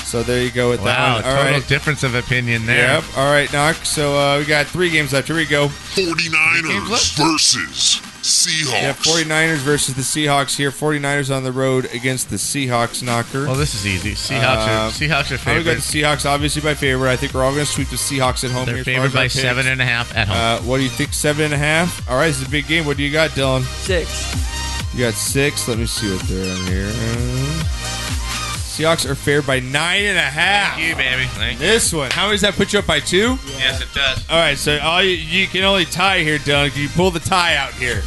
[SPEAKER 2] so there you go with
[SPEAKER 5] Wow,
[SPEAKER 2] that. One. All
[SPEAKER 5] total
[SPEAKER 2] right.
[SPEAKER 5] difference of opinion there.
[SPEAKER 2] Yep. All right, knock. So uh, we got three games left. Here we go.
[SPEAKER 23] 49ers versus Seahawks.
[SPEAKER 2] Yeah, 49ers versus the Seahawks here. 49ers on the road against the Seahawks knocker. Um,
[SPEAKER 5] Well, this is easy. Seahawks are- Seahawks are
[SPEAKER 2] We got the
[SPEAKER 5] favorites.
[SPEAKER 2] Seahawks obviously by favorite. I think we're all going to sweep the Seahawks at home.
[SPEAKER 5] They're
[SPEAKER 2] here as
[SPEAKER 5] favored
[SPEAKER 2] far as
[SPEAKER 5] by
[SPEAKER 2] our picks.
[SPEAKER 5] seven and a half at home.
[SPEAKER 2] Uh, what do you think? Seven and a half. All right, this is a big game. What do you got, Dylan?
[SPEAKER 6] Six.
[SPEAKER 2] You got six. Let me see what they're on here. Uh, Seahawks are favored by nine and a half.
[SPEAKER 5] Thank you, baby. Thank
[SPEAKER 2] This one. How many does that put you up by two?
[SPEAKER 5] Yes, it does.
[SPEAKER 2] All right, so all you, you can only tie here, Dylan. You pull the tie out here.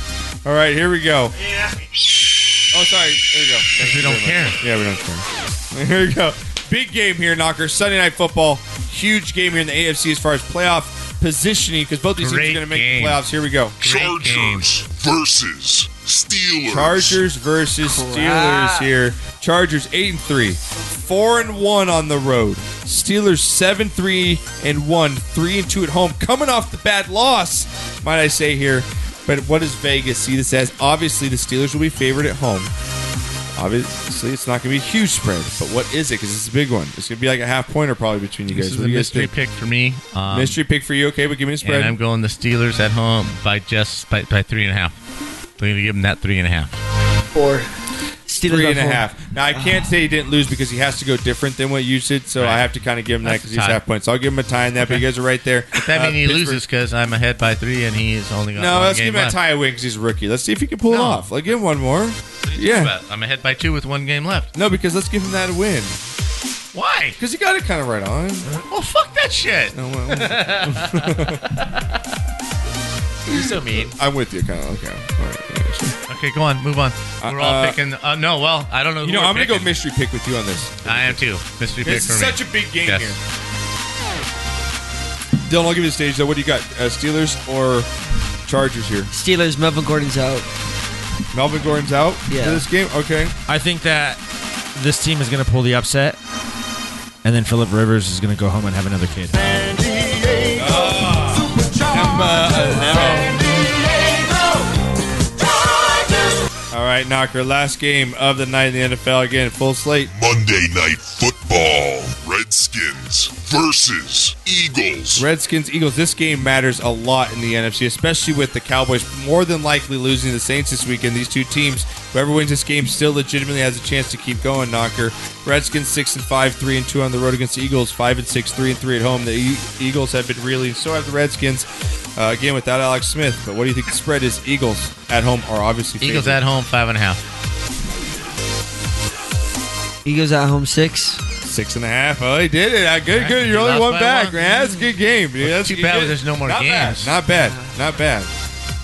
[SPEAKER 2] All right, here we go. Oh, sorry. There you go. Thank
[SPEAKER 5] we
[SPEAKER 2] you
[SPEAKER 5] don't
[SPEAKER 2] very much. Yeah, we don't care. Here we go. Big game here, Knocker. Sunday Night Football. Huge game here in the AFC as far as playoff positioning because both these
[SPEAKER 23] Great
[SPEAKER 2] teams are going to make
[SPEAKER 23] game.
[SPEAKER 2] the playoffs. Here we go.
[SPEAKER 23] Chargers versus Steelers.
[SPEAKER 2] Chargers versus Steelers here. Chargers eight and three, four and one on the road. Steelers seven three and one, three and two at home. Coming off the bad loss, might I say here. But what does Vegas see this as? Obviously, the Steelers will be favored at home. Obviously, it's not going to be a huge spread, but what is it? Because it's a big one. It's going to be like a half pointer probably between you
[SPEAKER 5] This
[SPEAKER 2] guys.
[SPEAKER 5] is
[SPEAKER 2] What
[SPEAKER 5] a
[SPEAKER 2] do you guys
[SPEAKER 5] mystery
[SPEAKER 2] think?
[SPEAKER 5] pick for me. Um,
[SPEAKER 2] mystery pick for you, okay? But give me a spread.
[SPEAKER 5] And I'm going the Steelers at home by just by, by three and a half. I'm going to give them that three and a half.
[SPEAKER 6] Four. Steelers
[SPEAKER 2] three
[SPEAKER 6] by
[SPEAKER 2] and a
[SPEAKER 6] four.
[SPEAKER 2] half. Now I can't say he didn't lose because he has to go different than what you said, so I have to kind of give him that
[SPEAKER 5] That's
[SPEAKER 2] because he's
[SPEAKER 5] a tie.
[SPEAKER 2] half points. So I'll give him a tie in that, but you guys are right there.
[SPEAKER 5] But that
[SPEAKER 2] Uh,
[SPEAKER 5] means he
[SPEAKER 2] Pittsburgh-
[SPEAKER 5] loses because I'm ahead by three and he's only got
[SPEAKER 2] No,
[SPEAKER 5] one
[SPEAKER 2] let's
[SPEAKER 5] game
[SPEAKER 2] give him a
[SPEAKER 5] left.
[SPEAKER 2] tie win because he's a rookie. Let's see if he can pull it off. Like give him one more. Yeah.
[SPEAKER 5] I'm ahead by two with one game left.
[SPEAKER 2] No, because let's give him that win.
[SPEAKER 5] Why?
[SPEAKER 2] Because he got it kind of right on.
[SPEAKER 5] Oh, fuck that shit.
[SPEAKER 2] No, You're
[SPEAKER 5] so mean.
[SPEAKER 2] I'm with you, kind of. Okay. All right. Yeah, sure.
[SPEAKER 5] Okay, go on, move on. We're all
[SPEAKER 2] Uh,
[SPEAKER 5] picking. Uh, no, well, I don't know.
[SPEAKER 2] You know, I'm going to go mystery pick with you on this.
[SPEAKER 5] go. I am too. Mystery pick
[SPEAKER 2] It's
[SPEAKER 5] for me.
[SPEAKER 2] such a big game
[SPEAKER 5] Yes.
[SPEAKER 2] here. Dylan, I'll give you the stage, though. What do you got? Uh, Steelers or Chargers here?
[SPEAKER 6] Steelers, Melvin Gordon's out.
[SPEAKER 2] Melvin Gordon's out
[SPEAKER 6] Yeah.
[SPEAKER 2] for this game? Okay.
[SPEAKER 4] I think that this team is going to pull the upset, and then Philip Rivers is going to go home and have another kid.
[SPEAKER 2] All right, Knocker. Last game of the night in the NFL. Again, full slate.
[SPEAKER 23] Monday Night Football. Redskins versus Eagles.
[SPEAKER 2] Redskins, Eagles. This game matters a lot in the NFC, especially with the Cowboys more than likely losing to the Saints this weekend. These two teams, whoever wins this game, still legitimately has a chance to keep going. Knocker. Redskins six and five, three and two on the road against the Eagles. Five and six, three and three at home. The E- Eagles have been reeling. So have the Redskins. Uh, again, without Alex Smith. But what do you think the spread is? Eagles at home are obviously
[SPEAKER 5] Eagles
[SPEAKER 2] favored.
[SPEAKER 5] at home, five and a half.
[SPEAKER 6] Eagles at home six.
[SPEAKER 2] Six and a half. Oh, he did it. Uh, Good,
[SPEAKER 6] Right.
[SPEAKER 2] good.
[SPEAKER 6] He
[SPEAKER 2] You're only
[SPEAKER 6] lost
[SPEAKER 2] one
[SPEAKER 6] by
[SPEAKER 2] back,
[SPEAKER 6] one.
[SPEAKER 2] man. That's a good game, dude. That's
[SPEAKER 5] too
[SPEAKER 2] you
[SPEAKER 5] bad
[SPEAKER 2] did
[SPEAKER 5] there's
[SPEAKER 2] it.
[SPEAKER 5] no more
[SPEAKER 2] Not
[SPEAKER 5] games. Uh-huh.
[SPEAKER 2] Bad. Not bad. Not bad.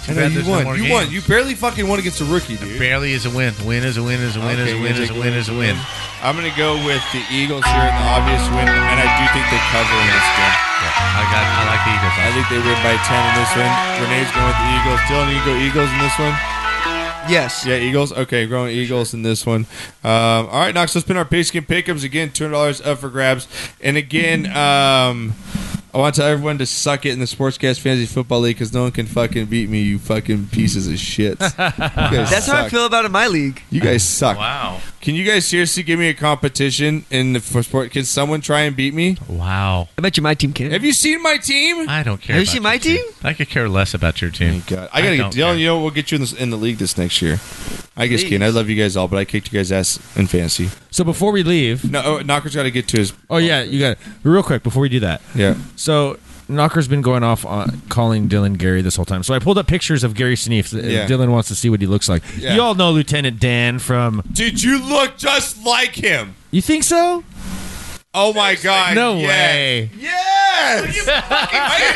[SPEAKER 2] I know
[SPEAKER 5] bad
[SPEAKER 2] you
[SPEAKER 5] there's no
[SPEAKER 2] won.
[SPEAKER 5] more
[SPEAKER 2] you won.
[SPEAKER 5] games.
[SPEAKER 2] You barely fucking won against a rookie, dude.
[SPEAKER 5] Barely is a win. Win is a win is a win is
[SPEAKER 2] Okay,
[SPEAKER 5] a
[SPEAKER 2] you
[SPEAKER 5] win is
[SPEAKER 2] take
[SPEAKER 5] a win is a win.
[SPEAKER 2] I'm gonna go with the Eagles here in the obvious win, and I do think they cover in this game.
[SPEAKER 5] I got. I like the Eagles.
[SPEAKER 2] I think they win by ten in this one. Renee's going with the Eagles. Dylan, you go Eagles in this one.
[SPEAKER 6] Yes.
[SPEAKER 2] Yeah, Eagles. Okay, growing Eagles in this one. Um, all right, Knox. Let's pin our pigskin pickums again. Two hundred dollars up for grabs. And again, um, I want to tell everyone to suck it in the Sportscast Fantasy Football League because no one can fucking beat me. You fucking pieces of shit. You guys
[SPEAKER 6] That's how I
[SPEAKER 2] suck.
[SPEAKER 6] feel about it in my league.
[SPEAKER 2] You guys suck. Wow. Can you guys seriously give me a competition in the for sport? Can someone try and beat me?
[SPEAKER 5] Wow.
[SPEAKER 6] I bet you my team can.
[SPEAKER 2] Have you seen my team?
[SPEAKER 5] I don't care.
[SPEAKER 2] Have you
[SPEAKER 5] about
[SPEAKER 2] seen
[SPEAKER 5] your
[SPEAKER 2] my team?
[SPEAKER 5] I could care less about your team.
[SPEAKER 2] I gotta
[SPEAKER 5] don't
[SPEAKER 2] get Dylan. You know what? we'll get you in, this, in the league this next year. I guess kidding. I love you guys all, but I kicked you guys ass in fantasy.
[SPEAKER 4] So before we leave,
[SPEAKER 2] no, oh, Knocker's got to get to his.
[SPEAKER 4] Oh yeah, you got it. Real quick before we do that.
[SPEAKER 2] Yeah.
[SPEAKER 4] So Knocker's been going off on calling Dylan Gary this whole time. So I pulled up pictures of Gary Sinise. Uh,
[SPEAKER 2] Yeah.
[SPEAKER 4] Dylan wants to see what he looks like.
[SPEAKER 2] Yeah.
[SPEAKER 4] You all know Lieutenant Dan from.
[SPEAKER 2] Did you look just like him?
[SPEAKER 4] You think so?
[SPEAKER 2] Oh my god!
[SPEAKER 4] No
[SPEAKER 2] yes.
[SPEAKER 4] way.
[SPEAKER 2] Yes.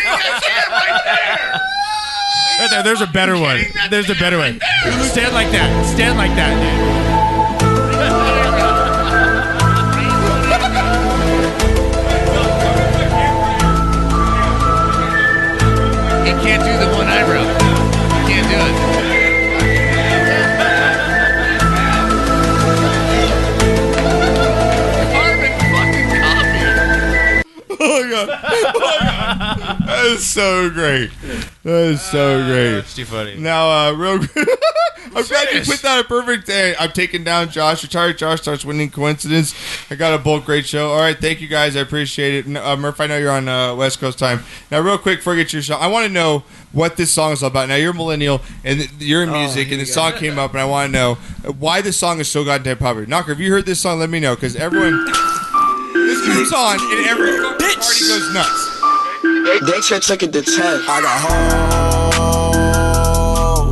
[SPEAKER 4] Right there, there's a better one. There's a better one. Stand like that. Stand like that,
[SPEAKER 5] It can't do the one eyebrow. It can't do it.
[SPEAKER 2] Oh my god! Oh my god! That is so great. That is so great. That's
[SPEAKER 5] Uh, too funny.
[SPEAKER 2] Now, uh, real quick, I'm glad you put that a perfect. Day. I'm taking down Josh. Retired Josh starts winning. Coincidence. I got a bolt. Great show. All right, thank you guys. I appreciate it. N- Uh, Murph, I know you're on uh, West Coast time. Now, real quick, before I get to your show, I want to know what this song is all about. Now, you're a millennial and th- you're in music, and the song came up, and I want to know why this song is so goddamn popular. Knocker, have you heard this song? Let me know, because everyone. This goes on, and every party goes nuts.
[SPEAKER 9] They, they try to take it to 10. I got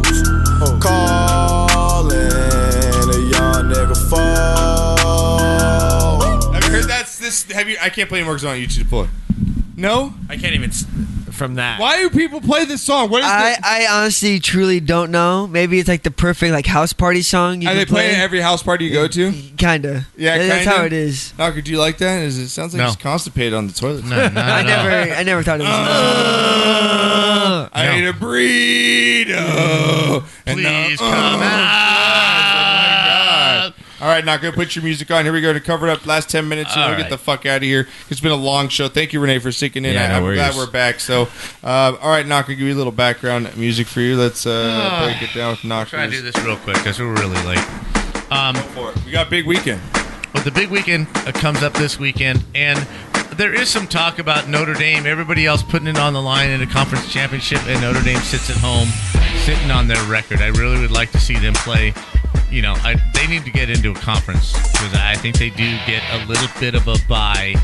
[SPEAKER 9] hoes calling a young nigga fall.
[SPEAKER 2] Have you heard that's this? Have you? I can't play any more 'cause it's on YouTube. Pull it. No,
[SPEAKER 4] I can't even s- from that.
[SPEAKER 2] Why do people play this song? What is
[SPEAKER 6] I, I honestly truly don't know. Maybe it's like the perfect like house party song you
[SPEAKER 2] Are
[SPEAKER 6] can
[SPEAKER 2] they
[SPEAKER 6] play.
[SPEAKER 2] playing at every house party you go to?
[SPEAKER 6] Kinda.
[SPEAKER 2] Yeah,
[SPEAKER 6] That- that's
[SPEAKER 2] kinda.
[SPEAKER 6] how it is.
[SPEAKER 2] Knocker, do you like that? Is it sounds like
[SPEAKER 6] No.
[SPEAKER 2] he's constipated on the toilet?
[SPEAKER 5] No, no,
[SPEAKER 6] I never I never thought it was.
[SPEAKER 2] I need a burrito. uh, Please come out. All right, Knocker, put your music on. Here we go to cover it up. Last 10 minutes, and
[SPEAKER 4] All
[SPEAKER 2] we'll get
[SPEAKER 4] right.
[SPEAKER 2] the fuck out of here. It's been a long show. Thank you, Renee, for sticking in.
[SPEAKER 4] Yeah,
[SPEAKER 2] I,
[SPEAKER 4] no
[SPEAKER 2] I'm glad
[SPEAKER 4] worries.
[SPEAKER 2] we're back. So, uh, all right, Knocker, give you a little background music for you. Let's uh, break it down with Knocker.
[SPEAKER 5] Ah. Try to do this real quick because we're really late. Um, Go
[SPEAKER 2] for it. We got a big weekend.
[SPEAKER 5] But the big weekend uh, comes up this weekend, and there is some talk about Notre Dame. Everybody else putting it on the line in a conference championship, and Notre Dame sits at home, sitting on their record. I really would like to see them play you know, I, they need to get into a conference because I think they do get a little bit of a buy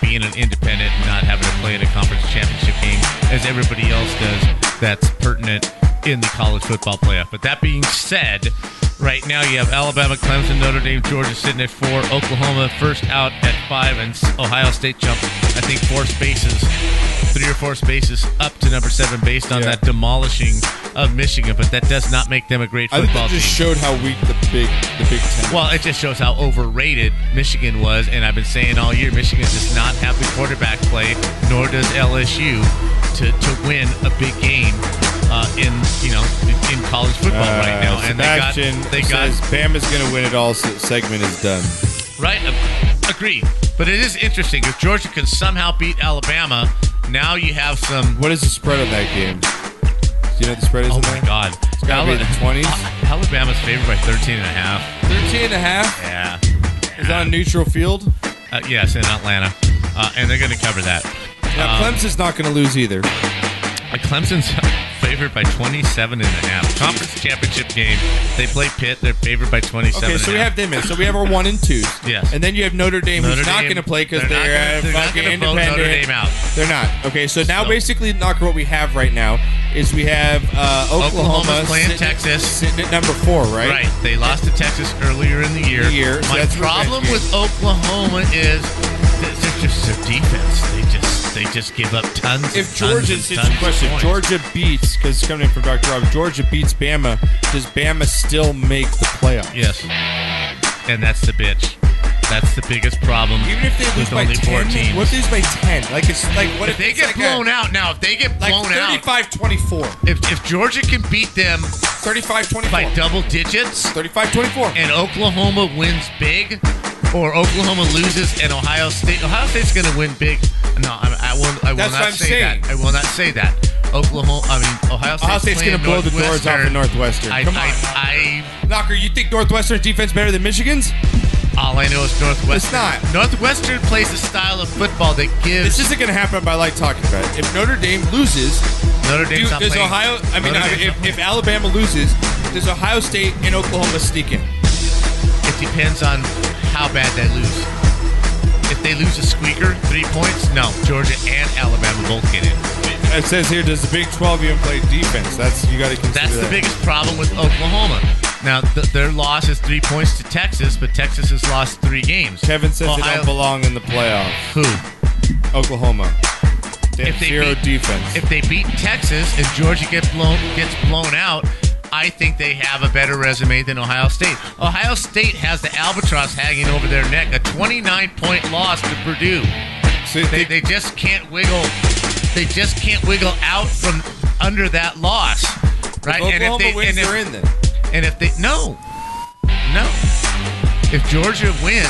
[SPEAKER 5] being an independent, and not having to play in a conference championship game as everybody else does. That's pertinent in the college football playoff. But that being said, right now you have Alabama, Clemson, Notre Dame, Georgia sitting at four, Oklahoma first out at five, and Ohio State jump. I think four spaces, three or four spaces up to number seven based on that demolishing of Michigan. But that does not make them a great
[SPEAKER 3] I think
[SPEAKER 5] football
[SPEAKER 3] that
[SPEAKER 5] team.
[SPEAKER 3] just showed how weak the big the Big Ten.
[SPEAKER 5] Well, it just shows how overrated Michigan was, and I've been saying all year Michigan does not have the quarterback play, nor does LSU to, to win a big game uh, in you know in college football right now.
[SPEAKER 2] Uh,
[SPEAKER 5] And they
[SPEAKER 2] Sebastian
[SPEAKER 5] got they got
[SPEAKER 2] says Bama's going to win it all. se- Segment is done.
[SPEAKER 5] Right? Ag- Agreed. But it is interesting. If Georgia can somehow beat Alabama, now you have some.
[SPEAKER 2] What is the spread on that game? Do you know what the spread is
[SPEAKER 5] Oh,
[SPEAKER 2] on
[SPEAKER 5] my
[SPEAKER 2] that?
[SPEAKER 5] God. uh,
[SPEAKER 2] It's got to be in the 20s.
[SPEAKER 5] Alabama's favored by 13 and a half.
[SPEAKER 2] 13 and a half?
[SPEAKER 5] Yeah.
[SPEAKER 2] Is that a neutral field?
[SPEAKER 5] Uh, yes, in Atlanta. Uh, and they're going to cover that.
[SPEAKER 2] Now,
[SPEAKER 5] Um,
[SPEAKER 2] Clemson's not going to lose either.
[SPEAKER 5] Uh, Clemson's favored by 27 and a half. Conference championship game. They play Pitt. They're favored by 27
[SPEAKER 2] Okay, so we have them in. So we have our one and twos.
[SPEAKER 5] Yes.
[SPEAKER 2] And then you have Notre Dame,
[SPEAKER 5] Notre
[SPEAKER 2] who's not
[SPEAKER 5] Dame-
[SPEAKER 2] going to play because
[SPEAKER 5] they're
[SPEAKER 2] they're,
[SPEAKER 5] not gonna- they're
[SPEAKER 2] uh,
[SPEAKER 5] not gonna
[SPEAKER 2] fucking
[SPEAKER 5] vote
[SPEAKER 2] independent.
[SPEAKER 5] Notre Dame out.
[SPEAKER 2] They're not. Okay, so now
[SPEAKER 5] So-
[SPEAKER 2] basically, knock what we have right now is we have uh, Oklahoma
[SPEAKER 5] Oklahoma's playing
[SPEAKER 2] sitting-
[SPEAKER 5] Texas.
[SPEAKER 2] sitting at number four, right?
[SPEAKER 5] Right. They lost to Texas earlier in the year.
[SPEAKER 2] Year, so
[SPEAKER 5] My
[SPEAKER 2] that's
[SPEAKER 5] problem
[SPEAKER 2] revenge
[SPEAKER 5] with Oklahoma is that they're just their defense. They just they just give up tons. and
[SPEAKER 2] If
[SPEAKER 5] tons
[SPEAKER 2] Georgia,
[SPEAKER 5] and
[SPEAKER 2] it's a
[SPEAKER 5] tons of
[SPEAKER 2] question.
[SPEAKER 5] points.
[SPEAKER 2] Georgia beats because it's coming in from Dr. Rob. Georgia beats Bama. Does Bama still make the playoffs?
[SPEAKER 5] Yes. And that's the bitch. That's the biggest problem.
[SPEAKER 2] Even if they lose
[SPEAKER 5] with
[SPEAKER 2] by
[SPEAKER 5] only four
[SPEAKER 2] ten,
[SPEAKER 5] teams.
[SPEAKER 2] what if they lose by ten? Like it's like what
[SPEAKER 5] If they
[SPEAKER 2] it's
[SPEAKER 5] get
[SPEAKER 2] like a-
[SPEAKER 5] blown out now, if they get
[SPEAKER 2] like
[SPEAKER 5] blown out,
[SPEAKER 2] 35-24.
[SPEAKER 5] If, if Georgia can beat them
[SPEAKER 2] 35-24
[SPEAKER 5] by double digits,
[SPEAKER 2] 35-24,
[SPEAKER 5] and Oklahoma wins big, or Oklahoma loses and Ohio State, Ohio State's going to win big. No, I, I will. I will
[SPEAKER 2] That's
[SPEAKER 5] not
[SPEAKER 2] what I'm
[SPEAKER 5] say
[SPEAKER 2] saying.
[SPEAKER 5] that. I will not say that. Oklahoma, I mean Ohio State's,
[SPEAKER 2] Ohio State's
[SPEAKER 5] going
[SPEAKER 2] gonna
[SPEAKER 5] to
[SPEAKER 2] blow the doors off of Northwestern.
[SPEAKER 5] I,
[SPEAKER 2] Come
[SPEAKER 5] I-
[SPEAKER 2] on.
[SPEAKER 5] I,
[SPEAKER 2] Knocker, you think Northwestern's defense better than Michigan's?
[SPEAKER 5] All I know is Northwestern.
[SPEAKER 2] It's not.
[SPEAKER 5] Northwestern plays a style of football that gives.
[SPEAKER 2] This isn't going to happen by like talking about it. If Notre Dame loses,
[SPEAKER 5] Notre Dame's
[SPEAKER 2] do,
[SPEAKER 5] not
[SPEAKER 2] does
[SPEAKER 5] playing.
[SPEAKER 2] Ohio? I mean,
[SPEAKER 5] Notre
[SPEAKER 2] I mean,
[SPEAKER 5] Dame's
[SPEAKER 2] if, if Alabama loses, does Ohio State and Oklahoma sneak in?
[SPEAKER 5] It depends on how bad they lose. If they lose a squeaker, three points, no. Georgia and Alabama both get in.
[SPEAKER 2] It says here, does the Big 12 even play defense? That's you got to consider.
[SPEAKER 5] That's the
[SPEAKER 2] that.
[SPEAKER 5] biggest problem with Oklahoma. Now, th- their loss is three points to Texas, but Texas has lost three games.
[SPEAKER 2] Kevin says they
[SPEAKER 5] Ohio-
[SPEAKER 2] don't belong in the playoffs.
[SPEAKER 5] Who?
[SPEAKER 2] Oklahoma. They have zero
[SPEAKER 5] beat,
[SPEAKER 2] defense.
[SPEAKER 5] If they beat Texas and Georgia gets blown gets blown out, I think they have a better resume than Ohio State. Ohio State has the albatross hanging over their neck, a 29 point loss to Purdue. they, they just can't wiggle. They just can't wiggle out from under that loss, right?
[SPEAKER 2] Oklahoma wins, they're in then.
[SPEAKER 5] And if they no, no. If Georgia wins,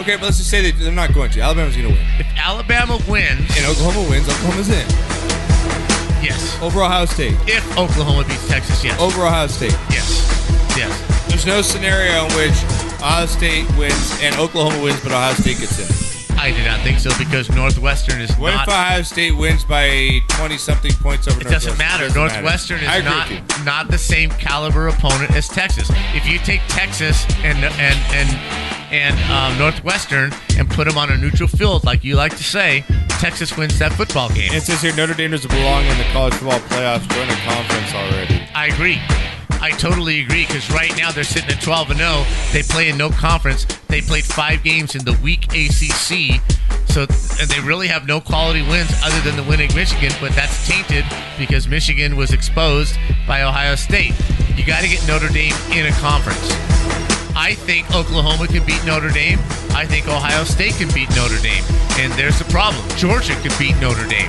[SPEAKER 2] okay, but let's just say they, they're not going to. Alabama's going to win.
[SPEAKER 5] If Alabama wins
[SPEAKER 2] and Oklahoma wins, Oklahoma's in.
[SPEAKER 5] Yes.
[SPEAKER 2] Over Ohio State.
[SPEAKER 5] If Oklahoma beats Texas, yes.
[SPEAKER 2] Over Ohio State.
[SPEAKER 5] Yes. Yes.
[SPEAKER 2] There's no scenario in which Ohio State wins and Oklahoma wins, but Ohio State gets in.
[SPEAKER 5] I do not think so because Northwestern is
[SPEAKER 2] What
[SPEAKER 5] not.
[SPEAKER 2] if Ohio State wins by 20 something points over
[SPEAKER 5] it doesn't
[SPEAKER 2] Northwestern?
[SPEAKER 5] matter. Northwestern
[SPEAKER 2] I
[SPEAKER 5] is
[SPEAKER 2] agree
[SPEAKER 5] not
[SPEAKER 2] with you.
[SPEAKER 5] not the same caliber opponent as Texas. If you take Texas and and and and um, Northwestern and put them on a neutral field, like you like to say, Texas wins that football game.
[SPEAKER 2] It says here Notre Dame doesn't belong in the college football playoffs. Join a conference already.
[SPEAKER 5] I agree. I totally agree because right now they're sitting at 12 and 0. They play in no conference. They played five games in the weak ACC, so and they really have no quality wins other than the win in Michigan. But that's tainted because Michigan was exposed by Ohio State. You got to get Notre Dame in a conference. I think Oklahoma can beat Notre Dame. I think Ohio State can beat Notre Dame. And there's the problem. Georgia could beat Notre Dame.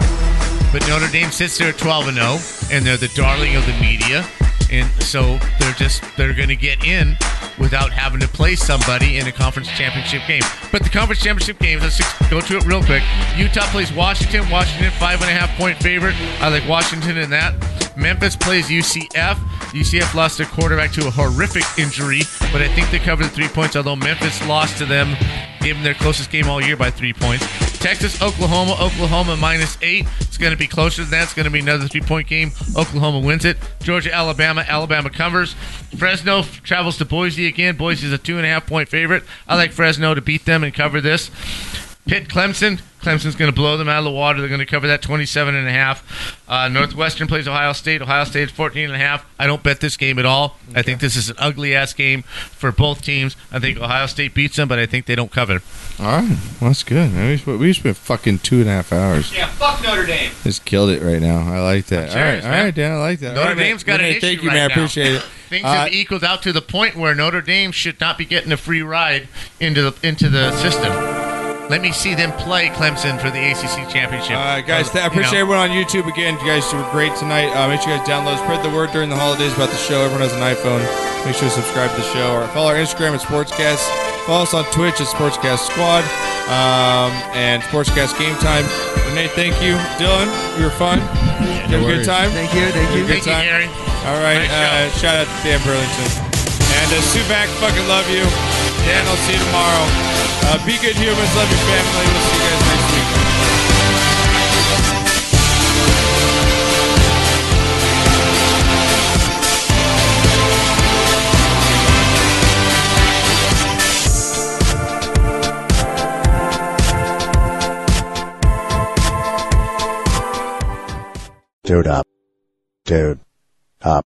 [SPEAKER 5] But Notre Dame sits there at 12 and 0 and they're the darling of the media. And so they're just they're going to get in without having to play somebody in a conference championship game. But the conference championship games, let's just go to it real quick. Utah plays Washington. Washington five and a half point favorite. I like Washington in that. Memphis plays UCF. UCF lost their quarterback to a horrific injury, but I think they covered the three points, although Memphis lost to them, gave them their closest game all year by three points. Texas, Oklahoma, Oklahoma minus eight. It's going to be closer than that. It's going to be another three point game. Oklahoma wins it. Georgia, Alabama, Alabama covers. Fresno f- travels to Boise again. Boise is a two and a half point favorite. I like Fresno to beat them and cover this. Pitt, Clemson. Clemson's going to blow them out of the water. They're going to cover that 27 and a half. Uh, Northwestern plays Ohio State. Ohio State's 14 and a half. I don't bet this game at all. I think this is an ugly ass game for both teams. I think Ohio State beats them, but I think they don't cover.
[SPEAKER 2] All right, well, that's good. Man. We spent, we spent fucking two and a half hours.
[SPEAKER 5] Yeah, fuck Notre Dame.
[SPEAKER 2] Just killed it right now. I like that. All right,
[SPEAKER 5] serious,
[SPEAKER 2] all
[SPEAKER 5] man.
[SPEAKER 2] right, Dan. I like that.
[SPEAKER 5] Notre
[SPEAKER 2] All right, man.
[SPEAKER 5] Dame's got
[SPEAKER 2] Good
[SPEAKER 5] an
[SPEAKER 2] night.
[SPEAKER 5] issue
[SPEAKER 2] Thank you,
[SPEAKER 5] right
[SPEAKER 2] man. I
[SPEAKER 5] now.
[SPEAKER 2] appreciate it.
[SPEAKER 5] Things
[SPEAKER 2] Uh,
[SPEAKER 5] have equaled out to the point where Notre Dame should not be getting a free ride into the into the system. Let me see them play Clemson for the ACC championship.
[SPEAKER 2] All right, guys,
[SPEAKER 5] Uh, you
[SPEAKER 2] th- I
[SPEAKER 5] know.
[SPEAKER 2] appreciate everyone on YouTube again. You guys were great tonight. Uh, make sure you guys download, spread the word during the holidays about the show. Everyone has an iPhone. Make sure to subscribe to the show or follow our Instagram at Sportscast. Follow us on Twitch at Sportscast Squad um, and Sportscast Game Time. Renee, thank you. Dylan, you were fun. you had a good
[SPEAKER 3] worries.
[SPEAKER 2] time.
[SPEAKER 3] Thank you, thank
[SPEAKER 2] Had a
[SPEAKER 3] you.
[SPEAKER 2] good
[SPEAKER 3] Thank you,
[SPEAKER 2] time.
[SPEAKER 3] Gary.
[SPEAKER 2] All right, uh, shout out to Dan Burlington. And uh, Sue Mack, fucking love you. Dan, I'll see you tomorrow. Uh, be good humans. Love your family. We'll see you guys next week.
[SPEAKER 10] Dude up. Dude up.